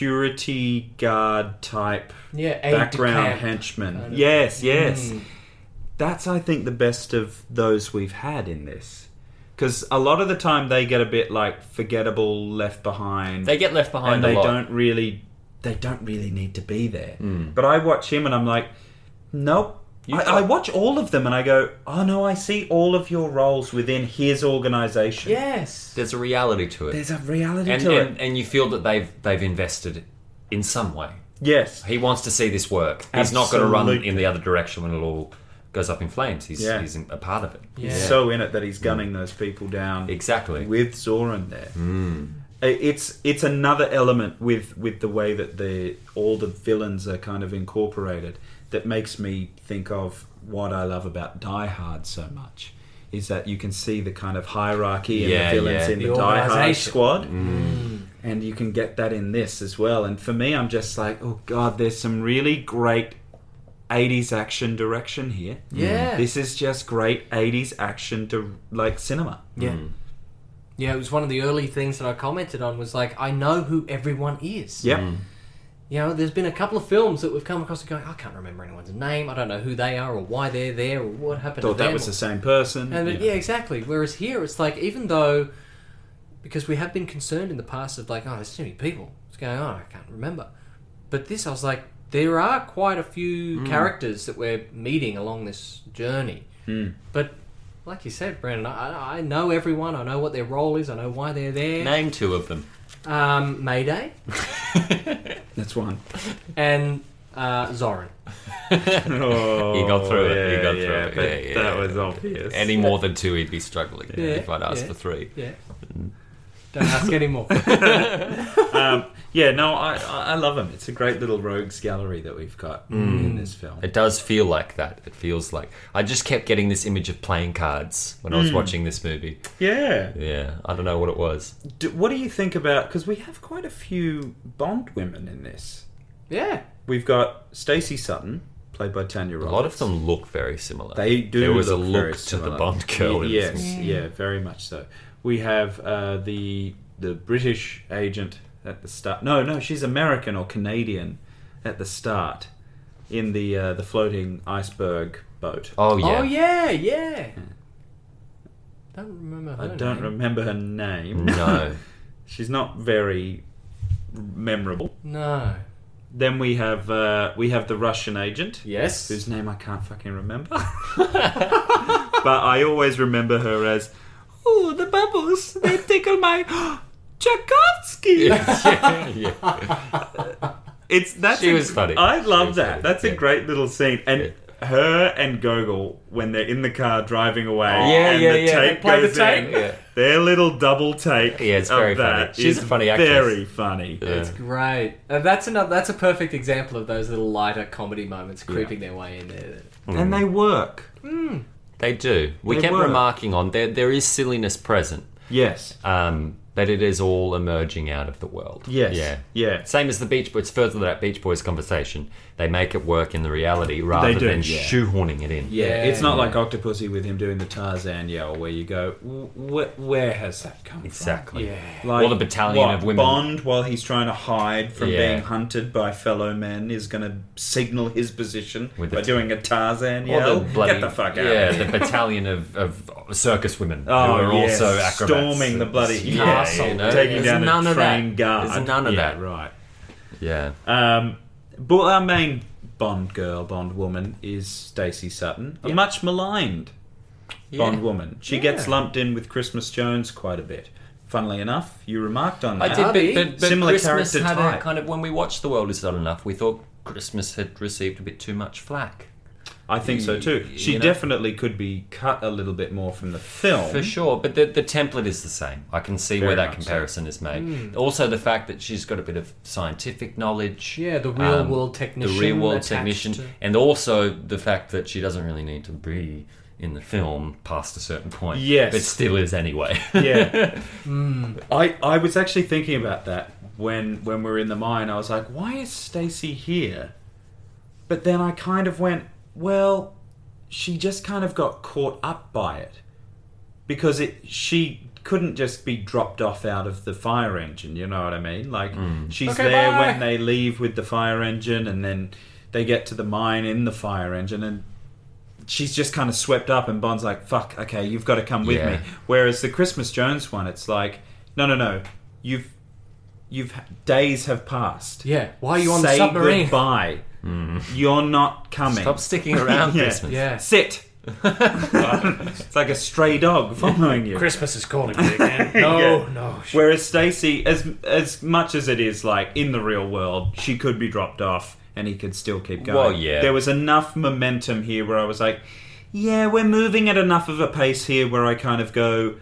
Speaker 2: security guard type
Speaker 1: yeah, aide de
Speaker 2: background
Speaker 1: camp.
Speaker 2: henchman.
Speaker 1: Kind of.
Speaker 2: Yes, yes.
Speaker 1: Mm.
Speaker 2: That's, I think, the best of those we've had in this. Because a lot of the time they get a bit like forgettable, left behind.
Speaker 3: They get left behind
Speaker 2: and they
Speaker 3: a lot.
Speaker 2: don't really they don't really need to be there.
Speaker 3: Hmm.
Speaker 2: But I watch him and I'm like, nope. I, I watch all of them and I go, oh no, I see all of your roles within his organization.
Speaker 1: Yes.
Speaker 3: There's a reality to it,
Speaker 2: There's a reality
Speaker 3: and,
Speaker 2: to
Speaker 3: and
Speaker 2: it.
Speaker 3: and you feel that they've they've invested in some way.
Speaker 2: Yes.
Speaker 3: He wants to see this work. He's not going to run
Speaker 2: Absolutely.
Speaker 3: in the other direction when it all goes up in flames. He's
Speaker 2: Yeah.
Speaker 3: he's a part of it.
Speaker 1: Yeah.
Speaker 2: He's so in it that he's gunning those people down
Speaker 3: Exactly.
Speaker 2: with Zoran there. I- It's it's another element with, with the way that the all the villains are kind of incorporated that makes me think of what I love about Die Hard so much is that you can see the kind of hierarchy and
Speaker 3: Yeah,
Speaker 2: the villains
Speaker 3: yeah.
Speaker 2: in the,
Speaker 1: The
Speaker 2: Die Hard
Speaker 1: organisation.
Speaker 2: squad, and you can get that in this as well. And for me, I'm just like, oh god, there's some really great 80s action direction here.
Speaker 1: Yeah.
Speaker 2: This is just great 80s action to like cinema.
Speaker 3: Mm.
Speaker 1: Yeah. Yeah, it was one of the early things that I commented on was like, I know who everyone is.
Speaker 2: Yep.
Speaker 3: Mm.
Speaker 1: You know, there's been a couple of films that we've come across and going, I can't remember anyone's name. I don't know who they are or why they're there or what happened
Speaker 2: Thought
Speaker 1: to them.
Speaker 2: that was the same person.
Speaker 1: and yeah. exactly. Whereas here, it's like, even though, because we have been concerned in the past of like, oh, there's too many people. What's going on? I can't remember. But this, I was like, there are quite a few characters that we're meeting along this journey. But like you said, Brandon, I, I know everyone. I know what their role is. I know why they're there.
Speaker 3: Name two of them.
Speaker 1: um, Mayday
Speaker 2: That's one.
Speaker 1: and uh, Zoran.
Speaker 2: oh,
Speaker 3: He got through it, he got through it.
Speaker 2: but
Speaker 3: Yeah, yeah.
Speaker 2: That was obvious.
Speaker 3: Any more than two, he'd be struggling.
Speaker 1: Yeah,
Speaker 3: If I'd asked
Speaker 1: yeah.
Speaker 3: for three,
Speaker 1: Yeah. Don't ask anymore.
Speaker 2: Um, Yeah, no, I, I I love him. It's a great little rogues gallery that we've got in this film.
Speaker 3: It does feel like that. It feels like I just kept getting this image of playing cards when I
Speaker 2: Hmm.
Speaker 3: was watching this movie.
Speaker 2: Yeah.
Speaker 3: Yeah, I don't know what it was.
Speaker 2: Do, what do you think about? Because we have quite a few Bond women in this.
Speaker 1: yeah.
Speaker 2: We've got Stacey Sutton, played by Tanya
Speaker 3: A
Speaker 2: Roberts.
Speaker 3: lot of them look very similar.
Speaker 2: They do.
Speaker 3: There was a
Speaker 2: look very
Speaker 3: look to
Speaker 2: similar.
Speaker 3: the Bond girl.
Speaker 2: Y-
Speaker 3: in
Speaker 2: yes,
Speaker 3: this movie.
Speaker 2: yeah, very much so. We have uh, the the British agent at the start. No, no, she's American or Canadian at the start in the uh, the floating iceberg boat.
Speaker 3: Oh yeah.
Speaker 1: Oh yeah, yeah. Don't remember. Her
Speaker 2: I don't
Speaker 1: name.
Speaker 2: remember her name.
Speaker 3: No.
Speaker 2: she's not very memorable.
Speaker 1: No.
Speaker 2: Then we have uh, we have the Russian agent.
Speaker 1: Yes.
Speaker 2: whose name I can't fucking remember. but I always remember her as, oh, the bubbles, they tickle my Tchaikovsky.
Speaker 3: yeah, yeah.
Speaker 2: It's that's
Speaker 3: She
Speaker 2: a-
Speaker 3: was funny.
Speaker 2: I
Speaker 3: She
Speaker 2: love
Speaker 3: was
Speaker 2: that.
Speaker 3: funny,
Speaker 2: That's
Speaker 3: yeah.
Speaker 2: a great little scene. And her and Gogol when they're in the car driving away.
Speaker 3: Oh. yeah,
Speaker 2: and
Speaker 3: yeah,
Speaker 2: the
Speaker 3: yeah. They
Speaker 2: Tape
Speaker 1: play the
Speaker 2: goes
Speaker 1: tape.
Speaker 2: in,
Speaker 3: Yeah.
Speaker 2: Their little double take.
Speaker 3: Yeah, it's
Speaker 2: of
Speaker 3: very funny.
Speaker 2: that
Speaker 3: She's
Speaker 2: is
Speaker 3: a funny actress.
Speaker 2: Very funny.
Speaker 1: That's great. Uh, that's another. That's a perfect example of those little lighter comedy moments creeping their way in there.
Speaker 2: And they work.
Speaker 3: They do. We
Speaker 2: They
Speaker 3: kept
Speaker 2: were.
Speaker 3: remarking on there. There is silliness present,
Speaker 2: Yes.
Speaker 3: um, but it is all emerging out of the world.
Speaker 2: Yes.
Speaker 3: Yeah.
Speaker 2: Yeah.
Speaker 3: Same as the Beach Boys. Further to that Beach Boys conversation, they make it work in the reality rather
Speaker 2: do,
Speaker 3: than
Speaker 2: yeah.
Speaker 3: shoehorning it in.
Speaker 2: Yeah,
Speaker 1: Yeah,
Speaker 2: it's not
Speaker 1: yeah.
Speaker 2: like Octopussy with him doing the Tarzan yell, where you go, "Wh- wh- where has that come
Speaker 3: Exactly.
Speaker 1: Yeah.
Speaker 2: from? Like,
Speaker 3: Or the battalion
Speaker 2: what,
Speaker 3: of women.
Speaker 2: Bond, while he's trying to hide from
Speaker 3: Yeah.
Speaker 2: being hunted by fellow men, is going to signal his position
Speaker 3: With the
Speaker 2: by
Speaker 3: t-
Speaker 2: doing a Tarzan
Speaker 3: Or
Speaker 2: yell.
Speaker 3: the bloody,
Speaker 2: Get the fuck out!
Speaker 3: Yeah,
Speaker 2: of here.
Speaker 3: the battalion of, of circus women
Speaker 2: Oh,
Speaker 3: who are
Speaker 2: yes.
Speaker 3: also acrobats.
Speaker 2: Storming the
Speaker 3: and-
Speaker 2: bloody
Speaker 3: yeah,
Speaker 1: castle,
Speaker 3: you know,
Speaker 2: taking
Speaker 3: there's
Speaker 2: down
Speaker 3: none
Speaker 2: a
Speaker 3: of that.
Speaker 2: trained guard.
Speaker 3: There's none of
Speaker 2: Yeah,
Speaker 3: that.
Speaker 2: Right.
Speaker 3: Yeah.
Speaker 2: Um, but our main Bond girl, Bond woman, is Stacey Sutton, a much maligned Bond woman. She gets lumped in with Christmas Jones quite a bit. Funnily enough, you remarked on
Speaker 3: I
Speaker 2: that.
Speaker 3: did,
Speaker 1: Barbie,
Speaker 3: but, but, but
Speaker 2: similar
Speaker 3: Christmas
Speaker 2: character
Speaker 3: had
Speaker 2: type.
Speaker 3: a kind of when we watched The World Is Not Enough, we thought Christmas had received a bit too much flack.
Speaker 2: I think so too.
Speaker 3: You
Speaker 2: She
Speaker 3: know.
Speaker 2: definitely could be cut a little bit more from the film.
Speaker 3: For sure, but the, the template is the same. I can see
Speaker 2: Mm. Very
Speaker 3: where that
Speaker 2: much so. Mm.
Speaker 3: comparison is made. Also, the fact that she's got a bit of scientific knowledge.
Speaker 1: Yeah, the real
Speaker 3: um,
Speaker 1: world
Speaker 3: the
Speaker 1: technician.
Speaker 3: real world
Speaker 1: attached
Speaker 3: technician,
Speaker 1: to-
Speaker 3: and also the fact that she doesn't really need to be in the film past a certain point.
Speaker 2: Yes.
Speaker 3: but still is anyway.
Speaker 2: Yeah.
Speaker 1: Mm.
Speaker 2: I I was actually thinking about that when when we were in the mine. I was like, why is Stacy here? But then I kind of went, well, she just kind of got caught up by it because it she couldn't just be dropped off out of the fire engine. You know what I mean? Like she's
Speaker 1: Okay,
Speaker 2: there
Speaker 1: bye.
Speaker 2: when they leave with the fire engine, and then they get to the mine in the fire engine, and she's just kind of swept up and Bond's like, fuck, okay, you've got to come with
Speaker 3: Yeah.
Speaker 2: me. Whereas the Christmas Jones one, it's like, no, no, no, you've, you've, days have passed.
Speaker 1: Yeah. Why are you on
Speaker 2: Say
Speaker 1: the submarine? Hmm.
Speaker 2: goodbye. You're not coming.
Speaker 3: Stop sticking around
Speaker 2: Yeah.
Speaker 3: Christmas.
Speaker 1: Yeah.
Speaker 2: Sit. it's like a stray dog following you.
Speaker 1: Christmas is calling me again. No,
Speaker 2: Yeah.
Speaker 1: no. sh-
Speaker 2: Whereas Stacy, as as much as it is like in the real world, she could be dropped off and he could still keep going.
Speaker 3: Well, yeah.
Speaker 2: There was enough momentum here where I was like, yeah, we're moving at enough of a pace here where I kind of go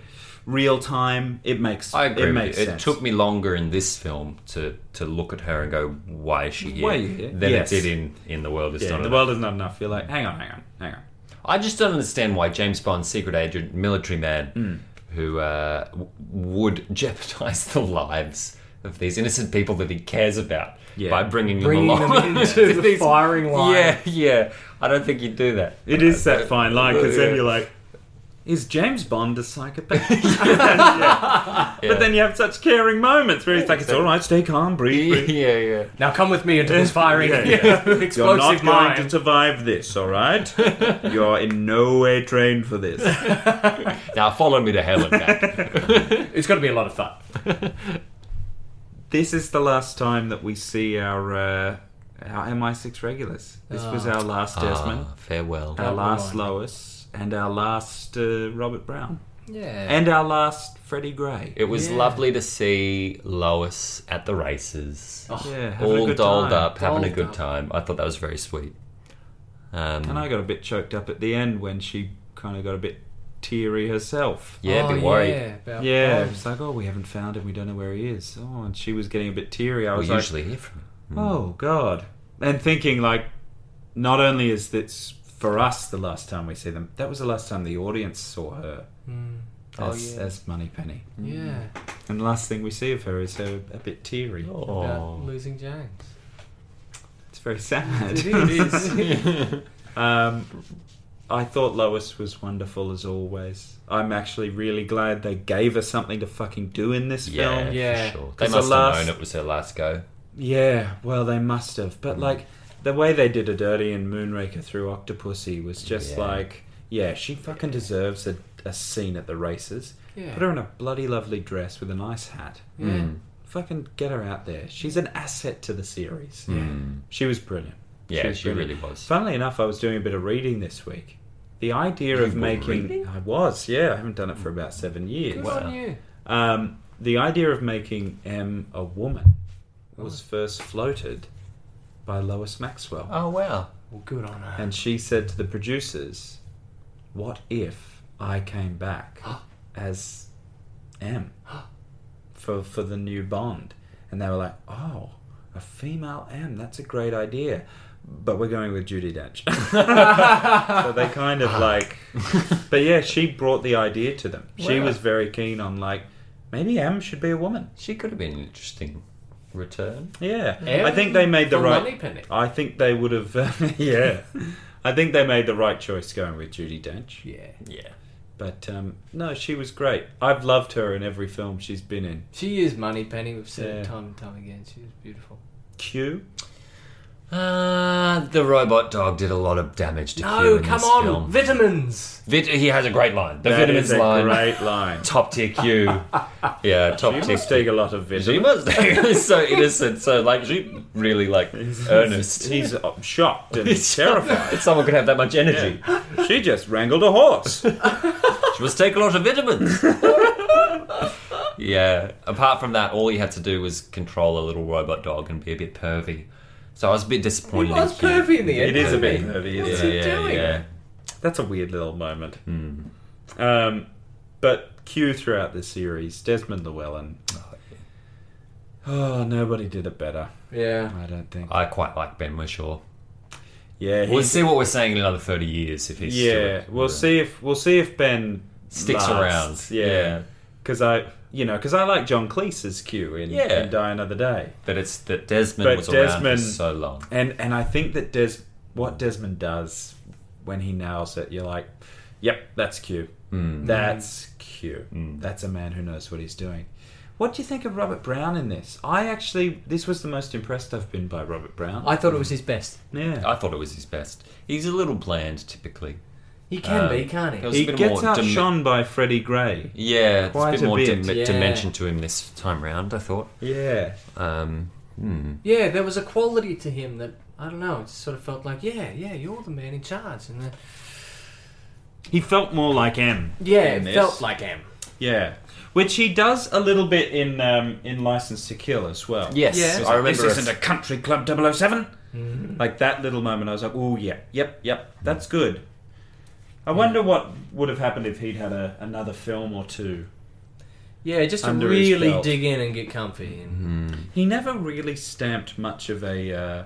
Speaker 2: real time. It makes
Speaker 3: I agree.
Speaker 2: it
Speaker 3: with
Speaker 2: makes
Speaker 3: you.
Speaker 2: sense.
Speaker 3: It took me longer in this film to, to look at her and go, "Why is she here?"
Speaker 2: Why are you here?
Speaker 3: Than
Speaker 2: Yes.
Speaker 3: it did in, in the world. Is
Speaker 2: yeah,
Speaker 3: not
Speaker 2: the
Speaker 3: Enough.
Speaker 2: world is not enough. You're like, hang on, hang on, hang on.
Speaker 3: I just don't understand why James Bond, secret agent, military man, who uh, w- would jeopardize the lives of these innocent people that he cares about
Speaker 2: Yeah.
Speaker 3: by bringing,
Speaker 1: Bringing
Speaker 3: them
Speaker 1: them
Speaker 3: along
Speaker 1: into
Speaker 3: to
Speaker 1: the firing line.
Speaker 3: Yeah, yeah. I don't think you'd do that.
Speaker 2: It is that fine line because
Speaker 3: Yeah.
Speaker 2: then you're like, is James Bond a psychopath? But then you have such caring moments where it's like, it's all right, stay calm, breathe, breathe.
Speaker 3: yeah, yeah.
Speaker 1: Now come with me into this firing
Speaker 2: Yeah, yeah. You're not
Speaker 1: explosive
Speaker 2: going to
Speaker 1: mine.
Speaker 2: survive this, all right? You're in no way trained for this.
Speaker 3: Now follow me to hell and back.
Speaker 1: It's going to be a lot of fun.
Speaker 2: This is the last time that we see our uh, our MI6 regulars. This was our last Desmond,
Speaker 3: Ah, farewell.
Speaker 2: our
Speaker 1: that
Speaker 2: last
Speaker 1: one.
Speaker 2: Lois, and our last uh, Robert Brown,
Speaker 1: Yeah.
Speaker 2: and our last Freddie Gray.
Speaker 3: It was
Speaker 1: Yeah.
Speaker 3: lovely to see Lois at the races,
Speaker 2: Yeah, Oh, having a
Speaker 3: all
Speaker 2: good
Speaker 3: dolled
Speaker 2: time.
Speaker 3: up, having a
Speaker 1: Dolled
Speaker 3: good
Speaker 1: up.
Speaker 3: time. I thought that was very sweet. Um,
Speaker 2: And I got a bit choked up at the end when she kind of got a bit Teary herself.
Speaker 3: Yeah, a bit worried.
Speaker 1: Oh, Yeah, about
Speaker 2: Yeah,
Speaker 1: Bond.
Speaker 2: it's like, oh, we haven't found him. We don't know where he is. Oh, and she was getting a bit teary. I
Speaker 3: We
Speaker 2: was like,
Speaker 3: usually hear from him.
Speaker 1: Hmm.
Speaker 2: oh god, and thinking like, not only is this for us the last time we see them, that was the last time the audience saw her
Speaker 1: Oh,
Speaker 2: as,
Speaker 1: yeah. Hmm.
Speaker 2: as Moneypenny,
Speaker 1: yeah.
Speaker 2: Mm. and the last thing we see of her is her a bit teary.
Speaker 1: About
Speaker 3: Oh.
Speaker 1: losing James.
Speaker 2: It's very sad.
Speaker 1: It is.
Speaker 2: Um, I thought Lois was wonderful as always. I'm actually really glad they gave her something to fucking do in this
Speaker 3: Yeah,
Speaker 2: film.
Speaker 1: Yeah.
Speaker 3: for sure. They
Speaker 2: 'Cause the
Speaker 3: must
Speaker 2: last-
Speaker 3: have known it was her last go.
Speaker 2: Yeah, well, they must have.
Speaker 3: Hmm.
Speaker 2: But like the way they did her dirty in Moonraker through Octopussy was just
Speaker 3: Yeah.
Speaker 2: like, yeah, she fucking deserves a, a scene at the races.
Speaker 1: Yeah.
Speaker 2: Put her in a bloody lovely dress with a nice hat.
Speaker 1: Yeah.
Speaker 2: Fucking get her out there. She's an asset to the series.
Speaker 3: Mm.
Speaker 2: She was brilliant.
Speaker 3: Yeah, she
Speaker 2: brilliant.
Speaker 3: really was.
Speaker 2: Funnily enough, I was doing a bit of reading this week. The idea of
Speaker 3: were
Speaker 2: making
Speaker 3: reading?
Speaker 2: I was, yeah, I haven't done it for about seven years.
Speaker 1: Good
Speaker 3: Wow.
Speaker 1: on you.
Speaker 2: Um, the idea of making M a woman was first floated by Lois Maxwell,
Speaker 3: Oh wow.
Speaker 1: Well, good on her.
Speaker 2: and she said to the producers, "What if I came back as M for for the new Bond?" And they were like, "Oh, a female M, that's a great idea." But we're going with Judy Dench. so they kind
Speaker 3: Ah.
Speaker 2: of like but yeah she brought the idea to them she
Speaker 3: Wow.
Speaker 2: was very keen on like maybe m should be a woman
Speaker 3: She could have been an interesting return.
Speaker 2: yeah
Speaker 1: M
Speaker 2: i think they made the
Speaker 1: for
Speaker 2: right
Speaker 1: Moneypenny.
Speaker 2: i think they would have uh, yeah i think they made the right choice going with judy dench
Speaker 1: Yeah.
Speaker 3: Yeah.
Speaker 2: but um, no she was great i've loved her in every film she's been in
Speaker 1: She is Moneypenny. We've said
Speaker 2: Yeah.
Speaker 1: it time and time again. She is beautiful.
Speaker 2: q
Speaker 3: Uh, the robot dog did a lot of damage to Q
Speaker 1: No,
Speaker 3: in
Speaker 1: come
Speaker 3: this
Speaker 1: on.
Speaker 3: film.
Speaker 1: Vitamins.
Speaker 3: Vit- he has a great line. The
Speaker 2: That
Speaker 3: vitamins
Speaker 2: is a
Speaker 3: line.
Speaker 2: great line
Speaker 3: Top tier Q. yeah, top
Speaker 2: you
Speaker 3: tier.
Speaker 2: must take a lot of
Speaker 3: She must.
Speaker 2: vitamins
Speaker 3: He's so innocent. So like, she really like earnest.
Speaker 2: he's uh, shocked and
Speaker 3: He's
Speaker 2: terrified
Speaker 3: If someone could have that much energy,
Speaker 2: she just wrangled a horse
Speaker 3: she must take a lot of vitamins. yeah. Apart from that, all he had to do was control a little robot dog and be a bit pervy. So I was a bit disappointed.
Speaker 1: He was
Speaker 3: in Q.
Speaker 1: pervy in the end,
Speaker 2: It is a bit
Speaker 1: wasn't
Speaker 2: pervy,
Speaker 1: he?
Speaker 2: isn't
Speaker 1: What's
Speaker 3: Yeah,
Speaker 1: he
Speaker 3: yeah,
Speaker 1: doing?
Speaker 3: yeah.
Speaker 2: That's a weird little moment.
Speaker 3: Hmm.
Speaker 2: Um, but Q throughout the series, Desmond Llewellyn. Oh, nobody did it better.
Speaker 1: Yeah.
Speaker 2: I don't think.
Speaker 3: I quite like Ben Wishaw.
Speaker 2: Yeah,
Speaker 3: We'll
Speaker 2: he's,
Speaker 3: see what we're saying in another thirty years if he's
Speaker 2: yeah.
Speaker 3: still
Speaker 2: We'll see if we'll see if Ben
Speaker 3: sticks around.
Speaker 2: lasts. Yeah, because I, you know, because I like John Cleese's Q in,
Speaker 3: Yeah.
Speaker 2: in Die Another Day,
Speaker 3: But it's that Desmond
Speaker 2: But
Speaker 3: was around
Speaker 2: Desmond-
Speaker 3: for so long.
Speaker 2: and and I think that Des what Desmond does when he nails it, you're like, yep, that's Q.
Speaker 3: Hmm.
Speaker 2: That's Q. That's a man who knows what he's doing. What do you think of Robert Brown in this? I actually, this was the most impressed I've been by Robert Brown.
Speaker 1: I thought it was his best.
Speaker 2: yeah,
Speaker 3: I thought it was his best. He's a little bland typically.
Speaker 1: He can
Speaker 2: Uh,
Speaker 3: Um,
Speaker 1: be, can't he?
Speaker 3: it was
Speaker 2: he
Speaker 3: a bit
Speaker 2: gets
Speaker 3: more
Speaker 2: outshone by Freddie Gray.
Speaker 3: Yeah,
Speaker 2: Quite
Speaker 3: there's a
Speaker 2: a
Speaker 3: bit more
Speaker 2: bit,
Speaker 3: dim-
Speaker 1: yeah.
Speaker 3: dimension to him this time round. I thought.
Speaker 2: Yeah,
Speaker 3: Um, hmm.
Speaker 1: Yeah, there was a quality to him that I don't know. It sort of felt like, yeah, yeah, you're the man in charge, and the,
Speaker 2: he felt more like M.
Speaker 1: yeah,
Speaker 2: in
Speaker 1: it
Speaker 2: this.
Speaker 1: felt like him.
Speaker 2: yeah, which he does a little bit in um, in License to Kill as well.
Speaker 3: Yes,
Speaker 1: Yeah.
Speaker 3: I remember.
Speaker 2: this isn't a country club 007 like that little moment i was like oh yeah yep yep that's good i wonder what would have happened if he'd had a, another film or two
Speaker 1: Yeah, just to
Speaker 2: Under his
Speaker 1: really
Speaker 2: belt.
Speaker 1: dig in and get comfy. And,
Speaker 3: hmm.
Speaker 2: he never really stamped much of a uh,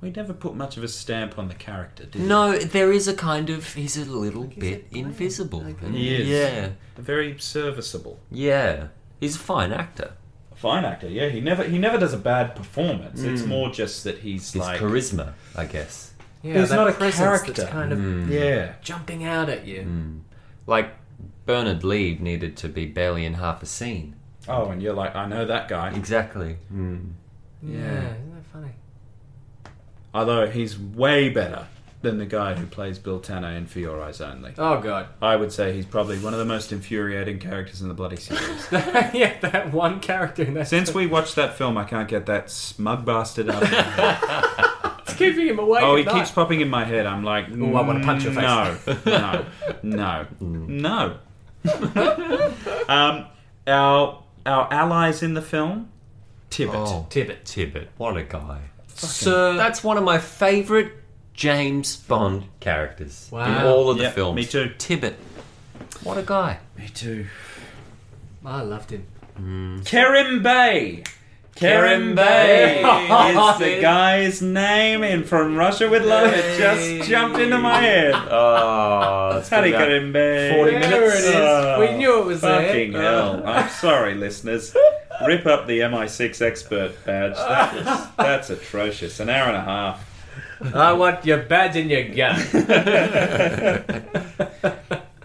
Speaker 2: we never put much of a stamp on the character did
Speaker 3: no, there is a kind of. He's a little bit invisible. and-
Speaker 2: He is.
Speaker 3: Yeah,
Speaker 2: he very serviceable
Speaker 3: yeah. He's a fine actor.
Speaker 2: A fine actor yeah he never he never does a bad performance it's more just that he's
Speaker 3: Mm. His
Speaker 2: like
Speaker 3: charisma, I guess.
Speaker 1: yeah,
Speaker 2: There's
Speaker 1: that
Speaker 2: not a
Speaker 1: presence
Speaker 2: character.
Speaker 1: that's kind of
Speaker 2: yeah
Speaker 1: jumping out at you.
Speaker 3: Like Bernard Lee needed to be barely in half a scene.
Speaker 2: oh and you're like i know that guy
Speaker 3: Exactly.
Speaker 1: Yeah.
Speaker 2: Yeah.
Speaker 1: isn't that funny?
Speaker 2: although he's way better than the guy who plays bill tanner in for your eyes only
Speaker 1: Oh god,
Speaker 2: I would say he's probably one of the most infuriating characters in the bloody series.
Speaker 1: yeah, that one character in that.
Speaker 2: Since we watched that film, I can't get that smug bastard out of my head.
Speaker 1: it's keeping him awake.
Speaker 2: Oh,
Speaker 1: at
Speaker 2: he
Speaker 1: night.
Speaker 2: keeps popping in my head. I'm like,
Speaker 1: Ooh, I wanna punch your face.
Speaker 2: No, no, no, no. um, our our allies in the film, Tibbet.
Speaker 3: Oh,
Speaker 1: Tibbet.
Speaker 3: Tibbet, what a guy.
Speaker 1: Sir.
Speaker 3: That's one of my favourite James Bond characters
Speaker 1: Wow.
Speaker 3: in all of the
Speaker 2: Yep,
Speaker 3: films.
Speaker 2: me too.
Speaker 3: Tibbet. What a guy.
Speaker 2: Me too.
Speaker 1: I loved him.
Speaker 2: Kerim Bay. Kerim
Speaker 3: Kerim
Speaker 2: Bay
Speaker 3: Bay.
Speaker 2: is the guy's name in From Russia with Love. It just jumped into my head.
Speaker 3: Oh,
Speaker 2: Ah, That's Harry Kerim Bay.
Speaker 3: 40
Speaker 1: There minutes. it is. We knew it was there.
Speaker 2: Ah.
Speaker 1: Ah.
Speaker 2: Fucking hell. I'm sorry, listeners. Rip up the MI6 expert badge.
Speaker 1: Ah.
Speaker 2: That was, that's atrocious. An hour and a half.
Speaker 1: I want your badge and your gun.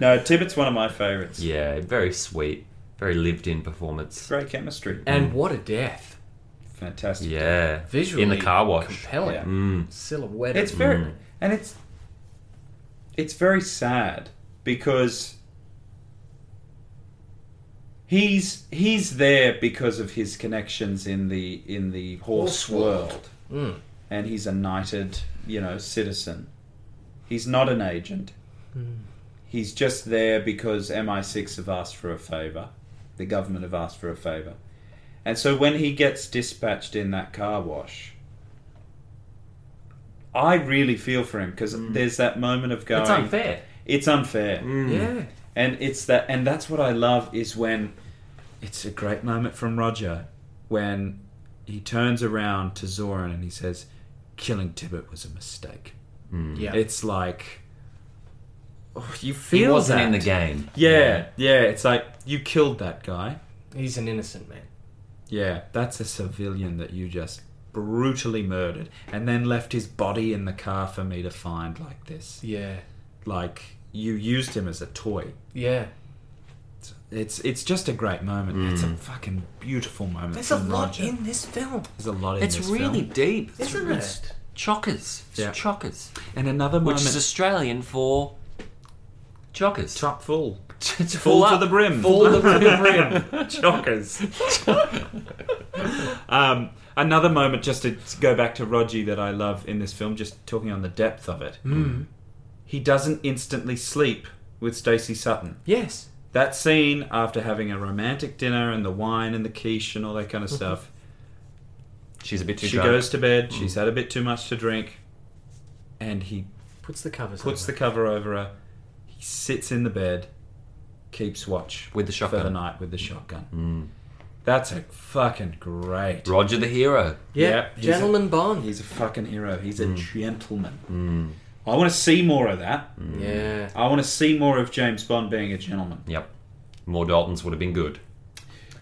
Speaker 2: No, Tibbet's one of my favourites.
Speaker 3: Yeah, very sweet, very lived-in performance.
Speaker 2: Great chemistry.
Speaker 1: and what a death.
Speaker 2: Fantastic.
Speaker 3: Yeah,
Speaker 1: Visually
Speaker 3: in the car wash.
Speaker 1: Compelling.
Speaker 2: Yeah.
Speaker 3: Mm.
Speaker 1: Silhouette.
Speaker 2: It's very and it's it's very sad because he's he's there because of his connections in the in the horse
Speaker 1: Horse world.
Speaker 2: world.
Speaker 1: Mm.
Speaker 2: And he's a knighted, you know, citizen. He's not an agent.
Speaker 3: Hmm.
Speaker 2: He's just there because MI6 have asked for a favor. The government have asked for a favor. And so when he gets dispatched in that car wash, I really feel for him because there's that moment of going,
Speaker 3: It's unfair.
Speaker 2: It's unfair.
Speaker 3: Hmm.
Speaker 1: Yeah.
Speaker 2: And it's that, and that's what I love is when it's a great moment from Roger when he turns around to Zoran and he says, "Killing Tibbet was a mistake."
Speaker 1: Yeah.
Speaker 2: It's like oh, you
Speaker 3: He
Speaker 2: feel
Speaker 3: wasn't
Speaker 2: that.
Speaker 3: in the game.
Speaker 2: Yeah, yeah. It's like you killed that guy.
Speaker 1: He's an innocent man.
Speaker 2: Yeah, that's a civilian that you just brutally murdered and then left his body in the car for me to find like this.
Speaker 1: Yeah.
Speaker 2: Like you used him as a toy.
Speaker 1: Yeah.
Speaker 2: It's it's just a great moment. It's a fucking beautiful moment.
Speaker 1: There's a
Speaker 2: from
Speaker 1: lot
Speaker 2: Roger.
Speaker 1: in this film,
Speaker 2: There's a lot in
Speaker 3: It's
Speaker 2: this
Speaker 3: really
Speaker 2: film.
Speaker 3: deep, It's
Speaker 1: isn't
Speaker 3: really-
Speaker 1: it?
Speaker 3: Chockers, it's
Speaker 2: Yeah.
Speaker 3: chockers,
Speaker 2: and another
Speaker 3: which
Speaker 2: moment.
Speaker 3: is Australian for joggers.
Speaker 2: top full,
Speaker 3: it's
Speaker 2: full,
Speaker 3: up.
Speaker 2: to the brim,
Speaker 1: Full to the brim.
Speaker 2: chockers. um, another moment, just to go back to Roger, that I love in this film, just talking on the depth of it.
Speaker 1: Mm.
Speaker 2: He doesn't instantly sleep with Stacey Sutton.
Speaker 1: Yes.
Speaker 2: That scene after having a romantic dinner and the wine and the quiche and all that kind of stuff.
Speaker 3: She's a bit too
Speaker 2: she
Speaker 3: drunk.
Speaker 2: goes to bed. She's had a bit too much to drink, and he
Speaker 1: Puts the covers
Speaker 2: puts
Speaker 1: over.
Speaker 2: the cover over her. He sits in the bed, keeps watch
Speaker 3: With the
Speaker 2: for the
Speaker 3: shotgun.
Speaker 2: night with the shotgun. That's a fucking great.
Speaker 3: Roger the hero.
Speaker 1: Yeah.
Speaker 2: Yeah, he's
Speaker 1: Gentleman Bond.
Speaker 2: He's a fucking hero. He's a gentleman.
Speaker 3: Mm.
Speaker 2: I want to see more of that.
Speaker 1: yeah.
Speaker 2: I want to see more of James Bond being a gentleman.
Speaker 3: Yep. More Daltons would have been good.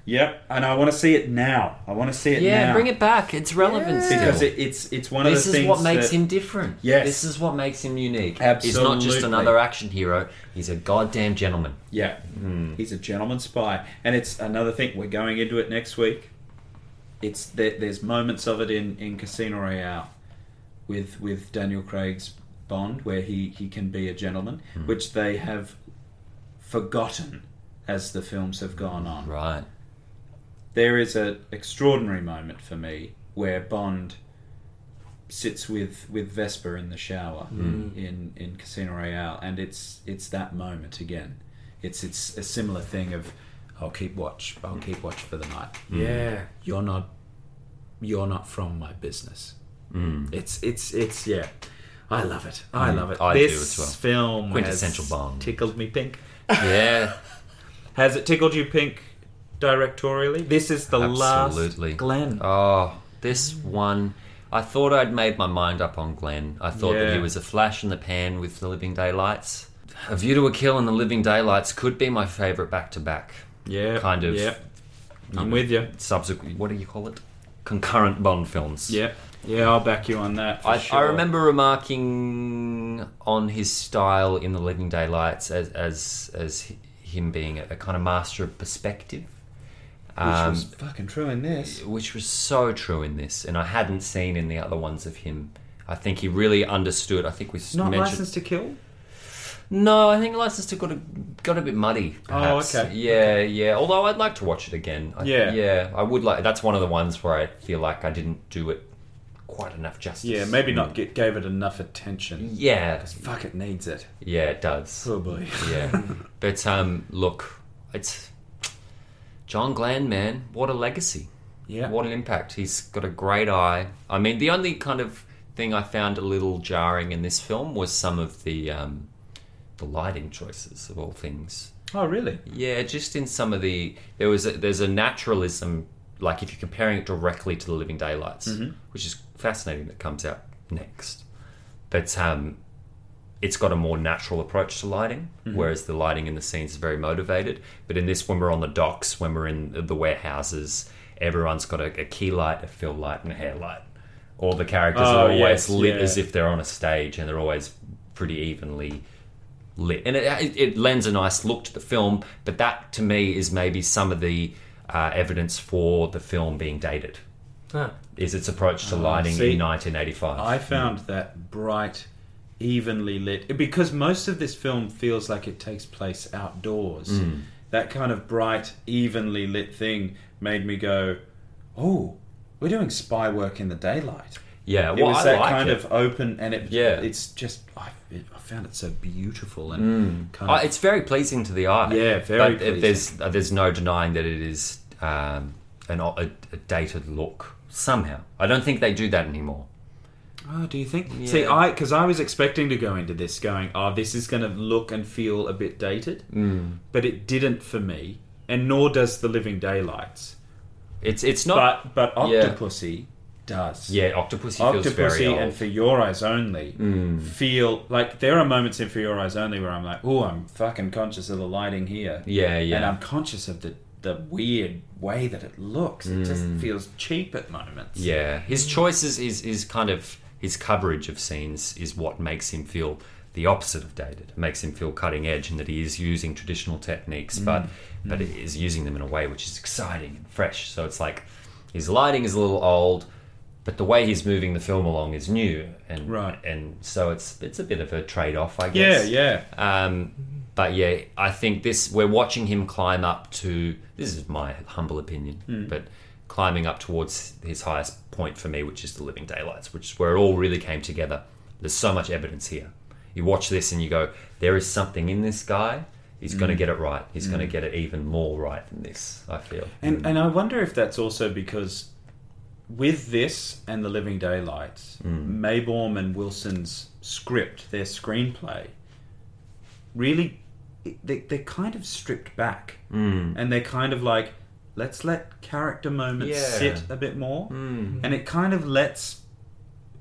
Speaker 2: Yep, and I want to see it now. I want to see it
Speaker 3: Yeah,
Speaker 2: now.
Speaker 3: bring it back. It's relevant still.
Speaker 2: because it, it's it's one
Speaker 3: this
Speaker 2: of the
Speaker 3: is
Speaker 2: things
Speaker 3: what makes
Speaker 2: that-
Speaker 3: him different.
Speaker 2: Yes.
Speaker 3: This is what makes him unique. He's not
Speaker 2: Absolutely.
Speaker 3: just another action hero. He's a goddamn gentleman.
Speaker 2: Yeah, he's a gentleman spy, and it's another thing. We're going into it next week. It's there, there's moments of it in, in Casino Royale with with Daniel Craig's Bond, where he he can be a gentleman, which they have forgotten as the films have gone on.
Speaker 3: Right.
Speaker 2: There is an extraordinary moment for me where Bond sits with, with Vesper in the shower
Speaker 3: Hmm.
Speaker 2: in, in Casino Royale, and it's it's that moment again. It's it's a similar thing of I'll keep watch, I'll keep watch for the night.
Speaker 1: Yeah.
Speaker 2: You're not you're not from my business.
Speaker 3: Hmm.
Speaker 2: It's it's it's yeah. I love it. I love it.
Speaker 3: I do
Speaker 2: this
Speaker 3: as well.
Speaker 2: film
Speaker 3: Quintessential
Speaker 2: has
Speaker 3: Bond.
Speaker 2: tickled me pink.
Speaker 3: Yeah.
Speaker 2: Has it tickled you pink directorially? This is the
Speaker 3: Absolutely.
Speaker 2: last Glenn.
Speaker 3: Oh, this one. I thought I'd made my mind up on Glenn. I thought that
Speaker 2: Yeah.
Speaker 3: he was a flash in the pan with The Living Daylights. A View to a Kill and The Living Daylights could be my favourite back to back.
Speaker 2: yeah.
Speaker 3: kind of-
Speaker 2: Yeah. I'm with you.
Speaker 3: Subsequent, what do you call it? Concurrent Bond films.
Speaker 2: Yeah. Yeah, I'll back you on that. for
Speaker 3: I,
Speaker 2: sure.
Speaker 3: I remember remarking on his style in The Living Daylights as as as hi- him being a, a kind of master of perspective,
Speaker 2: Which
Speaker 3: um,
Speaker 2: was fucking true in this.
Speaker 3: which was so true in this, and I hadn't seen in the other ones of him. I think he really understood. I think we s-
Speaker 2: Not
Speaker 3: mentioned.
Speaker 2: License to Kill?
Speaker 3: No, I think License to got a got a bit muddy. Perhaps.
Speaker 2: Oh, okay.
Speaker 3: Yeah, yeah. Although I'd like to watch it again. I,
Speaker 2: Yeah.
Speaker 3: yeah. I would like. That's one of the ones where I feel like I didn't do it quite enough justice.
Speaker 2: Yeah, maybe not get, gave it enough attention.
Speaker 3: Yeah,
Speaker 2: Fuck, it needs it.
Speaker 3: yeah, it does.
Speaker 2: Probably.
Speaker 3: Yeah. but um, look, it's John Glenn, man. What a legacy.
Speaker 2: Yeah.
Speaker 3: What an impact. He's got a great eye. I mean, the only kind of thing I found a little jarring in this film was some of the um, the the lighting choices of all things.
Speaker 2: Oh, really?
Speaker 3: Yeah, just in some of the there was a, there's a naturalism like if you're comparing it directly to the Living Daylights, which is fascinating that comes out next. But um, it's got a more natural approach to lighting,
Speaker 2: Mm-hmm.
Speaker 3: whereas the lighting in the scenes is very motivated. But in this, when we're on the docks, when we're in the warehouses, everyone's got a, a key light, a fill light, and a hair light. All the characters
Speaker 2: Oh,
Speaker 3: are always
Speaker 2: yes,
Speaker 3: lit
Speaker 2: yeah.
Speaker 3: as if they're on a stage, and they're always pretty evenly lit, and it, uh, it, it lends a nice look to the film. But that, to me, is maybe some of the uh, evidence for the film being dated.
Speaker 1: Ah.
Speaker 3: Is its approach to lighting
Speaker 2: see,
Speaker 3: in 1985?
Speaker 2: I found that bright, evenly lit because most of this film feels like it takes place outdoors. That kind of bright, evenly lit thing made me go, "Oh, we're doing spy work in the daylight."
Speaker 3: yeah,
Speaker 2: it
Speaker 3: well,
Speaker 2: was
Speaker 3: I
Speaker 2: that
Speaker 3: like
Speaker 2: kind
Speaker 3: it.
Speaker 2: of open, and it
Speaker 3: Yeah.
Speaker 2: it's just I, it, I found it so beautiful and kind
Speaker 3: Uh,
Speaker 2: of
Speaker 3: it's very pleasing to the eye.
Speaker 2: Yeah, very
Speaker 3: But it- there's uh, there's no denying that it is um, an o- a, a dated look somehow. I don't think they do that anymore.
Speaker 2: Oh, do you think? See, I because I was expecting to go into this going, oh, this is going to look and feel a bit dated, mm. but it didn't for me, and nor does the Living Daylights.
Speaker 3: It's it's not.
Speaker 2: But but
Speaker 3: yeah.
Speaker 2: Octopussy does.
Speaker 3: yeah, Octopussy, feels very
Speaker 2: Octopussy
Speaker 3: old. Mm.
Speaker 2: and For Your Eyes Only feel like there are moments in For Your Eyes Only where I'm like, oh, I'm fucking conscious of the lighting here,
Speaker 3: yeah, yeah.
Speaker 2: and I'm conscious of the the weird way that it looks. It just feels cheap at moments.
Speaker 3: Mm. Yeah, his choices is is kind of his coverage of scenes is what makes him feel the opposite of dated. It makes him feel cutting edge, and that he is using traditional techniques,
Speaker 2: Mm.
Speaker 3: but but he is using them in a way which is exciting and fresh. So it's like his lighting is a little old, but the way he's moving the film along is new, and
Speaker 2: Right.
Speaker 3: and so it's it's a bit of a trade off, I
Speaker 2: yeah,
Speaker 3: guess.
Speaker 2: yeah.
Speaker 3: Um, but yeah, I think this we're watching him climb up to. This is my humble opinion,
Speaker 2: Hmm.
Speaker 3: but climbing up towards his highest point for me, which is the Living Daylights, which is where it all really came together. There's so much evidence here. You watch this and you go, there is something in this guy. He's
Speaker 2: Hmm.
Speaker 3: going to get it right. He's going to get it even more right than this. I feel.
Speaker 2: And and I wonder if that's also because with this and the Living Daylights,
Speaker 3: Mm.
Speaker 2: Maybaum and Wilson's script, their screenplay, really they they're kind of stripped back,
Speaker 3: Hmm.
Speaker 2: mm. and they're kind of like let's let character moments
Speaker 3: Yeah. Hmm.
Speaker 2: sit a bit more, and it kind of lets.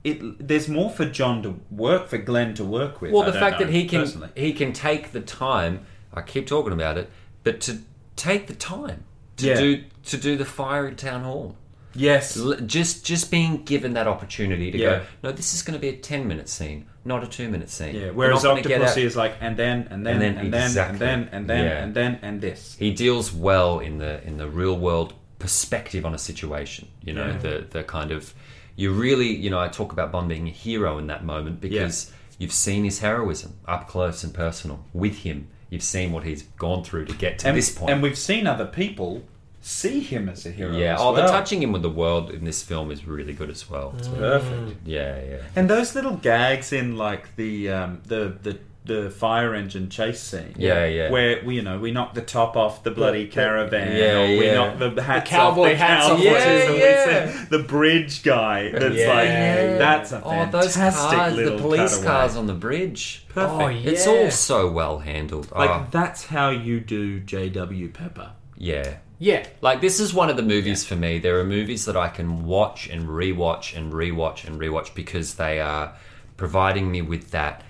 Speaker 2: It, there's more for John to work for Glenn to work with.
Speaker 3: Well,
Speaker 2: I
Speaker 3: the
Speaker 2: don't
Speaker 3: fact
Speaker 2: know,
Speaker 3: that he can
Speaker 2: personally.
Speaker 3: he can take the time. I keep talking about it, but to take the time to
Speaker 2: Yeah.
Speaker 3: do to do the fire in town hall.
Speaker 2: yes,
Speaker 3: L- just just being given that opportunity to
Speaker 2: Yeah.
Speaker 3: go no this is going to be a 10 minute scene not a 2 minute scene
Speaker 2: yeah.
Speaker 3: We're
Speaker 2: Whereas
Speaker 3: not gonna get
Speaker 2: Octopussy
Speaker 3: out-
Speaker 2: is like, and then, and then, and then, and then,
Speaker 3: exactly.
Speaker 2: and then, and then,
Speaker 3: Yeah.
Speaker 2: and then, and this.
Speaker 3: he deals well in the in the real world perspective on a situation you know
Speaker 2: Yeah.
Speaker 3: the the kind of you really you know I talk about Bond being a hero in that moment because you've seen his heroism up close and personal with him you've seen what he's gone through to get to
Speaker 2: and,
Speaker 3: this point
Speaker 2: And we've seen other people see him as a hero.
Speaker 3: yeah
Speaker 2: as
Speaker 3: oh the
Speaker 2: well.
Speaker 3: touching him with the world in this film is really good as well It's-
Speaker 2: perfect.
Speaker 3: yeah yeah
Speaker 2: And those little gags in like the um, the the the fire engine chase scene.
Speaker 3: Yeah, yeah.
Speaker 2: Where we you know we knock the top off the bloody caravan.
Speaker 3: Yeah,
Speaker 2: or We
Speaker 3: yeah.
Speaker 2: knock the hats
Speaker 1: cowboy
Speaker 2: off the
Speaker 1: hats off
Speaker 2: cowboys,
Speaker 1: watches.
Speaker 2: and we
Speaker 3: Yeah,
Speaker 2: see the bridge guy. That's
Speaker 1: Yeah.
Speaker 2: like
Speaker 1: Yeah.
Speaker 2: that's a
Speaker 3: Oh,
Speaker 2: fantastic
Speaker 3: those cars,
Speaker 2: little
Speaker 3: the police
Speaker 2: cutaway.
Speaker 3: cars on the bridge.
Speaker 2: Perfect.
Speaker 1: Oh, yeah.
Speaker 3: It's all so well handled.
Speaker 2: Like
Speaker 3: Oh,
Speaker 2: that's how you do J.W. Pepper.
Speaker 3: yeah.
Speaker 1: Yeah.
Speaker 3: Like this is one of the movies for me. There are movies that I can watch and rewatch and rewatch and rewatch because they are providing me with that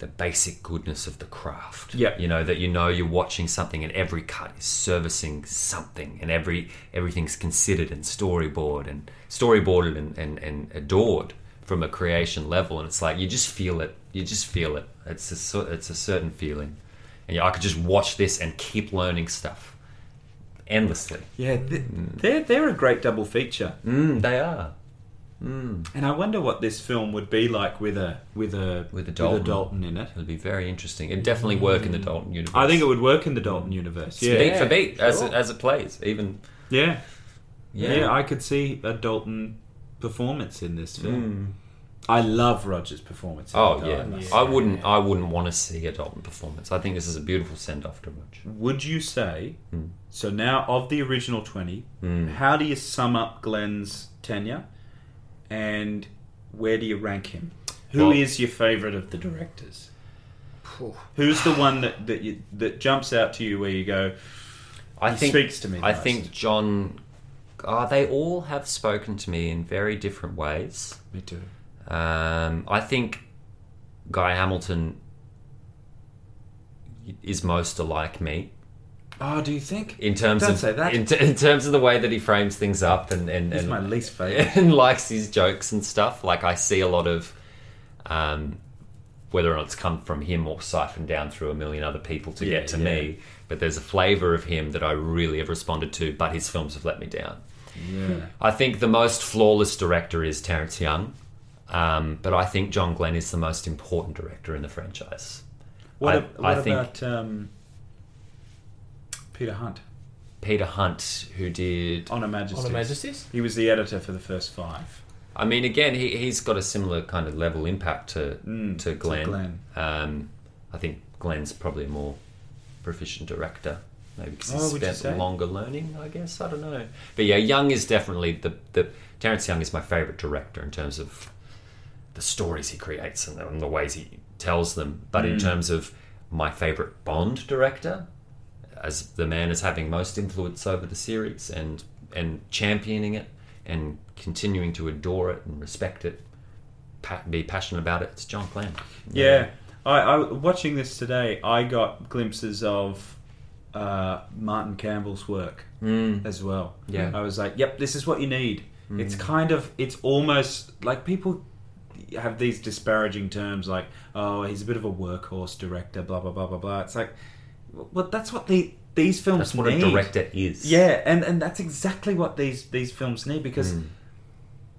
Speaker 3: the basic goodness of the craft.
Speaker 2: Yeah.
Speaker 3: You know, that you know you're watching something and every cut is servicing something and every everything's considered and storyboard and storyboarded and, and, and adored from a creation level and it's like you just feel it. You just feel it. It's a cer- it's a certain feeling. And yeah, I could just watch this and keep learning stuff endlessly.
Speaker 2: Yeah, th- they're they're a great double feature.
Speaker 3: Mm, they are.
Speaker 2: And I wonder what this film would be like with a with a
Speaker 3: With a Dalton.
Speaker 2: in it.
Speaker 3: It'll be very interesting. It'd definitely work in the Dalton universe.
Speaker 2: Mm. I think it would work in the Dalton universe. Yeah,
Speaker 3: beat for beat as,
Speaker 1: sure.
Speaker 3: it, as it plays. Even
Speaker 2: yeah,
Speaker 3: yeah,
Speaker 2: yeah, I could see a Dalton performance in this film. I love Roger's performance. in
Speaker 3: Hmm. oh
Speaker 2: The
Speaker 3: yeah.
Speaker 2: Dalton.
Speaker 3: I wouldn't. I wouldn't want to see a Dalton performance. I think this is a beautiful send off to Roger.
Speaker 2: Would you say
Speaker 3: Hmm.
Speaker 2: so? Now of the original twenty, how do you sum up Glenn's tenure, and where do you rank him? Who is
Speaker 3: Well-
Speaker 2: your favorite of the directors? Who's the one that that, you, that jumps out to you where you go?
Speaker 3: I
Speaker 2: He
Speaker 3: think
Speaker 2: speaks to me the
Speaker 3: I
Speaker 2: most.
Speaker 3: think John. Uh, they all have spoken to me in very different ways.
Speaker 2: Me too.
Speaker 3: Um, I think Guy Hamilton is most alike me
Speaker 2: Oh, do you think?
Speaker 3: in terms
Speaker 2: Don't
Speaker 3: of
Speaker 2: say that.
Speaker 3: In, t- in terms of the way that he frames things up and and,
Speaker 2: He's
Speaker 3: and
Speaker 2: my least favorite.
Speaker 3: and likes his jokes and stuff. Like I see a lot of, um, whether or not it's come from him or siphoned down through a million other people to
Speaker 2: Yeah,
Speaker 3: get to
Speaker 2: yeah.
Speaker 3: me. But there's a flavour of him that I really have responded to. But his films have let me down.
Speaker 2: Yeah.
Speaker 3: I think the most flawless director is Terrence Young, um, but I think John Glenn is the most important director in the franchise.
Speaker 2: What,
Speaker 3: I-
Speaker 2: ab- what
Speaker 3: I think-
Speaker 2: about um, Peter Hunt
Speaker 3: Peter Hunt, who did.
Speaker 2: on a Majesty?
Speaker 1: On the Majesties?
Speaker 2: He was the editor for the first five.
Speaker 3: I mean, again, he, he's got a similar kind of level impact to to Glenn.
Speaker 2: Mm, Glenn.
Speaker 3: Um, I think Glenn's probably a more proficient director, maybe because
Speaker 2: Oh, would you
Speaker 3: he's
Speaker 2: say?
Speaker 3: spent longer learning. I guess I don't know, but yeah, Young is definitely the the Terrence Young is my favorite director in terms of the stories he creates and the, and the ways he tells them. But
Speaker 2: Mm.
Speaker 3: in terms of my favorite Bond director, as the man is having most influence over the series and and championing it and continuing to adore it and respect it, pa- be passionate about it. It's John Glenn.
Speaker 2: Yeah, I, I watching this today. I got glimpses of uh, Martin Campbell's work as well.
Speaker 3: Yeah.
Speaker 2: I was like, "Yep, this is what you need." It's kind of, it's almost like people have these disparaging terms, like, "Oh, he's a bit of a workhorse director," blah blah blah blah blah. It's like, well, that's what the these films
Speaker 3: That's what
Speaker 2: need.
Speaker 3: a director is.
Speaker 2: Yeah, and and that's exactly what these these films need because
Speaker 3: Hmm.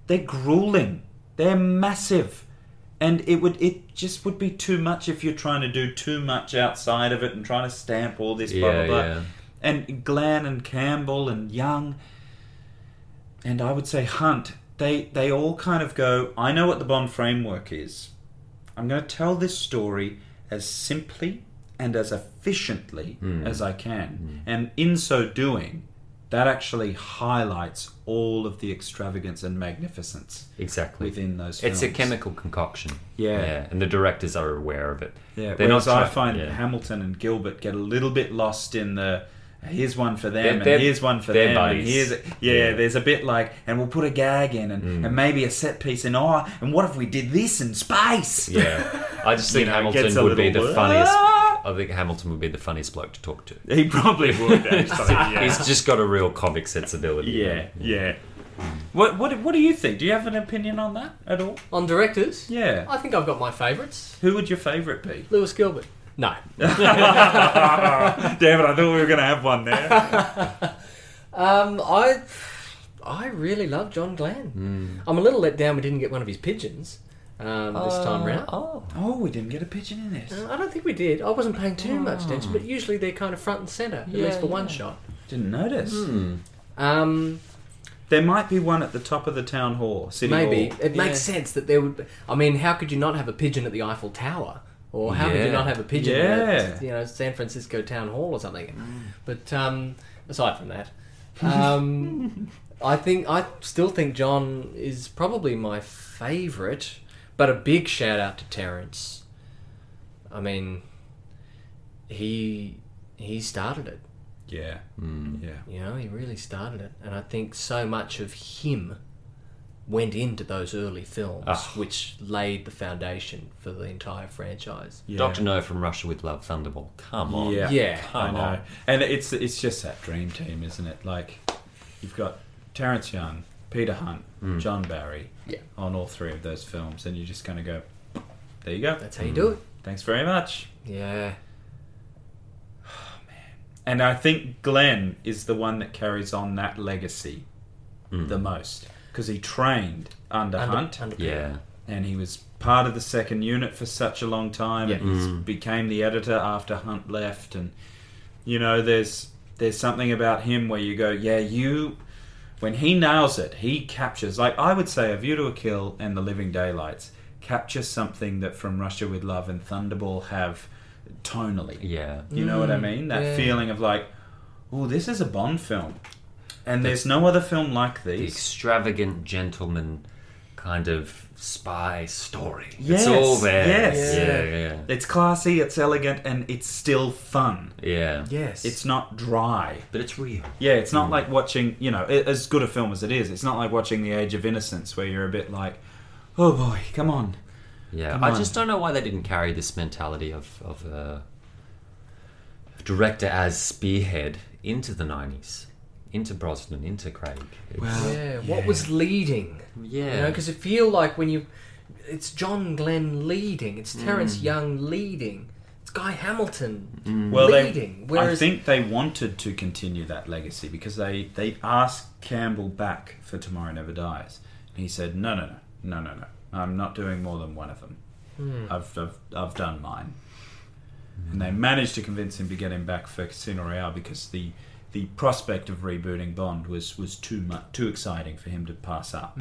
Speaker 2: they're grueling, they're massive, and it would it just would be too much if you're trying to do too much outside of it and trying to stamp all this blah
Speaker 3: Yeah,
Speaker 2: blah blah.
Speaker 3: yeah.
Speaker 2: And Glenn and Campbell and Young, and I would say Hunt. They they all kind of go. I know what the Bond framework is. I'm going to tell this story as simply and as efficiently
Speaker 3: Hmm.
Speaker 2: as I can. And in so doing, that actually highlights all of the extravagance and magnificence
Speaker 3: exactly.
Speaker 2: within those
Speaker 3: It's
Speaker 2: films.
Speaker 3: a chemical concoction.
Speaker 2: Yeah.
Speaker 3: and the directors are aware of it.
Speaker 2: Yeah,
Speaker 3: they're
Speaker 2: whereas
Speaker 3: not.
Speaker 2: I
Speaker 3: try-
Speaker 2: find
Speaker 3: yeah.
Speaker 2: Hamilton and Gilbert get a little bit lost in the here's one for them
Speaker 3: They're-
Speaker 2: and
Speaker 3: they're-
Speaker 2: here's one for
Speaker 3: they're
Speaker 2: them and
Speaker 3: buddies.
Speaker 2: here's yeah,
Speaker 3: Yeah. Mm.
Speaker 2: there's a bit like and we'll put a gag in and, and maybe a set piece in oh and what if we did this in space
Speaker 3: yeah. I just think
Speaker 2: know, it gets a
Speaker 3: Hamilton would be the
Speaker 2: little-
Speaker 3: funniest.
Speaker 2: Ah!
Speaker 3: I think Hamilton would be the funniest bloke to talk to.
Speaker 2: he probably would actually yeah
Speaker 3: He's just got a real comic sensibility.
Speaker 2: Yeah, yeah. What what what do you think? Do you have an opinion on that at all?
Speaker 1: On directors?
Speaker 2: Yeah.
Speaker 1: I think I've got my favourites.
Speaker 2: Who would your favourite be?
Speaker 1: Lewis Gilbert. No.
Speaker 2: Damn it! I thought we were going to have one there.
Speaker 1: Um, I I really love John Glenn.
Speaker 2: Mm.
Speaker 1: I'm a little let down we didn't get one of his pigeons um, this
Speaker 2: Uh,
Speaker 1: time round.
Speaker 3: Oh,
Speaker 2: oh, we didn't get a pigeon in this.
Speaker 1: Uh, I don't think we did. I wasn't paying too much attention,
Speaker 2: Oh.
Speaker 1: but usually they're kind of front and centre, at
Speaker 3: Yeah,
Speaker 1: least for one
Speaker 3: yeah.
Speaker 1: shot.
Speaker 2: Didn't notice.
Speaker 1: Um,
Speaker 2: There might be one at the top of the town hall, city
Speaker 1: maybe
Speaker 2: hall.
Speaker 1: it makes sense that there would. Be, I mean, how could you not have a pigeon at the Eiffel Tower, or how could you
Speaker 3: Yeah.
Speaker 1: not have a pigeon
Speaker 2: Yeah.
Speaker 1: at you know San Francisco Town Hall or something? But um, aside from that, um, I think I still think John is probably my favourite. But a big shout out to Terrence. I mean, he he started it.
Speaker 2: Yeah, yeah.
Speaker 1: You know, he really started it, and I think so much of him went into those early films,
Speaker 3: Ah.
Speaker 1: which laid the foundation for the entire franchise.
Speaker 2: yeah.
Speaker 3: Doctor No from Russia with Love Thunderball. Come on.
Speaker 2: Yeah,
Speaker 1: Yeah.
Speaker 2: I
Speaker 3: Come
Speaker 2: know.
Speaker 3: on.
Speaker 2: And it's it's just that dream team, isn't it? Like you've got Terrence Young, Peter Hunt, John Barry,
Speaker 1: Yeah.
Speaker 2: on all three of those films, and you're just going to go, there you go.
Speaker 1: That's how you do it.
Speaker 2: Thanks very much.
Speaker 1: Yeah.
Speaker 2: And I think Glenn is the one that carries on that legacy the most because he trained under,
Speaker 1: Under-
Speaker 2: Hunt
Speaker 1: under-
Speaker 3: Yeah.
Speaker 2: and he was part of the second unit for such a long time and
Speaker 1: Yeah.
Speaker 2: he became the editor after Hunt left and you know there's there's something about him where you go yeah you when he nails it he captures like I would say A View to a Kill and The Living Daylights capture something that From Russia with Love and Thunderball have tonally
Speaker 3: Yeah.
Speaker 2: you know what I mean? That
Speaker 1: yeah.
Speaker 2: feeling of like, oh, this is a Bond film. And there's no other film like
Speaker 3: The
Speaker 2: these.
Speaker 3: extravagant gentleman kind of spy story. it's
Speaker 2: Yes,
Speaker 3: all there.
Speaker 2: yes.
Speaker 3: Yeah,
Speaker 2: It's classy, it's elegant, and it's still fun.
Speaker 3: yeah, yeah.
Speaker 1: Yes.
Speaker 2: It's not dry.
Speaker 3: But it's real.
Speaker 2: Yeah, it's not like watching, you know, a- as good a film as it is, it's not like watching The Age of Innocence where you're a bit like, oh boy, come on.
Speaker 3: Yeah,
Speaker 2: Come
Speaker 3: I
Speaker 2: on.
Speaker 3: just don't know why they didn't carry this mentality of of uh, a director as spearhead into the '90s, into Brosnan, into Craig. It's-
Speaker 2: Well,
Speaker 1: yeah. What was leading?
Speaker 3: yeah,
Speaker 1: You know, because it feel like when you, it's John Glenn leading, it's Terrence
Speaker 2: Mm.
Speaker 1: Young leading, it's Guy Hamilton
Speaker 2: Well,
Speaker 1: leading.
Speaker 2: they, I
Speaker 1: whereas
Speaker 2: think they wanted to continue that legacy because they, they asked Campbell back for Tomorrow Never Dies. And he said, no, no, no, no, no, no. I'm not doing more than one of them. I've, I've, I've done mine. And they managed to convince him to get him back for Casino Royale because the, the prospect of rebooting Bond was, was too much, too exciting for him to pass up.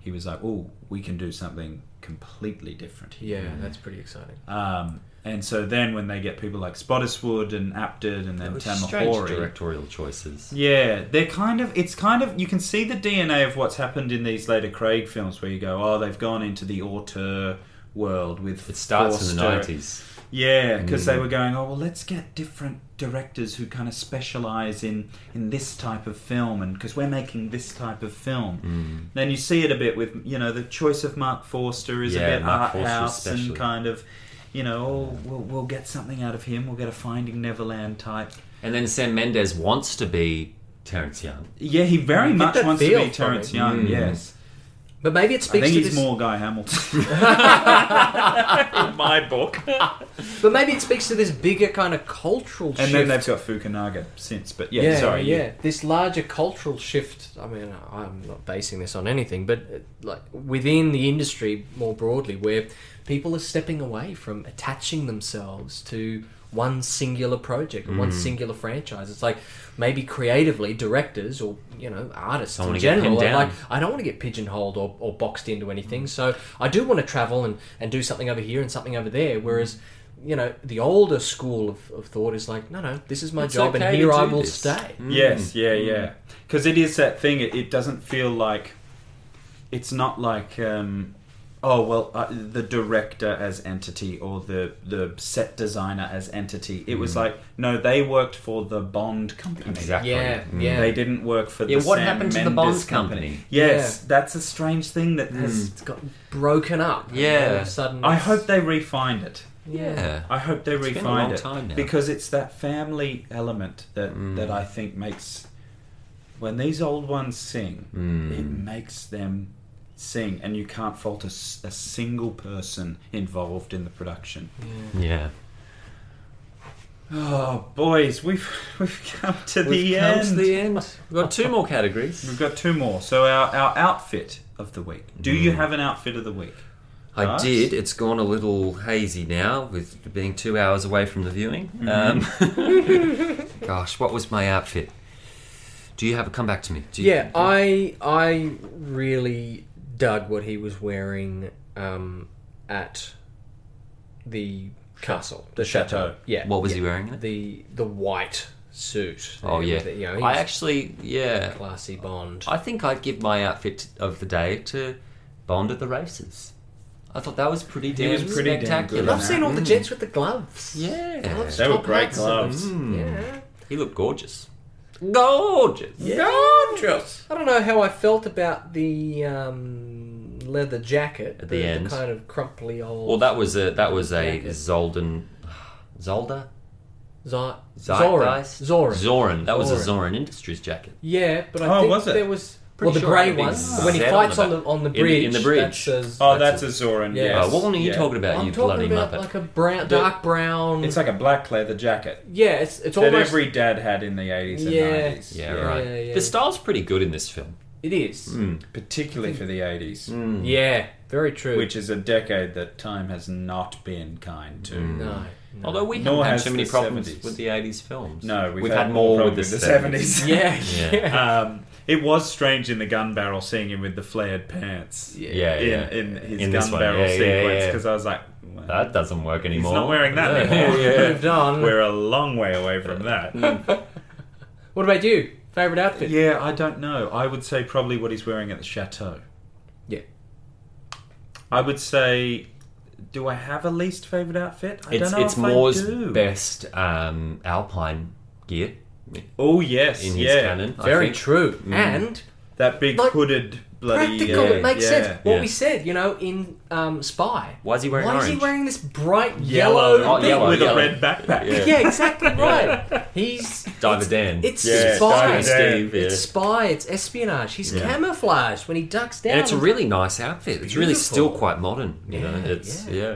Speaker 2: He was like, oh, we can do something completely different here.
Speaker 1: yeah, that's pretty exciting.
Speaker 2: Um, and so then when they get people like Spottiswood and Apted and then
Speaker 3: Which
Speaker 2: Tamahori,
Speaker 3: strange directorial choices.
Speaker 2: yeah, they're kind of it's kind of you can see the DNA of what's happened in these later Craig films where you go, oh, they've gone into the auteur world with
Speaker 3: It starts in the
Speaker 2: Forster.
Speaker 3: '90s.
Speaker 2: Yeah, because they were going, oh well, let's get different directors who kind of specialize in in this type of film, and because we're making this type of film. Then you see it a bit with you know the choice of Mark Forster is
Speaker 3: Yeah,
Speaker 2: a bit
Speaker 3: Mark
Speaker 2: art
Speaker 3: Forster
Speaker 2: house and
Speaker 3: especially.
Speaker 2: kind of. You know, oh, we'll, we'll get something out of him. We'll get a Finding Neverland type.
Speaker 3: And then Sam Mendes wants to be Terrence Young.
Speaker 2: Yeah, he
Speaker 1: You
Speaker 2: very
Speaker 1: get
Speaker 2: much
Speaker 1: that
Speaker 2: wants to
Speaker 1: feel
Speaker 2: be
Speaker 1: from
Speaker 2: Terrence
Speaker 1: him.
Speaker 2: Young.
Speaker 3: Mm.
Speaker 2: Yes,
Speaker 1: But maybe it
Speaker 2: I
Speaker 1: speaks
Speaker 2: think
Speaker 1: to this.
Speaker 2: he's more Guy Hamilton. In my book.
Speaker 1: But maybe it speaks to this bigger kind of cultural
Speaker 2: And
Speaker 1: shift.
Speaker 2: then they've got Fukunaga since, but yeah,
Speaker 1: yeah,
Speaker 2: sorry, you-
Speaker 1: yeah. This larger cultural shift. I mean, I'm not basing this on anything, but uh, like within the industry more broadly, where people are stepping away from attaching themselves to one singular project or
Speaker 3: Mm.
Speaker 1: one singular franchise. It's like maybe creatively directors or you know artists
Speaker 3: Don't
Speaker 1: in
Speaker 3: wanna get
Speaker 1: general
Speaker 3: pinned
Speaker 1: are like,
Speaker 3: down.
Speaker 1: I don't want to get pigeonholed or, or boxed into anything. So I do want to travel and, and do something over here and something over there. Whereas, you know, the older school of, of thought is like, no, no, this is my
Speaker 3: It's
Speaker 1: job and
Speaker 3: okay to
Speaker 1: here I
Speaker 3: do
Speaker 1: will
Speaker 3: this.
Speaker 1: stay.
Speaker 2: Yes, yeah,
Speaker 3: Mm.
Speaker 2: yeah. Because it is that thing. It, it doesn't feel like it's not like um, oh well, uh, the director as entity or the the set designer as entity. It was like no, they worked for the Bond company.
Speaker 3: Mm. Exactly.
Speaker 1: Yeah,
Speaker 3: Mm.
Speaker 1: yeah.
Speaker 2: They didn't work for
Speaker 3: Yeah,
Speaker 2: the
Speaker 3: what
Speaker 2: Sam
Speaker 3: happened to the
Speaker 2: Mendes
Speaker 3: Bond company?
Speaker 2: Yes, that's a strange thing that has.
Speaker 1: It's got broken up. and
Speaker 3: mm. Yeah.
Speaker 1: all of a
Speaker 3: Mm.
Speaker 1: sudden
Speaker 2: I
Speaker 1: it's-
Speaker 2: hope they refined it.
Speaker 1: Yeah.
Speaker 3: Yeah.
Speaker 2: I hope they
Speaker 3: been a
Speaker 2: refine
Speaker 3: long
Speaker 2: it
Speaker 3: time now.
Speaker 2: because it's that family element that
Speaker 3: Mm.
Speaker 2: that I think makes when these old ones sing,
Speaker 3: Mm.
Speaker 2: it makes them sing, and you can't fault a, s- a single person involved in the production.
Speaker 3: Yeah.
Speaker 2: Oh, boys, we've we've come to the
Speaker 1: We've come
Speaker 2: end.
Speaker 1: to the end.
Speaker 3: We've got two more categories.
Speaker 2: We've got two more. So our our outfit of the week. Do
Speaker 3: Mm.
Speaker 2: you have an outfit of the week?
Speaker 3: I
Speaker 2: Nice.
Speaker 3: did. It's gone a little hazy now with being two hours away from the viewing.
Speaker 2: Mm-hmm.
Speaker 3: Um, gosh, what was my outfit? Do you have a come back to me? Do you,
Speaker 1: Yeah, I I really dug what he was wearing um, at the castle, the chateau.
Speaker 2: Chateau.
Speaker 1: Yeah.
Speaker 3: What was
Speaker 1: yeah.
Speaker 3: he wearing in it?
Speaker 1: The the white suit.
Speaker 3: Oh
Speaker 1: With
Speaker 3: yeah.
Speaker 1: it, you know, he
Speaker 3: I
Speaker 1: was
Speaker 3: actually yeah.
Speaker 1: classy Bond.
Speaker 3: I think I'd give my outfit of the day to Bond at the races. I thought that was pretty damn
Speaker 2: was pretty damn good
Speaker 3: spectacular. Mm.
Speaker 2: in
Speaker 1: I've
Speaker 2: that.
Speaker 1: seen all the gents with the gloves.
Speaker 3: Yeah.
Speaker 1: Gloves,
Speaker 2: They were
Speaker 1: top
Speaker 2: great
Speaker 1: hats.
Speaker 2: gloves.
Speaker 1: Yeah.
Speaker 3: Mm. He looked gorgeous. Gorgeous.
Speaker 1: Gorgeous. I don't know how I felt about the um, leather jacket
Speaker 3: At the end.
Speaker 1: kind of crumply old.
Speaker 3: Well, that was a that was a
Speaker 1: Jacket.
Speaker 3: Zolden, Zolder,
Speaker 1: Zi- Zoran.
Speaker 3: Zeitgeist?
Speaker 1: Zoran.
Speaker 3: Zoran. That was a
Speaker 1: Zorin.
Speaker 3: Zoran Industries jacket.
Speaker 1: Yeah, but I
Speaker 2: Oh,
Speaker 1: think
Speaker 2: was it?
Speaker 1: there was
Speaker 3: Pretty
Speaker 1: well the
Speaker 3: sure I
Speaker 1: grey
Speaker 3: had a
Speaker 1: one
Speaker 3: big
Speaker 1: when he
Speaker 3: set
Speaker 1: fights
Speaker 3: on
Speaker 1: on
Speaker 3: the
Speaker 1: the on the
Speaker 3: back. In the-
Speaker 1: bridge.
Speaker 3: in the bridge.
Speaker 1: That says,
Speaker 2: Oh,
Speaker 1: that's
Speaker 2: that's, a Zoran.
Speaker 1: Yeah.
Speaker 2: Yes.
Speaker 3: Oh, what one are you
Speaker 2: Yeah.
Speaker 3: talking about,
Speaker 1: I'm
Speaker 3: you bloody
Speaker 1: talking about
Speaker 3: muppet?
Speaker 1: like a brown,
Speaker 2: The-
Speaker 1: dark brown.
Speaker 2: It's like a black leather jacket
Speaker 1: yeah, it's it's
Speaker 2: that
Speaker 1: almost
Speaker 2: every dad had in the eighties and
Speaker 1: Yeah.
Speaker 2: nineties.
Speaker 3: yeah,
Speaker 1: Yeah,
Speaker 3: right.
Speaker 1: yeah, Hmm. yeah.
Speaker 3: The style's pretty good in this film.
Speaker 1: it
Speaker 3: Mm.
Speaker 2: Mm.
Speaker 1: is.
Speaker 2: particularly for the 80s,
Speaker 1: Yeah, very true.
Speaker 2: which is a decade that time has not been kind to.
Speaker 3: Mm.
Speaker 1: no, no.
Speaker 3: Although we haven't
Speaker 2: Nor
Speaker 3: had
Speaker 2: has
Speaker 3: so many
Speaker 2: the
Speaker 3: problems
Speaker 2: 70s.
Speaker 3: with the 80s films.
Speaker 2: No, we've,
Speaker 3: had, more with
Speaker 2: problems
Speaker 3: the,
Speaker 2: with
Speaker 3: 70s.
Speaker 1: yeah, yeah,
Speaker 3: Yeah.
Speaker 2: Um, it was strange in the gun barrel seeing him with the flared pants
Speaker 3: Yeah,
Speaker 2: in,
Speaker 3: yeah.
Speaker 2: in his
Speaker 3: In this
Speaker 2: gun
Speaker 3: one,
Speaker 2: barrel
Speaker 3: yeah, yeah,
Speaker 2: sequence
Speaker 3: yeah.
Speaker 2: because I was like, well,
Speaker 3: That doesn't work
Speaker 2: he's
Speaker 3: anymore.
Speaker 2: not wearing that
Speaker 3: Yeah.
Speaker 2: anymore.
Speaker 1: Moved on.
Speaker 2: We're a long way away from
Speaker 1: Mm.
Speaker 2: that.
Speaker 1: What about you? Favorite outfit?
Speaker 2: yeah, I don't know. I would say probably what he's wearing at the chateau.
Speaker 1: Yeah.
Speaker 2: I would say, do I have a least favorite outfit? I
Speaker 3: It's
Speaker 2: don't know
Speaker 3: it's
Speaker 2: if I
Speaker 3: Moore's
Speaker 2: do.
Speaker 3: best um, alpine gear
Speaker 2: Oh yes,
Speaker 3: in his
Speaker 2: yeah,
Speaker 3: canon. I
Speaker 1: Very
Speaker 3: think. Mm.
Speaker 1: true. And
Speaker 2: that big
Speaker 1: Like,
Speaker 2: hooded bloody.
Speaker 1: practical.
Speaker 2: yeah,
Speaker 1: it makes
Speaker 2: yeah.
Speaker 1: sense. What
Speaker 3: yeah.
Speaker 1: we said, you know, in um, Spy.
Speaker 3: Why is he wearing
Speaker 1: Why is he
Speaker 3: orange?
Speaker 1: wearing this bright
Speaker 2: Yellow,
Speaker 1: yellow?
Speaker 3: Oh,
Speaker 1: thing?
Speaker 3: yellow,
Speaker 2: with
Speaker 3: yellow.
Speaker 2: a red backpack.
Speaker 3: Yeah.
Speaker 1: Yeah, exactly right. He's
Speaker 3: Diver Dan.
Speaker 1: it's
Speaker 2: Yeah,
Speaker 1: spy.
Speaker 2: Diver Dan.
Speaker 3: Steve, yeah.
Speaker 1: It's spy. It's espionage. He's
Speaker 2: Yeah.
Speaker 1: camouflaged when he ducks down.
Speaker 3: and it's a really nice outfit. It's really still
Speaker 1: beautiful.
Speaker 3: quite modern. You know,
Speaker 1: Yeah,
Speaker 3: it's
Speaker 1: yeah.
Speaker 3: yeah.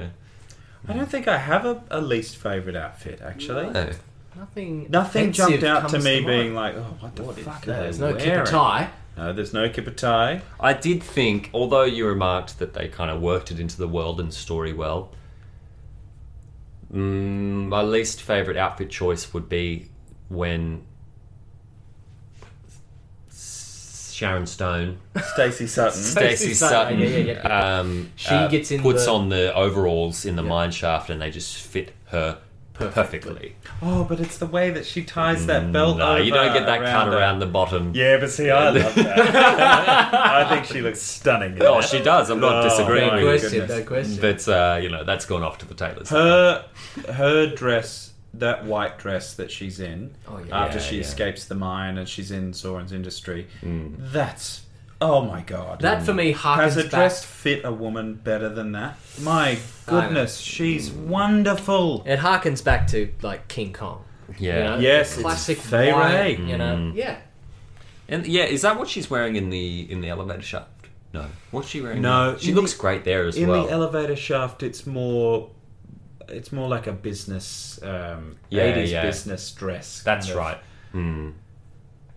Speaker 2: I don't think I have a, a least favorite outfit actually.
Speaker 3: No.
Speaker 1: nothing.
Speaker 2: Nothing
Speaker 1: offensive
Speaker 2: jumped out to
Speaker 1: comes
Speaker 2: me
Speaker 1: mind.
Speaker 2: being like, oh, what the
Speaker 1: What is
Speaker 2: fuck?
Speaker 1: that?
Speaker 2: are they
Speaker 1: There's no
Speaker 2: wearing?
Speaker 1: kipper tie.
Speaker 2: No, there's no kipper tie.
Speaker 3: I did think, although you remarked that they kind of worked it into the world and story well, mm, my least favorite outfit choice would be when S- Sharon Stone,
Speaker 2: Stacey Sutton.
Speaker 3: Stacey Sutton,
Speaker 1: Sutton, yeah, yeah,
Speaker 3: Um,
Speaker 1: She
Speaker 3: uh,
Speaker 1: gets in
Speaker 3: puts
Speaker 1: the-
Speaker 3: on the overalls in the mine shaft, and they just fit her perfectly.
Speaker 2: oh, but it's the way that she ties that belt.
Speaker 3: No, you don't
Speaker 2: over
Speaker 3: get that cut
Speaker 2: her.
Speaker 3: around the bottom.
Speaker 2: Yeah, but see, I love that. I think she looks stunning. in
Speaker 3: Oh,
Speaker 2: that.
Speaker 3: she does. I'm not
Speaker 2: Oh,
Speaker 3: disagreeing.
Speaker 2: my
Speaker 1: Bad
Speaker 2: goodness.
Speaker 1: question. Bad question.
Speaker 3: But uh, you know that's gone off to the tailors.
Speaker 2: her her dress, that white dress that she's in
Speaker 1: Oh, yeah.
Speaker 2: after
Speaker 3: Yeah,
Speaker 2: she
Speaker 3: yeah. Mm.
Speaker 2: escapes the mine and she's in Soren's industry. That's oh my god.
Speaker 1: that for me harkens
Speaker 2: Has a
Speaker 1: back.
Speaker 2: dress fit a woman better than that? My goodness, she's
Speaker 3: Mm.
Speaker 2: wonderful.
Speaker 1: It harkens back to like King Kong.
Speaker 3: Yeah.
Speaker 1: You know?
Speaker 2: Yes, it's Mm.
Speaker 1: classic
Speaker 2: Fay
Speaker 1: white,
Speaker 2: Wray.
Speaker 1: You know, yeah.
Speaker 3: And yeah, is that what she's wearing in the in the elevator shaft? No. What's she wearing?
Speaker 2: No,
Speaker 3: now? She
Speaker 2: in
Speaker 3: looks
Speaker 2: the-
Speaker 3: great there as
Speaker 2: In
Speaker 3: well.
Speaker 2: the elevator shaft, it's more, it's more like a business, um,
Speaker 3: Yeah,
Speaker 2: 80s
Speaker 3: yeah.
Speaker 2: business dress.
Speaker 3: that's
Speaker 2: kind of.
Speaker 3: right. Hmm.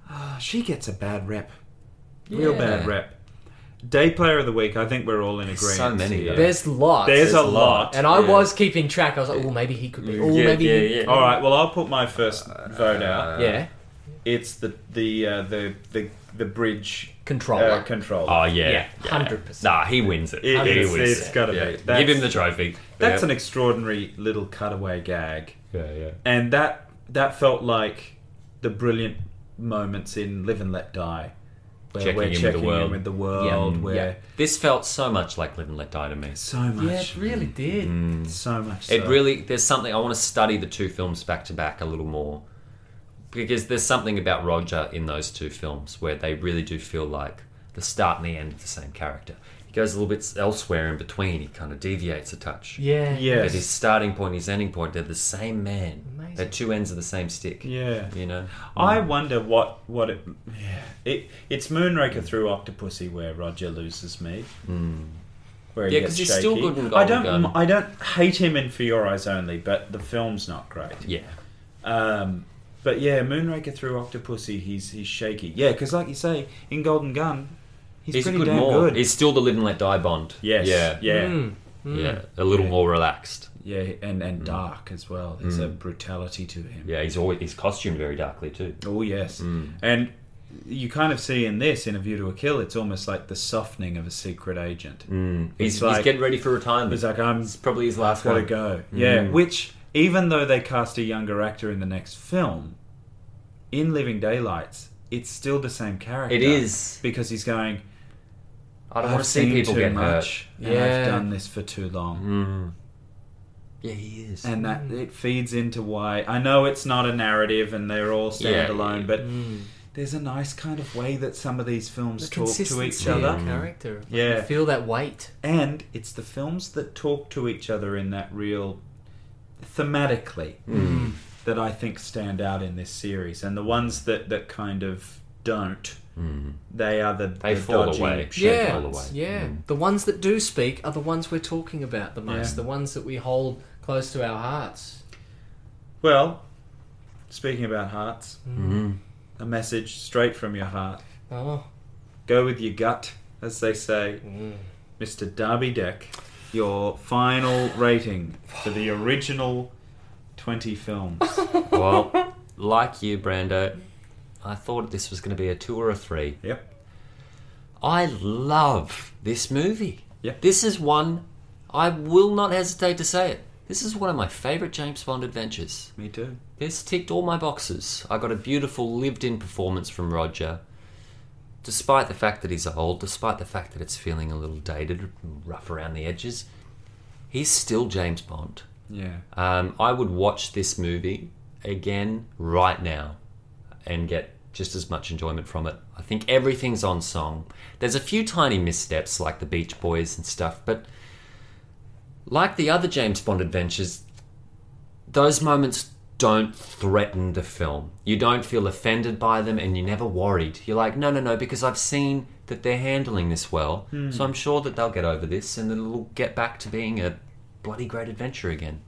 Speaker 2: Ah, she gets a bad rep, real
Speaker 3: Yeah.
Speaker 2: bad rep. Day player of the week. I think we're all in agreement.
Speaker 3: so many,
Speaker 2: here.
Speaker 3: though.
Speaker 1: There's lots.
Speaker 2: There's a
Speaker 3: There's a lot.
Speaker 2: lot.
Speaker 1: and I
Speaker 3: yeah.
Speaker 1: was keeping track. I was like, oh, maybe he could be. Oh,
Speaker 3: Yeah,
Speaker 1: maybe.
Speaker 3: yeah,
Speaker 1: he-
Speaker 3: yeah. Uh,
Speaker 2: All right. Well, I'll put my first vote out.
Speaker 1: yeah.
Speaker 2: It's the the uh, the the the bridge uh,
Speaker 1: Controller.
Speaker 2: control.
Speaker 3: Oh yeah.
Speaker 1: yeah,
Speaker 3: yeah.
Speaker 1: hundred percent.
Speaker 3: Nah, he wins it.
Speaker 2: It-
Speaker 3: he
Speaker 2: it's-
Speaker 3: wins
Speaker 2: it's gotta
Speaker 3: Yeah.
Speaker 2: be. That's-
Speaker 3: Give him the trophy.
Speaker 2: That's
Speaker 3: yeah.
Speaker 2: an extraordinary little cutaway gag,
Speaker 3: Yeah, yeah.
Speaker 2: and that that felt like the brilliant moments in Live and Let Die, where
Speaker 3: Checking
Speaker 2: we're
Speaker 3: in with the
Speaker 2: checking in
Speaker 3: world. mm,
Speaker 2: with the world,
Speaker 1: Yeah.
Speaker 2: where
Speaker 1: Yeah.
Speaker 3: Um, This felt so much like Live and Let Die to me.
Speaker 2: so much,
Speaker 1: Yeah, it really did.
Speaker 3: Mm.
Speaker 2: so much.
Speaker 3: It
Speaker 2: so-
Speaker 3: really there's something I want to study the two films back to back a little more because there's something about Roger in those two films where they really do feel like the start and the end of the same character. He goes a little bit elsewhere in between. He kind of deviates a touch.
Speaker 1: Yeah.
Speaker 3: But his
Speaker 2: yes.
Speaker 3: starting point, his ending point, they're the same man.
Speaker 1: Amazing.
Speaker 3: They're two ends of the same stick.
Speaker 2: Yeah.
Speaker 3: You know.
Speaker 2: I wonder what what it, yeah, it it's Moonraker through Octopussy where Roger loses me. Where he
Speaker 3: Hmm. Yeah,
Speaker 2: gets
Speaker 3: 'cause he's still
Speaker 2: shaky.
Speaker 3: good in
Speaker 2: I
Speaker 3: Golden
Speaker 2: don't
Speaker 3: Gun.
Speaker 2: I don't hate him in For Your Eyes Only, but the film's not great.
Speaker 3: Yeah.
Speaker 2: Um, but yeah, Moonraker through Octopussy, he's he's shaky. Yeah, because like you say, in Golden Gun, he's,
Speaker 3: He's, a
Speaker 2: pretty
Speaker 3: good
Speaker 2: damn
Speaker 3: more.
Speaker 2: good.
Speaker 3: He's still the live and let die Bond.
Speaker 2: yes, yeah,
Speaker 3: Yeah. Hmm.
Speaker 2: yeah,
Speaker 1: Mm. Mm.
Speaker 3: Yeah. A little more relaxed.
Speaker 2: yeah, and
Speaker 3: Hmm.
Speaker 2: and dark as well. There's a brutality to him.
Speaker 3: Yeah. He's always he's costumed very darkly too.
Speaker 2: Oh yes,
Speaker 3: Mm.
Speaker 2: and you kind of see in this in A View to a Kill, it's almost like the softening of a secret agent.
Speaker 3: Mm.
Speaker 2: Mm. It's
Speaker 3: He's,
Speaker 2: like-
Speaker 3: he's getting ready for retirement.
Speaker 2: It's like I'm
Speaker 3: It's probably his last
Speaker 2: gotta
Speaker 3: one.
Speaker 2: go. Yeah, which even though they cast a younger actor in the next film, in Living Daylights, it's still the same character.
Speaker 3: It is.
Speaker 2: because he's going.
Speaker 3: I don't
Speaker 2: I've
Speaker 3: want to see
Speaker 2: seen
Speaker 3: people
Speaker 2: too
Speaker 3: get Mm.
Speaker 2: much, and
Speaker 1: Yeah.
Speaker 2: I've done this for too long.
Speaker 3: Hmm. hurt. Yeah, he is.
Speaker 2: and that
Speaker 1: Mm.
Speaker 2: it feeds into why I know it's not a narrative and they're all
Speaker 3: Yeah.
Speaker 2: standalone, but there's a nice kind of way that some of these films
Speaker 1: Mm. The
Speaker 2: talk to each
Speaker 1: consistency of
Speaker 3: Mm.
Speaker 2: other,
Speaker 1: character.
Speaker 2: Yeah.
Speaker 1: You feel that weight.
Speaker 2: and it's the films that talk to each other in that real thematically
Speaker 3: Mm.
Speaker 1: Mm.
Speaker 2: that I think stand out in this series, and the ones that that kind of don't, they are the
Speaker 3: Hmm. They
Speaker 2: the
Speaker 3: fall
Speaker 2: dodgy
Speaker 3: away.
Speaker 2: shit
Speaker 1: Yeah,
Speaker 3: all the Mm.
Speaker 2: ones.
Speaker 3: way.
Speaker 1: yeah. The ones that do speak are the ones we're talking about the most.
Speaker 2: Yeah.
Speaker 1: The ones that we hold close to our hearts.
Speaker 2: Well, speaking about hearts,
Speaker 3: Hmm.
Speaker 2: a message straight from your heart.
Speaker 1: Oh,
Speaker 2: Go with your gut, as they say.
Speaker 3: Mm.
Speaker 2: Mr. Darby Deck, your final rating for the original 20 films.
Speaker 3: well, like you, Brando, I thought this was going to be a two or a three.
Speaker 2: yep.
Speaker 3: I love this movie.
Speaker 2: Yeah.
Speaker 3: This is one, I will not hesitate to say it. This is one of my favourite James Bond adventures.
Speaker 2: Me too.
Speaker 3: This ticked all my boxes. I got a beautiful lived in performance from Roger. despite the fact that he's old, despite the fact that it's feeling a little dated, rough around the edges, he's still James Bond.
Speaker 2: Yeah.
Speaker 3: Um, I would watch this movie again right now and get just as much enjoyment from it. I think everything's on song. There's a few tiny missteps like the Beach Boys and stuff, but like the other James Bond adventures, those moments don't threaten the film. You don't feel offended by them and you're never worried. You're like, no, no, no, because I've seen that they're handling this well, so I'm sure that they'll get over this and it'll get back to being a bloody great adventure again.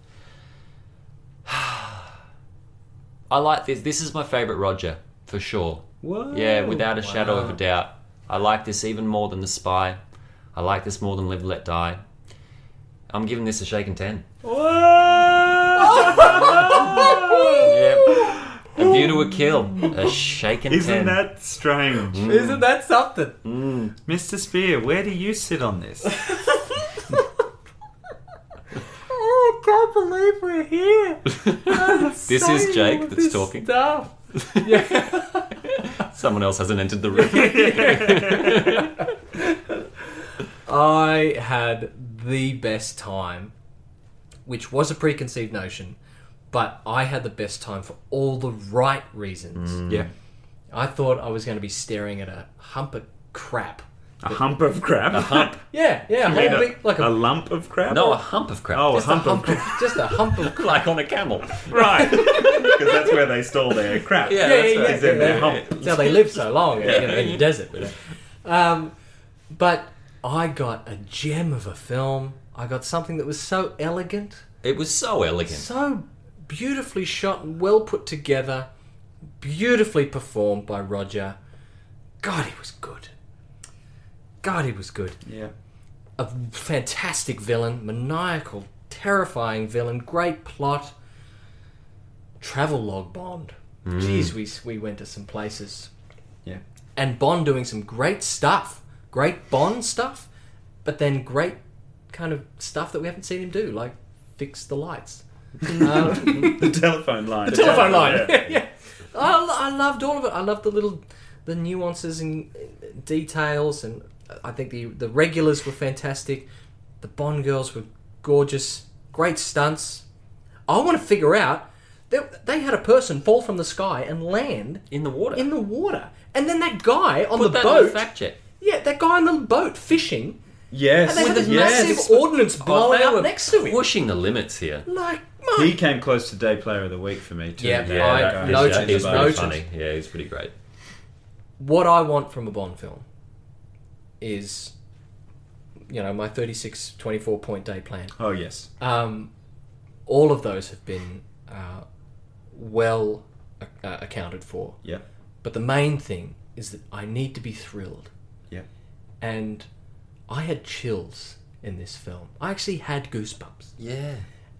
Speaker 3: I like this. This is my favourite Roger, for sure.
Speaker 2: Whoa.
Speaker 3: Yeah, without a shadow of a doubt. I like this even more than The Spy. I like this more than Live Let Die. I'm giving this a shake and 10.
Speaker 2: Whoa!
Speaker 3: Yep. A View to a Kill. A shake and
Speaker 2: Isn't
Speaker 3: 10.
Speaker 2: that strange?
Speaker 1: Mm. Isn't that something?
Speaker 2: Mr. Spear, where do you sit on this?
Speaker 1: Oh, I can't believe we're here.
Speaker 3: This is Jake that's talking.
Speaker 1: Stuff. Yeah.
Speaker 3: Someone else hasn't entered the room.
Speaker 1: I had the best time, which was a preconceived notion, but I had the best time for all the right reasons.
Speaker 2: yeah.
Speaker 1: I thought I was going to be staring at a hump of crap.
Speaker 2: A hump of crap. A hump.
Speaker 1: Yeah, yeah, a whole big, like
Speaker 2: a,
Speaker 1: a,
Speaker 2: lump of crap?
Speaker 3: no, a hump of crap.
Speaker 2: Oh, a
Speaker 1: just,
Speaker 2: hump,
Speaker 1: a
Speaker 2: of
Speaker 1: hump
Speaker 2: crap.
Speaker 1: of, just a hump of crap.
Speaker 3: like on a camel.
Speaker 2: Right. Because that's where they stole their crap.
Speaker 3: Yeah,
Speaker 1: Yeah, yeah,
Speaker 3: that's right.
Speaker 1: yeah,
Speaker 2: Is in
Speaker 1: yeah,
Speaker 2: their
Speaker 1: yeah.
Speaker 2: hump.
Speaker 1: That's how they live so long you know, in the desert. you know. Um, but I got a gem of a film. I got something that was so elegant,
Speaker 3: It was so elegant.
Speaker 1: so beautifully shot, and well put together, beautifully performed by Roger. God, he was good. God, he was good.
Speaker 2: Yeah.
Speaker 1: A fantastic villain, maniacal, terrifying villain, great plot. Travel log Bond. Jeez, we, we went to some places
Speaker 2: Yeah.
Speaker 1: and Bond doing some great stuff, great Bond stuff, but then great kind of stuff that we haven't seen him do, like fix the lights, um,
Speaker 2: The telephone line. The
Speaker 1: telephone line.
Speaker 2: Yeah.
Speaker 1: yeah, I, lo- I loved all of it. I loved the little, the nuances and details, and I think the the regulars were fantastic. The Bond girls were gorgeous, great stunts. I want to figure out. They, they had a person fall from the sky and land
Speaker 3: In the water.
Speaker 1: in the water. And then that guy on
Speaker 3: Put
Speaker 1: the
Speaker 3: that in
Speaker 1: boat,
Speaker 3: the fact check.
Speaker 1: yeah, that guy on the boat fishing,
Speaker 2: Yes.
Speaker 1: and they had
Speaker 3: the
Speaker 1: this
Speaker 3: yes.
Speaker 1: massive ordnance blowing
Speaker 3: they were
Speaker 1: up next to him.
Speaker 3: Pushing the limits here.
Speaker 1: Like,
Speaker 2: He
Speaker 1: my
Speaker 2: came close to Day Player of the Week for me, too.
Speaker 1: Yeah,
Speaker 3: Yeah,
Speaker 1: I
Speaker 3: that-
Speaker 2: guy.
Speaker 1: noted-
Speaker 3: he's pretty
Speaker 1: noted.
Speaker 3: funny. Yeah, he's pretty great.
Speaker 1: what I want from a Bond film is, you know, my 36, 24 point day plan.
Speaker 2: Oh, yes.
Speaker 1: Um, all of those have been uh, well uh, accounted for.
Speaker 2: Yeah.
Speaker 1: But the main thing is that I need to be thrilled.
Speaker 2: Yeah.
Speaker 1: And I had chills in this film. I actually had goosebumps.
Speaker 3: Yeah.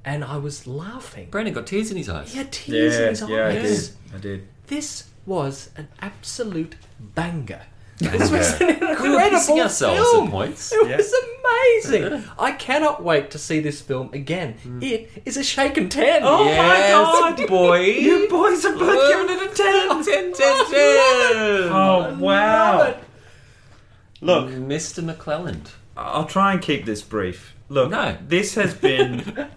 Speaker 1: And I was laughing.
Speaker 3: Brandon got tears in his eyes.
Speaker 1: He had tears in
Speaker 2: Yeah,
Speaker 1: his
Speaker 2: yeah, I did.
Speaker 1: eyes.
Speaker 2: I did.
Speaker 1: This was an absolute banger. This was an
Speaker 3: We were
Speaker 1: incredible
Speaker 3: pissing ourselves
Speaker 1: film.
Speaker 3: at points.
Speaker 1: It
Speaker 2: Yeah.
Speaker 1: was amazing. I cannot wait to see this film again.
Speaker 2: Mm.
Speaker 1: It is a shaken ten.
Speaker 2: Oh
Speaker 3: Yes,
Speaker 2: my god,
Speaker 3: boy.
Speaker 2: You boys are both giving it a ten.
Speaker 3: 10, 10,
Speaker 2: Oh wow! Look,
Speaker 3: 10. Mr. McClelland.
Speaker 2: I'll try and keep this brief. Look,
Speaker 3: No.
Speaker 2: this has been,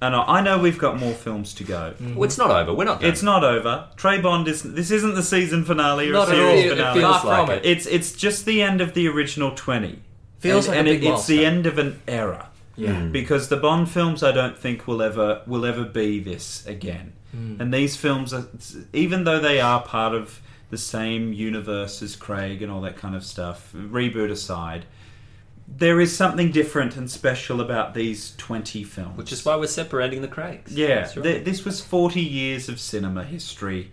Speaker 2: and I I know we've got more films to go.
Speaker 3: Well, it's not over. We're not done.
Speaker 2: It's not over. Trey Bond is. This isn't the season finale or
Speaker 1: Not at all.
Speaker 2: series
Speaker 1: It
Speaker 2: finale.
Speaker 1: feels like it.
Speaker 2: It's it's just the end of the original twenty.
Speaker 1: Feels
Speaker 2: and,
Speaker 1: like
Speaker 2: and
Speaker 1: a
Speaker 2: it-
Speaker 1: big
Speaker 2: it's the
Speaker 1: milestone.
Speaker 2: end of an era.
Speaker 1: Yeah.
Speaker 2: Because the Bond films, I don't think will ever will ever be this again.
Speaker 1: Hmm.
Speaker 2: And these films, are, even though they are part of the same universe as Craig and all that kind of stuff, reboot aside, there is something different and special about these twenty films.
Speaker 3: Which is why we're separating the Craigs.
Speaker 2: Yeah,
Speaker 3: That's right.
Speaker 2: th- this was 40 years of cinema history.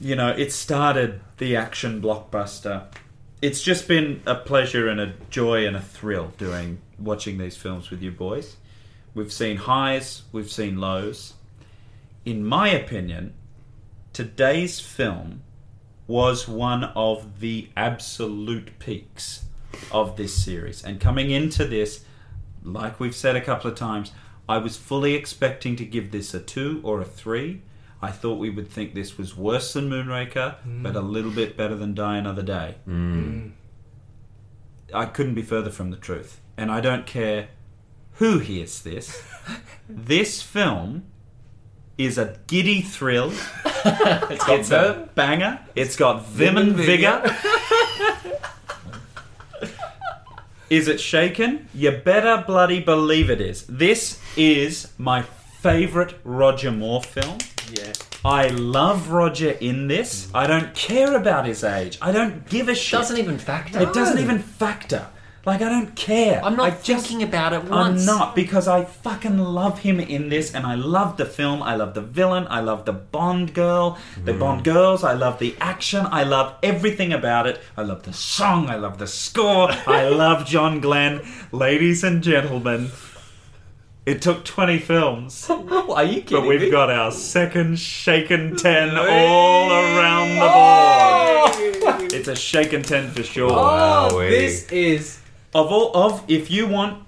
Speaker 2: You know, it started the action blockbuster. It's just been a pleasure and a joy and a thrill doing watching these films with you boys. We've seen highs, we've seen lows. In my opinion, today's film was one of the absolute peaks of this series. And coming into this, like we've said a couple of times, I was fully expecting to give this a two or a three. I thought we would think this was worse than Moonraker, but a little bit better than Die Another Day. I couldn't be further from the truth. And I don't care who hears this. this film is a giddy thrill. it's a banger. It's got vim and vigor. is it shaken? You better bloody believe it is. This is my favorite Roger Moore film.
Speaker 1: Yeah.
Speaker 2: I love Roger in this. I don't care about his age. I don't give a shit.
Speaker 3: Doesn't even factor.
Speaker 2: It doesn't even factor. Like I don't care.
Speaker 3: I'm not
Speaker 2: I just-
Speaker 3: thinking about it
Speaker 2: I'm
Speaker 3: once.
Speaker 2: not because I fucking love him in this, and I love the film. I love the villain. I love the Bond girl, the Bond girls. I love the action. I love everything about it. I love the song. I love the score. I love John Glenn. Ladies and gentlemen, it took 20 films,
Speaker 3: Are you kidding
Speaker 2: but we've
Speaker 3: me?
Speaker 2: got our second shaken 10 all around the
Speaker 3: Oh!
Speaker 2: board. It's a shaken 10 for sure
Speaker 1: Oh,
Speaker 3: Wowee.
Speaker 1: this is
Speaker 2: of all of if you want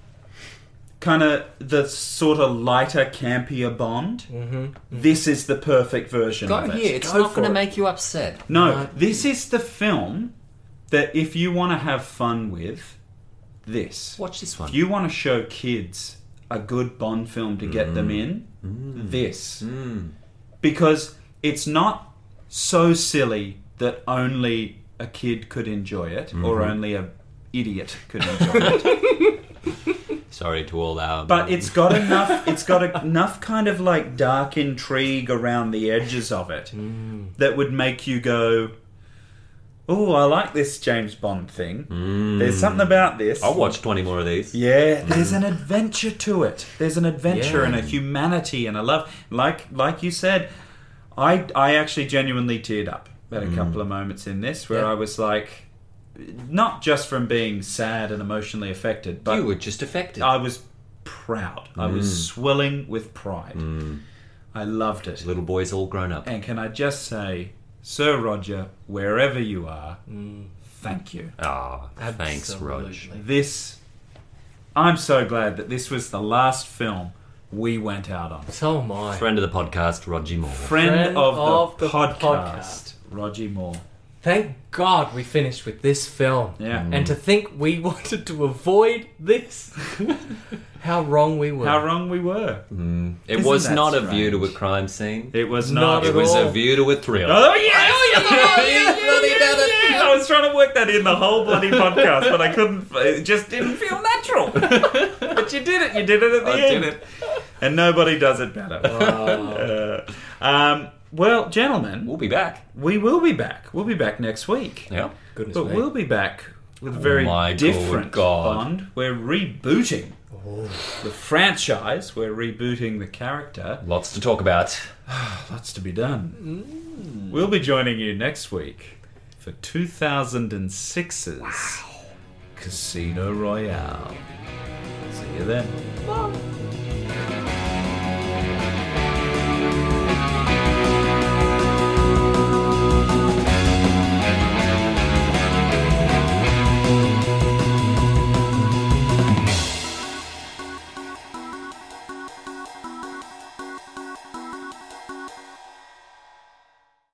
Speaker 2: kind of the sort of lighter campier bond this is the perfect version
Speaker 3: Mm-hmm, Go
Speaker 2: of it
Speaker 3: here. It's
Speaker 1: Go
Speaker 3: not going
Speaker 1: for
Speaker 3: to
Speaker 1: it.
Speaker 3: make you upset.
Speaker 2: no this is the film that if you want to have fun with this
Speaker 3: Watch this one.
Speaker 2: if you want to show kids a good Bond film to get them
Speaker 3: Mm.
Speaker 2: in, this.
Speaker 3: Hmm.
Speaker 2: Because it's not so silly that only a kid could enjoy it or
Speaker 3: Mm-hmm.
Speaker 2: only a idiot could enjoy it.
Speaker 3: Sorry to all our.
Speaker 2: But it's got enough it's got enough kind of like dark intrigue around the edges of it that would make you go Oh, I like this James Bond thing. There's something about this.
Speaker 3: I'll watch 20 more of these.
Speaker 2: Yeah, there's an adventure to it. There's an adventure and a humanity and a love. Like like you said, I I actually genuinely teared up at a couple of moments in this where
Speaker 1: Yeah.
Speaker 2: I was like, not just from being sad and emotionally affected, but Uh,
Speaker 3: You were just affected.
Speaker 2: I was proud. I was swelling with pride. I loved it.
Speaker 3: Little boy's all grown up.
Speaker 2: And can I just say, Sir Roger, wherever you are,
Speaker 1: Mm.
Speaker 2: thank you.
Speaker 3: Ah, thanks, Rog.
Speaker 1: Absolutely.
Speaker 2: this I'm so glad that this was the last film we went out on.
Speaker 1: So am I.
Speaker 3: Friend of the podcast, Roger Moore.
Speaker 2: Friend,
Speaker 1: Friend
Speaker 2: of,
Speaker 1: of
Speaker 2: the,
Speaker 1: the
Speaker 2: podcast,
Speaker 1: podcast.
Speaker 2: Roger Moore.
Speaker 1: Thank God we finished with this film.
Speaker 2: Yeah.
Speaker 1: And to think we wanted to avoid this. How wrong we were.
Speaker 2: How wrong we were.
Speaker 3: It
Speaker 2: Isn't
Speaker 3: was
Speaker 2: that
Speaker 3: not a view to
Speaker 2: strange?
Speaker 3: a crime scene.
Speaker 2: It was
Speaker 1: Not
Speaker 2: not.
Speaker 1: at
Speaker 3: It was
Speaker 1: all.
Speaker 3: a view to a thrill.
Speaker 2: Oh yes!
Speaker 1: yeah,
Speaker 2: I was trying to work that in the whole bloody podcast, but I couldn't. It just didn't feel natural. but you did it. You did it at the
Speaker 3: I did
Speaker 2: end.
Speaker 3: it.
Speaker 2: And nobody does it better. Uh, um, well, gentlemen,
Speaker 3: We'll be back.
Speaker 2: we will be back. We'll be back next week.
Speaker 3: Yeah. Oh
Speaker 1: Goodness
Speaker 2: But
Speaker 1: me.
Speaker 2: we'll be back with a very
Speaker 3: my
Speaker 2: different
Speaker 3: God.
Speaker 2: Bond. We're rebooting the franchise. We're rebooting the character.
Speaker 3: Lots to talk about.
Speaker 2: Lots to be done. We'll be joining you next week for 2006's Casino Royale. See you then.
Speaker 1: Bye.